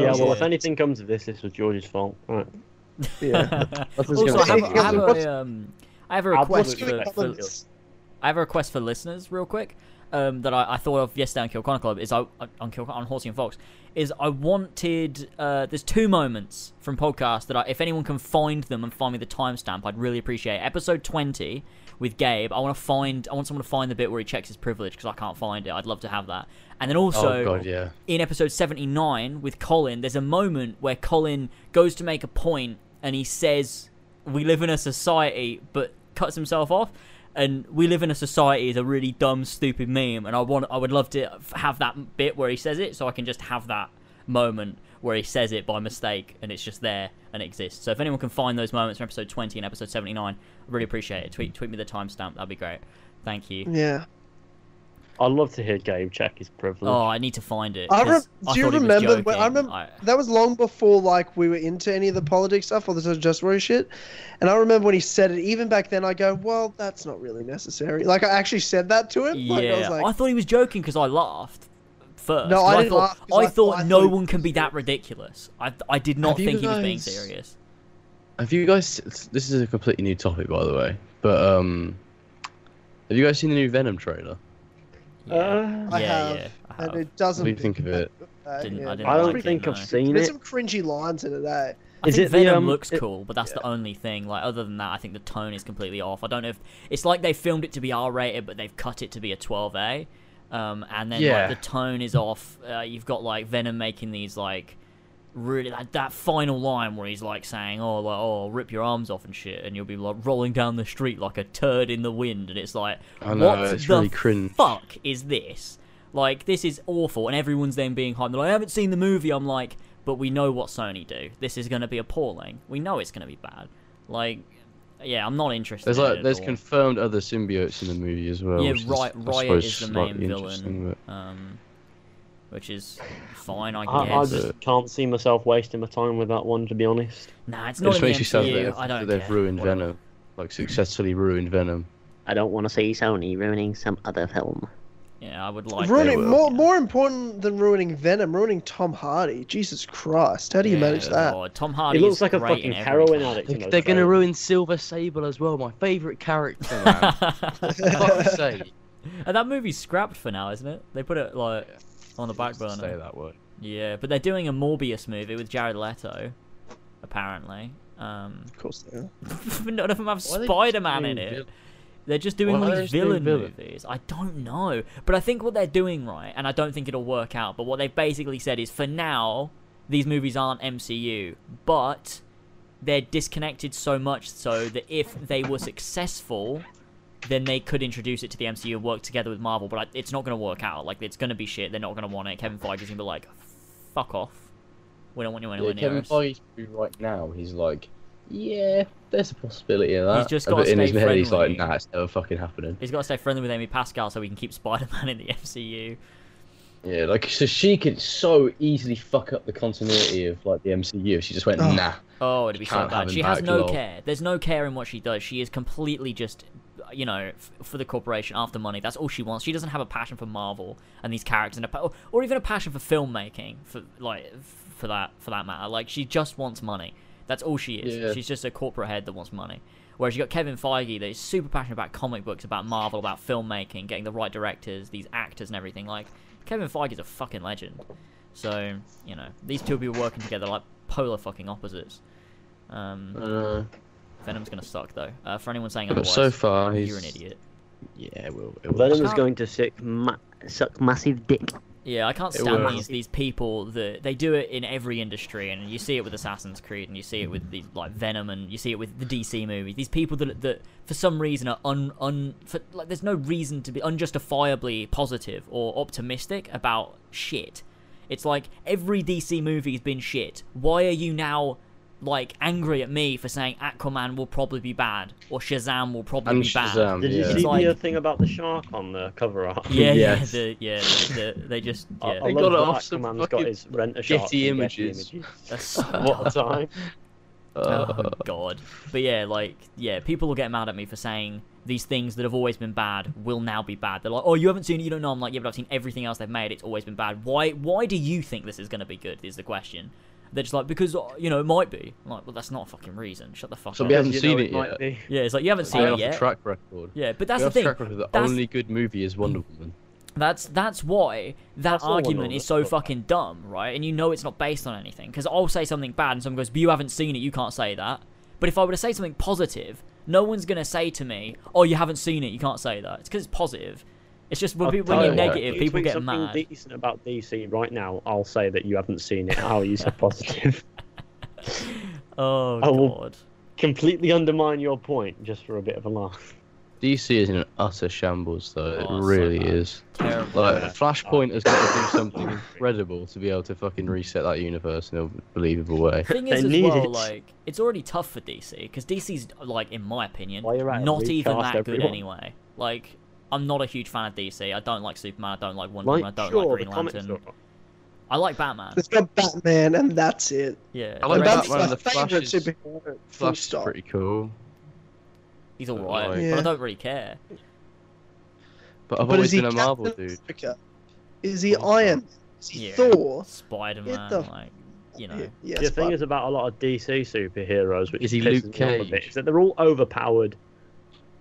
S4: Yeah. Well,
S1: Yeah.
S4: if anything comes of this, this was George's fault. Right.
S2: Yeah.
S3: Nothing's
S1: also,
S3: gonna
S1: I have,
S3: happen.
S1: I have a, um, I have a
S5: I'll
S2: What's
S1: request
S5: Absolutely.
S2: going
S1: for,
S2: to
S1: for,
S2: come?
S5: Absolutely.
S1: I have a request for listeners, real quick, um, that I, I thought of yesterday on Kill Corner Club is I on Kill on Horsey and Fox is I wanted uh, there's two moments from podcast that I, if anyone can find them and find me the timestamp, I'd really appreciate. Episode twenty with Gabe, I want to find I want someone to find the bit where he checks his privilege because I can't find it. I'd love to have that. And then also
S3: oh god, yeah.
S1: in episode 79 with Colin, there's a moment where Colin goes to make a point and he says, We live in a society, but cuts himself off. And we live in a society is a really dumb, stupid meme. And I want, I would love to f- have that bit where he says it so I can just have that moment where he says it by mistake and it's just there and it exists. So if anyone can find those moments from episode 20 and episode 79, I really appreciate it. Tweet, tweet me the timestamp. That'd be great. Thank you.
S2: Yeah.
S5: I'd love to hear Gabe check his privilege.
S1: Oh, I need to find it.
S2: I
S1: 'cause
S2: rem- do you
S1: thought he was
S2: remember- when- I
S1: joking.
S2: remember- That was long before like we were into any of the politics stuff or the social justice warrior shit. And I remember when he said it, even back then I go, Well, that's not really necessary. Like I actually said that to him.
S1: Yeah,
S2: Like, I was like,
S1: thought he was joking because I laughed first.
S2: No, I
S1: 'cause
S2: didn't
S1: thought,
S2: laugh 'cause
S1: I,
S2: I-
S1: thought
S2: I
S1: no
S2: thought he
S1: one can be that ridiculous. I, I did not
S3: Have you
S1: think he was being
S3: guys-
S1: serious.
S3: Have you guys? This is a completely new topic, by the way. But um, have you guys seen the new Venom trailer?
S1: Yeah,
S5: Uh,
S2: I
S1: yeah,
S2: have,
S1: yeah. I
S2: and
S1: have.
S2: it doesn't
S3: What do you think of it?
S2: Uh,
S1: Didn't-
S2: yeah.
S1: I didn't
S5: I don't
S1: like it,
S5: think
S1: no.
S5: I've seen
S2: There's
S5: it.
S2: some cringy lines in it, eh?
S1: I
S5: Is
S1: think
S5: it the,
S1: Venom
S5: um,
S1: looks
S5: it-
S1: cool, but that's the only thing. Like, other than that, I think the tone is completely off. I don't know if it's like they filmed it to be R-rated, but they've cut it to be a 12A, um, and then
S3: Yeah.
S1: like the tone is off. Uh, you've got like Venom making these like really that, that final line where he's like saying, "Oh, like oh, I'll rip your arms off and shit," and you'll be like rolling down the street like a turd in the wind, and it's like,
S3: I know,
S1: what
S3: it's
S1: the
S3: really cringe.
S1: fuck is this? Like, this is awful. And everyone's then being hyped. They're like, I haven't seen the movie. I'm like, but we know what Sony do. This is going to be appalling. We know it's going to be bad. Like, yeah, I'm not interested.
S3: There's
S1: in it
S3: like
S1: at
S3: there's
S1: all.
S3: confirmed other symbiotes in the movie as well.
S1: Yeah,
S3: which
S1: Riot,
S3: I
S1: Riot
S3: suppose,
S1: is the
S3: slightly
S1: main
S3: interesting,
S1: villain.
S3: but-
S1: Um, which is fine, I
S5: I, I
S1: guess.
S5: just can't see myself wasting my time with that one, to be honest.
S1: Nah, it's
S3: it
S1: not
S3: just
S1: in the
S3: makes you sad that,
S1: MCU.
S3: they've-
S1: I don't
S3: that they've
S1: care.
S3: ruined
S1: Whatever.
S3: Venom, like successfully ruined Venom.
S4: I don't want to see Sony ruining some other film.
S1: Yeah, I would like.
S3: they
S2: ruining
S3: will,
S2: more more important than ruining Venom, ruining Tom Hardy. Jesus Christ. How do you
S1: Yeah,
S2: manage that?
S1: Lord, Tom Hardy
S5: it looks
S1: is
S5: like a
S1: great
S5: fucking
S1: in
S5: heroin
S1: everything.
S5: addict. in those
S3: They're gonna
S5: trailers.
S3: ruin Silver Sable as well, my favorite character. Man. Fuck's sake.
S1: and that movie's scrapped for now, isn't it? They put it like on the back burner.
S3: Say that word.
S1: Yeah, but they're doing a Morbius movie with Jared Leto, apparently. Um,
S2: Of course they are.
S1: none of them have
S3: Why are they just
S1: Spider Man in
S3: doing
S1: it.
S3: villain-
S1: They're just doing
S3: Why
S1: all
S3: are they
S1: these
S3: just doing
S1: villain,
S3: villain?
S1: movies. I don't know, but I think what they're doing right, and I don't think it'll work out. But what they've basically said is, for now, these movies aren't MCU, but they're disconnected so much so that if they were successful, then they could introduce it to the MCU and work together with Marvel. But I, it's not going to work out. Like it's going to be shit. They're not going to want it. Kevin Feige's going to be like, "Fuck off. We don't want you anywhere
S3: Yeah,
S1: near
S3: Kevin
S1: us."
S3: Feige right now, he's like, yeah, there's a possibility of that.
S1: He's just
S3: But
S1: gotta
S3: in his
S1: stay
S3: head, he's
S1: friendly.
S3: like, nah, it's never fucking happening.
S1: He's got to stay friendly with Amy Pascal so we can keep Spider-Man in the MCU.
S3: Yeah, like so she could so easily fuck up the continuity of like the MCU. if She just went,
S2: Oh.
S3: nah.
S1: Oh, it'd be so
S3: Can't have
S1: bad.
S3: him
S1: She has
S3: back,
S1: no
S3: lol.
S1: care. There's no care in what she does. She is completely just, you know, f- for the corporation, after money. That's all she wants. She doesn't have a passion for Marvel and these characters, and a pa- or, or even a passion for filmmaking, for like, f- for that for that matter. Like she just wants money. That's all she is.
S3: Yeah.
S1: She's just a corporate head that wants money. Whereas you got Kevin Feige that is super passionate about comic books, about Marvel, about filmmaking, getting the right directors, these actors, and everything. Like Kevin Feige is a fucking legend. So you know these two people working together like polar fucking opposites. Um,
S3: Uh,
S1: Venom's gonna suck though. Uh, for anyone saying
S3: but
S1: otherwise,
S3: so far, he's
S1: you're an idiot.
S3: Yeah, it will. It will.
S5: Venom is
S1: Can't-
S5: going to sick.
S4: Ma- suck massive dick.
S1: Yeah, I can't
S3: It
S1: stand
S3: will.
S1: these these people that they do it in every industry, and you see it with Assassin's Creed, and you see it with these like Venom, and you see it with the DC movies. These people that that for some reason are un un for, like there's no reason to be unjustifiably positive or optimistic about shit. It's like every DC movie's been shit. Why are you now? Like angry at me for saying Aquaman will probably be bad or Shazam will probably
S3: And
S1: be bad.
S3: Shazam,
S5: Did you
S3: yeah.
S5: see
S1: like-
S5: the uh, thing about the shark on the cover art?
S1: Yeah,
S3: Yes.
S1: yeah, the, yeah. The, they just
S5: I,
S1: yeah.
S5: I
S3: They
S5: love
S3: got it
S5: that
S3: off some
S5: Aquaman's got
S3: fucking
S5: his rent a
S3: Getty
S5: shark. from Getty
S3: Images.
S1: That's so
S5: What a time.
S1: oh god. But yeah, like yeah, people will get mad at me for saying these things that have always been bad will now be bad. They're like, oh, you haven't seen, it, you don't know. I'm like, yeah, but I've seen everything else they've made. It's always been bad. Why? Why do you think this is going to be good? Is the question. They're just like because uh, you know it might be. I'm like, well, that's not a fucking reason. Shut the fuck
S3: So
S1: up.
S3: we
S1: Yeah,
S3: haven't
S4: You know,
S3: seen
S4: it
S3: it
S4: might
S3: yet.
S4: be.
S1: it's like you haven't seen
S3: Going
S1: it
S3: off the
S1: yet.
S3: track record.
S1: Yeah, but
S3: Going
S1: that's the
S3: off the
S1: thing.
S3: track record. The
S1: That's- Mm.
S3: only good movie is Wonder Woman.
S1: That's that's why that
S6: That's all I
S1: argument
S6: know,
S1: is
S6: that's
S1: so
S6: all.
S1: fucking dumb, right? And you know it's not based on anything because I'll say something bad and someone goes, "But you haven't seen it, you can't say that." But if I were to say something positive, no one's gonna say to me, "Oh, you haven't seen it, you can't say that." It's because it's positive. It's just when,
S4: I'll
S1: people, when
S3: tell
S1: you're
S3: you what,
S1: negative,
S3: if
S4: You
S1: people
S4: tweet
S1: get
S4: something
S1: mad.
S4: decent about DC right now. I'll say that you haven't seen it. I'll use a positive.
S1: Oh
S4: I will-
S1: god.
S4: Completely undermine your point just for a bit of a laugh.
S3: DC is in an utter shambles, though.
S1: Oh,
S3: it
S1: so
S3: really
S1: bad.
S3: is.
S1: Terrible.
S3: Like
S4: Yeah.
S3: Flashpoint has got to do something incredible to be able to fucking reset that universe in a believable way.
S1: thing
S4: They
S1: is as
S4: need
S1: well,
S4: it.
S1: like it's already tough for DC because DC's like, in my opinion,
S4: While you're at it,
S1: not even that
S4: recast
S1: good
S4: everyone.
S1: anyway. Like, I'm not a huge fan of DC. I don't like Superman. I don't like Wonder
S4: Like,
S1: Woman. I don't
S4: sure,
S1: like
S4: the
S1: Green
S4: comics
S1: Lantern.
S4: are-
S1: I like Batman.
S2: It's got Batman, and that's it.
S1: Yeah,
S3: I
S1: the
S3: like
S2: And
S1: rest-
S2: that's
S3: Batman
S2: my
S3: and the Flash
S2: favorite
S3: is-
S2: superhero. Full
S3: Flash is
S2: stop.
S3: pretty cool,
S1: He's alright,
S3: Like-
S1: but I
S2: Yeah.
S1: don't really care.
S3: but I've
S2: But
S3: always
S2: is he
S3: been a Marvel
S2: Captain
S3: dude.
S2: America? Is he
S3: Full stop.
S2: Iron? Man? Is he
S1: Yeah.
S2: Thor?
S1: Spider
S2: Get
S1: Man,
S2: the-
S1: like you know,
S2: Yes,
S4: the thing
S2: but-
S4: is about a lot of DC superheroes, which
S3: Is he
S4: pisses
S3: Luke
S4: me off a bit,
S3: Cage?
S4: is that they're all overpowered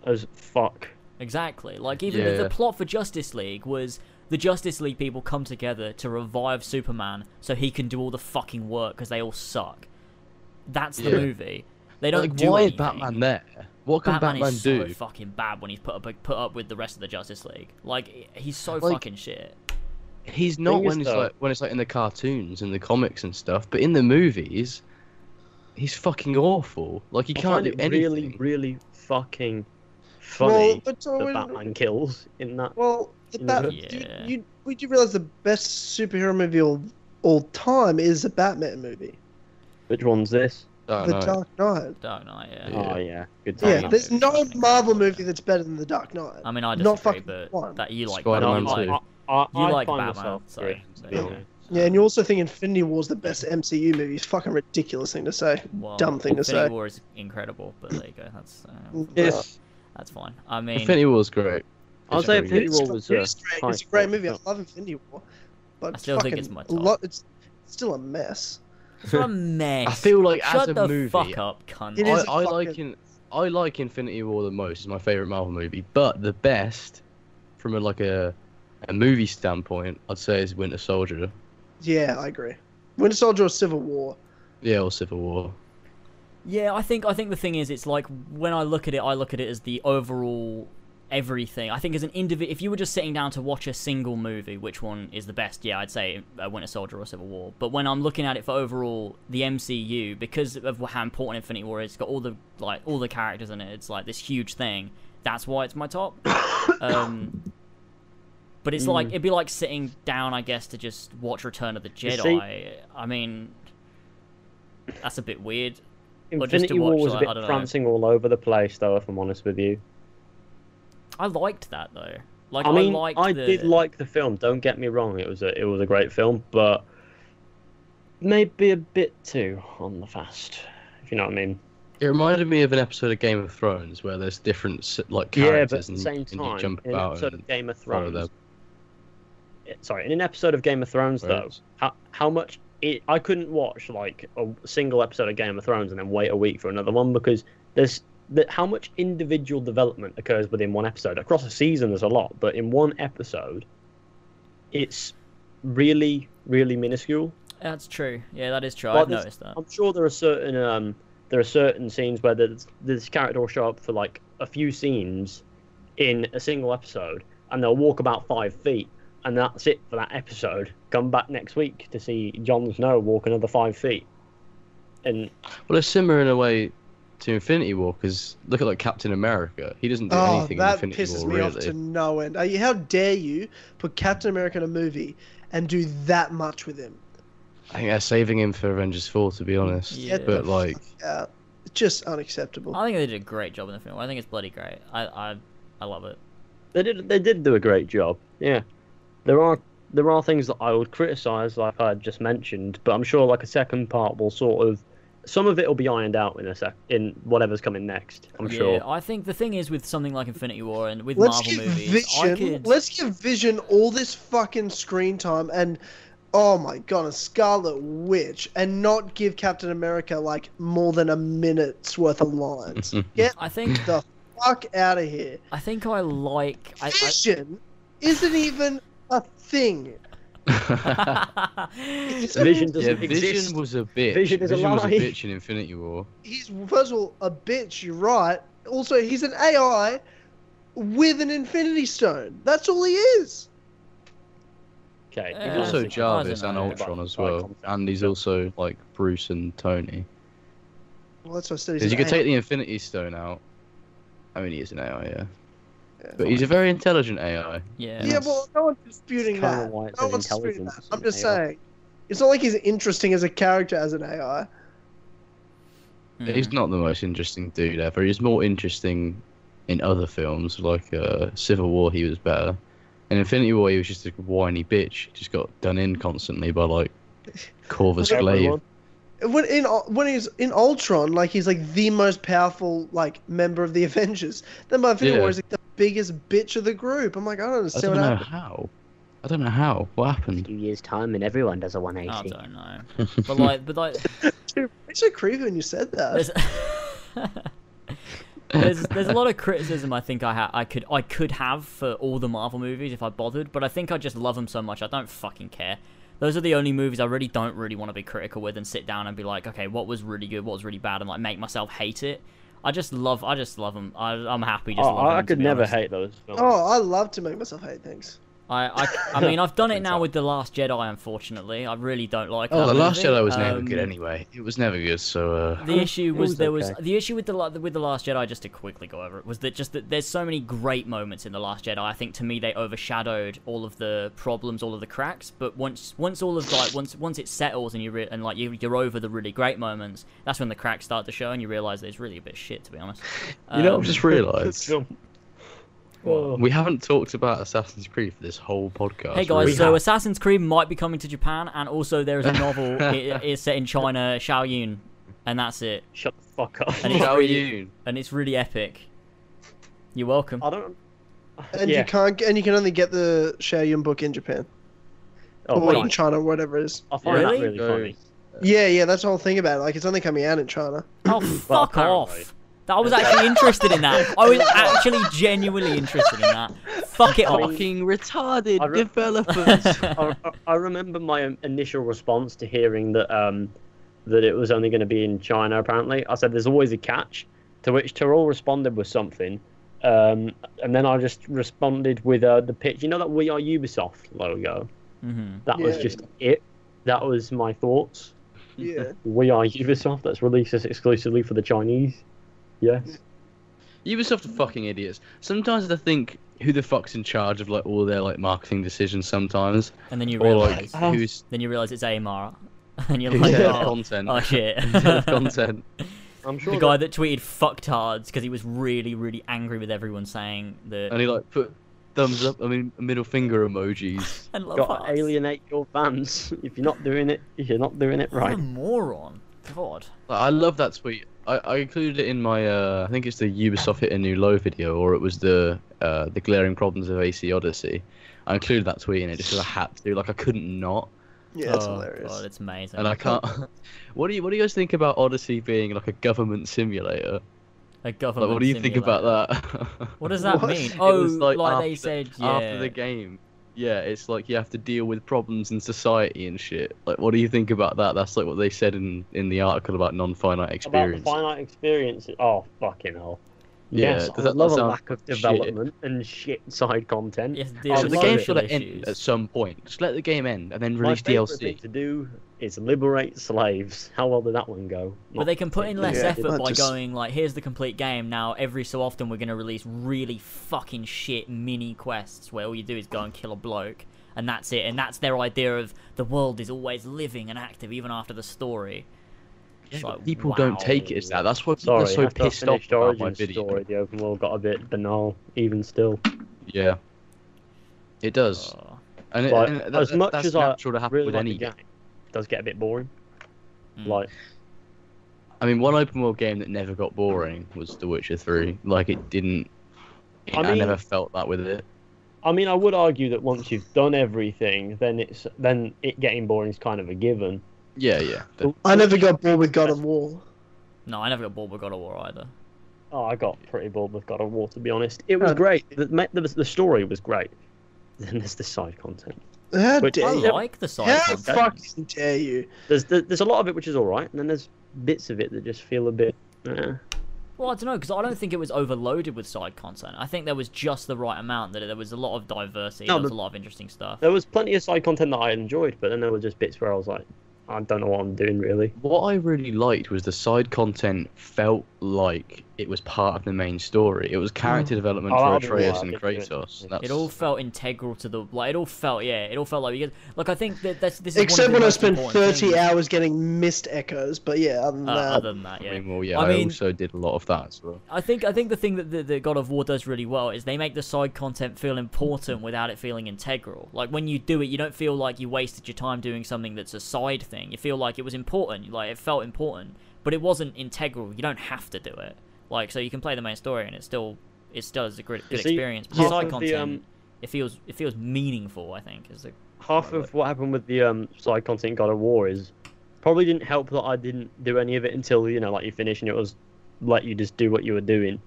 S4: as fuck.
S1: exactly. Like even the, the
S3: Yeah.
S1: plot for Justice League was the Justice League people come together to revive Superman so he can do all the fucking work because they all suck. That's the
S3: Yeah.
S1: movie. They don't
S3: Like,
S1: do
S3: why is
S1: anything.
S3: Batman there? What can
S1: Batman,
S3: Batman,
S1: is
S3: do?
S1: so fucking bad when he's put up put up with the rest of the Justice League. Like he's so
S3: Like-
S1: fucking shit.
S3: He's not
S4: is,
S3: when it's
S4: though-
S3: like when it's like in the cartoons and the comics and stuff, but in the movies, he's fucking awful. Like he
S4: I
S3: can't
S4: find
S3: do
S4: it
S3: anything.
S4: really, really fucking
S2: well,
S4: funny
S2: but so
S4: that
S2: is-
S4: Batman kills in that.
S2: Well, the
S4: In the
S2: Bat-
S1: hood.
S2: do you-
S1: Yeah.
S2: you, we do realize the best superhero movie of all time is a Batman movie,
S4: Which one's this?
S3: I don't
S2: The
S3: know.
S2: Dark Knight.
S1: Dark Knight, yeah.
S3: Yeah.
S4: Oh yeah, good
S2: Yeah,
S4: time.
S1: Knight Uh-huh.
S2: there's
S1: movie's
S2: no
S1: fucking
S2: Marvel
S1: incredible,
S2: movie
S1: yeah.
S2: that's better than the Dark Knight.
S1: I mean, I
S2: Not
S1: disagree,
S2: fucking
S1: but
S2: one.
S1: that you like
S3: Spider-Man
S1: Batman.
S3: two.
S1: I-
S4: I, I,
S1: You
S4: I
S1: like
S4: find
S1: Batman,
S4: myself
S1: so-
S4: agreeing.
S1: so-
S3: Yeah.
S2: yeah, and you also think Infinity War is the best MCU movie. It's fucking ridiculous thing to say.
S1: well,
S2: Dumb thing to
S1: Infinity
S2: say. Mm.
S1: War is incredible, but there you go. That's uh,
S3: Yes,
S1: that's fine. I mean,
S3: Infinity War's great.
S4: I'll
S3: It's
S4: say
S3: really good.
S4: Infinity War was.
S2: It's,
S4: Uh,
S2: great.
S4: high
S2: it's a great
S4: quality
S2: movie. I
S4: film.
S2: love Infinity War, but
S1: I still think
S2: fucking
S1: it's my
S2: a
S1: top.
S2: lot. It's still a mess.
S1: it's a mess.
S3: I feel like
S1: Shut
S3: as a
S1: the
S3: movie,
S1: fuck up, cunt.
S2: It
S3: I,
S2: is a
S3: I
S2: fucking-
S3: like in, I like Infinity War the most. It's my favorite Marvel movie, but the best from a, like a a movie standpoint, I'd say is Winter Soldier.
S2: Yeah, I agree. Winter Soldier or Civil War.
S3: Yeah, or Civil War.
S1: Yeah, I think I think the thing is, it's like when I look at it, I look at it as the overall everything. I think as an individual, if you were just sitting down to watch a single movie, which one is the best? Yeah, I'd say uh, Winter Soldier or Civil War. But when I'm looking at it for overall the MCU, because of how important Infinity War is, it's got all the like all the characters in it. It's like this huge thing. That's why it's my top. um, but it's
S4: Mm.
S1: like it'd be like sitting down, I guess, to just watch Return of the
S4: You see-
S1: Jedi. I mean, that's a bit weird. Or just to
S4: Infinity War
S1: watch,
S4: was
S1: like, I
S4: a
S1: don't
S4: bit
S1: know.
S4: prancing all over the place, though. If I'm honest with you,
S1: I liked that though. Like
S4: I mean,
S1: liked
S4: I
S1: the...
S4: did like the film. Don't get me wrong; it was a it was a great film, but maybe a bit too on the fast. If you know what I mean.
S3: It reminded me of an episode of Game of Thrones where there's different s- like
S4: Yeah,
S3: characters
S4: but at the
S3: and,
S4: same
S3: and you
S4: time,
S3: jump
S4: in an
S3: about
S4: episode
S3: and
S4: of Game of
S3: follow them.
S4: Thrones, it- sorry, in an episode of Game of Thrones, though,
S3: Thrones.
S4: how, how much it, I couldn't watch like a single episode of Game of Thrones and then wait a week for another one because there's that how much individual development occurs within one episode across a season. There's a lot, but in one episode, it's really, really minuscule.
S1: That's true. Yeah, that is true.
S4: Well,
S1: I've
S4: there's-
S1: noticed that.
S4: I'm sure there are certain um, there are certain scenes where there's, this character will show up for like a few scenes in a single episode, and they'll walk about five feet, and that's it for that episode. Come back next week to see Jon Snow walk another five feet, and
S3: Well, it's similar in a way to Infinity War because look at like Captain America. He doesn't do
S2: Oh,
S3: anything
S2: that
S3: in Infinity
S2: pisses
S3: War
S2: me
S3: really.
S2: off to no end. Are you, how dare you put Captain America in a movie and do that much with him?
S3: I think they're saving him for Avengers Four, to be honest.
S1: Yeah.
S3: But like,
S2: Yeah, Uh, just unacceptable.
S1: I think they did a great job in the film. I think it's bloody great. I I, I love it.
S4: they did they did do a great job. Yeah, there are there are things that I would criticize, like I just mentioned, but I'm sure like a second part will sort of. Some of it will be ironed out in a sec, in whatever's coming next. I'm
S1: yeah,
S4: sure.
S1: I think the thing is with something like Infinity War and with
S2: let's
S1: Marvel
S2: give
S1: movies, I
S2: Vision.
S1: could
S2: Let's give Vision all this fucking screen time and. oh my god, a Scarlet Witch, and not give Captain America like more than a minute's worth of lines. Get
S1: I think
S2: the fuck out of here.
S1: I think I like. I, I,
S2: Vision isn't even a thing. He's-
S4: Vision doesn't
S3: yeah,
S4: exist.
S3: Vision was a bitch.
S4: Vision is a
S3: was a
S4: lie.
S3: bitch in Infinity War.
S2: He's first of all a bitch. You're right. Also, he's an AI with an Infinity Stone. That's all he is.
S4: Okay.
S1: Yeah,
S3: He's also
S1: I
S3: Jarvis
S1: don't
S3: and
S1: know.
S3: Ultron as
S4: By- by
S3: well,
S4: concept.
S3: and he's also like Bruce and Tony.
S2: Well, that's what I said. He's
S3: Because you
S2: an
S3: could
S2: AI.
S3: take the Infinity Stone out. I mean, he is an AI, yeah. But he's a very intelligent AI.
S1: yeah.
S2: Yeah, well, no one's disputing
S4: It's kinda
S2: that.
S4: why it
S2: No
S4: says
S2: one's disputing that.
S4: intelligence
S2: I'm
S4: isn't
S2: just
S4: AI.
S2: saying, it's not like he's interesting as a character as an AI.
S1: Mm.
S3: He's not the most interesting dude ever. He's more interesting in other films, like uh, Civil War. He was better. In Infinity War, he was just a whiny bitch. He just got done in constantly by like Corvus Glaive.
S7: Everyone.
S2: when in when he's in Ultron, like he's like the most powerful like member of the Avengers. Then by Infinity
S3: Yeah.
S2: War, he's like the biggest bitch of the group. I'm like, I don't
S3: I
S2: understand
S3: don't
S2: what
S3: know
S2: happened.
S3: how. I don't know how. What happened?
S4: few years time and everyone does a 180.
S1: I don't know. But like, but like,
S2: Dude, It's so creepy when you said that.
S1: there's, there's there's a lot of criticism I think I ha- I could I could have for all the Marvel movies if I bothered, but I think I just love them so much I don't fucking care. Those are the only movies I really don't really want to be critical with and sit down and be like, okay, what was really good, what was really bad, and like make myself hate it. I just love I just love them. I, I'm happy just.
S4: Oh,
S1: loving
S4: I, I
S1: 'em, to
S4: could
S1: be
S4: never
S1: honest.
S4: hate those films.
S2: Oh, I love to make myself hate things.
S1: I, I, I mean, I've done it now with The Last Jedi, unfortunately. I really don't like
S3: Oh,
S1: that
S3: the Last
S1: movie.
S3: Jedi was never
S1: Um,
S3: good anyway. It was never good. So uh,
S1: The issue was,
S4: was
S1: there was
S4: okay.
S1: the issue with the La- with the Last Jedi. Just to quickly go over it, was that just that there's so many great moments in the Last Jedi. I think to me they overshadowed all of the problems, all of the cracks. But once once all of like once once it settles and you re- and like you you're over the really great moments, that's when the cracks start to show and you realize that it's really a bit shit to be honest.
S3: you know,
S1: Um,
S3: I've just realised
S4: Oh.
S3: we haven't talked about Assassin's Creed for this whole podcast.
S1: Hey guys,
S3: really.
S1: so Assassin's Creed might be coming to Japan, and also there is a novel. it is set in China, Shaoyun, and that's it.
S4: Shut the fuck up.
S1: And it's
S3: How are
S1: really-
S3: you?
S1: And it's really epic. You're welcome.
S4: I don't.
S2: And
S4: yeah.
S2: you can't, and you can only get the Shaoyun book in Japan
S4: oh,
S2: or
S4: wait.
S2: in China, whatever it is.
S4: I find
S1: Really?
S4: that really
S3: Go-
S4: funny.
S2: Yeah, yeah, that's the whole thing about it. Like, it's only coming out in China.
S1: Oh, fuck
S4: apparently.
S1: off. That- I was actually interested in that. I was actually genuinely interested in that. Fuck it off.
S3: Fucking retarded
S4: I re-
S3: developers.
S4: I, I- I remember my um, initial response to hearing that um, that it was only going to be in China. Apparently, I said, "There's always a catch," to which Terrell responded with something, um, and then I just responded with uh, the pitch. You know that "We Are Ubisoft" logo.
S1: Mhm.
S4: That was
S2: Yeah.
S4: just it. That was my thoughts.
S2: Yeah.
S4: We Are Ubisoft. That's released us exclusively for the Chinese. Yes.
S3: Ubisoft are fucking idiots. Sometimes I think who the fuck's in charge of like all their like marketing decisions sometimes,
S1: And then you
S3: or like
S1: realize,
S3: who's
S1: then you realize it's Amara, and you're
S3: who's
S1: like,
S3: head of
S1: oh,
S3: content,
S1: oh shit.
S3: head of content.
S7: I'm sure
S1: The guy that tweeted fucktards because he was really, really angry with everyone saying that.
S3: and he like put thumbs up. I mean middle finger emojis.
S1: And love
S4: Got to
S1: hearts.
S4: alienate your fans. If you're not doing it, you're not doing it
S1: What a
S4: right.
S1: moron. God.
S3: Like, I love that tweet. I, I included it in my uh, I think it's the Ubisoft hit a new low video, or it was the uh, the glaring problems of AC Odyssey. I included that tweet in it just because I had to. Like I couldn't not.
S2: Yeah, that's
S1: oh,
S2: hilarious.
S1: God, it's amazing.
S3: And I can't. What do you What do you guys think about Odyssey being like a government simulator?
S1: A government
S3: Like, what do you think
S1: simulator.
S3: about that?
S1: What does that
S2: What?
S1: mean?
S2: It
S1: Oh,
S3: was,
S1: like,
S3: like,
S1: they
S3: after-
S1: said, yeah.
S3: after the game. Yeah, it's like you have to deal with problems in society and shit. Like, what do you think about that? That's like what they said in in the article about non-finite
S4: about the
S3: experience.
S4: finite experience. Oh fucking hell!
S3: Yeah,
S4: yes,
S3: does
S4: I
S3: that
S4: love a
S3: sound
S4: lack of
S3: shit?
S4: development and shit side content.
S1: Yes,
S4: Oh,
S3: so the
S4: love
S3: game
S4: it.
S1: social
S3: should like, end
S1: issues.
S3: at some point. Just let the game end and then
S4: My
S3: release
S4: favorite thing
S3: DLC.
S4: to do is liberate slaves. How well did that one go?
S1: But they can put in less
S2: Yeah,
S1: effort
S2: not
S1: by
S2: just-
S1: going like, here's the complete game. Now every so often we're gonna release really fucking shit mini quests where all you do is go and kill a bloke, and that's it. And that's their idea of the world is always living and active even after the story. It's like,
S3: People don't take it as that. That's why people
S4: Sorry,
S3: are so
S4: after I
S3: pissed off
S4: finished
S3: about my
S4: Origin
S3: video.
S4: story, the open world got a bit banal, even still.
S3: Yeah, it does,
S1: Oh,
S3: and, it,
S4: Like,
S3: and that,
S4: as much
S3: that's
S4: as I
S3: natural to happen
S4: Really,
S3: with
S4: like
S3: any
S4: the game it does get a bit boring.
S1: Mm.
S4: Like
S3: I mean, one open world game that never got boring was The Witcher 3. Like, it didn't.
S4: I
S3: I,
S4: mean-
S3: never felt that with it.
S4: I mean, I would argue that once you've done everything, then it's then it getting boring is kind of a given.
S3: Yeah, yeah. The-
S2: I never got bored with God of War.
S1: No, I never got bored with God of War either.
S4: Oh, I got pretty bored with God of War to be honest. It was
S2: Oh.
S4: great. The, ma- the, the story was great. Then there's the side content.
S2: How
S4: But
S2: dare
S1: I
S2: you?
S1: like the side
S2: How
S1: content.
S2: fucking dare you?
S4: There's there, there's a lot of it which is all right, and then there's bits of it that just feel a bit. eh.
S1: Well, I don't know because I don't think it was overloaded with side content. I think there was just the right amount. That there was a lot of diversity.
S4: No,
S1: there was a
S4: but-
S1: lot of interesting stuff.
S4: There was plenty of side content that I enjoyed, but then there were just bits where I was like, I don't know what I'm doing really.
S3: what I really liked was the side content felt like it was part of the main story. It was character development for
S4: Oh, that'll be why
S3: Atreus
S4: I
S3: and
S4: didn't do it.
S3: Kratos. and That's,
S1: It all felt integral to the like. It all felt yeah. It all felt like you guys, like I think that that's this. Is one of
S2: Except
S1: the
S2: when I
S1: most
S2: spent
S1: important
S2: 30
S1: things.
S2: hours getting missed echoes, but yeah, other than
S1: Uh,
S2: that.
S1: other than that,
S3: I
S1: yeah.
S3: mean, well, yeah,
S1: I
S3: I,
S1: mean-
S3: also did a lot of that as well.
S1: I think I think the thing that the, the God of War does really well is they make the side content feel important without it feeling integral. Like when you do it, you don't feel like you wasted your time doing something that's a side thing. You feel like it was important, like it felt important, but it wasn't integral. You don't have to do it. Like so, you can play the main story and it still it still is a great, good
S4: see,
S1: experience. But
S4: half
S1: side
S4: of the,
S1: content,
S4: um,
S1: it feels it feels meaningful. I think is the
S4: half of what happened with the um, side content God of War is probably didn't help that I didn't do any of it until you know like you finish and it was let you just do what you were doing.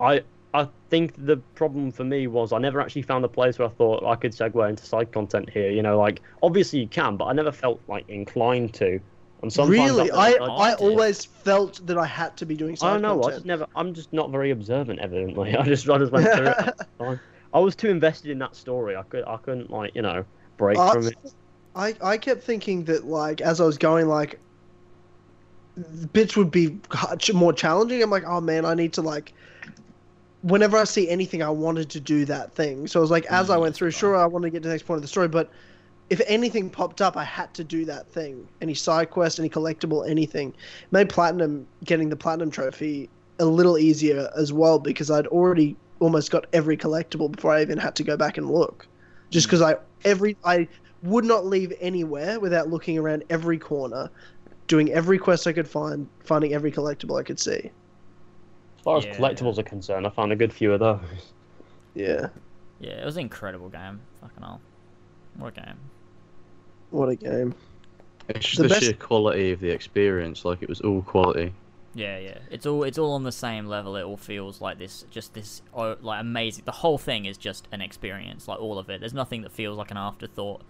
S4: I I think the problem for me was I never actually found a place where I thought I could segue into side content here. You know, like obviously you can, but I never felt like inclined to. And sometimes
S2: really,
S4: that-
S2: I,
S4: I
S2: I
S1: did.
S2: always felt that I had to be doing
S4: I
S2: side
S4: don't know. I
S2: content.
S4: just never. I'm just not very observant, evidently. I just, I just went through it. I, I was too invested in that story. I could, I couldn't like, you know, break
S2: I-
S4: from it.
S2: Uh, I, I kept thinking that like as I was going like bits would be ch- more challenging. I'm like, oh man, I need to like. Whenever I see anything, I wanted to do that thing. So I was like, as I
S1: Mm,
S2: went through,
S1: that's
S2: sure, I wanted to get to the next point of the story, but if anything popped up, I had to do that thing. Any side quest, any collectible, anything. Made platinum getting the platinum trophy a little easier as well because I'd already almost got every collectible before I even had to go back and look. Just because I every I would not leave anywhere without looking around every corner, doing every quest I could find, finding every collectible I could see.
S4: As far as
S1: Yeah.
S4: collectibles are concerned, I found a good few of those.
S2: Yeah,
S1: yeah. It was an incredible game. Fucking hell, what a game.
S2: what a game!
S3: It's just
S2: The
S3: the,
S2: best-
S3: sheer quality of the experience. Like it was all quality.
S1: Yeah, yeah. It's all it's all on the same level. It all feels like this, just this, oh, like amazing. The whole thing is just an experience, like all of it. There's nothing that feels like an afterthought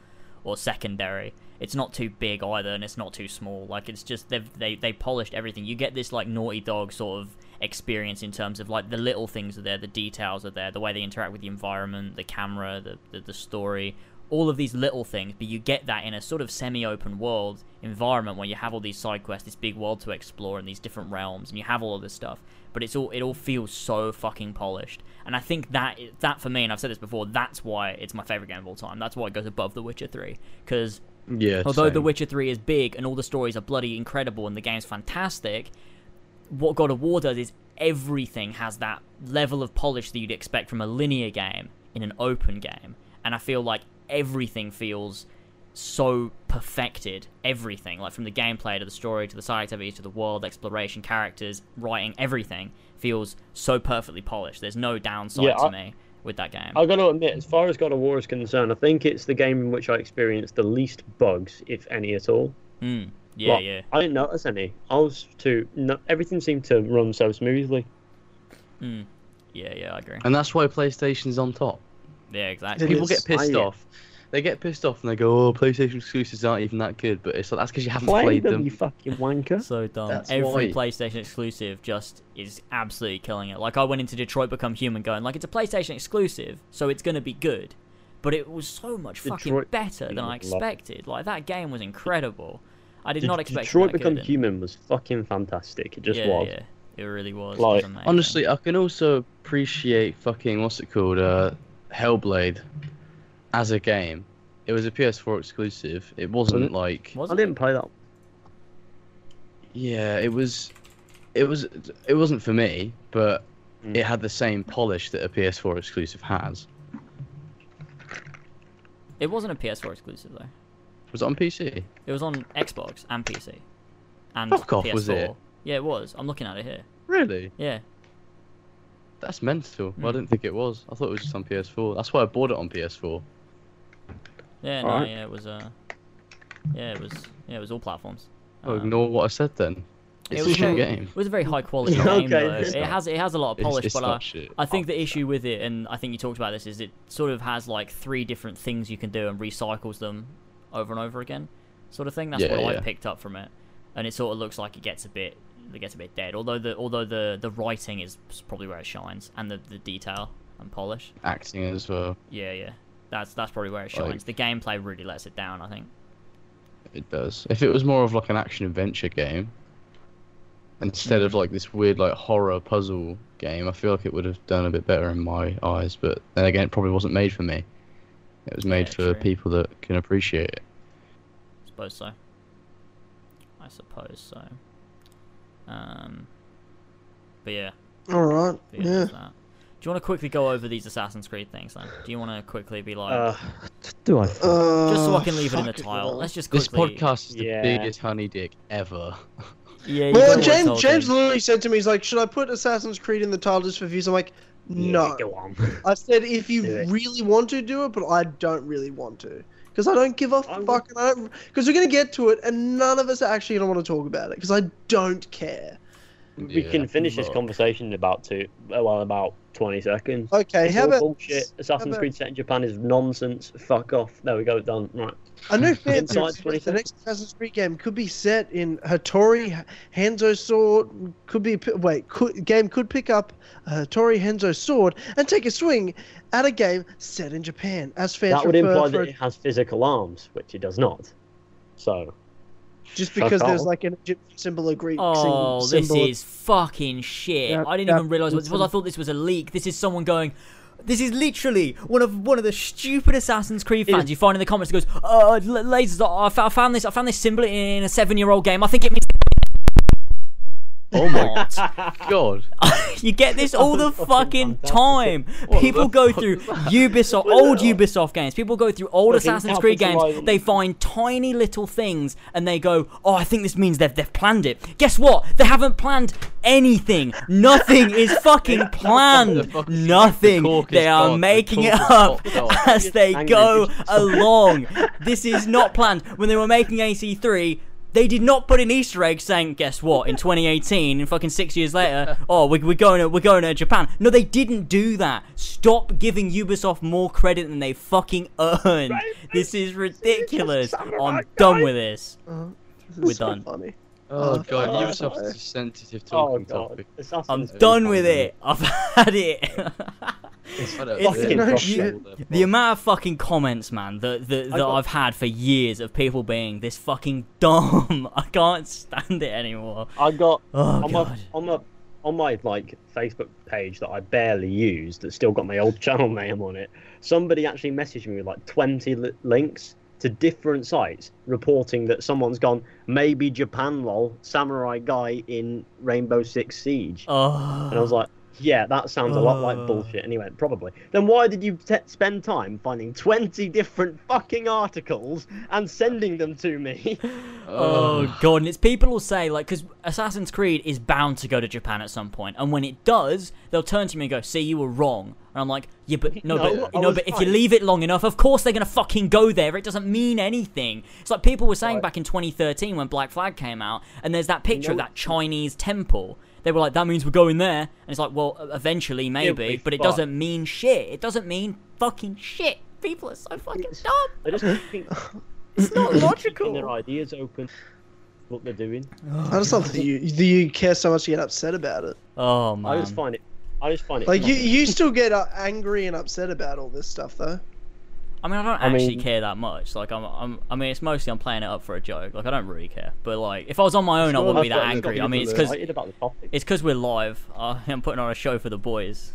S1: or secondary. It's not too big either, and it's not too small. Like it's just they've they they polished everything. You get this like Naughty Dog sort of experience in terms of like the little things are there, the details are there, the way they interact with the environment, the camera, the the, the story. All of these little things, but you get that in a sort of semi-open world environment where you have all these side quests, this big world to explore, and these different realms, and you have all of this stuff. But it's all it all feels so fucking polished, and I think that that for me, and I've said this before, that's why it's my favorite game of all time. That's why it goes above The Witcher Three, because
S3: Yeah.
S1: although The
S3: same.
S1: Witcher 3 is big and all the stories are bloody incredible and the game's fantastic, what God of War does is everything has that level of polish that you'd expect from a linear game in an open game. And I feel like everything feels so perfected. Everything, like from the gameplay to the story to the side activities to the world exploration, characters, writing, everything feels so perfectly polished. There's no downside
S4: Yeah,
S1: to
S4: I-
S1: me with that game.
S4: I got to admit, as far as God of War is concerned, I think it's the game in which I experienced the least bugs, if any at all.
S1: Mm, yeah,
S4: Like,
S1: yeah.
S4: I didn't notice any. I was too. No, everything seemed to run so smoothly.
S1: Mm, yeah, yeah, I agree.
S3: And that's why PlayStation's on top.
S1: Yeah, exactly.
S2: It
S3: People
S2: is.
S3: get pissed
S4: I-
S3: off. They get pissed off and they go, "Oh, PlayStation exclusives aren't even that good." But it's like that's because you haven't
S4: Play
S3: played
S4: them,
S3: them.
S4: you fucking wanker.
S1: So dumb.
S3: That's
S1: Every
S3: why-
S1: PlayStation exclusive just is absolutely killing it. Like I went into Detroit Become Human going like it's a PlayStation exclusive, so it's gonna be good. But it was so much fucking
S4: Detroit-
S1: better than I
S4: Love it.
S1: expected. Like that game was incredible. I did
S4: De-
S1: not expect it that
S4: Detroit
S1: good,
S4: Become
S1: and-
S4: Human was fucking fantastic. It just
S1: yeah,
S4: was.
S1: Yeah, it really was. it was
S4: Like,
S1: amazing.
S3: Honestly, I can also appreciate fucking what's it called, uh, Hellblade, as a game. It was a PS4 exclusive. It wasn't like
S1: was
S4: I
S1: it?
S4: didn't play that.
S3: yeah, it was, it was, it wasn't for me, but
S4: Mm.
S3: it had the same polish that a PS4 exclusive has.
S1: It wasn't a PS4 exclusive though.
S3: Was it on PC?
S1: It was on Xbox and PC. And
S3: Fuck off,
S1: PS4.
S3: was it?
S1: Yeah, it was. I'm looking at it here.
S3: Really?
S1: Yeah.
S3: That's mental. Well, I didn't think it was. I thought it was just on PS4. That's why I bought it on PS4.
S1: Yeah, no,
S8: Alright.
S1: yeah, it was. Uh, yeah, it was. Yeah, it was all platforms.
S3: Oh,
S1: Uh,
S3: ignore what I said then.
S1: It
S3: It's a
S1: was
S3: shit
S1: not-
S3: game.
S1: It was a very high quality
S4: Yeah,
S1: game.
S4: okay.
S1: though.
S4: It's
S1: It
S3: not.
S1: has it has a lot of
S3: It's,
S1: polish,
S3: it's
S1: but I,
S3: not shit.
S1: I think the issue with it, and I think you talked about this, is it sort of has like three different things you can do and recycles them over and over again, sort of thing. That's
S3: Yeah,
S1: what I
S3: yeah.
S1: picked up from it, and it sort of looks like it gets a bit it gets a bit dead. Although the although the the writing is probably where it shines, and the, the detail and polish.
S3: acting as well.
S1: Yeah, yeah, that's that's probably where it shines. the gameplay really lets it down, I think.
S3: It does. If it was more of like an action adventure game, instead of like this weird like horror puzzle game, I feel like it would have done a bit better in my eyes. But then again, it probably wasn't made for me. It was made
S1: Yeah,
S3: for
S1: true.
S3: people that can appreciate it.
S1: I suppose so. I suppose so. Um, but yeah.
S2: All right.
S1: But yeah,
S2: Yeah.
S1: there's that. Do you want to quickly go over these Assassin's Creed things then? Do you want to quickly be like,
S4: Uh, do I?
S2: Uh,
S1: just so I can leave it in the
S2: fucking
S1: tile?
S2: hell.
S1: Let's just
S3: This
S1: quickly.
S3: podcast is the
S4: Yeah.
S3: biggest honey dick ever.
S1: Yeah, you
S2: Well,
S1: know
S2: James
S1: what's
S2: James
S1: holding.
S2: literally said to me, he's like, "Should I put Assassin's Creed in the title just for views?" I'm like, "No."
S4: Go on.
S2: I said, "If
S4: Do
S2: you
S4: it.
S2: really want to do it, but I don't really want to." Because I don't give a
S4: I would-
S2: fuck, and because we're gonna get to it, and none of us are actually gonna want to talk about it, because I don't care.
S4: We
S3: Yeah.
S4: can finish this
S3: Look.
S4: conversation in about two, well, about twenty seconds.
S2: Okay,
S4: It's
S2: how
S4: all
S2: about
S4: bullshit. Assassin's
S2: about-
S4: Creed set in Japan is nonsense. Fuck off. There we go. Done. Right.
S2: I know fans
S4: Inside
S2: are upset
S4: 20
S2: the next Assassin's Creed game could be set in Hattori Hanzo sword. Could be wait, could, game could pick up a Hattori Hanzo sword and take a swing at a game set in Japan. As fans
S4: that would
S2: refer
S4: imply
S2: for-
S4: that it has physical arms, which it does not. So
S2: just
S4: Fuck
S2: because there's
S4: off.
S2: like an Egyptian symbol or Greek
S1: Oh,
S2: sing-
S1: this
S2: symbol.
S1: is fucking shit.
S2: Yeah,
S1: I didn't
S2: yeah,
S1: even realize what this was. I thought this was a leak. This is someone going. This is literally one of one of the stupid Assassin's Creed fans you find in the comments. that goes, "Uh, l- lasers! I fo- I found this. I found this symbol in a seven-year-old game. I think it means."
S3: Oh my god!
S1: You get this all the fucking time.
S3: What
S1: People
S3: the
S1: go
S3: fuck
S1: through
S3: is that?
S1: Ubisoft, old Ubisoft games. People go through old
S4: Fucking
S1: Assassin's Creed games.
S4: capitalism.
S1: They find tiny little things and they go, "Oh, I think this means they've they've planned it." Guess what? They haven't planned anything. Nothing is fucking
S3: The
S1: planned.
S3: fuck is-
S1: Nothing.
S3: the cork is
S1: They are
S3: gone. The
S1: making it up
S3: cork is gone.
S1: as they
S4: Angry
S1: go
S4: bitch.
S1: along. This is not planned. When they were making AC3, they did not put an Easter egg saying, "Guess what?" In 2018, and fucking six years later, oh, we're, we're going to we're going to Japan. No, they didn't do that. Stop giving Ubisoft more credit than they fucking earned. This is ridiculous. I'm done with this.
S2: Uh-huh. This is
S1: We're
S2: so
S1: done.
S2: Funny.
S3: Oh
S2: Oh,
S3: god!
S2: God.
S3: Ubisoft is a sensitive
S4: oh
S3: talking
S4: god,
S3: topic.
S1: I'm
S4: Assassin's Creed.
S1: done with it. I've had it.
S3: I don't
S1: It's-
S3: know.
S4: Fucking
S2: No,
S4: frustrating.
S1: The amount of fucking comments, man, that that, that
S2: got-
S1: I've had for years of people being this fucking dumb. I can't stand it anymore.
S4: I got
S1: Oh
S4: on my
S1: god.
S4: on my on my like Facebook page that I barely use that's still got my old channel name on it. Somebody actually messaged me with like twenty li- links to different sites reporting that someone's gone maybe Japan lol samurai guy in Rainbow Six Siege,
S1: Oh.
S4: and I was like. Yeah, that sounds a lot
S1: Oh.
S4: like bullshit. And he went, probably. Then why did you t- spend time finding 20 different fucking articles and sending them to me?
S1: Oh god, and it's people will say like, because Assassin's Creed is bound to go to Japan at some point, and when it does, they'll turn to me and go, "See, you were wrong." And I'm like, "Yeah, but no,
S4: No,
S1: but
S4: I
S1: no,
S4: was
S1: but if
S4: right."
S1: you leave it long enough, of course they're gonna fucking go there. It doesn't mean anything." It's like people were saying
S4: Right.
S1: back in 2013 when Black Flag came out, and there's that picture of
S4: know-
S1: that Chinese temple. They were like, "That means we're going there," and it's like, "Well, e, eventually, maybe,
S4: be
S1: but it
S4: fucked.
S1: doesn't mean shit. It doesn't mean fucking shit." People are so fucking dumb.
S4: I just think
S1: It's not
S4: keeping their
S1: logical.
S4: ideas open. What they're doing.
S2: I just love that you that you care so much. You get upset about it.
S1: Oh man.
S4: I just find it. I just find it.
S2: Like you, you still get uh, angry and upset about all this stuff though.
S1: I mean, I don't
S4: I
S1: actually
S4: mean-
S1: care that much. Like, I'm, I'm, I mean, it's mostly I'm playing it up for a joke. Like, I don't really care. But like, if I was on my own, I
S4: Sure,
S1: wouldn't be
S4: that's
S1: that
S4: what
S3: they've got
S1: angry.
S3: you
S1: I mean,
S3: for
S1: it's
S3: the-
S1: because
S4: excited about the topic.
S1: it's because we're live. Uh, I'm putting on a show for the boys.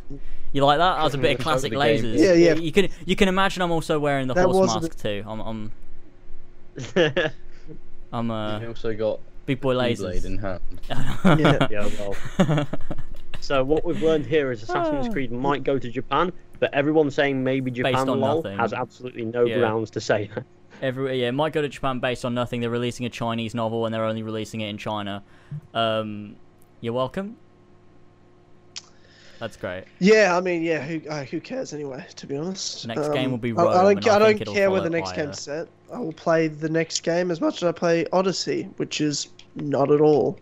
S1: You like that? That was a bit of
S3: Show for
S1: classic
S3: the game.
S1: lasers.
S2: Yeah, yeah.
S1: You can, you can imagine I'm also wearing the
S2: That
S1: horse
S2: was a
S1: mask too. I'm, I'm, I'm
S3: He
S1: uh,
S3: also got
S1: big boy
S3: blade in
S1: lasers.
S3: hand.
S2: Yeah.
S4: yeah, well. So what we've learned here is Assassin's Creed might go to Japan, but everyone saying maybe Japan
S1: on
S4: lol
S1: nothing.
S4: has absolutely no
S1: Yeah.
S4: grounds to say that.
S1: Everywhere, yeah, it might go to Japan based on nothing. They're releasing a Chinese novel and they're only releasing it in China. Um, you're welcome. That's great.
S2: Yeah, I mean, yeah, who uh, who cares anyway? To be honest, Um,
S1: Next game will be
S2: I- I
S1: Rome,
S2: don't,
S1: and I think
S2: don't
S1: it'll
S2: care where
S1: follow
S2: the next
S1: by a-
S2: game's set. I will play the next game as much as I play Odyssey, which is not at all.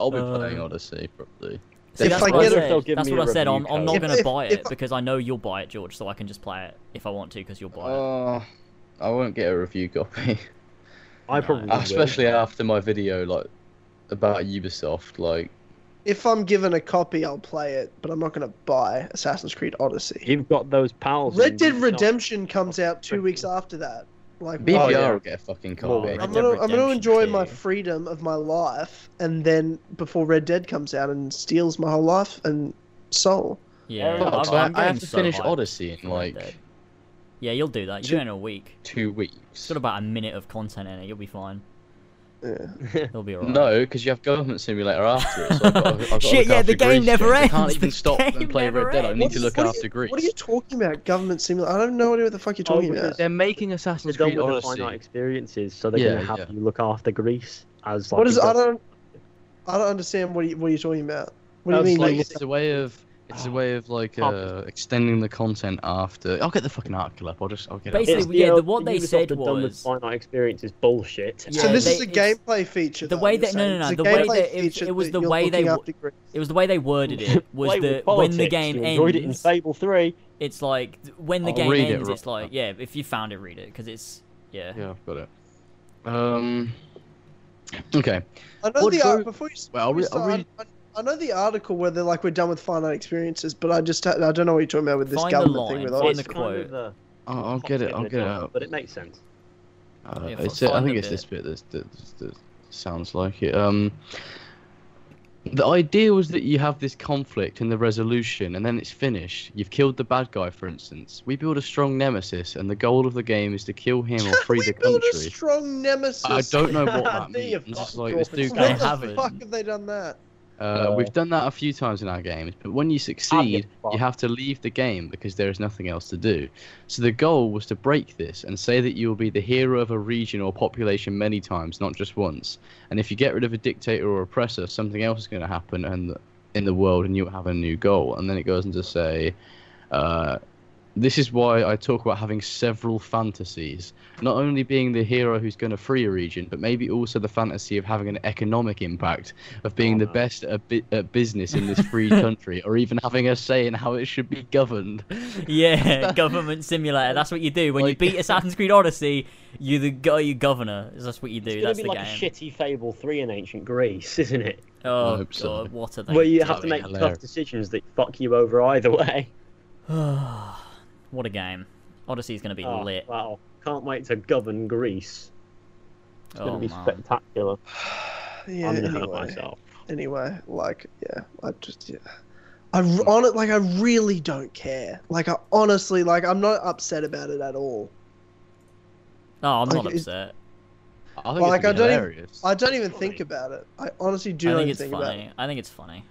S3: I'll be
S1: Um,
S3: playing Odyssey probably.
S1: See,
S2: If
S1: that's
S2: I
S1: what I
S2: get it-
S1: said.
S4: They'll give
S1: That's
S4: me
S1: what I
S4: a
S1: said. I'm,
S4: review
S1: I'm
S4: code.
S1: not
S2: If-
S1: going to
S2: if-
S1: buy it
S2: if I-
S1: because I know you'll buy it, George. So I can just play it if I want to because you'll buy it.
S3: Uh, I won't get a review copy,
S5: I probably will.
S3: especially after my video like about Ubisoft. Like,
S2: If I'm given a copy, I'll play it, but I'm not going to buy Assassin's Creed Odyssey.
S5: You've got those pals.
S2: Red
S5: and
S2: Dead
S5: you're not-
S2: Redemption comes out two weeks after that. Like,
S3: BPR
S2: why?
S3: will get a fucking
S5: Well,
S3: copy.
S2: I'm
S1: Dead
S2: gonna, I'm gonna
S1: Redemption
S2: enjoy my
S1: 2.
S2: freedom of my life, and then before Red Dead comes out and steals my whole life and soul.
S1: Yeah,
S5: Fuck,
S1: I'm-
S3: Fuck, I-
S1: I'm
S3: I
S1: getting
S3: have to
S1: so
S3: finish
S1: hyped
S3: Odyssey
S1: for
S3: in
S1: Red
S3: like
S1: Dead. Yeah, you'll do that. You
S2: Two-
S1: do it in a week.
S3: two
S1: It's
S3: weeks.
S1: got about a minute of content in it. You'll be fine.
S2: Yeah.
S1: It'll be alright.
S3: No, because you have Government Simulator after it. So I've got, I've
S1: Shit,
S3: got to look
S1: yeah, the
S3: after
S1: game
S3: Greece
S1: never
S3: games. I
S1: ends.
S3: can't even
S1: The
S3: stop
S1: game
S3: and play
S1: never
S3: Red Dead. I need
S1: ends.
S3: to look
S2: What are you-
S3: after Greece.
S2: What are you talking about? Government simulator? I don't know what the fuck you're
S5: Oh,
S2: talking
S5: because
S2: about.
S3: They're making
S5: They're
S3: Assassin's
S5: done
S3: Creed
S5: with the
S3: Odyssey.
S5: finite experiences, so they're
S3: Yeah,
S5: gonna have
S3: yeah.
S5: you look after Greece as like.
S2: What is?
S5: you've
S2: I
S5: got-
S2: don't. I don't understand what you what you're talking about.
S5: That
S2: What do you
S5: was
S2: mean?
S3: Like,
S2: you-
S3: it's a way of it's a way of like
S5: Oh.
S3: uh, extending the content after. I'll get the fucking article up. I'll just I'll get it.
S1: Basically-
S5: It's
S1: yeah, the-
S5: old-
S1: what they
S5: Ubisoft
S1: said
S5: are done with
S1: was-
S5: finite experience is bullshit.
S1: Yeah,
S2: so this
S1: they-
S2: is a
S1: it's-
S2: gameplay feature.
S1: the
S2: though,
S1: way
S2: you're
S1: that- no,
S2: saying.
S1: no, no,
S2: It's a
S1: the way
S2: gameplay
S1: that it-
S2: feature
S1: it was
S2: that
S1: the
S2: you're
S1: way they
S2: looking
S1: wa-
S2: after Greece.
S1: It was the way they worded it. Was
S5: Play with
S1: that when the
S5: politics,
S1: game
S5: you
S1: ends?
S5: enjoyed it in Fable Three.
S1: It's like th- when the
S3: I'll
S1: game
S3: read it
S1: ends.
S3: right
S1: it's like
S3: now.
S1: yeah, if you found it, read it because it's yeah.
S3: Yeah, I've got it. Um. Okay.
S2: I know
S3: What
S2: the
S3: go-
S2: art before you. s-
S3: Well, I'll
S2: before you
S3: re- I'll
S2: start, I I know the article where they're like we're done with finite experiences, but I just I don't know what you're talking about with this
S1: Find the
S2: government
S1: line,
S2: thing with
S1: find
S2: Odyssey.
S1: the quote.
S5: the
S3: I'll, I'll get it. I'll get it out.
S5: But it makes sense.
S3: Uh,
S1: Yeah,
S3: it's,
S1: fi-
S3: I
S1: find
S3: think
S1: a
S3: it's
S1: bit.
S3: this bit that, that, that sounds like it. Um, the idea was that you have this conflict and the resolution, and then it's finished. You've killed the bad guy, for instance. We build a strong nemesis, and the goal of the game is to kill him or free
S2: we
S3: the
S2: build a
S3: country.
S2: strong nemesis.
S3: I don't know what that
S5: There you
S3: means. It's
S5: fucking
S3: like this
S5: go.
S3: dude
S2: Why
S3: can't
S2: the
S3: have
S2: fuck
S3: it.
S2: have they done that?
S3: Uh, we've done that a few times in our games, but when you succeed, you have to leave the game because there is nothing else to do. So the goal was to break this and say that you will be the hero of a region or population many times, not just once. And if you get rid of a dictator or oppressor, something else is going to happen and in the world, and you'll have a new goal. And then it goes on to say. Uh, this is why I talk about having several fantasies. Not only being the hero who's going to free a region, but maybe also the fantasy of having an economic impact, of being
S5: Oh,
S3: the
S5: no.
S3: best at, bu- at business in this free country, or even having a say in how it should be governed.
S1: Yeah, government simulator. That's what you do when you
S3: Like-
S1: beat Assassin's Creed Odyssey. You the go, you governor. That's what you do.
S5: It's gonna
S1: That's
S5: be
S1: the
S5: like
S1: game.
S5: a shitty Fable Three in ancient Greece, isn't it?
S1: Oh
S3: I
S1: god,
S3: hope so.
S1: what are they?
S5: Where you have to
S3: that'd be
S5: make tough
S3: hilarious.
S5: decisions that fuck you over either way.
S1: what a game. Odyssey's gonna be
S5: Oh,
S1: lit.
S5: wow! Can't wait to govern Greece. It's
S1: Oh
S5: gonna be
S1: man.
S5: spectacular.
S2: Yeah,
S5: I'm gonna hurt
S2: anyway.
S5: myself.
S2: anyway like yeah i just yeah i on it like i really don't care like i honestly like i'm not upset about it at all
S1: Oh, I'm
S2: Like,
S1: not
S2: it's-
S1: upset.
S3: I think
S2: Like,
S3: it's
S2: I don't even-
S3: hilarious.
S2: i don't even think about it i honestly do
S1: I
S2: not
S1: think
S2: even
S1: it's
S2: think about it
S1: funny. I think it's funny.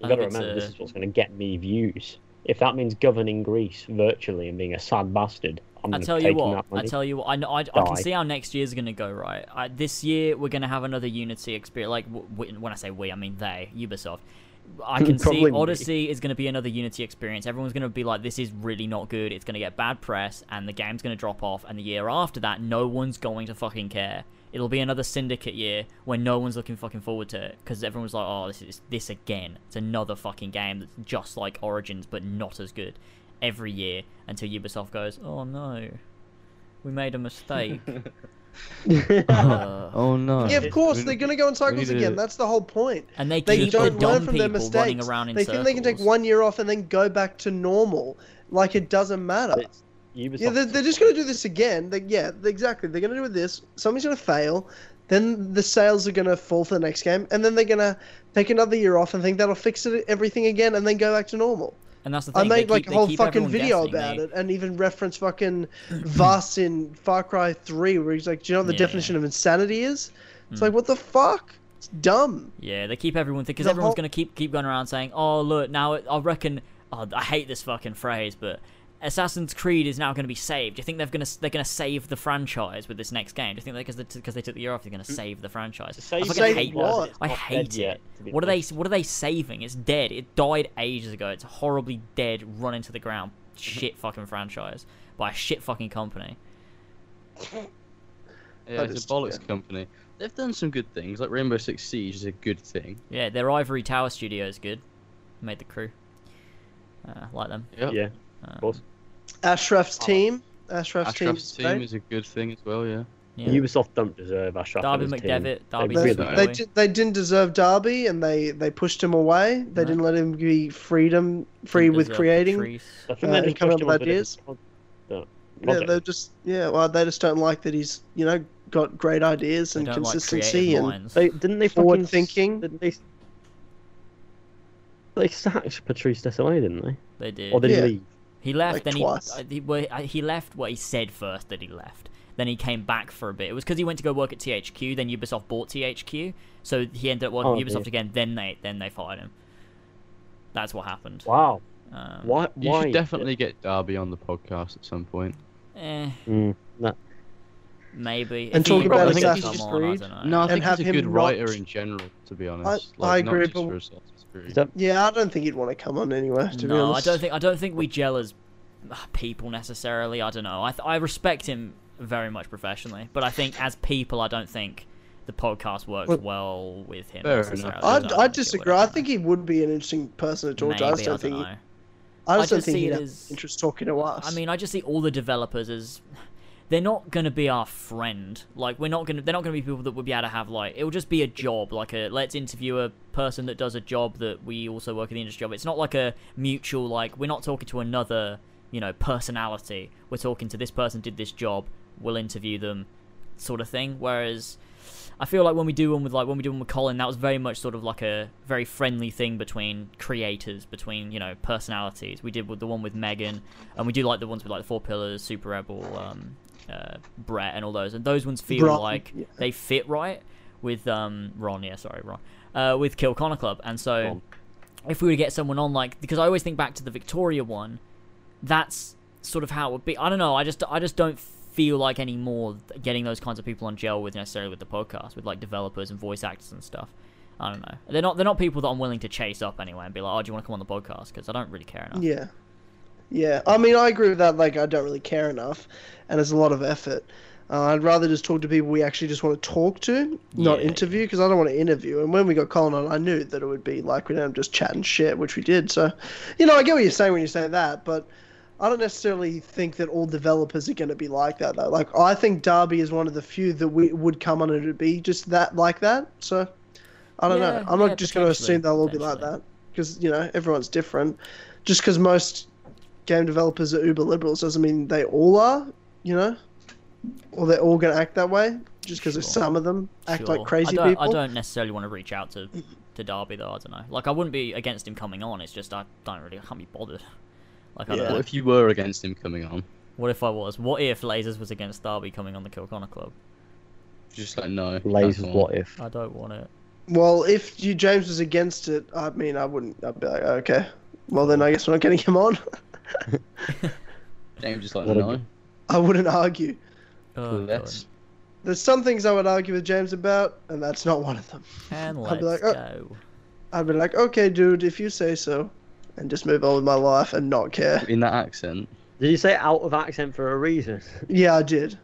S5: You
S1: I
S5: gotta
S1: think it's,
S5: remember, this
S1: uh,
S5: is what's gonna get me views. If that means governing Greece virtually and being a sad bastard, I'm
S1: I
S5: gonna
S1: tell
S5: taking
S1: you what.
S5: that
S1: I
S5: money.
S1: tell you what. I know. I, I can
S5: Die.
S1: see how next year's gonna go. Right. I, this year we're gonna have another Unity experience. Like w- w- when I say we, I mean they. Ubisoft. I can see
S5: Probably me.
S1: Odyssey is gonna be another Unity experience. Everyone's gonna be like, "This is really not good. It's gonna get bad press, and the game's gonna drop off." And the year after that, no one's going to fucking care. It'll be another Syndicate year where no one's looking fucking forward to it because everyone's like, "Oh, this is this again. It's another fucking game that's just like Origins but not as good." Every year until Ubisoft goes, "Oh no, we made a mistake." Uh,
S3: Oh no.
S2: yeah of course
S3: We-
S2: they're going to go in cycles
S3: need to-
S2: again that's the whole point
S1: and they,
S2: they
S1: keep
S2: don't
S1: the dumb
S2: learn from their
S1: people running
S2: mistakes
S1: around in
S2: they
S1: circles.
S2: think they can take one year off and then go back to normal like it doesn't matter
S5: It's Ubisoft.
S2: yeah they're, they're just going to do this again they, yeah exactly they're going to do this something's going to fail then the sales are going to fall for the next game and then they're going to take another year off and think that'll fix it, everything again and then go back to normal
S1: And that's the thing.
S2: I
S1: they
S2: made
S1: keep-
S2: like a
S1: they
S2: whole
S1: keep
S2: fucking
S1: everyone
S2: video
S1: guessing.
S2: about
S1: They-
S2: it, and even reference fucking Voss in Far Cry Three, where he's like, "Do you know what the
S1: Yeah.
S2: definition of insanity is?" It's
S1: Hmm.
S2: like, "What the fuck? It's dumb."
S1: Yeah, they keep everyone because
S2: The
S1: everyone's
S2: whole-
S1: gonna keep keep going around saying, "Oh look, now it, I reckon." Oh, I hate this fucking phrase, but Assassin's Creed is now going to be saved. Do you think they're going to they're going to save the franchise with this next game? Do you think because because they, took the year off, they're
S5: Mm.
S1: going to save the franchise? I
S5: Save
S1: fucking
S2: Save
S1: hate
S2: what?
S1: that. I hate it. What are they what are they saving? It's dead. It died ages ago. It's a horribly dead, run into the ground,
S5: Mm-hmm.
S1: shit fucking franchise by a shit fucking company.
S3: Yeah,
S2: That
S3: it's
S2: is-
S3: a bollocks
S2: yeah.
S3: company. They've done some good things, like Rainbow Six Siege is a good thing.
S1: Yeah, their Ivory Tower studio is good. Made the crew. Uh, like them.
S5: Yeah,
S1: Uh,
S5: of course.
S2: Ashraf's
S1: Oh.
S2: team. Ashraf's,
S3: Ashraf's
S2: team.
S3: team is a good thing as well, yeah.
S1: yeah.
S5: Ubisoft don't deserve Ashraf.
S1: Darby
S5: and his
S1: McDevitt, Darby
S2: They,
S5: really
S1: Sweet
S3: don't.
S2: they,
S1: Boy.
S2: di- they didn't deserve Derby, and they, they pushed him away. They
S1: No.
S2: didn't let him be freedom free
S1: Didn't
S2: with
S1: deserve
S2: creating.
S1: Patrice.
S5: Team. I
S2: uh,
S5: think they
S2: and
S5: just
S2: come
S5: pushed
S2: up
S5: him
S2: with
S5: onto different
S2: ideas.
S5: pro- no,
S2: Yeah,
S5: project.
S2: they just yeah. Well, they just don't like that he's you know got great ideas
S1: They
S2: and
S1: don't like
S2: consistency
S1: creative
S2: and
S1: minds.
S5: They didn't they
S2: Forward
S5: fucking s-
S2: thinking.
S5: Didn't they, they sacked Patrice Desolé, didn't they?
S1: They did.
S5: Or did
S2: Yeah.
S5: he leave?
S1: He left,
S2: Like
S1: then
S2: twice.
S1: he uh, he, well, uh, he left what he said first that he left. Then he came back for a bit. It was because he went to go work at THQ. Then Ubisoft bought THQ, so he ended up working
S5: Oh,
S1: at Ubisoft
S5: dear.
S1: again. Then they then they fired him. That's what happened.
S5: Wow.
S1: Um,
S5: Why?
S3: You
S5: why?
S3: should definitely get Darby on the podcast at some point.
S1: Eh,
S5: Mm, nah.
S1: maybe.
S2: And
S1: If
S2: talk
S1: he
S2: about
S1: works at
S2: Assassin's
S1: someone, I
S2: Creed.
S1: don't know.
S3: No, I think
S2: have
S3: he's a
S2: him
S3: good
S2: not-
S3: writer in general, to be honest.
S2: I- I
S3: not
S2: agree,
S3: just
S2: but-
S3: for Assassin's Creed.
S5: Is that-
S2: yeah. I don't think he'd want to come on anywhere. To be
S1: No, I
S2: honest,
S1: don't think I don't think we gel as uh, people necessarily. I don't know. I th- I respect him very much professionally, but I think as people, I don't think the podcast works well,
S2: Well-
S1: with him.
S3: Fair enough.
S1: necessarily.
S2: I,
S1: don't
S2: I,
S1: think it would,
S2: disagree.
S1: don't
S2: I
S1: know.
S2: think he would be an interesting person to talk
S1: Maybe,
S2: to. I just don't
S1: I
S2: think.
S1: don't
S2: He,
S1: know.
S2: I
S1: I
S2: just don't
S1: just
S2: think
S1: see
S2: he'd
S1: it
S2: have
S1: as-
S2: interest talking to us.
S1: I mean, I just see all the developers as they're not gonna be our friend. Like we're not gonna they're not gonna be people that would be able to have like it'll just be a job. Like a let's interview a person that does a job that we also work in the industry of. It's not like a mutual like we're not talking to another you know personality. We're talking to this person did this job. We'll interview them, sort of thing. Whereas. I feel like when we do one with like when we do one with Colin, that was very much sort of like a very friendly thing between creators, between you know personalities. We did with the one with Megan, and we do like the ones with like the Four Pillars, Super Rebel, um, uh, Brett, and all those. And those ones feel
S2: Ron,
S1: like
S2: yeah.
S1: they fit right with um Ron. Yeah, sorry, Ron. Uh, with Kill Connor Club, and so
S5: Ron.
S1: if we were to get someone on, like because I always think back to the Victoria one, that's sort of how it would be. I don't know. I just I just don't feel like anymore getting those kinds of people on gel with necessarily with the podcast with like developers and voice actors and stuff. I don't know. They're not they're not people that I'm willing to chase up anyway and be like, oh, do you want to come on the podcast? Because I don't really care enough.
S2: Yeah. Yeah. I mean, I agree with that. Like, I don't really care enough, and it's a lot of effort. Uh, I'd rather just talk to people we actually just want to talk to, not
S1: Yeah,
S2: interview, because I don't want to interview. And when we got Colin on, I knew that it would be like we'd end up just chatting shit, which we did. So, you know, I get what you're saying when you say that, but I don't necessarily think that all developers are going to be like that, though. Like, I think Derby is one of the few that we would come on and it'd be just that, like that. So, I don't
S1: Yeah,
S2: know. I'm not
S1: yeah,
S2: just going to
S1: potentially,
S2: assume they'll all be like
S1: potentially.
S2: that because you know everyone's different. Just because most game developers are uber liberals doesn't mean they all are, you know, or they're all going to act that way. Just because
S1: Sure.
S2: some of them act
S1: Sure.
S2: like crazy
S1: I don't,
S2: people.
S1: I don't necessarily want to reach out to to Darby though. I don't know. Like I wouldn't be against him coming on. It's just I don't really I can't be bothered. Like I don't
S2: Yeah.
S1: know.
S3: What if you were against him coming on?
S1: What if I was? What if Lasers was against Darby coming on the Kill Connor Club?
S3: Just like, no.
S5: Lays
S3: that's all.
S5: what if?
S1: I don't want it.
S2: Well, if you James was against it, I mean, I wouldn't. I'd be like, okay, well then I guess we're not getting him on.
S3: James just like,
S5: What a
S3: no.
S2: I wouldn't argue.
S1: Oh,
S3: Let's-
S2: There's some things I would argue with James about, and that's not one of them.
S1: God. And
S2: I'd
S1: let's
S2: be like, oh.
S1: go.
S2: I'd be like, okay, dude, if you say so, and just move on with my life and not care.
S3: In that accent.
S5: Did you say out of accent for a reason?
S2: Yeah, I did.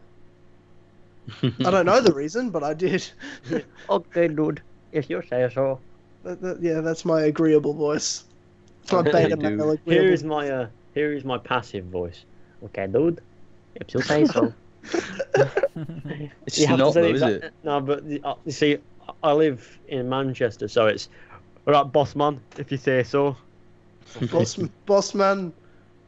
S2: I don't know the reason, but I did.
S5: okay, dude. If you say so.
S2: That- that- yeah, that's my agreeable voice. It's my
S5: Okay,
S2: beta
S3: dude.
S2: male agreeable.
S5: Here is my uh, here is my passive voice. Okay, dude. If you say so.
S3: It's
S5: You have to
S3: not,
S5: say
S3: though,
S5: the
S3: is
S5: exact-
S3: it?
S5: No, but the- uh, you see, I live in Manchester, so it's all right, boss man. If you say so.
S2: boss, boss man.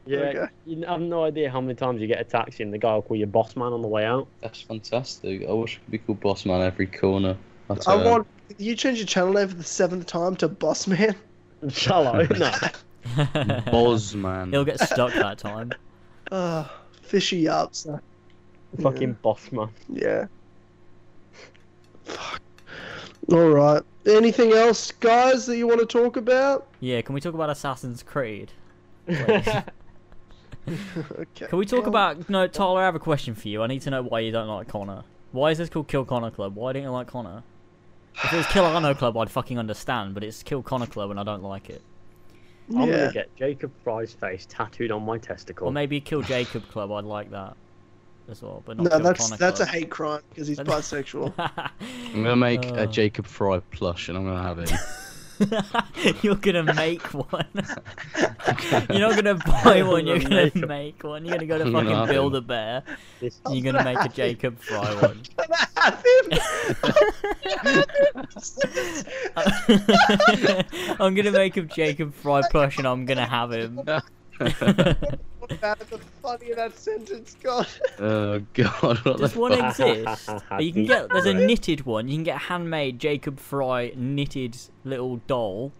S5: Yeah.
S2: Okay.
S5: You have no idea how many times you get a taxi and the guy will call you boss man on the way out.
S3: That's fantastic. I wish I could be called boss man every corner. That's,
S2: I
S3: uh,
S2: want you change your channel name for the seventh time to boss man.
S5: Shall I? no.
S3: Boz man.
S1: He'll get stuck that time.
S2: Uh, fishy up. So,
S5: Fucking boss man.
S2: yeah. Fuck. All right. Anything else, guys, that you want to talk about?
S1: Yeah, can we talk about Assassin's Creed?
S2: okay.
S1: Can we talk
S2: Well,
S1: about no Tyler? I have a question for you. I need to know why you don't like Connor. Why is this called Kill Connor Club? Why don't you like Connor? If it was Kill Arno Club, I'd fucking understand. But it's Kill Connor Club, and I don't like it.
S4: I'm
S2: Yeah.
S4: gonna get Jacob Fry's face tattooed on my testicle.
S1: Or maybe Kill Jacob Club. I'd like that as well. But not
S2: No,
S1: Kill
S2: that's
S1: Connor
S2: that's a
S1: Club.
S2: hate crime because he's bisexual.
S3: I'm gonna make
S1: Oh.
S3: a Jacob Fry plush, and I'm gonna have it.
S1: you're gonna make one. you're not gonna buy one. You're gonna
S4: Make 'em.
S1: make one. You're gonna go to
S3: I'm gonna
S1: fucking
S3: have him.
S1: build a bear.
S4: This-
S1: You're gonna make a Jacob Fry one. I'm gonna make him Jacob Fry plush, and I'm gonna have him.
S2: What about the funny of that sentence, God?
S3: oh God, what
S1: Does
S3: the
S1: one
S3: fuck?
S1: exist? you can get there's a knitted one. You can get a handmade Jacob Fry knitted little doll.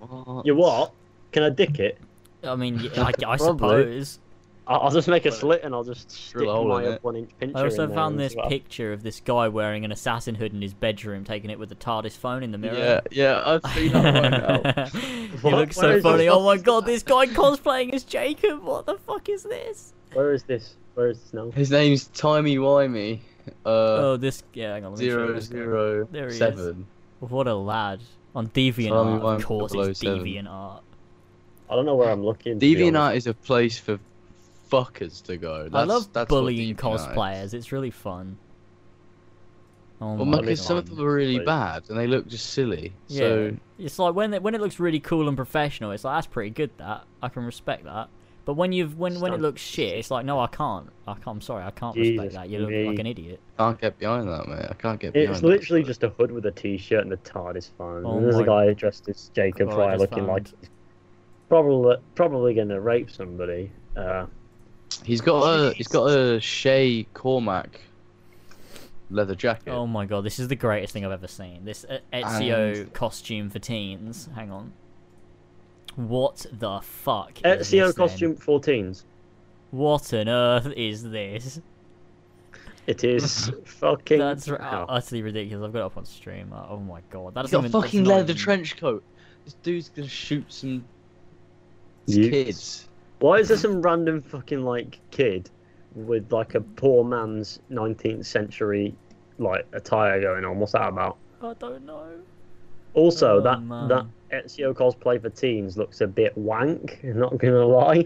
S3: What?
S4: You what? Can I dick it?
S1: I mean, y- I, I
S3: Probably.
S1: suppose.
S4: I'll, I'll just make a slit and I'll just stick
S3: Drill a hole in
S4: my
S3: it.
S4: one inch pincher.
S1: I also
S4: in there
S1: found
S4: and
S1: this
S4: see what-
S1: picture of this guy wearing an assassin hood in his bedroom, taking it with the TARDIS phone in the mirror.
S3: Yeah, yeah, I've seen that one now.
S1: he
S4: What?
S1: looks
S4: Where
S1: so
S4: is this?
S1: funny. Oh my god, this guy cosplaying as Jacob. What the fuck is this?
S4: Where is this? Where is this now?
S3: His name's Timey Wimey. Uh,
S1: Oh, this. Yeah, hang on. Let me show you
S3: zero
S1: this guy.
S3: zero
S1: There he is.
S3: seven.
S1: What a lad. On
S3: Tommy
S1: DeviantArt,
S3: Wine
S1: of course, it's
S3: 007.
S1: DeviantArt.
S4: I don't know where I'm looking. to be honest.
S3: DeviantArt is a place for fuckers to go. That's,
S1: I love
S3: that's what
S1: bullying
S3: DeviantArt is.
S1: cosplayers. It's really fun. Oh
S3: Well,
S1: my
S3: because some of
S1: God.
S3: them are really
S4: Please.
S3: bad and they look just silly.
S1: Yeah.
S3: So
S1: It's like when it, when it looks really cool and professional, it's like that's pretty good. That I can respect that. But when you've when when it
S4: Stunt.
S1: looks shit, it's like no, I can't. I can't I'm sorry, I can't
S4: Jesus
S1: respect that. You look
S4: me.
S1: like an idiot.
S3: can't get behind that, mate. I can't get behind
S4: It's
S3: that.
S4: literally just a hood with a t-shirt and a TARDIS phone.
S1: Oh
S4: and there's a
S1: my
S4: guy dressed as Jacob
S1: God, I
S4: Fry
S1: just
S4: looking like
S1: found-
S4: he's probably probably gonna rape somebody. Uh,
S3: He's got a he's got a Shea Cormac leather jacket.
S1: Oh my god, this is the greatest thing I've ever seen. This uh, Ezio costume for teens. Hang on. What the fuck? is this
S4: Ezio
S1: then?
S4: E costume for teens.
S1: What on earth is this?
S4: It is fucking.
S1: That's r- uh,
S4: hell.
S1: utterly ridiculous. I've got it up on stream. Uh, Oh my god, that's
S3: He's got a fucking leather trench coat. This dude's gonna shoot some
S4: You-
S3: kids.
S4: Why is there some random fucking like kid with like a poor man's 19th century like attire going on? What's that about?
S1: I don't know.
S4: Also,
S1: Oh,
S4: that
S1: man.
S4: that Ezio cosplay for teens looks a bit wank. I'm not gonna lie.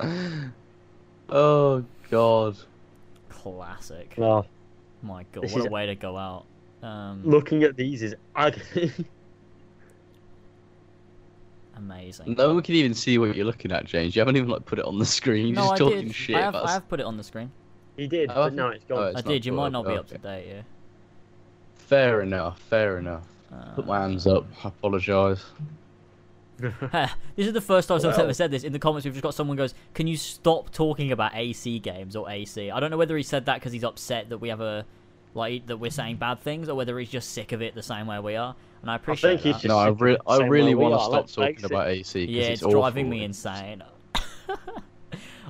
S3: Oh god.
S1: Classic.
S4: Oh,
S1: My god,
S4: This
S1: what
S4: is-
S1: a way to go out. Um,
S4: looking at these is agony.
S1: amazing.
S3: No one can even see what you're looking at, James. You haven't even like put it on the screen. You're
S1: No,
S3: just
S1: I
S3: talking
S1: did.
S3: shit.
S1: I have,
S3: about
S1: I have put it on the screen.
S4: he did,
S3: Oh, I
S4: but
S3: think-
S4: now it's
S3: oh,
S4: gone.
S3: it's
S1: I
S3: not
S1: did. You
S3: full
S1: might
S3: up.
S1: not be up
S3: Okay.
S1: to date. Yeah.
S3: Fair enough. Fair enough.
S1: Uh,
S3: Put my hands up. I apologise.
S1: this is the first time someone's
S4: Well.
S1: ever said this. In the comments, we've just got someone goes, "Can you stop talking about AC games or AC?" I don't know whether he said that because he's upset that we have a like that we're saying bad things, or whether he's just sick of it the same way we are. And I appreciate
S4: he's
S1: that.
S4: just-
S3: No, I,
S4: sick of
S3: re-
S4: it
S3: I
S4: saying
S3: really
S4: where we
S3: want
S4: are,
S3: to stop
S4: let's
S3: talking
S4: face it.
S3: about AC because
S1: yeah,
S3: it's,
S1: it's, driving
S3: awful.
S1: me insane.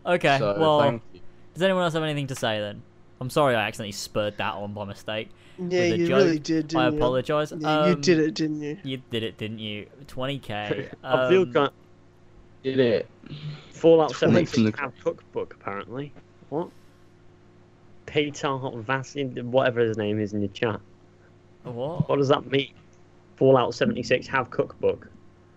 S1: okay,
S3: So,
S1: well,
S3: thank you.
S1: does anyone else have anything to say then? I'm sorry, I accidentally spurred that on by mistake.
S2: Yeah,
S1: with a
S2: you
S1: joke.
S2: really did, didn't
S1: I
S2: you?
S1: apologize. Um,
S2: Yeah, you did it, didn't you?
S1: You did it, didn't you? 20k.
S4: I feel
S1: um,
S4: kind
S3: did it.
S4: Fallout
S3: It's coming from
S4: 76
S3: the-
S4: have cookbook apparently. What? Peter Vassin, whatever his name is in the chat.
S1: What?
S4: What does that mean? Fallout 76 have cookbook.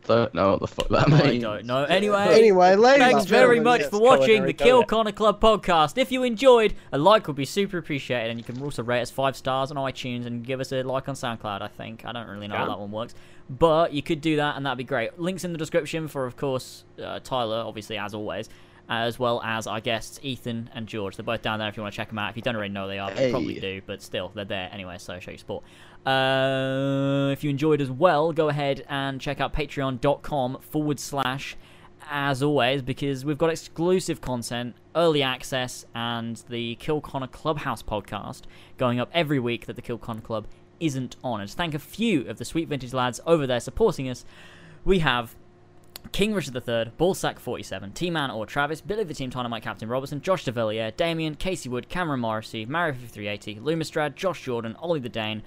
S3: Don't know what the fuck that means.
S1: I don't know. Anyway.
S2: Anyway, ladies
S1: Thanks
S2: and
S1: very
S2: gentlemen,
S1: much
S2: yes.
S1: for watching
S4: culinary
S1: the Kill
S4: diet.
S1: Connor Club podcast. If you enjoyed, a like would be super appreciated, and you can also rate us five stars on iTunes and give us a like on SoundCloud. I think I don't really know how
S4: Yeah.
S1: that one works, but you could do that, and that'd be great. Links in the description for, of course, uh, Tyler, obviously as always, as well as our guests Ethan and George. They're both down there if you want to check them out. If you don't already know who they are, but you probably
S3: Hey.
S1: do, but still, they're there anyway. So show your support. Uh, if you enjoyed as well, go ahead and check out patreon.com forward slash as always because we've got exclusive content, early access, and the Kill Connor Clubhouse podcast going up every week that the Kill Connor Club isn't on. And to thank a few of the sweet vintage lads over there supporting us, we have King Richard III, Ballsack47, T Man or Travis, Billy the Team Dynamite Captain Robertson, Josh DeVillier, Damien, Casey Wood, Cameron Morrissey, Mario5380, Lumistrad, Josh Jordan, Ollie the Dane,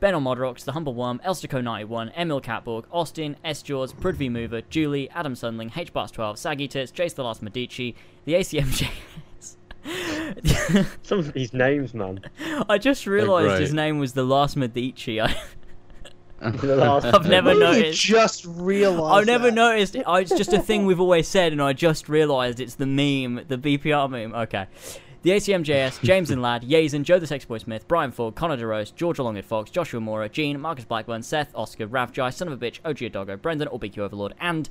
S1: Ben on Modrox, The Humble Worm, Elstico91, Emil Catborg, Austin, S. Jaws, Prithvi Mover, Julie, Adam Sunling, H. 12 Saggy Tits, Jace the Last Medici, The ACMJ.
S5: Some of these names, man.
S1: I just realised his
S3: great. name
S1: name was The Last Medici. I,
S5: The last-
S1: I've never
S2: What have you
S1: noticed.
S2: just realized.
S1: I've never
S2: that?
S1: noticed. It. I, it's just a thing we've always said, and I just realised it's the meme, the BPR meme. Okay. The ACMJS, James and Ladd, Yazen, Joe the Sexboy Smith, Brian Ford, Connor DeRose, George Longhead Fox, Joshua Mora, Gene, Marcus Blackburn, Seth, Oscar, Ravjai, Son of a Bitch, OG Doggo, Brendan, or BQ Overlord, and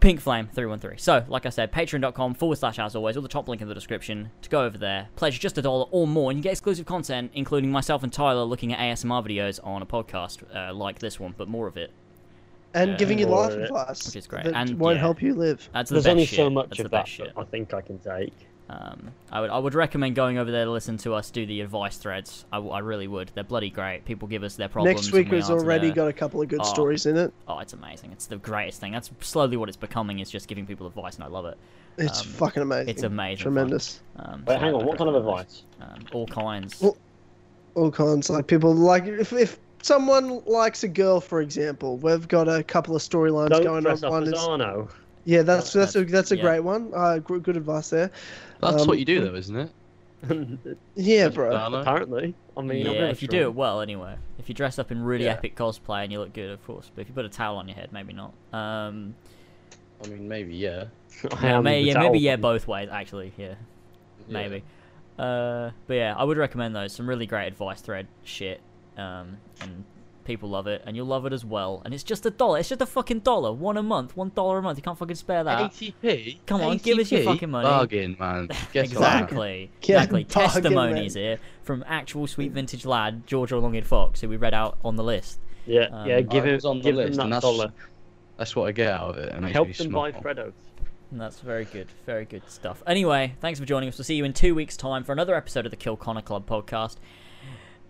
S1: Pink Flame 313. So, like I said, patreon.com forward slash as always, or the top link in the description to go over there. Pledge just a dollar or more, and you get exclusive content, including myself and Tyler looking at ASMR videos on a podcast uh, like this one, but more of it.
S2: And
S1: Yeah.
S2: giving you
S5: Or-
S2: life advice.
S1: Which is great.
S2: That
S1: And,
S2: won't
S1: yeah. uh,
S2: help you live.
S1: That's the
S5: There's
S1: best
S5: only
S1: shit.
S5: so much
S1: That's the
S5: of that
S1: best shit.
S5: that I think I can take.
S1: Um, I would I would recommend going over there to listen to us do the advice threads. I, w- I really would. They're bloody great. People give us their problems.
S2: Next week
S1: and we
S2: has
S1: answer
S2: already
S1: their-
S2: got a couple of good
S1: Oh.
S2: stories in it.
S1: Oh, it's amazing. It's the greatest thing. That's slowly what it's becoming. Is just giving people advice, and I love it.
S2: It's
S1: Um,
S2: fucking amazing.
S1: it's amazing fun.
S2: Tremendous.
S1: Um,
S5: Wait,
S1: so
S5: hang
S1: I-
S5: on.
S1: I'd
S5: What kind of
S1: recommend
S5: advice?
S1: those. Um, all kinds.
S2: Well- All kinds. Like people like if if someone likes a girl, for example, we've got a couple of storylines
S5: Don't
S2: going
S5: dress
S2: on.
S5: up
S2: One
S5: as
S2: is
S5: Arno.
S2: yeah, that's that's a that's a
S1: Yeah.
S2: great one. Uh, gr- good advice there.
S3: That's
S2: Um,
S3: what you do, though, isn't it?
S2: Yeah, bro.
S3: Darno?
S5: Apparently, I mean, I've
S1: yeah,
S5: never
S1: if you
S5: tried.
S1: do it well, anyway. If you dress up in really
S2: Yeah.
S1: epic cosplay and you look good, of course. But if you put a towel on your head, maybe not. Um,
S3: I mean, maybe, yeah.
S5: I am
S1: may-
S5: the
S1: yeah, maybe
S5: towel
S1: yeah,
S5: man.
S1: both ways actually. Yeah.
S3: Yeah.
S1: maybe. Uh, but yeah, I would recommend those. Some really great advice thread shit. Um, and people love it, and you'll love it as well. And it's just a dollar. It's just a fucking dollar. One a month. One dollar a month. You can't fucking spare that.
S3: ATP?
S1: Come on, give us your fucking money.
S3: Bargain, man. Get on that.
S1: Exactly.
S2: Yeah,
S1: exactly.
S2: bargain
S1: Testimonies here from actual sweet vintage lad George Longhead Fox, who we read out on the list.
S5: Yeah,
S1: Um,
S5: yeah. Give
S3: I
S5: him,
S3: was on the
S5: give
S3: list,
S5: him
S3: and
S5: that
S3: that's-
S5: dollar.
S3: That's what I get out of it. and it makes
S5: Help
S3: me
S5: them buy
S3: smile.
S5: Freddos.
S1: And that's very good, very good stuff. Anyway, thanks for joining us. We'll see you in two weeks' time for another episode of the Kill Connor Club podcast.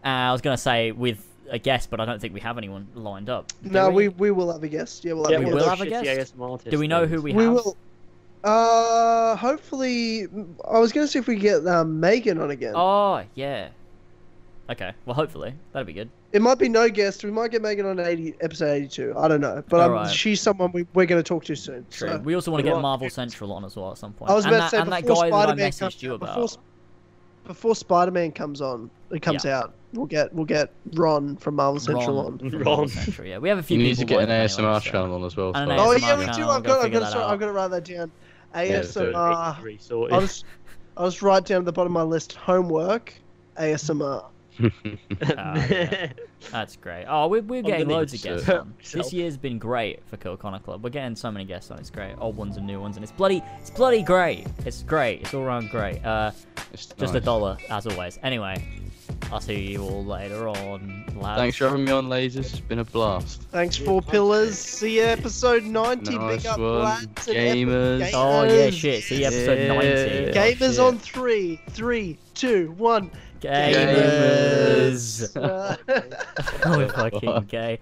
S1: Uh, I was going to say with a guest, but I don't think we have anyone lined up. do
S2: No,
S1: we?
S2: we we will have a guest. Yeah, we'll have
S5: Yeah,
S2: a
S5: one
S1: we
S5: of
S2: guest.
S1: will
S5: those
S1: have a
S5: shitty
S1: guest.
S5: ASMR artists
S1: Do we know who
S5: things.
S1: we have?
S2: We will. Uh, hopefully, I was gonna see if we get um, Megan on again.
S1: Oh yeah. Okay. Well, hopefully that'd be good.
S2: It might be no guest. We might get Megan on eighty episode eighty-two. I don't know, but um,
S1: Alright.
S2: she's someone we, we're going to talk to soon.
S1: True.
S2: So.
S1: we also want to
S2: Well,
S1: get
S2: I-
S1: Marvel Central on as well at some point.
S2: I was
S1: and that,
S2: about to say
S1: and that
S2: before
S1: guy that I
S2: Spider-Man
S1: messaged
S2: comes
S1: you
S2: out,
S1: about.
S2: before, Sp- before Spider-Man comes on, it comes out. We'll get we'll get Ron from Marvel Central
S1: Ron,
S2: on.
S3: Mm-hmm.
S1: from
S5: Ron.
S1: Marvel Central. Yeah, we have a few.
S3: You need
S1: people
S3: to get an
S1: lined up
S3: ASMR
S1: anyway, so-
S3: channel on as well.
S1: I don't
S3: so-
S1: know.
S2: Oh
S1: ASMR
S2: yeah, we do.
S1: channel,
S2: I've
S1: gotta
S2: got I've
S1: figure
S2: got
S1: that
S2: to
S1: out.
S2: I've got to write that down.
S3: Yeah, do it.
S1: Oh,
S2: ASMR.
S5: Three sorted.
S2: I'll just I'll just write down at the bottom of my list homework ASMR.
S1: yeah. That's great. Oh, we're, we're getting
S5: gonna
S1: loads of
S3: need to
S1: guests
S5: hurt
S1: on. This
S5: myself.
S1: year's been great for Kill Connor Club. We're getting so many guests on. It's great. Old ones and new ones, and it's bloody, it's bloody great. It's great. It's all around great. Uh,
S3: It's
S1: just a
S3: nice.
S1: dollar as always. Anyway, I'll see you all later on, lads.
S3: Thanks for having me on, Lasers. It's been a blast.
S2: Thanks for pillars. See you episode ninety.
S3: Nice
S2: Big up
S3: one,
S2: lads and
S3: gamers.
S2: epi-
S1: Oh yeah,
S2: gamers.
S1: shit. See you episode
S3: Yeah.
S1: ninety. oh,
S2: Gamers
S1: shit.
S2: on three, three, two, one.
S1: gamers.
S2: Uh,
S1: oh fucking gay.